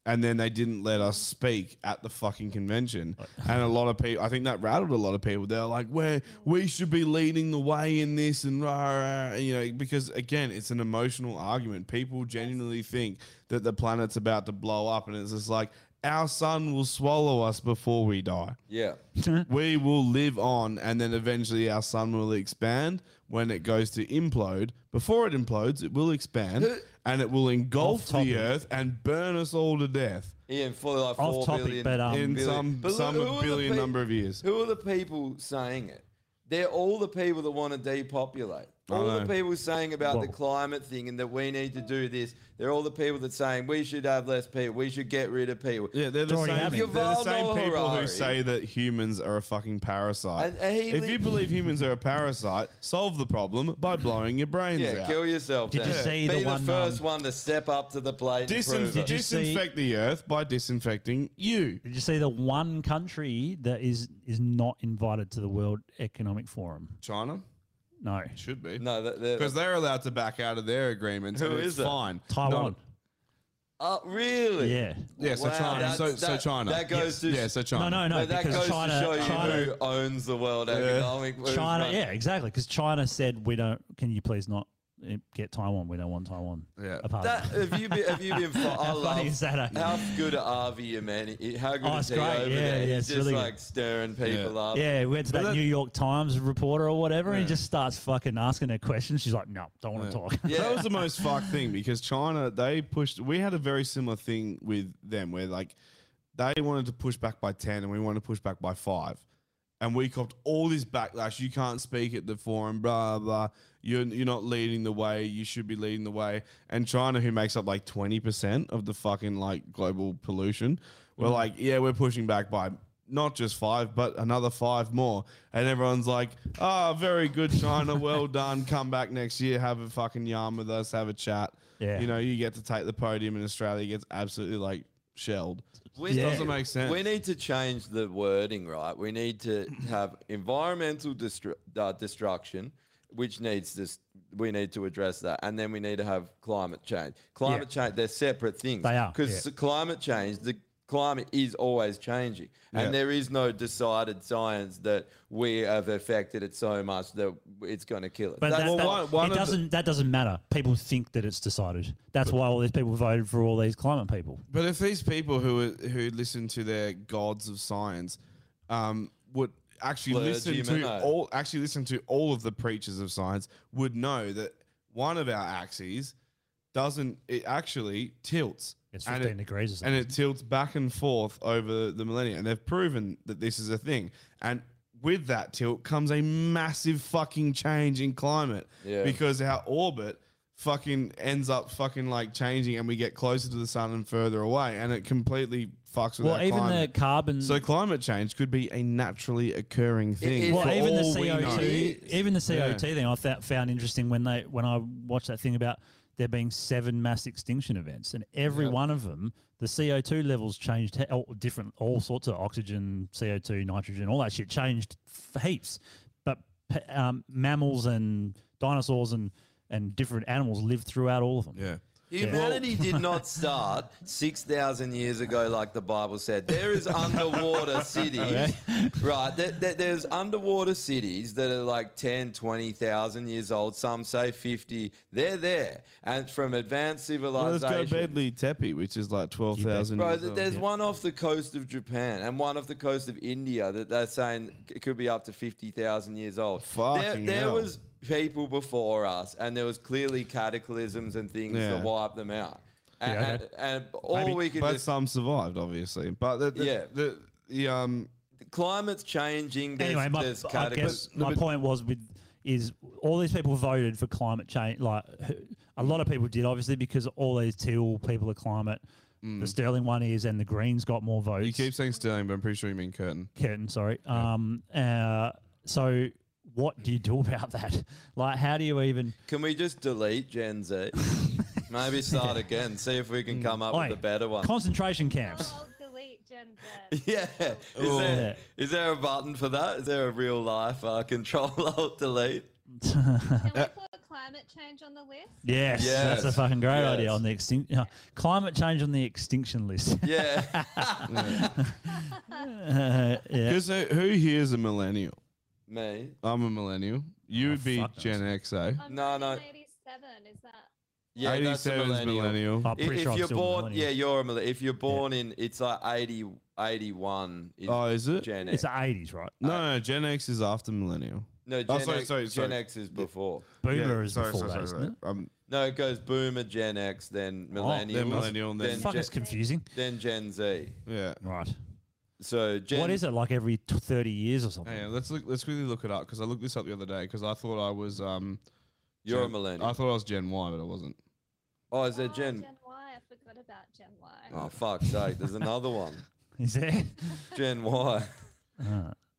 Speaker 2: And then they didn't let us speak at the fucking convention. And a lot of people, I think that rattled a lot of people. They're like, where we should be leading the way in this and rah, rah, rah, you know, because again, it's an emotional argument. People genuinely think that the planet's about to blow up and it's just like, our sun will swallow us before we die
Speaker 4: Yeah.
Speaker 2: we will live on, and then eventually our sun will expand when it goes to implode. Before it implodes, it will expand and it will engulf the earth and burn us all to death.
Speaker 4: Ian, for like
Speaker 2: Off
Speaker 4: four
Speaker 2: topic,
Speaker 4: billion-
Speaker 2: but, um, In
Speaker 4: billion-
Speaker 2: some-
Speaker 4: But look,
Speaker 2: some a
Speaker 4: who are the
Speaker 2: billion
Speaker 4: peop-
Speaker 2: number of years.
Speaker 4: Who are the people saying it? They're all the people that want to depopulate.
Speaker 2: I
Speaker 4: All the
Speaker 2: know.
Speaker 4: people saying about the
Speaker 2: Well-
Speaker 4: climate thing and that we need to do this. They're all the people that saying we should have less people. We should get rid of people.
Speaker 2: Yeah, they're the, same, they're the same people who say that humans are a fucking parasite.
Speaker 4: And- and he
Speaker 2: if
Speaker 4: li-
Speaker 2: you believe humans are a parasite, solve the problem by blowing your brains
Speaker 4: Yeah,
Speaker 2: out.
Speaker 4: kill yourself.
Speaker 2: Did
Speaker 4: then.
Speaker 2: you see
Speaker 4: Be
Speaker 2: the
Speaker 4: the,
Speaker 3: um,
Speaker 2: one,
Speaker 4: first one to step up to the plate. and prove
Speaker 2: Disin-
Speaker 4: it.
Speaker 2: disinfect the earth by disinfecting you.
Speaker 3: Did you see the one country that is is not invited to the World Economic Forum?
Speaker 2: China?
Speaker 3: No.
Speaker 2: Should be.
Speaker 4: No,
Speaker 2: because they're allowed to back out of their agreements.
Speaker 4: Who
Speaker 2: and it's
Speaker 4: is it?
Speaker 2: Fine.
Speaker 3: Taiwan.
Speaker 4: Oh, really?
Speaker 3: Yeah.
Speaker 2: Yeah, so
Speaker 4: Wow,
Speaker 2: China.
Speaker 4: that's-
Speaker 2: So, so
Speaker 4: that-
Speaker 2: China.
Speaker 4: That goes
Speaker 2: yeah.
Speaker 4: to
Speaker 2: Yeah, so China.
Speaker 3: No, no, no,
Speaker 4: But that
Speaker 3: because
Speaker 4: goes
Speaker 3: China-
Speaker 4: to show
Speaker 3: China-
Speaker 4: you who owns the world economic. movement.
Speaker 3: China, yeah, exactly. Because China said, "We don't. Can you please not eh, get Taiwan? We don't want Taiwan."
Speaker 2: Yeah.
Speaker 3: Apart
Speaker 4: That, have you been? Have you been? Fo- I
Speaker 3: How
Speaker 4: love,
Speaker 3: funny is that? eh?
Speaker 4: How good are RV, man? He- How good
Speaker 3: Oh, it's
Speaker 4: is he
Speaker 3: great.
Speaker 4: over
Speaker 3: Yeah,
Speaker 4: there?
Speaker 3: yeah,
Speaker 4: He's
Speaker 3: it's
Speaker 4: just
Speaker 3: really good.
Speaker 4: like stirring people up.
Speaker 3: Yeah, we went to
Speaker 4: But
Speaker 3: that, New York Times reporter or whatever, and he just starts fucking asking her questions. She's like, "No, don't want to talk."
Speaker 2: That was the most fucked thing because China, they pushed. We had a very similar thing with them where, like, they wanted to push back by 10 and we wanted to push back by 5. And we copped all this backlash. You can't speak at the forum, blah, blah. You're, you're not leading the way. You should be leading the way. And China, who makes up like 20% of the fucking like global pollution, were
Speaker 4: Mm.
Speaker 2: like, yeah, we're pushing back by not just five, but another five more. And everyone's like, ah, very good, China. Well done. Come back next year. Have a fucking yarn with us. Have a chat.
Speaker 3: Yeah.
Speaker 2: You know, you get to take the podium in Australia. Gets absolutely like shelled. It doesn't make sense.
Speaker 4: We need to change the wording, right? We need to have environmental destru- uh, destruction, which needs this. We need to address that, and then we need to have climate change. Climate change, they're separate things.
Speaker 3: They are,
Speaker 4: because
Speaker 3: yeah.
Speaker 4: climate change, the climate is always changing,
Speaker 2: Yeah.
Speaker 4: and there is no decided science that we have affected it so much that it's going to kill it.
Speaker 3: But that,
Speaker 4: That's
Speaker 3: that-
Speaker 4: not-
Speaker 3: it doesn't. that doesn't matter. People think that it's decided. That's why all these people voted for all these climate people.
Speaker 2: But if these people who are, who listen to their gods of science um, would actually listen
Speaker 4: Clergymen,
Speaker 2: to
Speaker 4: no.
Speaker 2: all actually listen to all of the preachers of science, would know that one of our axes doesn't it actually tilts.
Speaker 3: It's
Speaker 2: And
Speaker 3: 15 degrees or something.
Speaker 2: and it tilts back and forth over the millennia. And they've proven that this is a thing. And with that tilt comes a massive fucking change in climate
Speaker 4: Yeah.
Speaker 2: because our orbit fucking ends up fucking like changing and we get closer to the sun and further away and it completely fucks with
Speaker 3: Well,
Speaker 2: our
Speaker 3: even
Speaker 2: climate.
Speaker 3: the carbon.
Speaker 2: so climate change could be a naturally occurring thing.
Speaker 3: Well,
Speaker 2: for
Speaker 3: even the
Speaker 2: all we know.
Speaker 3: CO2, even the
Speaker 2: Yeah.
Speaker 3: CO2 thing, I fou- found interesting when they when I watched that thing about there being seven mass extinction events, and every
Speaker 15: Yep.
Speaker 3: one of them, the CO2 levels changed, he- all different, all sorts of oxygen, CO2, nitrogen, all that shit changed f- heaps. But p- um, mammals and dinosaurs and, and different animals lived throughout all of them. Yeah.
Speaker 4: Humanity did not start 6,000 years ago, like the Bible said. There is underwater cities, right? There, there- there's underwater cities that are like 10, 20,000 years old. Some say 50. They're there. And from advanced
Speaker 15: Well,
Speaker 4: civilization.
Speaker 15: let's go Bedley Tepe, which is like 12,000
Speaker 4: Bro,
Speaker 15: years
Speaker 4: th-
Speaker 15: old.
Speaker 4: there's one off the coast of Japan and one off the coast of India that they're saying it could be up to 50,000 years old. there
Speaker 15: Fucking
Speaker 4: there
Speaker 15: hell.
Speaker 4: was people before us and there was clearly cataclysms and things that
Speaker 15: Yeah.
Speaker 4: wiped them out. And,
Speaker 15: Yeah,
Speaker 4: and,
Speaker 15: okay.
Speaker 4: and all we could
Speaker 15: but
Speaker 4: just,
Speaker 15: some survived, obviously. But the, the,
Speaker 4: Yeah.
Speaker 15: the, the um,
Speaker 4: climate's changing. There's,
Speaker 3: anyway, my,
Speaker 4: there's
Speaker 3: I
Speaker 4: cataclysms.
Speaker 3: guess my point was with is all these people voted for climate change. Like who- a lot of people did, obviously, because all these teal people are climate.
Speaker 4: Mm.
Speaker 3: The Sterling one is, and the Greens got more votes.
Speaker 15: you keep saying Sterling, but I'm pretty sure you mean Curtin.
Speaker 3: Curtin, sorry. Um, uh, so what do you do about that? Like, how do you even?
Speaker 4: Can we just delete Gen Z? Maybe start again, see if we can come up
Speaker 3: Oi,
Speaker 4: with a better one.
Speaker 3: Concentration camps.
Speaker 4: Yeah. Is
Speaker 3: Ooh.
Speaker 4: there, is there a button for that? Is there a real life uh, control alt delete?
Speaker 5: Put climate change on the list.
Speaker 3: Yes, that's a
Speaker 4: Yes,
Speaker 3: fucking great idea
Speaker 4: yes.
Speaker 3: on the extinction. climate change on the extinction list.
Speaker 4: Yeah.
Speaker 3: Uh, yeah.
Speaker 15: Because who here is a millennial?
Speaker 4: Me.
Speaker 15: I'm a millennial.
Speaker 3: Oh,
Speaker 15: You would be Gen X, eh?
Speaker 4: No, no.
Speaker 5: 87, is that?
Speaker 4: Yeah, that's a
Speaker 15: 87 is millennial. I'm
Speaker 4: If,
Speaker 15: pretty
Speaker 4: if
Speaker 15: sure I'm
Speaker 4: you're
Speaker 15: still
Speaker 4: born,
Speaker 15: millennial.
Speaker 4: yeah, you're a millennial. If you're born in, it's like 80, 81. Is
Speaker 15: Oh, is it?
Speaker 4: Gen
Speaker 3: It's
Speaker 4: X.
Speaker 3: the 80s, right?
Speaker 15: No, no, Gen X is after millennial.
Speaker 4: No, Gen,
Speaker 15: Oh, sorry,
Speaker 4: X,
Speaker 15: sorry, sorry.
Speaker 4: Gen X is before.
Speaker 3: Boomer is before that, isn't it?
Speaker 15: Um,
Speaker 4: No, it goes boomer, Gen X, then millennial,
Speaker 15: Oh, then millennial, and then-
Speaker 3: Fuck,
Speaker 4: Gen,
Speaker 3: it's confusing.
Speaker 4: then Gen Z.
Speaker 15: Yeah.
Speaker 3: Right.
Speaker 4: So Gen
Speaker 3: what is it like every t- 30 years or something?
Speaker 15: Hang on, let's look, let's quickly look it up because I looked this up the other day because I thought I was um.
Speaker 4: You're a
Speaker 15: Gen-
Speaker 4: millennial.
Speaker 15: I thought I was Gen Y, but I wasn't.
Speaker 4: Oh, is there Gen?
Speaker 5: Gen Y, I forgot about Gen Y.
Speaker 4: Oh, fuck's sake. There's another one.
Speaker 3: Is there?
Speaker 4: Gen Y.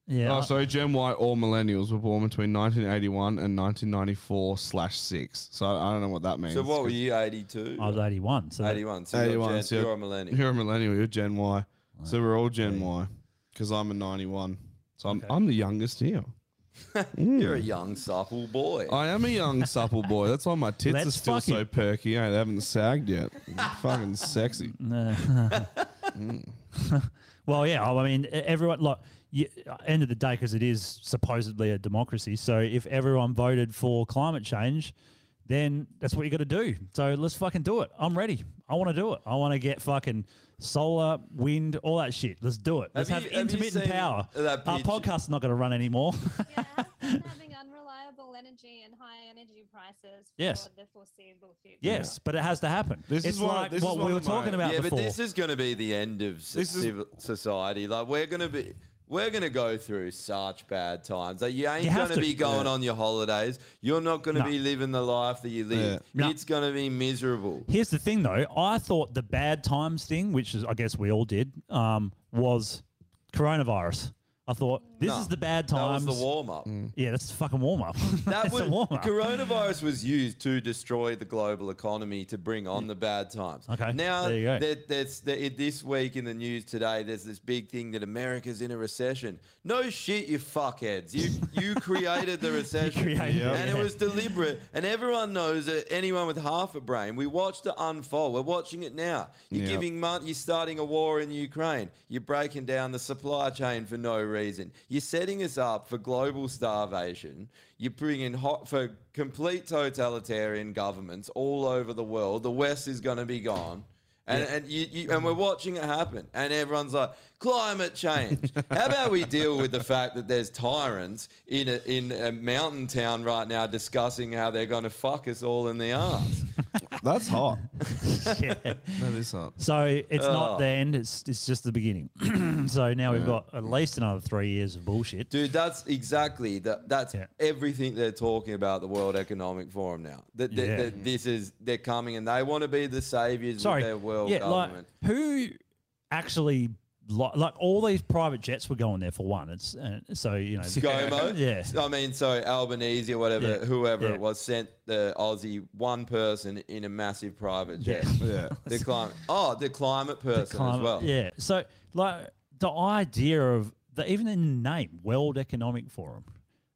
Speaker 3: yeah.
Speaker 15: Oh, so Gen Y or millennials were born between 1981 and 1994 slash six. So I, I don't know what that means.
Speaker 4: So what were you, 82?
Speaker 3: I was 81. So that-
Speaker 4: 81. So you're,
Speaker 15: 81,
Speaker 4: Gen,
Speaker 15: so
Speaker 4: you're a millennial.
Speaker 15: You're a millennial. You're Gen Y. So we're all Gen Y because I'm a 91. So I'm I'm the youngest here.
Speaker 4: You're a young, supple boy.
Speaker 15: I am a young supple boy. That's why my tits are
Speaker 4: Let's
Speaker 15: still so
Speaker 4: fucking-
Speaker 15: perky. eh? They haven't sagged yet. fucking sexy.
Speaker 3: well, yeah. I mean, e- everyone, like, you, end of the day, because it is supposedly a democracy. So if everyone voted for climate change, then that's what you got to do. So let's fucking do it. I'm ready. I want to do it. I want to get fucking solar, wind, all that shit. Let's do it. Let's
Speaker 4: Have
Speaker 3: have,
Speaker 4: you- have you
Speaker 3: intermittent
Speaker 4: seen
Speaker 3: power.
Speaker 4: that
Speaker 3: Our
Speaker 4: picture?
Speaker 3: podcast's not going to run anymore.
Speaker 5: having unreliable energy and high energy prices for
Speaker 4: Oh,
Speaker 3: Yes.
Speaker 5: the foreseeable future.
Speaker 3: yes, but it has to happen.
Speaker 15: This
Speaker 3: it's
Speaker 15: is why-
Speaker 3: like
Speaker 15: this is
Speaker 3: what
Speaker 15: one
Speaker 3: we were
Speaker 15: of my-
Speaker 3: talking about
Speaker 4: yeah,
Speaker 3: before.
Speaker 4: but this is going to be the end of so- civil society. Like we're going to be. We're going to go through such bad times. Like you ain't
Speaker 15: You have
Speaker 4: going to
Speaker 15: to.
Speaker 4: be going
Speaker 15: Yeah.
Speaker 4: on your holidays. You're not going to
Speaker 3: No.
Speaker 4: be living the life that you live.
Speaker 3: Yeah. No.
Speaker 4: It's going to be miserable.
Speaker 3: Here's the thing, though. I thought the bad times thing, which is I guess we all did, um, was coronavirus. I thought this
Speaker 4: No,
Speaker 3: is the bad
Speaker 4: that was
Speaker 3: times.
Speaker 4: the warm up.
Speaker 3: Yeah, that's the fucking warm up.
Speaker 4: That
Speaker 3: that's
Speaker 4: was
Speaker 3: the warm up.
Speaker 4: coronavirus was used to destroy the global economy to bring on the bad times.
Speaker 3: Okay,
Speaker 4: Now
Speaker 3: there you go.
Speaker 4: there- there's there- it- this week in the news today, there's this big thing that America's in a recession. No shit, you fuckheads. You you created the recession,
Speaker 3: created it,
Speaker 4: and
Speaker 3: yeah.
Speaker 4: it was deliberate. And everyone knows that anyone with half a brain, we watched it unfold. We're watching it now. You're
Speaker 15: Yeah.
Speaker 4: giving money. You're starting a war in Ukraine. You're breaking down the supply chain for no reason. You're setting us up for global starvation. You're bringing hot for complete totalitarian governments all over the world. The West is going to be gone. And, and you, you and we're watching it happen, and everyone's like, climate change. How about we deal with the fact that there's tyrants in a, in a mountain town right now discussing how they're going to fuck us all in the arse?
Speaker 15: That's hot.
Speaker 3: yeah.
Speaker 15: That is hot.
Speaker 3: So it's
Speaker 4: Oh.
Speaker 3: not the end. It's it's just the beginning. so now we've
Speaker 4: Yeah.
Speaker 3: got at least another three years of bullshit.
Speaker 4: Dude, that's exactly that. That's everything they're talking about the World Economic Forum now. That, that,
Speaker 3: Yeah.
Speaker 4: that this is they're coming and they want to be the saviors
Speaker 3: Sorry.
Speaker 4: of their world
Speaker 3: yeah,
Speaker 4: government.
Speaker 3: like who actually Like, like all these private jets were going there for one. It's uh, so you know,
Speaker 4: ScoMo?
Speaker 3: Yeah,
Speaker 4: I mean, so Albanese or whatever,
Speaker 3: Yeah.
Speaker 4: whoever
Speaker 3: Yeah.
Speaker 4: it was, sent the Aussie one person in a massive private jet.
Speaker 3: Yeah.
Speaker 4: The climate. Oh, the climate person
Speaker 3: climate-
Speaker 4: as well.
Speaker 3: Yeah. So like the idea of the even in the name, World Economic Forum.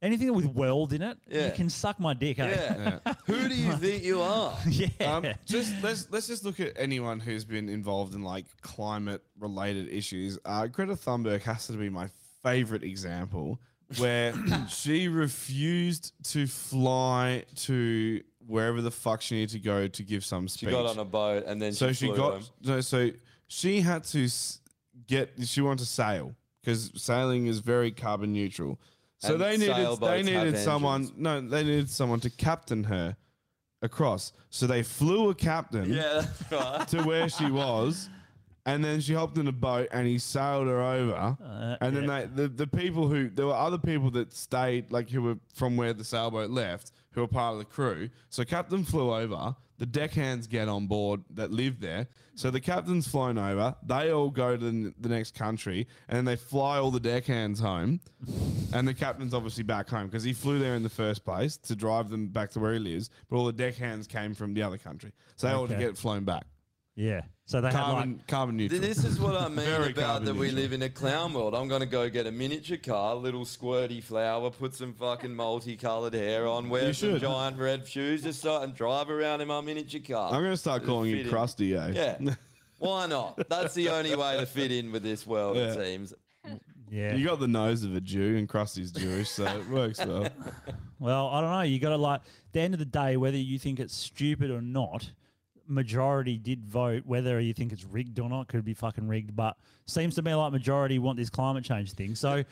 Speaker 3: Anything with world in it,
Speaker 4: Yeah.
Speaker 3: you can suck my dick. eh?
Speaker 4: Yeah. Who do you think you are?
Speaker 3: yeah.
Speaker 2: Um, just let's let's just look at anyone who's been involved in like climate related issues. Uh, Greta Thunberg has to be my favorite example where she refused to fly to wherever the fuck she needed to go to give some
Speaker 4: She
Speaker 2: speech.
Speaker 4: got on a boat and then
Speaker 2: so she,
Speaker 4: flew
Speaker 2: got
Speaker 4: home.
Speaker 2: so, so she had to s- get she wanted to sail because sailing is very carbon neutral. So
Speaker 4: And
Speaker 2: they needed
Speaker 4: sailboats
Speaker 2: they
Speaker 4: have
Speaker 2: needed someone
Speaker 4: engines.
Speaker 2: no they needed someone to captain her across. So they flew a captain
Speaker 4: Yeah, that's right.
Speaker 2: to where she was. And then she hopped in a boat and he sailed her over. and then they, the, the people who, there were other people that stayed, like who were from where the sailboat left, who were part of the crew. So captain flew over, the deckhands get on board that live there. So the captain's flown over, they all go to the, the next country, and then they fly all the deckhands home. and the captain's obviously back home because he flew there in the first place to drive them back to where he lives. But all the deckhands came from the other country. So they all
Speaker 3: Okay.
Speaker 2: get flown back.
Speaker 3: Yeah. So they had like
Speaker 2: carbon, carbon neutral.
Speaker 4: This is what I mean
Speaker 2: Very
Speaker 4: about
Speaker 2: carbon
Speaker 4: that we
Speaker 2: neutral.
Speaker 4: live in a clown world. I'm going to go get a miniature car, little squirty flower, put some fucking multicolored hair on, wear
Speaker 2: You
Speaker 4: some
Speaker 2: should.
Speaker 4: giant red shoes, just start and drive around in my miniature car.
Speaker 2: I'm gonna start
Speaker 4: Just
Speaker 2: calling you
Speaker 4: fit in.
Speaker 2: Krusty, eh?
Speaker 4: Yeah. Why not? That's the only way to fit in with this world, it
Speaker 2: Yeah.
Speaker 4: seems.
Speaker 3: Yeah.
Speaker 2: You got the nose of a Jew, and Krusty's Jewish, so it works well.
Speaker 3: Well, I don't know. You got to like the end of the day, whether you think it's stupid or not, majority did vote. Whether you think it's rigged or not, could be fucking rigged. But seems to me like majority want this climate change thing. So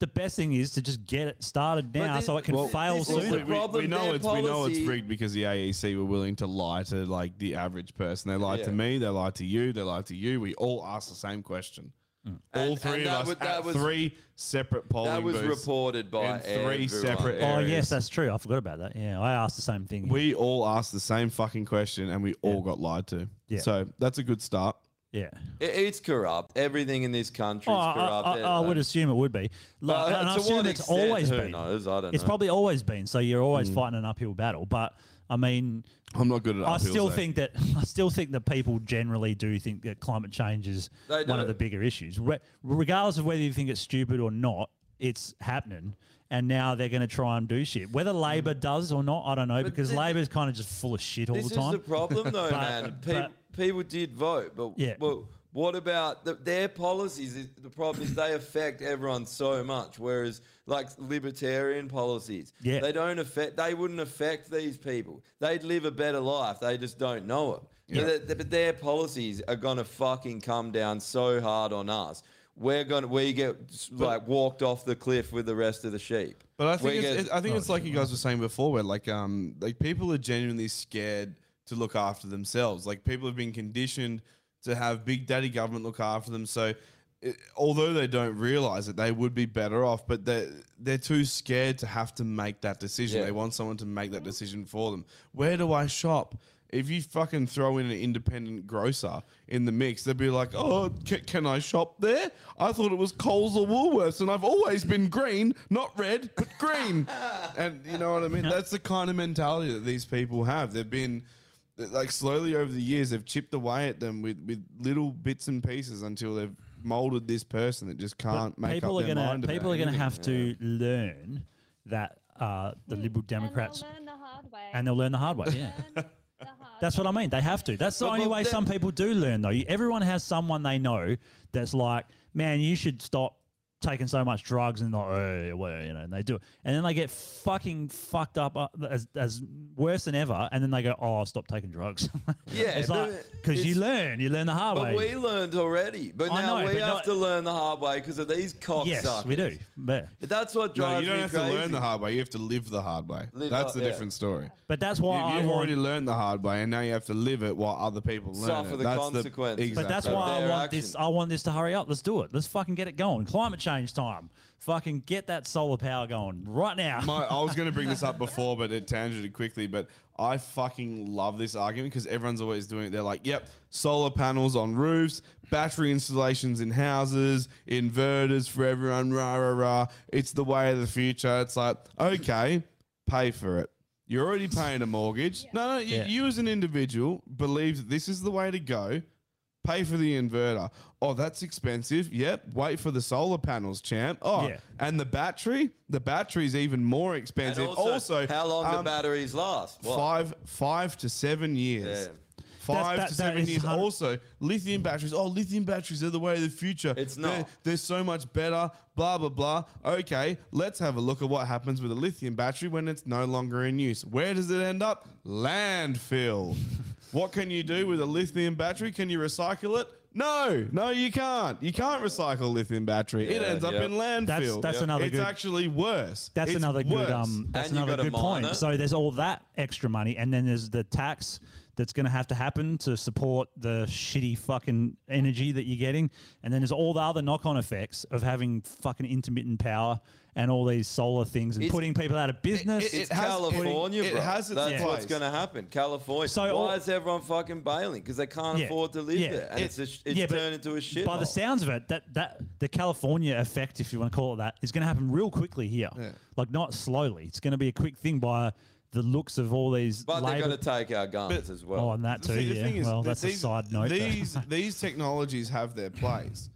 Speaker 3: the best thing is to just get it started now,
Speaker 4: Mm. this-
Speaker 3: so it can
Speaker 4: well,
Speaker 3: fail
Speaker 4: this is the
Speaker 3: sooner.
Speaker 4: problem.
Speaker 2: We know
Speaker 4: their
Speaker 2: it's we know it's
Speaker 4: policy-
Speaker 2: rigged because the AEC were willing to lie to like the average person. They lied to
Speaker 4: Yeah.
Speaker 2: me, they lied to you, they lied to you. We all asked the same question. All
Speaker 4: And-
Speaker 2: three
Speaker 4: and
Speaker 2: of
Speaker 4: that
Speaker 2: us
Speaker 4: wa-
Speaker 2: at
Speaker 4: that was-
Speaker 2: three separate polling
Speaker 4: That was
Speaker 2: booths
Speaker 4: reported by
Speaker 2: in three
Speaker 4: everyone.
Speaker 2: separate
Speaker 3: Oh
Speaker 2: areas.
Speaker 3: yes, that's true. I forgot about that. Yeah, I asked the same thing.
Speaker 2: We all asked the same fucking question, and we all got lied to.
Speaker 3: Yeah.
Speaker 2: So that's a good start.
Speaker 3: Yeah.
Speaker 4: It, it's corrupt. Everything in this country
Speaker 3: Oh,
Speaker 4: is
Speaker 3: I,
Speaker 4: corrupt.
Speaker 3: I- I- I would assume it would be. Like,
Speaker 4: But
Speaker 3: and I
Speaker 4: Uh, to
Speaker 3: assume
Speaker 4: what
Speaker 3: it's
Speaker 4: extent,
Speaker 3: always
Speaker 4: who
Speaker 3: been.
Speaker 4: knows? I don't
Speaker 3: it's
Speaker 4: know.
Speaker 3: probably always been. So you're always
Speaker 4: Mm.
Speaker 3: fighting an uphill battle. But I mean,
Speaker 2: I'm not good at.
Speaker 3: I
Speaker 2: uphills,
Speaker 3: still
Speaker 2: though.
Speaker 3: think that I still think that people generally do think that climate change is
Speaker 4: They
Speaker 3: one
Speaker 4: do.
Speaker 3: of the bigger issues, Re- regardless of whether you think it's stupid or not. It's happening, and now they're going to try and do shit. Whether
Speaker 4: Hmm.
Speaker 3: Labor does or not, I don't know, because Labor's kind of just full of shit all
Speaker 4: This
Speaker 3: the time.
Speaker 4: is the problem, though,
Speaker 3: But-
Speaker 4: man. Pe-
Speaker 3: but-
Speaker 4: people did vote, but
Speaker 3: Yeah.
Speaker 4: well, what about the, their policies? Is, the problem is they affect everyone so much, whereas like libertarian policies,
Speaker 3: Yeah.
Speaker 4: they don't affect. They wouldn't affect these people. They'd live a better life. They just don't know it. But, th- but their policies are gonna fucking come down so hard on us. We're gonna we get like walked off the cliff with the rest of the sheep.
Speaker 2: But I
Speaker 4: We
Speaker 2: think it's,
Speaker 4: get-
Speaker 2: it's- I think it's like you guys Oh, were saying before, where like um like people are genuinely scared to look after themselves. Like people have been conditioned to have big daddy government look after them. So it, although they don't realize it, they would be better off. But they they're too scared to have to make that decision.
Speaker 4: Yeah.
Speaker 2: They want someone to make that decision for them. Where do I shop? If you fucking throw in an independent grocer in the mix, they'd be like, "Oh, ca- can I shop there? I thought it was Coles or Woolworths, and I've always been green, not red, but green." and you know what I mean? That's the kind of mentality that these people have. They've been like slowly over the years, they've chipped away at them with with little bits and pieces until they've molded this person that just can't make
Speaker 3: people
Speaker 2: up
Speaker 3: are
Speaker 2: their
Speaker 3: gonna
Speaker 2: mind. about
Speaker 3: people are going to
Speaker 2: anything.
Speaker 3: have to learn that uh, the Liberal Democrats
Speaker 5: learn the hard way.
Speaker 3: and they'll learn the hard way. Yeah. That's what I mean. They have to. That's the
Speaker 5: But-
Speaker 3: only
Speaker 5: but
Speaker 3: way
Speaker 5: that-
Speaker 3: some people do learn, though. You- Everyone has someone they know that's like, man, you should stop taking so much drugs and like, oh, yeah, well, you know, and they do it. And then they get fucking fucked up uh, as, as worse than ever. And then they go, oh, I'll stop taking drugs.
Speaker 4: Yeah,
Speaker 3: It's
Speaker 4: but
Speaker 3: like, because you learn, you learn the hard
Speaker 4: But
Speaker 3: way.
Speaker 4: we learned already. But
Speaker 3: I
Speaker 4: now
Speaker 3: know,
Speaker 4: we
Speaker 3: but
Speaker 4: have
Speaker 3: not-
Speaker 4: to learn the hard way because of these cocksuckers.
Speaker 3: yes, we do. But
Speaker 4: But that's what
Speaker 2: No,
Speaker 4: drives
Speaker 2: you don't
Speaker 4: me
Speaker 2: have
Speaker 4: crazy.
Speaker 2: to learn the hard way. You have to live the hard way.
Speaker 4: Live
Speaker 2: That's
Speaker 4: the-
Speaker 2: the
Speaker 4: yeah.
Speaker 2: different story.
Speaker 3: But that's why I
Speaker 2: you, you've
Speaker 3: want-
Speaker 2: already learned the hard way, and now you have to live it while other people learn
Speaker 4: Suffer
Speaker 2: it.
Speaker 4: the
Speaker 2: That's
Speaker 4: consequences.
Speaker 2: The, exactly.
Speaker 3: But that's why I want this. I want this to hurry up. Let's do it. Let's fucking get it going. Climate change time. Fucking get that solar power going right now.
Speaker 2: My, I was going to bring this up before, but it tangented quickly. But I fucking love this argument because everyone's always doing it. They're like, yep, solar panels on roofs, battery installations in houses, inverters for everyone, rah, rah, rah. It's the way of the future. It's like, okay, pay for it. You're already paying a mortgage. No, no, you,
Speaker 15: Yeah.
Speaker 2: you as an individual believe that this is the way to go. Pay for the inverter. Oh, that's expensive. Yep. Wait for the solar panels, champ. Oh,
Speaker 4: Yeah.
Speaker 2: and the battery. The battery's even more
Speaker 4: And
Speaker 2: expensive.
Speaker 4: also,
Speaker 2: Also,
Speaker 4: how long
Speaker 2: um,
Speaker 4: do batteries last? What?
Speaker 2: Five, five to seven years.
Speaker 4: Yeah.
Speaker 2: Five
Speaker 4: That-
Speaker 2: to
Speaker 4: that- that
Speaker 2: seven
Speaker 4: is
Speaker 2: years.
Speaker 4: hun-
Speaker 2: Also, lithium batteries. Oh, lithium batteries are the way of the future. It's
Speaker 4: not.
Speaker 2: They're, they're so much better. Blah blah blah. Okay, let's have a look at what happens with a lithium battery when it's no longer in use. Where does it end up? Landfill. what can you do with a lithium battery? Can you recycle it? No, no, you can't. You can't recycle a lithium battery. it
Speaker 3: Yeah,
Speaker 2: ends up
Speaker 3: yeah.
Speaker 2: in landfill.
Speaker 3: That's- that's another
Speaker 2: It's
Speaker 3: good-
Speaker 2: actually worse.
Speaker 3: That's
Speaker 2: It's
Speaker 3: another
Speaker 2: worse.
Speaker 3: good. Um, that's another good point. So there's all that extra money, and then there's the tax that's going to have to happen to support the shitty fucking energy that you're getting, and then there's all the other knock-on effects of having fucking intermittent power and all these solar things and
Speaker 4: It's-
Speaker 3: putting people out of business.
Speaker 4: It's California, bro. That's what's going to happen. California.
Speaker 3: So
Speaker 4: Why
Speaker 3: all-
Speaker 4: is everyone fucking bailing? Because they can't
Speaker 3: Yeah,
Speaker 4: afford to live
Speaker 3: yeah.
Speaker 4: there, and it's a, sh- it's
Speaker 3: Yeah, but
Speaker 4: turned into a shit.
Speaker 3: By the sounds of it, that that the California effect, if you want to call it that, is going to happen real quickly here. Like not slowly. It's going to be a quick thing by the looks of all these.
Speaker 4: but they're
Speaker 3: labor-
Speaker 4: going to take our guns
Speaker 3: But-
Speaker 4: as well.
Speaker 3: Oh, and that
Speaker 2: The
Speaker 3: too,
Speaker 2: thing- the
Speaker 3: yeah.
Speaker 2: thing is
Speaker 3: Well,
Speaker 2: that
Speaker 3: that's a side note, though.
Speaker 2: These these technologies have their place,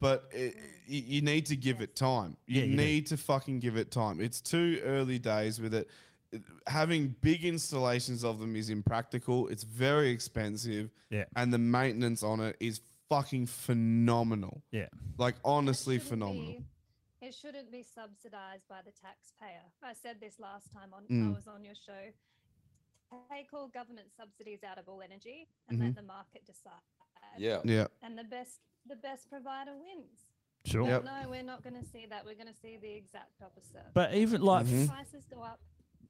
Speaker 2: but it, you, you need to give it time. You,
Speaker 15: Yeah, you do.
Speaker 2: need to fucking give it time. It's too early days with it. Having big installations of them is impractical. It's very expensive.
Speaker 3: Yeah.
Speaker 2: And the maintenance on it is fucking phenomenal.
Speaker 3: Yeah.
Speaker 2: Like honestly phenomenal.
Speaker 5: be- It shouldn't be subsidized by the taxpayer. I said this last time on I
Speaker 2: Mm.
Speaker 5: was on your show. Take all government subsidies out of all energy and let
Speaker 2: Mhm.
Speaker 5: the market decide.
Speaker 4: Yeah.
Speaker 2: Yeah.
Speaker 5: And the best the best provider wins.
Speaker 3: Sure.
Speaker 5: But
Speaker 3: Yep.
Speaker 5: No, we're not going to see that. We're going to see the exact opposite.
Speaker 3: But even, like,
Speaker 4: Mm-hmm.
Speaker 2: Mm-hmm.
Speaker 3: Mhm.
Speaker 5: prices go up.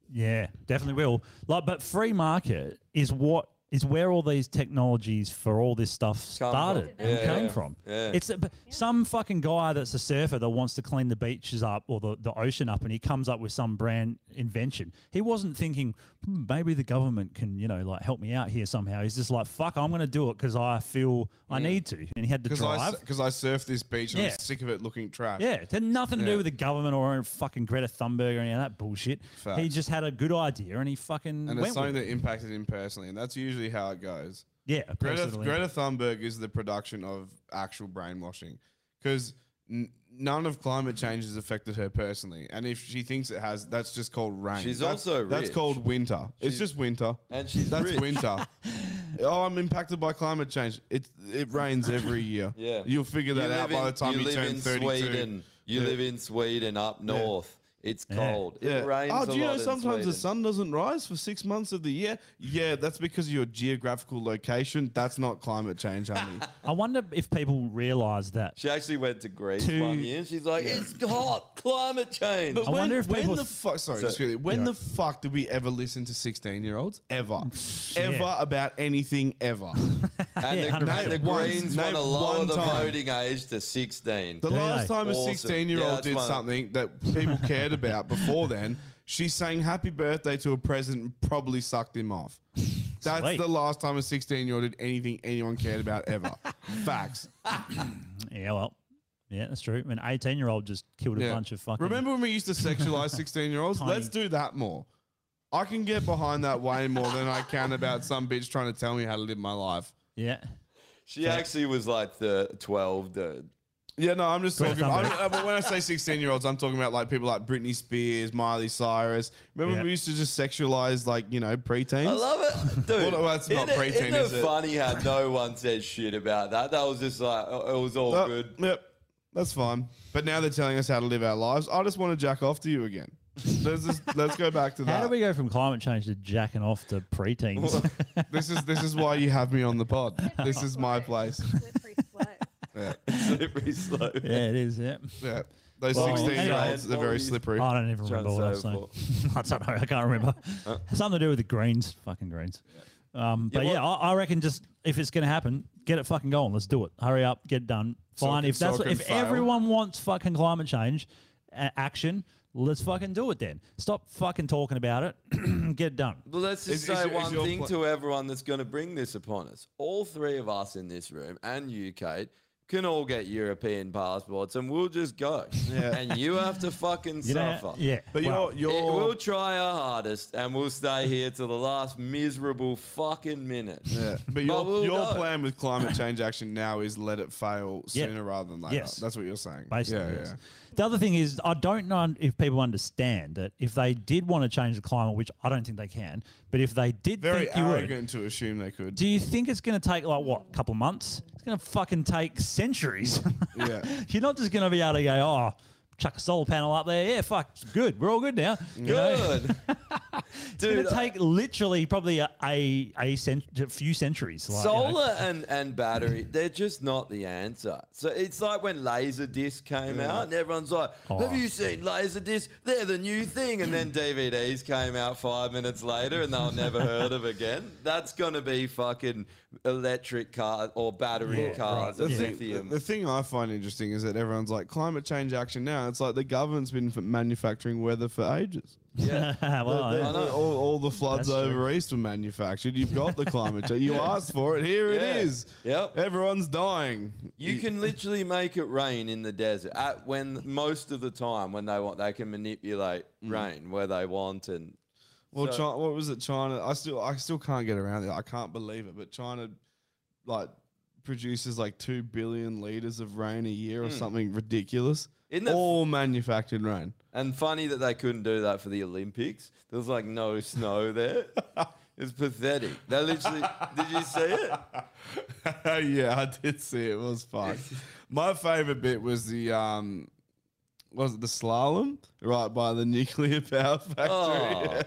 Speaker 3: Yeah, definitely will. Like, but free market is what is where all these technologies for all this stuff started and
Speaker 4: Yeah,
Speaker 3: came
Speaker 4: yeah,
Speaker 3: from.
Speaker 4: yeah.
Speaker 3: It's a, but some fucking guy that's a surfer that wants to clean the beaches up or the, the ocean up, and he comes up with some brand invention. He wasn't thinking hmm, maybe the government can you know like help me out here somehow. He's just like fuck, I'm going to do it because I feel I need to, and he had to
Speaker 2: Because I
Speaker 3: drive.
Speaker 2: s- 'cause I surf this beach and
Speaker 3: Yeah.
Speaker 2: I'm sick of it looking trash.
Speaker 3: Yeah, it had nothing to
Speaker 2: Yeah.
Speaker 3: do with the government or fucking Greta Thunberg or any of that bullshit. He
Speaker 2: Facts.
Speaker 3: just had a good idea and he fucking
Speaker 2: and
Speaker 3: went
Speaker 2: it's
Speaker 3: with
Speaker 2: something
Speaker 3: it.
Speaker 2: that impacted him personally, and that's usually how it goes.
Speaker 3: Yeah,
Speaker 2: Greta,
Speaker 3: personally.
Speaker 2: Greta Thunberg is the production of actual brainwashing because n- none of climate change has affected her personally, and if she thinks it has, that's just called rain.
Speaker 4: She's
Speaker 2: That's-
Speaker 4: also
Speaker 2: that's
Speaker 4: rich.
Speaker 2: called winter. it's just winter,
Speaker 4: and she's
Speaker 2: that's
Speaker 4: rich.
Speaker 2: winter. oh, I'm impacted by climate change. It it rains every year.
Speaker 4: Yeah.
Speaker 2: you'll figure that
Speaker 4: You
Speaker 2: out
Speaker 4: live
Speaker 2: by
Speaker 4: in-
Speaker 2: the time you,
Speaker 4: live
Speaker 2: turn
Speaker 4: in
Speaker 2: 32.
Speaker 4: Sweden. You
Speaker 2: Yeah.
Speaker 4: live in Sweden up north. It's cold. It
Speaker 2: Yeah.
Speaker 4: rains
Speaker 2: Oh,
Speaker 4: a
Speaker 2: do you know
Speaker 4: lot in
Speaker 2: sometimes the
Speaker 4: Sweden.
Speaker 2: sun doesn't rise for six months of the year? Yeah, that's because of your geographical location. That's not climate change, honey.
Speaker 3: I wonder if people realize that.
Speaker 4: She actually went to Greece one year. and She's like, it's hot, climate change.
Speaker 2: But when, when the fuck, sorry,
Speaker 4: So-
Speaker 2: just quickly, when the fuck did we ever listen to 16 year olds? Ever.
Speaker 3: Mm,
Speaker 2: Ever about anything ever.
Speaker 4: And
Speaker 2: Yeah,
Speaker 4: the,
Speaker 2: 100%.
Speaker 4: and the
Speaker 2: Name one-
Speaker 4: Greens want
Speaker 2: name
Speaker 4: to lower
Speaker 2: one
Speaker 4: the
Speaker 2: time.
Speaker 4: voting age to 16.
Speaker 2: The last time a
Speaker 4: Awesome.
Speaker 2: 16 year
Speaker 4: Yeah,
Speaker 2: old
Speaker 4: that's
Speaker 2: did
Speaker 4: one-
Speaker 2: something that people cared about before then, she sang happy birthday to a president and probably sucked him off. That's the last time a 16 year old did anything anyone cared about ever. Facts.
Speaker 3: Yeah, well, yeah, that's true. An 18 year old just killed a
Speaker 2: Yeah.
Speaker 3: bunch of fucking.
Speaker 2: Remember when we used to sexualize 16 year olds?
Speaker 3: Tiny.
Speaker 2: Let's do that more. I can get behind that way more than I can about some bitch trying to tell me how to live my life.
Speaker 3: Yeah.
Speaker 4: She actually was like the 12 dude.
Speaker 2: Yeah, no, I'm just
Speaker 4: Greta
Speaker 2: talking. I'm, uh, but when I say 16 year olds, I'm talking about like people like Britney Spears, Miley Cyrus. Remember
Speaker 4: Yeah.
Speaker 2: we used to just sexualize like you know preteens.
Speaker 4: I love it, dude.
Speaker 2: Well, that's not
Speaker 4: Isn't it-
Speaker 2: preteen,
Speaker 4: isn't it
Speaker 2: is it?
Speaker 4: funny how no one said shit about that? That was just like oh, it was all
Speaker 2: Oh,
Speaker 4: good.
Speaker 2: Yep, that's fine. But now they're telling us how to live our lives. I just want to jack off to you again. Let's just, let's go back to
Speaker 3: How do
Speaker 2: that.
Speaker 3: we go from climate change to jacking off to preteens?
Speaker 2: this is this is why you have me on the pod. This is my place. Yeah.
Speaker 4: Slippery slope.
Speaker 3: yeah, it is. Yeah.
Speaker 2: Yeah. Those
Speaker 3: Well,
Speaker 2: 16 year
Speaker 3: anyway,
Speaker 2: olds are very slippery.
Speaker 3: Oh, I don't even remember what I was saying. I don't know. I can't remember. Something to do with the Greens. Fucking Greens. Um, but yeah, I, I reckon just if it's going to happen, get it fucking going. Let's do it. Hurry up, get it done.
Speaker 2: So it
Speaker 3: Fine.
Speaker 2: can-
Speaker 3: if that's
Speaker 2: so
Speaker 3: what,
Speaker 2: it can
Speaker 3: if
Speaker 2: fail.
Speaker 3: everyone wants fucking climate change uh, action, let's fucking do it then. Stop fucking talking about it. get it done.
Speaker 4: Well, let's just
Speaker 3: Is-
Speaker 4: say
Speaker 3: is- is
Speaker 4: one
Speaker 3: your
Speaker 4: thing
Speaker 3: pla-
Speaker 4: to everyone that's going to bring this upon us. All three of us in this room and you, Kate, can all get European passports and we'll just go.
Speaker 2: Yeah.
Speaker 4: And you have to fucking
Speaker 2: You know,
Speaker 4: suffer.
Speaker 2: yeah, But well-
Speaker 4: It-
Speaker 2: you're- you're-
Speaker 4: We'll try our hardest and we'll stay here till the last miserable fucking minute.
Speaker 2: Yeah. But your,
Speaker 4: we'll
Speaker 2: your
Speaker 4: go.
Speaker 2: plan with climate change action now is let it fail
Speaker 3: Yeah.
Speaker 2: sooner rather than later.
Speaker 3: Yes.
Speaker 2: That's what you're saying.
Speaker 3: Basically,
Speaker 2: yeah,
Speaker 3: yes.
Speaker 2: yeah.
Speaker 3: The other thing is, I don't know if people understand that if they did want to change the climate, which I don't think they can, but if they did
Speaker 2: Very
Speaker 3: think you would,
Speaker 2: arrogant to assume they could.
Speaker 3: do you think it's going to take like what, a couple months? It's going to fucking take centuries.
Speaker 2: Yeah.
Speaker 3: You're not just going to be able to go, oh, chuck a solar panel up there. Yeah, fuck, it's good. We're all good now. You know?
Speaker 4: Good.
Speaker 3: it's going
Speaker 4: Dude,
Speaker 3: to
Speaker 4: I-
Speaker 3: take literally probably a a, a, cent- a few centuries. Like, you know.
Speaker 4: Solar and, and battery, they're just not the answer. So it's like when Laserdisc came
Speaker 2: Yeah.
Speaker 4: out and everyone's like,
Speaker 2: Oh.
Speaker 4: have you seen Laserdisc? They're the new thing. And then DVDs came out five minutes later and they'll never heard of again. That's going to be fucking electric car or battery cars
Speaker 2: The,
Speaker 4: and
Speaker 2: thing,
Speaker 4: lithium.
Speaker 2: the thing I find interesting is that everyone's like climate change action now. It's like the government's been f- manufacturing weather for ages.
Speaker 3: Yeah. Well,
Speaker 2: The- the-
Speaker 3: yeah.
Speaker 2: the- all, all the floods
Speaker 3: That's
Speaker 2: over east were manufactured. You've got the climate change. You
Speaker 4: Yeah.
Speaker 2: asked for it. Here
Speaker 4: Yeah.
Speaker 2: it is.
Speaker 4: Yep.
Speaker 2: Everyone's dying.
Speaker 4: You can literally make it rain in the desert at when most of the time when they want, they can manipulate
Speaker 3: Mm.
Speaker 4: rain where they want. And
Speaker 2: Well,
Speaker 4: So-
Speaker 2: China, what was it? China. I still, I still can't get around it. I can't believe it. But China, like, produces like two billion liters of rain a year or
Speaker 4: Mm.
Speaker 2: something ridiculous.
Speaker 4: Isn't that-
Speaker 2: All manufactured rain.
Speaker 4: And funny that they couldn't do that for the Olympics. There was like no snow there. It's pathetic. They literally did you see it?
Speaker 2: yeah, I did see it. It was fun. My favorite bit was the um, was it the slalom right by the nuclear power factory?
Speaker 4: Oh,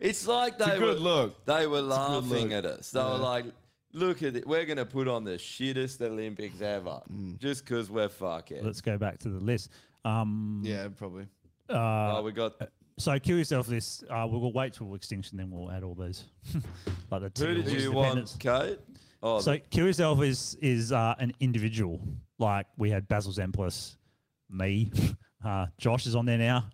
Speaker 4: it's like
Speaker 2: a
Speaker 4: they
Speaker 2: good
Speaker 4: were
Speaker 2: look.
Speaker 4: They were
Speaker 2: It's a good
Speaker 4: laughing
Speaker 2: look.
Speaker 4: at us. They were
Speaker 2: Yeah.
Speaker 4: like, "Look at it. We're gonna put on the shittest Olympics ever,
Speaker 2: Mm.
Speaker 4: just because we're fucking."
Speaker 3: Let's go back to the list. Um,
Speaker 2: yeah, probably.
Speaker 3: Uh,
Speaker 4: oh, we got.
Speaker 3: So kill yourself. This uh, we'll, we'll wait till extinction, then we'll add all those. like the
Speaker 4: Who
Speaker 3: two
Speaker 4: did
Speaker 3: which
Speaker 4: you
Speaker 3: dependents.
Speaker 4: want, Kate? Oh,
Speaker 3: so kill yourself is is uh, an individual. Like we had Basil Zemplis, me, uh, Josh is on there now.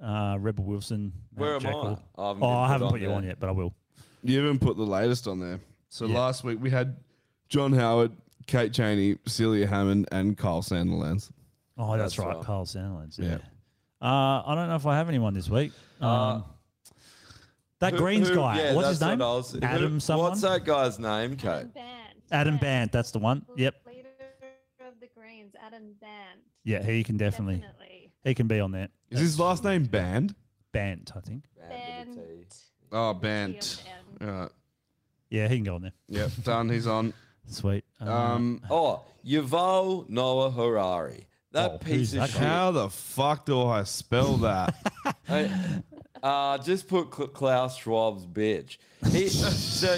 Speaker 3: Uh, Rebel Wilson. uh,
Speaker 4: Where am I?
Speaker 3: Jekyll.
Speaker 4: I haven't
Speaker 3: oh,
Speaker 4: been
Speaker 3: I
Speaker 4: put
Speaker 3: haven't
Speaker 4: on
Speaker 3: put you
Speaker 4: there.
Speaker 3: on yet, but I will.
Speaker 2: You haven't put the latest on there. So
Speaker 3: Yeah.
Speaker 2: last week we had John Howard, Kate Cheney, Celia Hammond, and Kyle Sanderlands.
Speaker 3: Oh, that's,
Speaker 2: That's
Speaker 3: right,
Speaker 2: right.
Speaker 3: Kyle Sandlands. Yeah.
Speaker 2: Yeah.
Speaker 3: Uh, I don't know if I have anyone this week. Um, that
Speaker 4: Uh, who-
Speaker 3: Greens
Speaker 4: who-
Speaker 3: guy.
Speaker 4: yeah,
Speaker 3: what's his
Speaker 4: that's
Speaker 3: name?
Speaker 4: what I was- who-
Speaker 3: Adam someone.
Speaker 4: What's that guy's name, Kate?
Speaker 3: Adam Band. That's the one. Yep.
Speaker 5: Leader of the Greens, Adam Band.
Speaker 3: Yeah, he can definitely.
Speaker 5: Definitely.
Speaker 3: He can be on there.
Speaker 2: Is his last name Band?
Speaker 3: Band, I think.
Speaker 5: Band.
Speaker 2: Oh, Band.
Speaker 5: T-O-N.
Speaker 2: All right.
Speaker 3: Yeah, he can go on there.
Speaker 2: Yep, done. He's on.
Speaker 3: Sweet.
Speaker 2: Um,
Speaker 4: oh, Yuval Noah Harari. That
Speaker 3: Oh,
Speaker 4: piece of shit.
Speaker 2: How the fuck do I spell that?
Speaker 4: Hey, uh, just put Cl- Klaus Schwab's bitch. He, so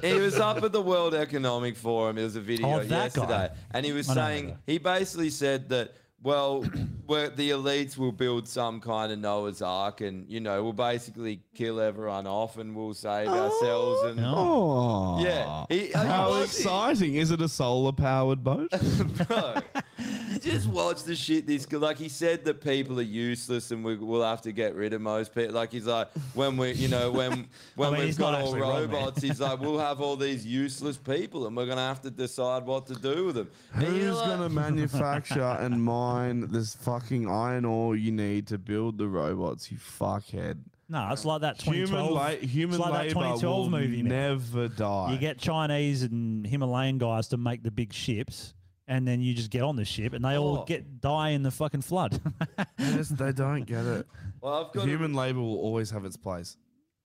Speaker 4: he was up at the World Economic Forum. There was a video
Speaker 3: Oh, that guy.
Speaker 4: yesterday, and he was
Speaker 3: I know that
Speaker 4: saying
Speaker 3: guy.
Speaker 4: he basically said that well, we're- the elites will build some kind of Noah's Ark, and you know we'll basically kill everyone off, and we'll save ourselves. And
Speaker 2: Oh.
Speaker 4: Yeah, he-
Speaker 2: How
Speaker 4: he-
Speaker 2: exciting. Is it a solar powered boat?
Speaker 4: You just watch the shit this guy like he said that people are useless and we, we'll have to get rid of most people like he's like when we you know when when
Speaker 3: mean,
Speaker 4: we've
Speaker 3: he's not
Speaker 4: got all
Speaker 3: actually wrong, man.
Speaker 4: robots he's like we'll have all these useless people and we're gonna have to decide what to do with them And you're
Speaker 2: Who's
Speaker 4: like-
Speaker 2: going to manufacture and mine this fucking iron ore you need to build the robots, you fuckhead?
Speaker 3: No, it's like that 2012.
Speaker 2: Human, la- human
Speaker 3: it's like that
Speaker 2: labor
Speaker 3: 2012
Speaker 2: will
Speaker 3: movie. man.
Speaker 2: never die.
Speaker 3: You get Chinese and Himalayan guys to make the big ships, and then you just get on the ship, and they all
Speaker 4: Oh.
Speaker 3: get die in the fucking flood.
Speaker 2: They just- they don't get it.
Speaker 4: well I've got to,
Speaker 2: Human labor will always have its place.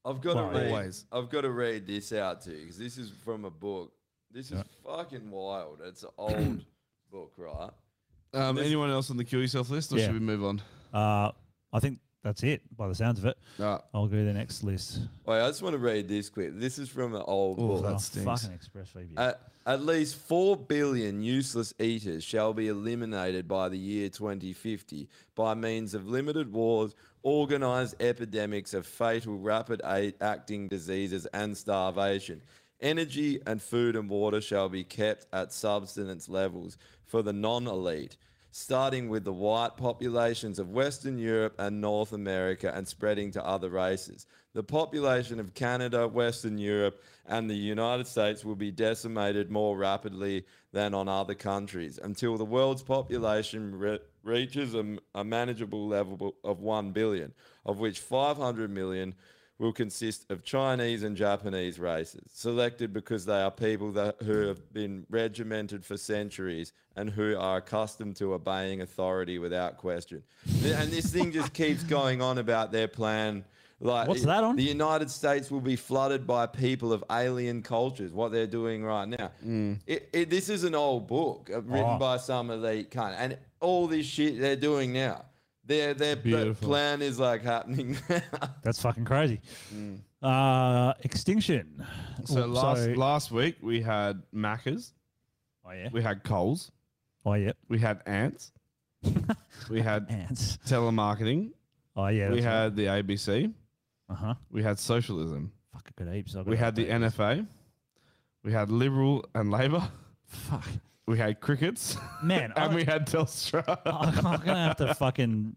Speaker 4: I've got
Speaker 2: Well,
Speaker 4: to read
Speaker 2: always.
Speaker 4: I've got to read this out to you because this is from a book this is fucking wild it's an old book right
Speaker 2: Um, anyone else on the kill yourself list, or
Speaker 3: Yeah.
Speaker 2: should we move on?
Speaker 3: uh, I think that's it by the sounds of it.
Speaker 2: Nah.
Speaker 3: I'll go to the next list.
Speaker 4: Wait, I just want to read this quick. This is from an old
Speaker 3: Oh,
Speaker 4: book.
Speaker 3: that stinks. fucking Express Review.
Speaker 2: Uh,
Speaker 4: At, at least 4 billion useless eaters shall be eliminated by the year 2050 by means of limited wars, organized epidemics of fatal, rapid a- acting diseases, and starvation. Energy and food and water shall be kept at subsistence levels for the non elite, starting with the white populations of Western Europe and North America and spreading to other races. The population of Canada, Western Europe, and the United States will be decimated more rapidly than on other countries until the world's population re- reaches a, m- a manageable level of 1 billion, of which 500 million will consist of Chinese and Japanese races, selected because they are people that, who have been regimented for centuries and who are accustomed to obeying authority without question. Th- and this thing just keeps going on about their plan. Like
Speaker 3: What's that on?
Speaker 4: The United States will be flooded by people of alien cultures. What they're doing right now.
Speaker 3: Mm.
Speaker 4: It, it, this is an old book uh, written
Speaker 15: Oh.
Speaker 4: by some elite cunt, and all this shit they're doing now. Their their pl-
Speaker 3: Beautiful.
Speaker 4: plan is like happening.
Speaker 3: That's fucking crazy. Uh, extinction.
Speaker 2: mm. So
Speaker 3: Ooh,
Speaker 2: last
Speaker 3: so-
Speaker 2: last week we had Macca's.
Speaker 3: Oh yeah.
Speaker 2: We had Coles.
Speaker 3: Oh yeah.
Speaker 2: We had ants. we had
Speaker 3: ants.
Speaker 2: Telemarketing.
Speaker 3: Oh yeah.
Speaker 2: We
Speaker 3: that's right.
Speaker 2: had the ABC.
Speaker 3: Uh huh.
Speaker 2: We had socialism.
Speaker 3: Fuck, I got heaps. I got
Speaker 2: We had the
Speaker 3: heaps.
Speaker 2: NFA. We had Liberal and Labor.
Speaker 3: Fuck.
Speaker 2: We had crickets.
Speaker 3: Man,
Speaker 2: and
Speaker 3: I-
Speaker 2: we had Telstra.
Speaker 3: I'm gonna have to fucking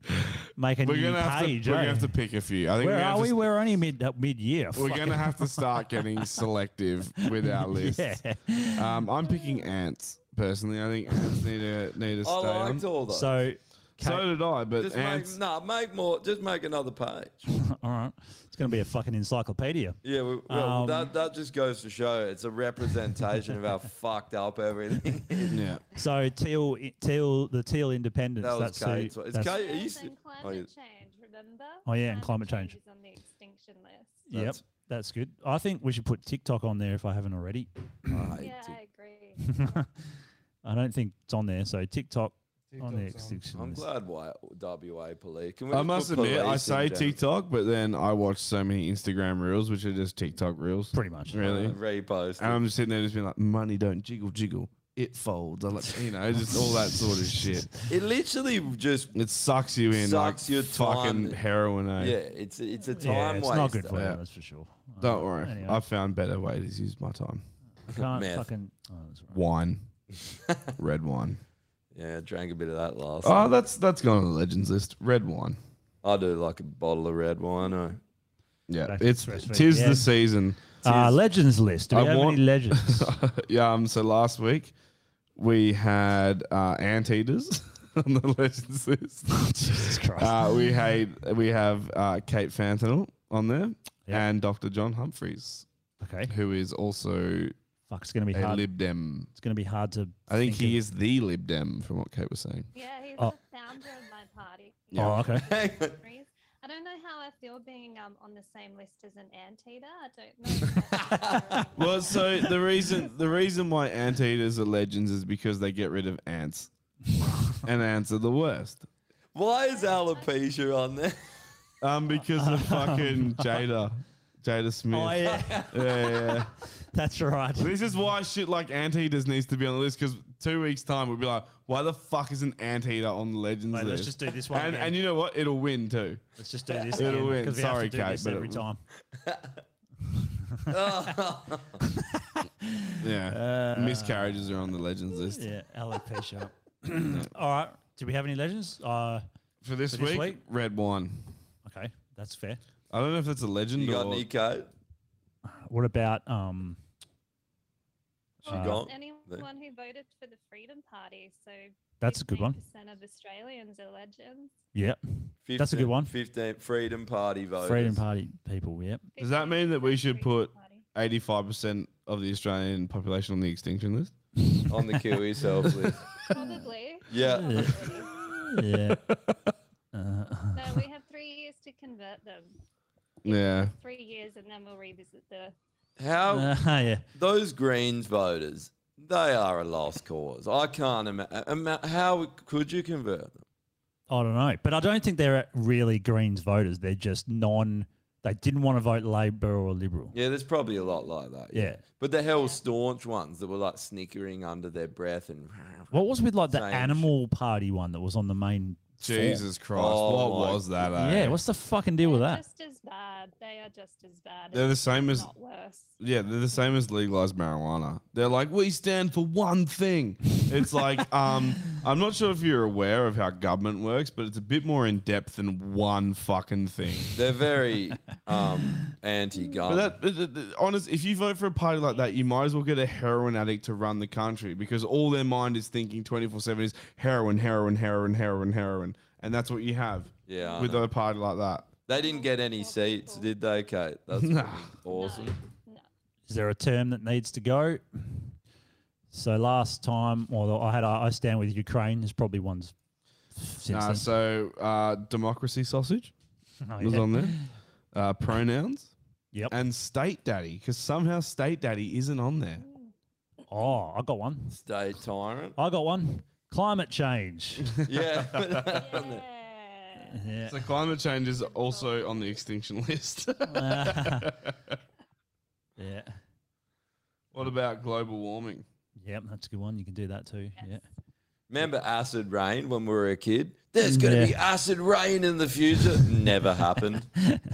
Speaker 3: make a
Speaker 2: We're
Speaker 3: new
Speaker 2: gonna have to-
Speaker 3: page.
Speaker 2: we're gonna
Speaker 3: eh?
Speaker 2: have to pick a few. I think
Speaker 3: Where
Speaker 2: we're gonna
Speaker 3: are
Speaker 2: have
Speaker 3: we?
Speaker 2: to-
Speaker 3: We're only mid uh, mid year.
Speaker 2: We're going to have to start getting selective with our list.
Speaker 3: Yeah.
Speaker 2: Um, I'm picking ants personally. I think ants need to need to stay
Speaker 4: I liked
Speaker 2: on.
Speaker 4: all those.
Speaker 3: So,
Speaker 2: so did I, but
Speaker 4: just
Speaker 2: ants.
Speaker 4: make, nah, make more. Just make another page.
Speaker 3: All right. It's gonna be a fucking encyclopedia.
Speaker 4: Yeah, we, well,
Speaker 3: Um,
Speaker 4: that that just goes to show it's a representation of how fucked up everything. Is.
Speaker 2: Yeah.
Speaker 3: So teal, teal, the teal independence.
Speaker 4: That was
Speaker 3: that's who-
Speaker 4: Kate's. Is
Speaker 3: that's-
Speaker 4: Kate? Are you,
Speaker 5: Earth
Speaker 4: st-
Speaker 5: and
Speaker 4: oh, yeah.
Speaker 5: climate change, remember?
Speaker 3: Oh, yeah, and climate change.
Speaker 5: is on the extinction list.
Speaker 3: Yep, that's good. I think we should put TikTok on there if I haven't already.
Speaker 5: yeah, I agree.
Speaker 3: I don't think it's on there. So TikTok on the extinction
Speaker 4: I'm
Speaker 3: list.
Speaker 4: glad why WA police. Can we
Speaker 2: I
Speaker 4: just
Speaker 2: must
Speaker 4: put
Speaker 2: admit, I
Speaker 4: police in
Speaker 2: say
Speaker 4: general?
Speaker 2: TikTok, but then I watch so many Instagram reels, which are just TikTok reels.
Speaker 3: Pretty much.
Speaker 2: Really?
Speaker 4: Uh, repost.
Speaker 2: And I'm just sitting there just being like, money don't jiggle, jiggle. It folds. I like, you know, just all that sort of shit.
Speaker 4: It literally just
Speaker 2: It sucks you in.
Speaker 4: sucks
Speaker 2: like
Speaker 4: your
Speaker 2: fucking
Speaker 4: time.
Speaker 2: heroin. Eh?
Speaker 4: yeah, it's it's a time
Speaker 3: Yeah, it's
Speaker 4: waste.
Speaker 3: not good for you,
Speaker 2: Yeah.
Speaker 3: that's for sure. Uh,
Speaker 2: Don't worry.
Speaker 3: anyway.
Speaker 2: I've found better ways to use my time.
Speaker 3: I can't
Speaker 4: Meth.
Speaker 3: fucking. Oh, that's right.
Speaker 2: Wine, red wine.
Speaker 4: Yeah, I drank a bit of that last.
Speaker 2: Oh,
Speaker 4: night.
Speaker 2: that's that's gone on the legends list. Red wine.
Speaker 4: I do like a bottle of red wine. Or
Speaker 2: Yeah,
Speaker 3: Back to
Speaker 2: it's
Speaker 3: Stress Free.
Speaker 2: tis
Speaker 3: Yeah.
Speaker 2: the season.
Speaker 3: Uh, legends list. Do we
Speaker 2: I
Speaker 3: have
Speaker 2: want-
Speaker 3: any legends?
Speaker 2: yeah. Um. So last week we had uh, anteaters on the legends list.
Speaker 3: Jesus Christ.
Speaker 2: Uh, we had we have uh, Kate Fantanel on there
Speaker 3: Yeah.
Speaker 2: and Dr. John Humphreys,
Speaker 3: okay.
Speaker 2: who is also
Speaker 3: Fuck, it's gonna be
Speaker 2: a
Speaker 3: hard.
Speaker 2: Lib Dem.
Speaker 3: it's gonna be hard to.
Speaker 2: I think he
Speaker 3: of-
Speaker 2: is the Lib Dem, from what Kate was saying.
Speaker 5: Yeah, he's
Speaker 3: Oh.
Speaker 5: the founder of my party.
Speaker 3: Oh, okay.
Speaker 5: Memories. I don't know how I feel being um, on the same list as an anteater. I don't know.
Speaker 2: Well, so the reason the reason why anteaters are legends is because they get rid of ants, and ants are the worst.
Speaker 4: why is alopecia on there?
Speaker 2: Um, because of fucking Jada, Jada Smith.
Speaker 3: Oh yeah,
Speaker 2: yeah, yeah, yeah.
Speaker 3: that's right.
Speaker 2: This is why shit like anteaters needs to be on the list because two weeks time we'll be like, why the fuck is an anteater on the legends
Speaker 3: Wait,
Speaker 2: list?
Speaker 3: let's just do this one
Speaker 2: And,
Speaker 3: again.
Speaker 2: and you know what? It'll win too.
Speaker 3: Let's just do this
Speaker 2: It'll
Speaker 3: again
Speaker 2: win.
Speaker 3: because we have
Speaker 2: Sorry,
Speaker 3: to do
Speaker 2: Kate,
Speaker 3: this
Speaker 2: but
Speaker 3: every
Speaker 2: it-
Speaker 3: time.
Speaker 2: Yeah.
Speaker 3: Uh,
Speaker 2: Miscarriages are on the legends list.
Speaker 3: Yeah, alopecia. All right. Do we have any legends? Uh,
Speaker 2: For this,
Speaker 3: For this
Speaker 2: week,
Speaker 3: week?
Speaker 2: red wine.
Speaker 3: okay, that's fair.
Speaker 2: I don't know if that's a legend
Speaker 4: You got
Speaker 2: or
Speaker 4: any coat?
Speaker 3: What about um?
Speaker 4: She
Speaker 3: Uh,
Speaker 4: gone?
Speaker 5: Anyone who voted for the Freedom Party, so
Speaker 3: That's a good one.
Speaker 5: Percent of Australians are legends.
Speaker 3: Yeah, that's a good one.
Speaker 4: 15 Freedom Party voters.
Speaker 3: Freedom Party people. Yeah.
Speaker 2: Does that mean that we should
Speaker 5: 15%
Speaker 2: put
Speaker 5: Party.
Speaker 2: 85% of the Australian population on the extinction list?
Speaker 4: on the Kiwi self list.
Speaker 5: Probably.
Speaker 4: Yeah.
Speaker 3: Yeah.
Speaker 5: Probably.
Speaker 3: yeah. Uh,
Speaker 5: no, we have three years to convert them.
Speaker 2: Yeah.
Speaker 5: Three years, and then we'll revisit the.
Speaker 2: Oh.
Speaker 4: How
Speaker 3: Uh, yeah.
Speaker 4: those Greens voters, they are a lost cause. I can't imagine. How could you convert them?
Speaker 3: I don't know, but I don't think they're really Greens voters. They're just non. They didn't want to vote Labor or Liberal.
Speaker 4: Yeah, there's probably a lot like that.
Speaker 3: Yeah.
Speaker 4: But the hell staunch ones that were like snickering under their breath and.
Speaker 3: What was with like the
Speaker 4: Same shit.
Speaker 3: animal party one that was on the main? form?
Speaker 2: Jesus Christ.
Speaker 4: Oh
Speaker 2: what
Speaker 4: my
Speaker 2: was that? eh?
Speaker 3: Yeah, what's the fucking deal with
Speaker 5: They're
Speaker 3: that?
Speaker 5: Just as bad. They are just as bad.
Speaker 2: They're the
Speaker 5: if
Speaker 2: same as-
Speaker 5: Not worse.
Speaker 2: Yeah, they're the same as legalized marijuana. They're like, we stand for one thing. It's like, um, I'm not sure if you're aware of how government works, but it's a bit more in depth than one fucking thing.
Speaker 4: They're very um,
Speaker 2: But
Speaker 4: anti-gun.
Speaker 2: that, but th- th- honest, if you vote for a party like that, you might as well get a heroin addict to run the country because all their mind is thinking 24 7 is heroin, heroin, heroin, heroin, heroin. And that's what you have
Speaker 4: Yeah, I
Speaker 2: with
Speaker 4: know.
Speaker 2: a party like that.
Speaker 4: they didn't get any seats, did they, Kate? That's
Speaker 3: Nah.
Speaker 4: pretty awesome.
Speaker 3: Is there a term that needs to go? So last time, well, I had a- I stand with Ukraine. There's probably ones since
Speaker 2: Nah,
Speaker 3: then.
Speaker 2: so uh, democracy sausage
Speaker 3: Oh,
Speaker 2: was
Speaker 3: yeah.
Speaker 2: on there. Uh, pronouns.
Speaker 3: Yep.
Speaker 2: And state daddy, because somehow state daddy isn't on there.
Speaker 3: Oh, I got one.
Speaker 4: Stay tyrant.
Speaker 3: I got one. Climate change.
Speaker 4: Yeah.
Speaker 3: Yeah.
Speaker 2: So climate change is also on the extinction list.
Speaker 3: yeah.
Speaker 2: What about global warming?
Speaker 3: Yep, that's a good one. You can do that too. Yeah.
Speaker 4: Remember acid rain when we were a kid? There's going to be acid rain in the future. Never happened.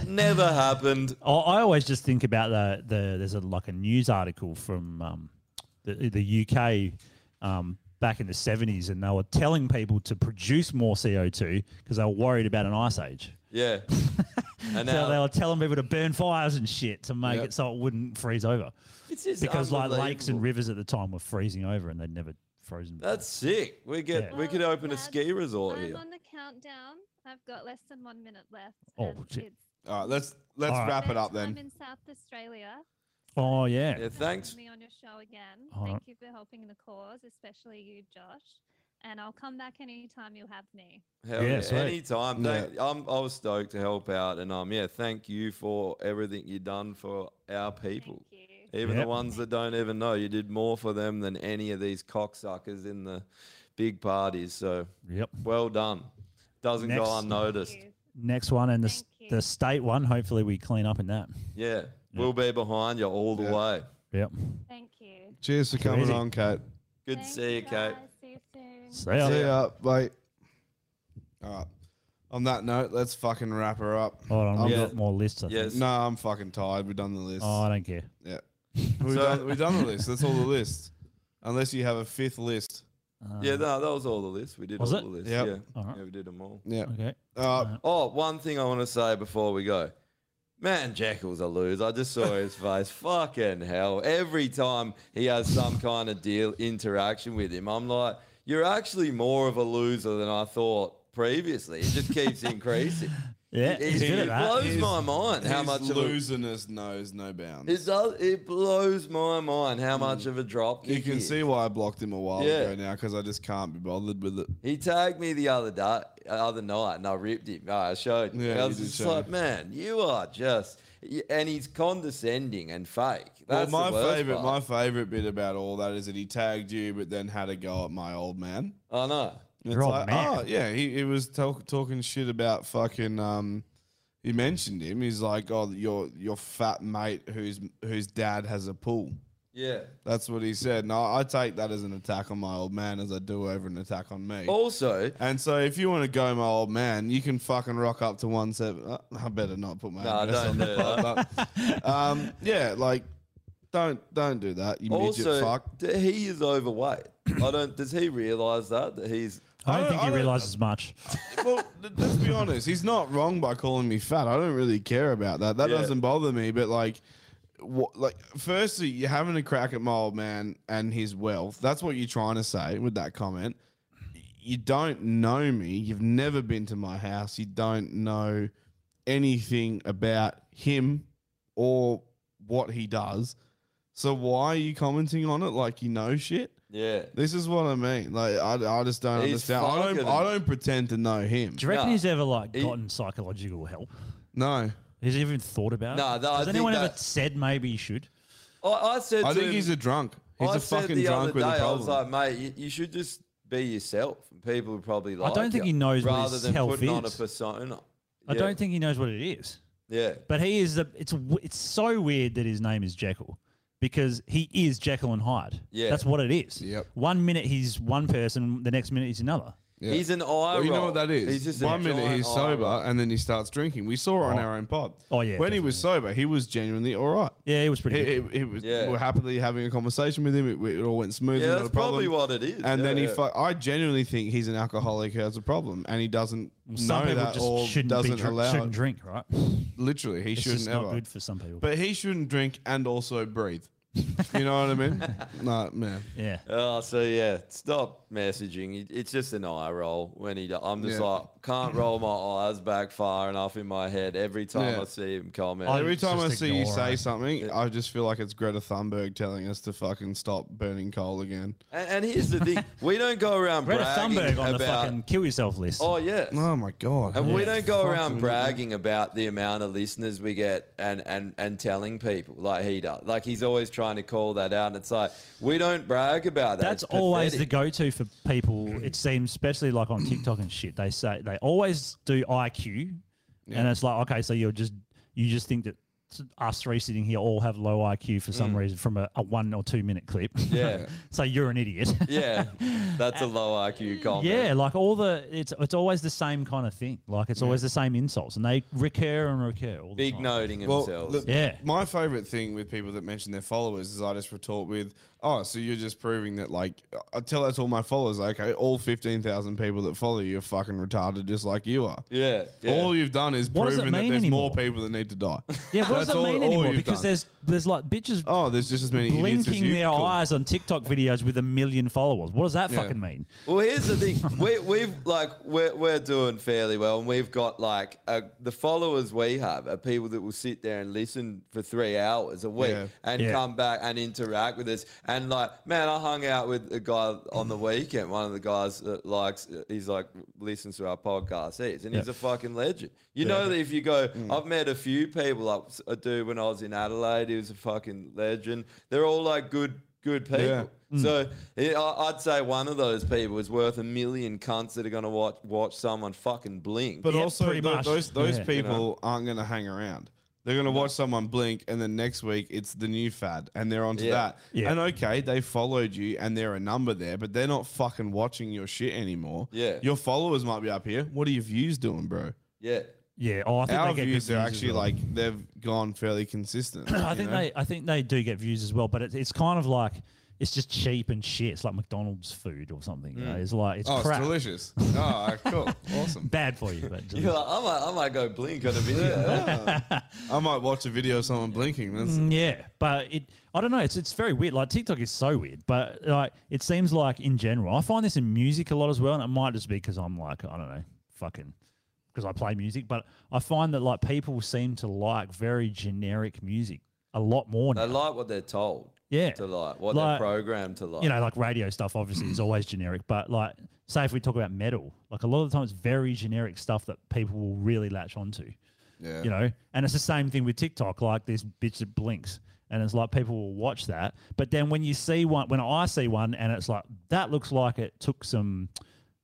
Speaker 4: Never happened.
Speaker 3: I, I always just think about the the there's a like a news article from um, the the UK um, back in the 70s, and they were telling people to produce more CO2 because they were worried about an ice age.
Speaker 4: Yeah. And
Speaker 3: so
Speaker 4: now
Speaker 3: they were telling people to burn fires and shit to make
Speaker 4: Yep.
Speaker 3: it so it wouldn't freeze over.
Speaker 4: It's just
Speaker 3: because like lakes and
Speaker 4: unbelievable.
Speaker 3: rivers at the time were freezing over and they'd never frozen.
Speaker 4: that's sick. We get we could open a ski resort
Speaker 5: I'm
Speaker 4: here.
Speaker 5: on the countdown. I've got less than one minute left.
Speaker 3: Oh,
Speaker 5: and
Speaker 3: shit.
Speaker 5: it's
Speaker 2: All right, let's let's
Speaker 3: All right.
Speaker 2: wrap it up
Speaker 5: I'm
Speaker 2: then.
Speaker 5: in South Australia.
Speaker 3: Oh yeah.
Speaker 4: Yeah,
Speaker 5: having me on your show again.
Speaker 3: All
Speaker 5: Thank
Speaker 3: right.
Speaker 5: you for helping the cause, especially you, Josh. And I'll come back anytime you have me.
Speaker 4: Hell
Speaker 3: Yeah,
Speaker 4: yeah,
Speaker 3: sweet.
Speaker 4: anytime.
Speaker 3: Yeah.
Speaker 4: Thank- I'm, I was stoked to help out, and um, yeah, thank you for everything you've done for our people, even
Speaker 3: Yep.
Speaker 4: the ones that don't even know. You did more for them than any of these cocksuckers in the big parties. So,
Speaker 3: yep,
Speaker 4: well done. Doesn't
Speaker 3: Next-
Speaker 4: go unnoticed.
Speaker 3: Next one and the s- the state one. Hopefully we clean up in that.
Speaker 4: Yeah, we'll be behind you all the way.
Speaker 3: Yep.
Speaker 5: Thank you.
Speaker 2: Cheers for coming on, Kate.
Speaker 4: Good to see you, Kate.
Speaker 3: See ya.
Speaker 2: See ya. Bye. All right. On that note, let's fucking wrap her up.
Speaker 3: Hold on,
Speaker 2: I'm
Speaker 3: we've
Speaker 2: not-
Speaker 3: got more lists. I think.
Speaker 2: No, I'm fucking tired. We've done the list.
Speaker 3: Oh, I don't care.
Speaker 2: Yeah. We've, done, we've done the list. That's all the list. Unless you have a fifth list.
Speaker 4: yeah, no, that was all the list. We did
Speaker 2: Was
Speaker 4: all
Speaker 2: it?
Speaker 4: the list.
Speaker 2: Yep.
Speaker 4: Yeah.
Speaker 2: Alright.
Speaker 4: yeah, we did them all.
Speaker 2: Yeah.
Speaker 3: Okay.
Speaker 2: Uh,
Speaker 4: oh, one thing I want to say before we go. Man, Jekyll's a loser. I just saw his face. Fucking hell. Every time he has some kind of deal interaction with him, I'm like, you're actually more of a loser than I thought previously. It just keeps increasing.
Speaker 3: Yeah,
Speaker 4: It-
Speaker 3: he's
Speaker 4: it
Speaker 3: good at that.
Speaker 4: blows
Speaker 3: He's-
Speaker 4: my mind how
Speaker 2: His
Speaker 4: much of a
Speaker 2: loserness knows no bounds.
Speaker 4: it does. It blows my mind how much of a drop
Speaker 2: You
Speaker 4: kick
Speaker 2: can
Speaker 4: he
Speaker 2: see why I blocked him a while
Speaker 4: Yeah.
Speaker 2: ago now because I just can't be bothered with it.
Speaker 4: He tagged me the other day, other night, and I ripped him. I showed. Him.
Speaker 2: Yeah,
Speaker 4: I
Speaker 2: you
Speaker 4: was
Speaker 2: did
Speaker 4: just
Speaker 2: show
Speaker 4: like,
Speaker 2: him.
Speaker 4: man, you are just, y- and he's condescending and fake. That's
Speaker 2: well, my
Speaker 4: the worst
Speaker 2: favorite,
Speaker 4: part.
Speaker 2: my favorite bit about all that is that he tagged you, but then had a go at my old man.
Speaker 4: I know.
Speaker 2: And
Speaker 3: Your
Speaker 2: it's
Speaker 3: old
Speaker 2: like,
Speaker 3: man.
Speaker 2: oh yeah, he, he was talk, talking shit about fucking. Um, he mentioned him. He's like, oh, your your fat mate whose whose dad has a pool.
Speaker 4: Yeah.
Speaker 2: That's what he said. And I, I take that as an attack on my old man, as I do over an attack on me.
Speaker 4: Also,
Speaker 2: and so if you want to go, my old man, you can fucking rock up to one seven. Uh, I better not put my
Speaker 4: No,
Speaker 2: address
Speaker 4: don't
Speaker 2: on the
Speaker 4: do
Speaker 2: pod, but, um, yeah, like don't don't do that. You
Speaker 4: also,
Speaker 2: midget fuck.
Speaker 4: d- he is overweight. I don't. Does he realize that that he's?
Speaker 3: I don't think he realizes much.
Speaker 2: well, th- let's be honest. He's not wrong by calling me fat. I don't really care about that. That
Speaker 4: Yeah.
Speaker 2: doesn't bother me. But like, what? Like, firstly, you're having a crack at my old man and his wealth. That's what you're trying to say with that comment. You don't know me. You've never been to my house. You don't know anything about him or what he does. So why are you commenting on it like you know shit?
Speaker 4: Yeah.
Speaker 2: This is what I mean. Like I, I just don't
Speaker 4: He's
Speaker 2: understand. I don't
Speaker 4: fucking-
Speaker 2: I don't pretend to know him.
Speaker 3: Do you reckon he's ever like gotten psychological help?
Speaker 2: No.
Speaker 3: Has he even thought about
Speaker 4: Nah,
Speaker 3: it?
Speaker 4: no, I
Speaker 3: Has
Speaker 4: think
Speaker 3: anyone ever
Speaker 4: that-
Speaker 3: said maybe he should?
Speaker 4: I, I said.
Speaker 2: I
Speaker 4: to
Speaker 2: think
Speaker 4: him-
Speaker 2: he's a drunk. He's
Speaker 4: I
Speaker 2: a
Speaker 4: said
Speaker 2: fucking
Speaker 4: the
Speaker 2: drunk
Speaker 4: other
Speaker 2: with a
Speaker 4: day, I
Speaker 2: problem.
Speaker 4: was like, mate, you, you should just be yourself. People would probably like.
Speaker 3: don't think
Speaker 4: you,
Speaker 3: he knows what
Speaker 4: rather
Speaker 3: his
Speaker 4: than
Speaker 3: health
Speaker 4: putting on a
Speaker 3: is.
Speaker 4: persona.
Speaker 3: I
Speaker 4: Yeah,
Speaker 3: don't think he knows what it is.
Speaker 4: Yeah.
Speaker 3: But he is the. It's w- it's so weird that his name is Jekyll because he is Jekyll and Hyde.
Speaker 4: Yeah.
Speaker 3: that's what it is.
Speaker 2: Yep.
Speaker 3: One minute he's one person, the next minute he's another.
Speaker 2: Yeah.
Speaker 4: He's an eye
Speaker 2: Well, you know
Speaker 4: roll.
Speaker 2: what that is?
Speaker 4: He's just a
Speaker 2: One minute
Speaker 4: giant
Speaker 2: he's
Speaker 4: eye
Speaker 2: sober
Speaker 4: roll.
Speaker 2: and then he starts drinking. We saw on
Speaker 4: Oh.
Speaker 2: our own pod.
Speaker 4: Oh, yeah,
Speaker 2: When he was sober, he was genuinely all right.
Speaker 3: Yeah, he was pretty
Speaker 2: He,
Speaker 3: good.
Speaker 2: he was.
Speaker 4: Yeah.
Speaker 2: We were happily having a conversation with him. It, it all went smoothly.
Speaker 4: Yeah,
Speaker 2: not
Speaker 4: that's
Speaker 2: a problem.
Speaker 4: probably what it is.
Speaker 2: And then he.
Speaker 4: Yeah.
Speaker 2: Fu- I genuinely think he's an alcoholic who has a problem, and he doesn't
Speaker 3: Some
Speaker 2: know
Speaker 3: people
Speaker 2: that
Speaker 3: just
Speaker 2: or
Speaker 3: shouldn't be
Speaker 2: doesn't
Speaker 3: drink-
Speaker 2: allow.
Speaker 3: shouldn't
Speaker 2: it.
Speaker 3: drink, right?
Speaker 2: Literally, he
Speaker 3: It's
Speaker 2: shouldn't
Speaker 3: just not
Speaker 2: ever.
Speaker 3: good for some people.
Speaker 2: But he shouldn't drink and also breathe. you know what I mean? nah, man.
Speaker 3: Yeah.
Speaker 4: Oh, so yeah, stop messaging. It- It's just an eye roll when he. do- I'm just
Speaker 2: Yeah.
Speaker 4: like can't roll my eyes back far enough in my head every time
Speaker 2: Yeah.
Speaker 4: I see him comment.
Speaker 2: Every time I see you say something, I just feel like it's Greta Thunberg telling us to fucking stop burning coal again.
Speaker 4: And, and here's the thing: we don't go around
Speaker 3: Greta
Speaker 4: bragging
Speaker 3: Thunberg on
Speaker 4: about.
Speaker 3: the fucking kill yourself list.
Speaker 4: Oh yeah.
Speaker 2: Oh my god.
Speaker 4: And we don't go
Speaker 2: Fuck
Speaker 4: around
Speaker 2: me.
Speaker 4: bragging about the amount of listeners we get and, and, and telling people like he does. Like he's always trying to call that out. And it's like, we don't brag about that.
Speaker 3: That's always the go-to for people. It seems, especially like on TikTok and shit. They say they always do IQ, and
Speaker 4: Yeah.
Speaker 3: it's like, okay, so you're just you just think that us three sitting here all have low IQ for some
Speaker 4: Mm.
Speaker 3: reason from a, a one or two minute clip.
Speaker 4: Yeah.
Speaker 3: so you're an idiot.
Speaker 4: Yeah. That's a low IQ
Speaker 2: oh,
Speaker 4: comment.
Speaker 3: Yeah, like all the it's it's always the same kind of thing. Like it's always the same insults, and they recur and recur. All the
Speaker 4: Big
Speaker 3: time.
Speaker 4: noting
Speaker 2: Well,
Speaker 4: himself.
Speaker 2: look,
Speaker 3: Yeah.
Speaker 2: My favorite thing with people that mention their followers is I just retort with, "Oh, so you're just proving that like I tell that to all my followers, like, okay, all fifteen thousand people that follow you are fucking retarded, just like you are.
Speaker 4: Yeah, yeah.
Speaker 2: All you've done is
Speaker 3: What does it
Speaker 2: proven that
Speaker 3: mean
Speaker 2: there's
Speaker 3: anymore?
Speaker 2: more people that need to die.
Speaker 3: Yeah, what does
Speaker 2: That's
Speaker 3: that
Speaker 2: all-
Speaker 3: mean
Speaker 2: all
Speaker 3: anymore?
Speaker 2: you've
Speaker 3: Because
Speaker 2: done.
Speaker 3: there's there's like bitches.
Speaker 2: Oh, there's just as many idiots as
Speaker 3: blinking
Speaker 2: you.
Speaker 3: their
Speaker 2: Cool.
Speaker 3: eyes on TikTok videos with a million followers. What does that
Speaker 4: Yeah.
Speaker 3: fucking mean?
Speaker 4: Well, here's the thing: we, we've like we're, we're doing fairly well, and we've got like a, the followers we have are people that will sit there and listen for three hours a week
Speaker 2: Yeah.
Speaker 4: and
Speaker 2: Yeah.
Speaker 4: come back and interact with us. And like, man, I hung out with a guy on the weekend. One of the guys that likes, he's like listens to our podcast, he's, and he's
Speaker 2: Yeah.
Speaker 4: a fucking legend.
Speaker 2: Yeah.
Speaker 4: You
Speaker 2: Mm.
Speaker 4: know that if you go, I've met a few people. Like a dude when I was in Adelaide, he was a fucking legend. They're all like good, good people.
Speaker 2: Yeah.
Speaker 4: So yeah, I- I'd say one of those people is worth a million cunts that are going to watch watch someone fucking blink.
Speaker 2: But also, tho- those those people aren't going to hang around. They're going to watch someone blink, and then next week it's the new fad, and they're onto
Speaker 4: Yeah.
Speaker 2: that.
Speaker 4: Yeah.
Speaker 2: And okay, they followed you, and they're a number there, but they're not fucking watching your shit anymore.
Speaker 4: Yeah.
Speaker 2: your followers might be up here. What are your views doing, bro?
Speaker 4: Yeah.
Speaker 3: Yeah, oh, I think
Speaker 2: Our
Speaker 3: they get
Speaker 2: views
Speaker 3: good
Speaker 2: are
Speaker 3: views as
Speaker 2: actually
Speaker 3: well.
Speaker 2: like they've gone fairly consistent.
Speaker 3: I
Speaker 2: you
Speaker 3: think
Speaker 2: know?
Speaker 3: they I think they do get views as well, but it, it's kind of like it's just cheap and shit. It's like McDonald's food or something. you know?
Speaker 4: Mm.
Speaker 3: It's like it's
Speaker 2: oh,
Speaker 3: crap.
Speaker 2: it's delicious. Oh, cool, awesome.
Speaker 3: Bad for you, but
Speaker 4: You're like, I might, I might go blink on a video.
Speaker 2: I might watch a video of someone blinking. That's
Speaker 3: Mm, yeah, but it I don't know. It's it's very weird. Like TikTok is so weird, but like it seems like in general, I find this in music a lot as well, and it might just be because I'm like I don't know, fucking because I play music, but I find that like people seem to like very generic music a lot more.
Speaker 4: they
Speaker 3: Now.
Speaker 4: like what they're told.
Speaker 3: Yeah.
Speaker 4: To like what
Speaker 3: Like,
Speaker 4: they're programmed to like.
Speaker 3: You know, like radio stuff obviously is always generic, but like say if we talk about metal, like a lot of the time it's very generic stuff that people will really latch onto.
Speaker 2: Yeah.
Speaker 3: You know, and it's the same thing with TikTok, like this bitch that blinks. And it's like people will watch that. But then when you see one, when I see one and it's like, that looks like it took some,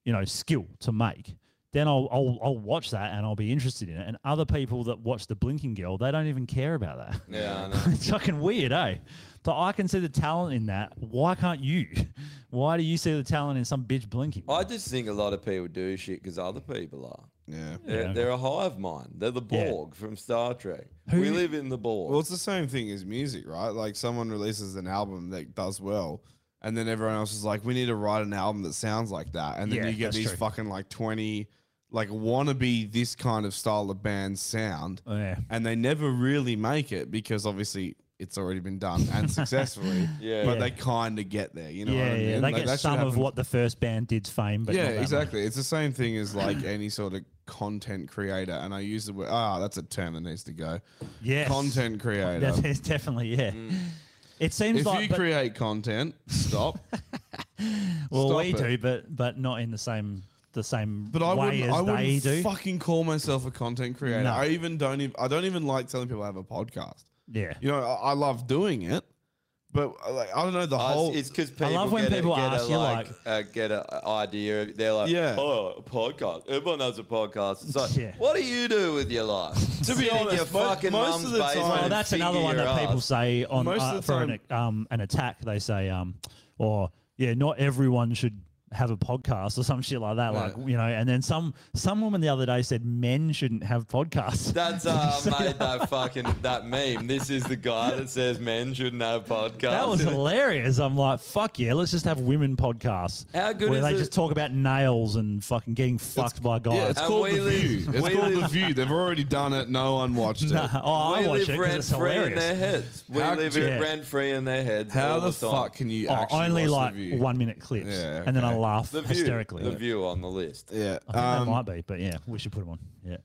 Speaker 3: you know, skill to make, then I'll, I'll, I'll watch that and I'll be interested in it. And other people that watch the blinking girl, they don't even care about that.
Speaker 4: Yeah, I know.
Speaker 3: it's fucking weird, eh? So I can see the talent in that. Why can't you? Why do you see the talent in some bitch blinking?
Speaker 4: I just think a lot of people do shit because other people are.
Speaker 2: Yeah.
Speaker 4: They're,
Speaker 3: Yeah.
Speaker 4: they're a hive mind. They're the
Speaker 2: Yeah.
Speaker 4: Borg from Star Trek. we live in the Borg.
Speaker 2: Well, it's the same thing as music, right? Like someone releases an album that does well, and then everyone else is like, "We need to write an album that sounds like that," and then
Speaker 3: Yeah,
Speaker 2: you get
Speaker 3: that's
Speaker 2: these
Speaker 3: true.
Speaker 2: fucking like twenty, like wannabe this kind of style of band sound,
Speaker 3: Oh, yeah.
Speaker 2: and they never really make it because obviously it's already been done and successfully.
Speaker 3: Yeah.
Speaker 2: but
Speaker 3: Yeah.
Speaker 2: they kind of get there, you know?
Speaker 3: yeah,
Speaker 2: what I mean?
Speaker 3: yeah. They
Speaker 2: Like,
Speaker 3: get
Speaker 2: that should
Speaker 3: some of
Speaker 2: happen-
Speaker 3: what the first band did's fame, but not
Speaker 2: yeah,
Speaker 3: that much.
Speaker 2: exactly. It's the same thing as like any sort of content creator, and I use the word. Ah, that's a term that needs to go.
Speaker 3: Yes.
Speaker 2: content creator.
Speaker 3: That is definitely yeah. It seems
Speaker 2: if
Speaker 3: like
Speaker 2: you
Speaker 3: but-
Speaker 2: create content, stop.
Speaker 3: well
Speaker 2: stop
Speaker 3: we
Speaker 2: it.
Speaker 3: do, but but not in the same the same
Speaker 2: but I
Speaker 3: way
Speaker 2: wouldn't,
Speaker 3: as
Speaker 2: I
Speaker 3: they
Speaker 2: wouldn't
Speaker 3: do.
Speaker 2: fucking call myself a content creator.
Speaker 3: No.
Speaker 2: I even don't even I don't even like telling people I have a podcast.
Speaker 3: Yeah.
Speaker 2: You know, I, I love doing it, but uh, like I don't know the
Speaker 4: I-
Speaker 2: whole
Speaker 4: it's because people get a, get a, like, uh, get a idea. of- They're like,
Speaker 2: Yeah.
Speaker 4: oh, a podcast. Everyone has a podcast. It's like,
Speaker 3: Yeah.
Speaker 4: what do you do with your life? to be
Speaker 2: Sitting
Speaker 4: honest, your
Speaker 2: at mo-
Speaker 4: fucking
Speaker 2: most
Speaker 4: mum's
Speaker 2: of the
Speaker 4: basement.
Speaker 2: time-
Speaker 3: Well,
Speaker 4: and
Speaker 3: Oh, that's another
Speaker 4: finger
Speaker 3: one
Speaker 4: your
Speaker 3: that people
Speaker 4: ass.
Speaker 3: say on
Speaker 4: Most of
Speaker 3: uh,
Speaker 4: the
Speaker 3: for an, um, an attack. They say, um, or yeah, not everyone should have a podcast or some shit like that. Like you know, and then some some woman the other day said men shouldn't have podcasts.
Speaker 4: That's uh, made that fucking that meme. This is the guy that says men shouldn't have podcasts.
Speaker 3: That was hilarious. I'm like, fuck yeah, let's just have women podcasts.
Speaker 4: How good
Speaker 3: where
Speaker 4: is
Speaker 3: they
Speaker 4: it-
Speaker 3: just talk about nails and fucking getting fucked by guys.
Speaker 2: Yeah, it's called The View. It's called The View. They've already done it. No one watched it.
Speaker 3: Nah, oh, I
Speaker 4: we
Speaker 3: watch
Speaker 4: live
Speaker 3: it 'cause
Speaker 4: rent
Speaker 3: it's
Speaker 4: free in
Speaker 3: hilarious.
Speaker 4: their heads. We
Speaker 3: How-
Speaker 4: live
Speaker 3: yeah.
Speaker 4: rent free in their heads.
Speaker 2: How
Speaker 4: all
Speaker 2: the
Speaker 4: time.
Speaker 2: fuck can you
Speaker 3: Oh, only like one minute clips,
Speaker 4: Yeah,
Speaker 3: and then I
Speaker 4: okay.
Speaker 3: laugh
Speaker 4: The View-
Speaker 3: hysterically.
Speaker 4: The view Um, on the list.
Speaker 2: Yeah.
Speaker 3: I
Speaker 2: um,
Speaker 3: think that might be, but yeah, we should put them on. Yeah.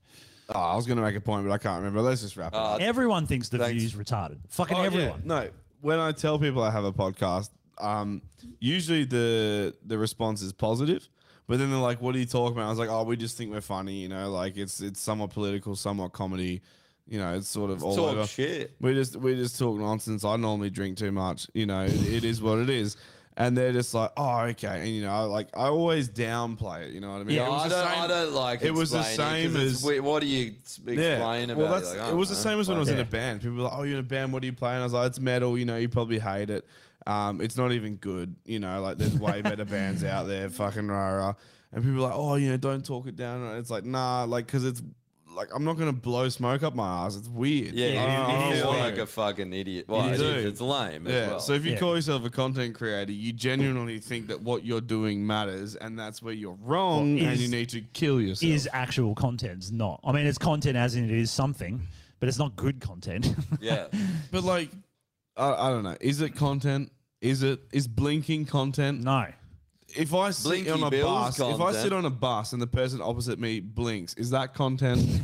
Speaker 2: Oh, I was going to make a point, but I can't remember. Let's just wrap it up.
Speaker 3: everyone thinks the view's retarded. Fucking
Speaker 2: Uh, Oh, yeah.
Speaker 3: everyone.
Speaker 2: No, when I tell people I have a podcast, um, usually the the response is positive, but then they're like, "What are you talking about?" I was like, "Oh, we just think we're funny, you know. Like it's it's somewhat political, somewhat comedy, you know. It's sort of all
Speaker 4: talk
Speaker 2: over.
Speaker 4: shit.
Speaker 2: We just we just talk nonsense. I normally drink too much, you know. it, it is what it is." And they're just like, oh, okay, and you know, I, like I always downplay it. You know what I mean?
Speaker 4: Yeah,
Speaker 2: It was
Speaker 4: I
Speaker 2: the
Speaker 4: don't,
Speaker 2: same-
Speaker 4: I don't like
Speaker 2: It was the
Speaker 4: explaining it 'cause
Speaker 2: same
Speaker 4: it's
Speaker 2: as
Speaker 4: we- what do you s- explain about?
Speaker 2: well, that's,
Speaker 4: You're like, "Oh, I
Speaker 2: it was the
Speaker 4: don't
Speaker 2: same
Speaker 4: know.
Speaker 2: as when I was in a
Speaker 4: Like-
Speaker 2: band. People were like, "Oh, you're in a band. What do you play?" And I was like, "It's metal. You know, you probably hate it. Um, it's not even good. You know, like there's way better bands out there. Fucking rah rah." And people were like, "Oh, you know, don't talk it down." And it's like, nah, like because it's like I'm not gonna blow smoke up my ass. It's weird.
Speaker 4: Yeah,
Speaker 2: I don't- I
Speaker 4: you-
Speaker 2: don't
Speaker 4: you feel
Speaker 2: know.
Speaker 4: like a fucking idiot. Well,
Speaker 2: Oh, You
Speaker 4: it is,
Speaker 2: do.
Speaker 4: it's lame. as
Speaker 2: Yeah.
Speaker 4: well.
Speaker 2: So if you call yourself a content creator, you genuinely think that what you're doing matters, and that's where you're wrong,
Speaker 3: Well,
Speaker 2: and
Speaker 3: is-
Speaker 2: you need to kill yourself.
Speaker 3: Is actual content. It's not. I mean, it's content as in it is something, but it's not good content.
Speaker 4: yeah.
Speaker 2: But like, I, I don't know. Is it content? Is it is blinking content?
Speaker 3: No.
Speaker 2: If I sit
Speaker 4: Blinky
Speaker 2: on a
Speaker 4: Bill's
Speaker 2: bus, if I sit
Speaker 4: content.
Speaker 2: on a bus and the person opposite me blinks, is that content?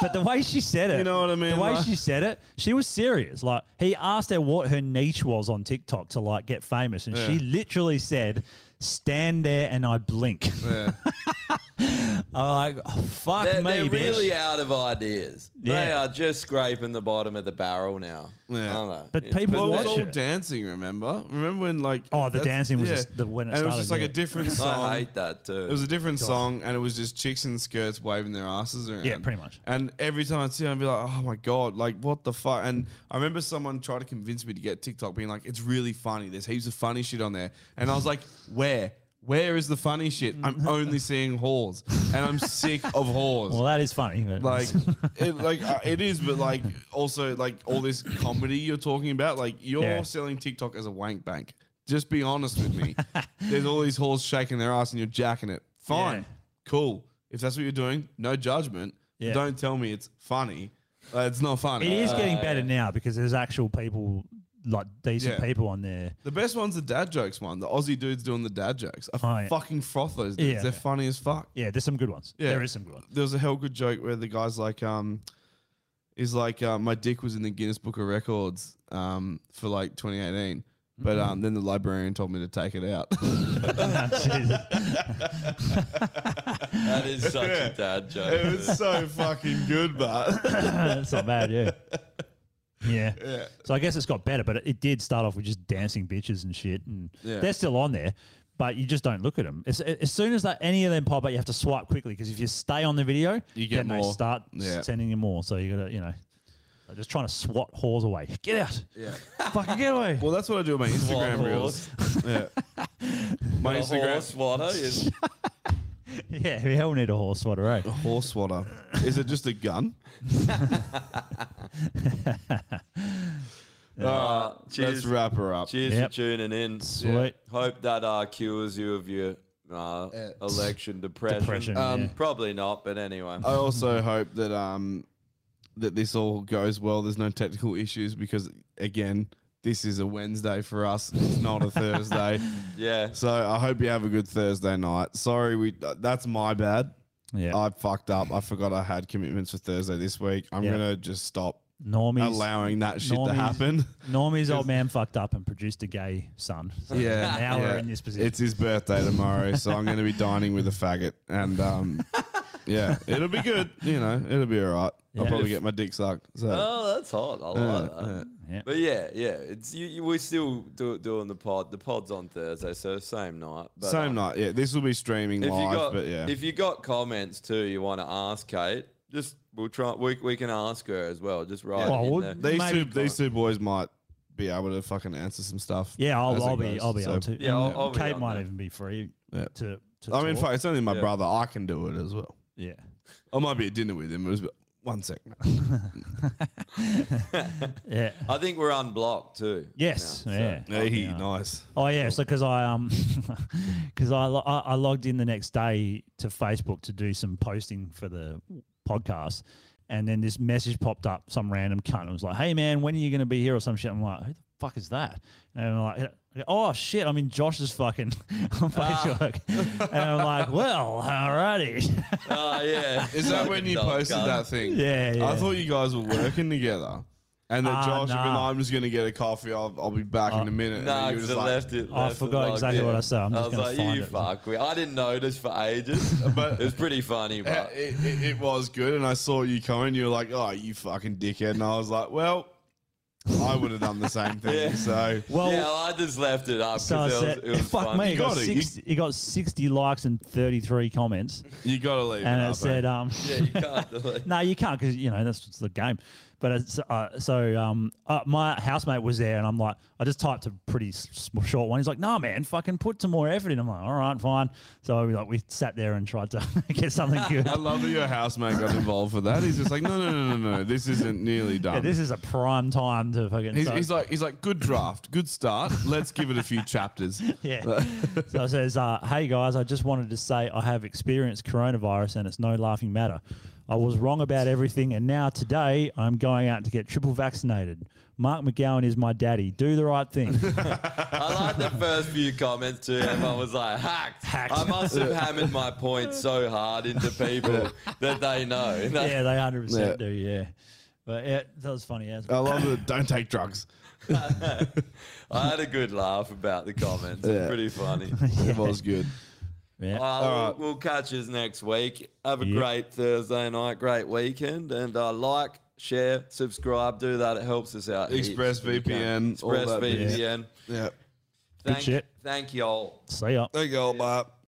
Speaker 3: but the way she said it,
Speaker 2: You know what I mean?
Speaker 3: The way
Speaker 2: Like-
Speaker 3: she said it, she was serious. Like he asked her what her niche was on TikTok to like get famous, and she
Speaker 2: Yeah.
Speaker 3: literally said, "Stand there and I blink."
Speaker 2: Yeah.
Speaker 3: I'm like, oh, fuck
Speaker 4: they're,
Speaker 3: me,
Speaker 4: they're
Speaker 3: bitch.
Speaker 4: really out of ideas. They
Speaker 3: Yeah.
Speaker 4: are just scraping the bottom of the barrel now. I don't know.
Speaker 3: But
Speaker 4: It's-
Speaker 3: people
Speaker 2: Well, it was
Speaker 3: watch
Speaker 2: all
Speaker 3: it.
Speaker 2: dancing. Remember? Remember when like?
Speaker 3: Oh, the
Speaker 2: that's-
Speaker 3: dancing was
Speaker 2: yeah.
Speaker 3: just the when it
Speaker 2: and
Speaker 3: started.
Speaker 2: it was just like
Speaker 3: yeah.
Speaker 2: a different song.
Speaker 4: I hate that too.
Speaker 2: It was a different
Speaker 3: God.
Speaker 2: song, and it was just chicks in skirts waving their asses around.
Speaker 3: Yeah, pretty much.
Speaker 2: And every time I'd see it, I'd be like, oh my God, like, what the fuck? And I remember someone tried to convince me to get TikTok, being like, it's really funny. There's heaps of funny shit on there. And I was like, where? Where is the funny shit? I'm only seeing whores, and I'm sick of whores.
Speaker 3: Well, that is funny. but-
Speaker 2: Like, it, like uh, it is, but like also like all this comedy you're talking about, like you're
Speaker 3: Yeah.
Speaker 2: selling TikTok as a wank bank. Just be honest with me. There's all these whores shaking their ass and you're jacking it. Fine,
Speaker 3: Yeah.
Speaker 2: cool. If that's what you're doing, no judgment.
Speaker 3: Yeah.
Speaker 2: Don't tell me it's funny. Uh, it's not funny.
Speaker 3: it is
Speaker 2: uh,
Speaker 3: getting better now because there's actual people, like decent
Speaker 2: Yeah.
Speaker 3: people on there.
Speaker 2: The best one's the dad jokes one. The Aussie dudes doing the dad jokes. I
Speaker 3: Oh, yeah.
Speaker 2: fucking froth those dudes.
Speaker 3: Yeah.
Speaker 2: They're funny as fuck.
Speaker 3: Yeah, there's some good ones. There is some good ones.
Speaker 2: There was a hell good joke where the guy's like, um, is like, uh, my dick was in the Guinness Book of Records, um, for like 2018, but um, then the librarian told me to take it out.
Speaker 4: that is such a dad joke.
Speaker 2: It was so fucking good, but
Speaker 3: That's not bad, yeah. Yeah.
Speaker 2: Yeah.
Speaker 3: So I guess it's got better, but it, it did start off with just dancing bitches and shit, and
Speaker 2: Yeah.
Speaker 3: they're still on there, but you just don't look at them. As, as soon as that, any of them pop up, you have to swipe quickly because if you stay on the video,
Speaker 2: You get
Speaker 3: then they
Speaker 2: more.
Speaker 3: start
Speaker 2: Yeah.
Speaker 3: sending you more. So you got to, you know, they're just trying to swat whores away. Get out.
Speaker 2: yeah.
Speaker 3: Fucking get away.
Speaker 2: Well, that's what I do on my Instagram reels. Yeah. My
Speaker 4: A
Speaker 2: Instagram.
Speaker 4: horse swatter is
Speaker 3: Yeah, we all need a horse swatter, right?
Speaker 2: A horse swatter. Is it just a gun?
Speaker 3: eh?
Speaker 2: Uh, let's wrap her up.
Speaker 4: Ah, Cheers
Speaker 3: Yep.
Speaker 4: for tuning in.
Speaker 3: Sweet.
Speaker 4: Hope that uh, cures you of your uh, election depression.
Speaker 3: Depression, Um, yeah.
Speaker 4: Probably not, but anyway.
Speaker 2: I also hope that um that this all goes well. There's no technical issues because again, this is a Wednesday for us. It's not a Thursday.
Speaker 4: Yeah.
Speaker 2: So I hope you have a good Thursday night. Sorry, we uh, that's my bad.
Speaker 3: Yeah.
Speaker 2: I fucked up. I forgot I had commitments for Thursday this week. I'm
Speaker 3: Yeah.
Speaker 2: gonna just stop
Speaker 3: Normies.
Speaker 2: allowing that shit
Speaker 3: Normie's-
Speaker 2: to happen.
Speaker 3: Normie's old man fucked up and produced a gay son. So
Speaker 2: Yeah,
Speaker 3: Now
Speaker 2: yeah.
Speaker 3: we're in this position.
Speaker 2: It's his birthday tomorrow, so I'm going to be dining with a faggot, and um, yeah, it'll be good. You know, it'll be all right. I'll
Speaker 3: Yeah.
Speaker 2: probably get my dick sucked. So.
Speaker 4: Oh, that's hot. I like
Speaker 2: Yeah,
Speaker 4: that.
Speaker 3: yeah.
Speaker 4: But yeah, yeah, it's you, you, we're still do, doing the pod. The pod's on Thursday, so same night. But,
Speaker 2: Same
Speaker 4: um,
Speaker 2: night, yeah. This will be streaming
Speaker 4: If
Speaker 2: live,
Speaker 4: you got,
Speaker 2: but yeah,
Speaker 4: if you got comments too, you want to ask Kate, just we'll try. We, we can ask her as well. Just write.
Speaker 3: Well,
Speaker 4: it in
Speaker 3: Oh, we'll-
Speaker 4: there.
Speaker 2: these
Speaker 3: maybe
Speaker 2: two these two boys might be able to fucking answer some stuff.
Speaker 3: Yeah, I'll,
Speaker 2: as it
Speaker 3: I'll be
Speaker 2: goes,
Speaker 3: I'll be
Speaker 2: so-
Speaker 3: able to.
Speaker 4: Yeah, I'll-
Speaker 3: And
Speaker 4: I'll be
Speaker 3: Kate
Speaker 4: on
Speaker 3: might
Speaker 4: there.
Speaker 3: even be free
Speaker 2: Yeah.
Speaker 3: to, to
Speaker 2: I mean,
Speaker 3: talk.
Speaker 2: fuck, it's only my brother. I can do it as well.
Speaker 3: Yeah.
Speaker 2: I might be at dinner with him. It was one second.
Speaker 3: Yeah.
Speaker 4: I think we're unblocked too.
Speaker 3: Yes, yeah.
Speaker 2: Hey,
Speaker 3: Yeah.
Speaker 2: nice.
Speaker 3: Oh yeah, so because I um, because I, lo- I I logged in the next day to Facebook to do some posting for the podcast, and then this message popped up. Some random cunt was like, "Hey man, when are you going to be here?" or some shit. I'm like, "Who the fuck is that?" And I'm like. Oh shit! I'm in Josh's fucking on
Speaker 4: Ah.
Speaker 3: Facebook, and I'm like, "Well, alrighty."
Speaker 4: Oh yeah.
Speaker 2: Is that when you
Speaker 4: Dog
Speaker 2: posted
Speaker 4: gun.
Speaker 2: that thing?
Speaker 3: Yeah, yeah.
Speaker 2: I thought you guys were working together. And then
Speaker 3: Ah,
Speaker 2: Josh had been
Speaker 3: nah. Uh,
Speaker 2: like, I'm just going to get a coffee. I'll, I'll be back in a minute. And
Speaker 4: No,
Speaker 2: then you were
Speaker 4: because
Speaker 2: just
Speaker 4: I
Speaker 2: like-
Speaker 4: left it.
Speaker 3: I
Speaker 4: left it
Speaker 3: forgot
Speaker 4: logged
Speaker 3: exactly
Speaker 4: in.
Speaker 3: what I said. I'm
Speaker 4: I
Speaker 3: just
Speaker 4: was
Speaker 3: gonna
Speaker 4: like,
Speaker 3: find
Speaker 4: you
Speaker 3: it."
Speaker 4: fuck. We, I didn't notice for ages, but it was pretty funny.
Speaker 2: Uh,
Speaker 4: But
Speaker 2: It, it, it was good, and I saw you coming. You were like, "Oh, you fucking dickhead!" And I was like, "Well, I would have done the same thing." So,
Speaker 4: yeah, I just left it up.
Speaker 3: So I
Speaker 4: 'cause it
Speaker 3: said,
Speaker 4: was, it was
Speaker 3: "Fuck
Speaker 4: funny.
Speaker 3: me!" It got, 60, it got 60 likes and 33 comments.
Speaker 2: You gotta leave.
Speaker 3: and
Speaker 2: it
Speaker 3: it
Speaker 2: up,
Speaker 3: said,
Speaker 2: eh?
Speaker 3: um,
Speaker 4: yeah, you can't. do it.
Speaker 3: no, you can't because you know that's just the game. But it's, uh, so um, uh, my housemate was there, and I'm like, I just typed a pretty s- s- short one. He's like, "No, man, fucking put some more effort in." I'm like, "All right, fine." So we like we sat there and tried to get something good.
Speaker 2: I love that your housemate got involved with that. He's just like, "No, no, no, no, no. This isn't nearly done."
Speaker 3: Yeah, this is a prime time to fucking.
Speaker 2: He's,
Speaker 3: so-
Speaker 2: he's like, he's like, good draft, good start. Let's give it a few chapters.
Speaker 3: Yeah. so it says, uh, "Hey guys, I just wanted to say I have experienced coronavirus and it's no laughing matter. I was wrong about everything, and now today I'm going out to get triple vaccinated. Mark McGowan is my daddy. Do the right thing."
Speaker 4: I like the first few comments too. Everyone was like, hacked. I must have hammered my point so hard into people that they know.
Speaker 3: yeah, they hundred percent
Speaker 4: Yeah.
Speaker 3: do. Yeah, but yeah, that was funny as
Speaker 2: I love it. Don't take drugs.
Speaker 4: I had a good laugh about the comments. It's
Speaker 2: Yeah.
Speaker 4: pretty funny.
Speaker 2: It was good.
Speaker 3: Yeah.
Speaker 4: Uh,
Speaker 2: All right.
Speaker 4: we'll, we'll catch us next week. Have a
Speaker 2: Yep.
Speaker 4: great Thursday night, great weekend, and uh, like, share, subscribe, do that. It helps us out. heaps.
Speaker 2: ExpressVPN, all that
Speaker 4: ExpressVPN.
Speaker 2: Yeah.
Speaker 4: Thank,
Speaker 3: shit.
Speaker 4: Thank you all.
Speaker 3: See ya.
Speaker 2: There you go, Bob.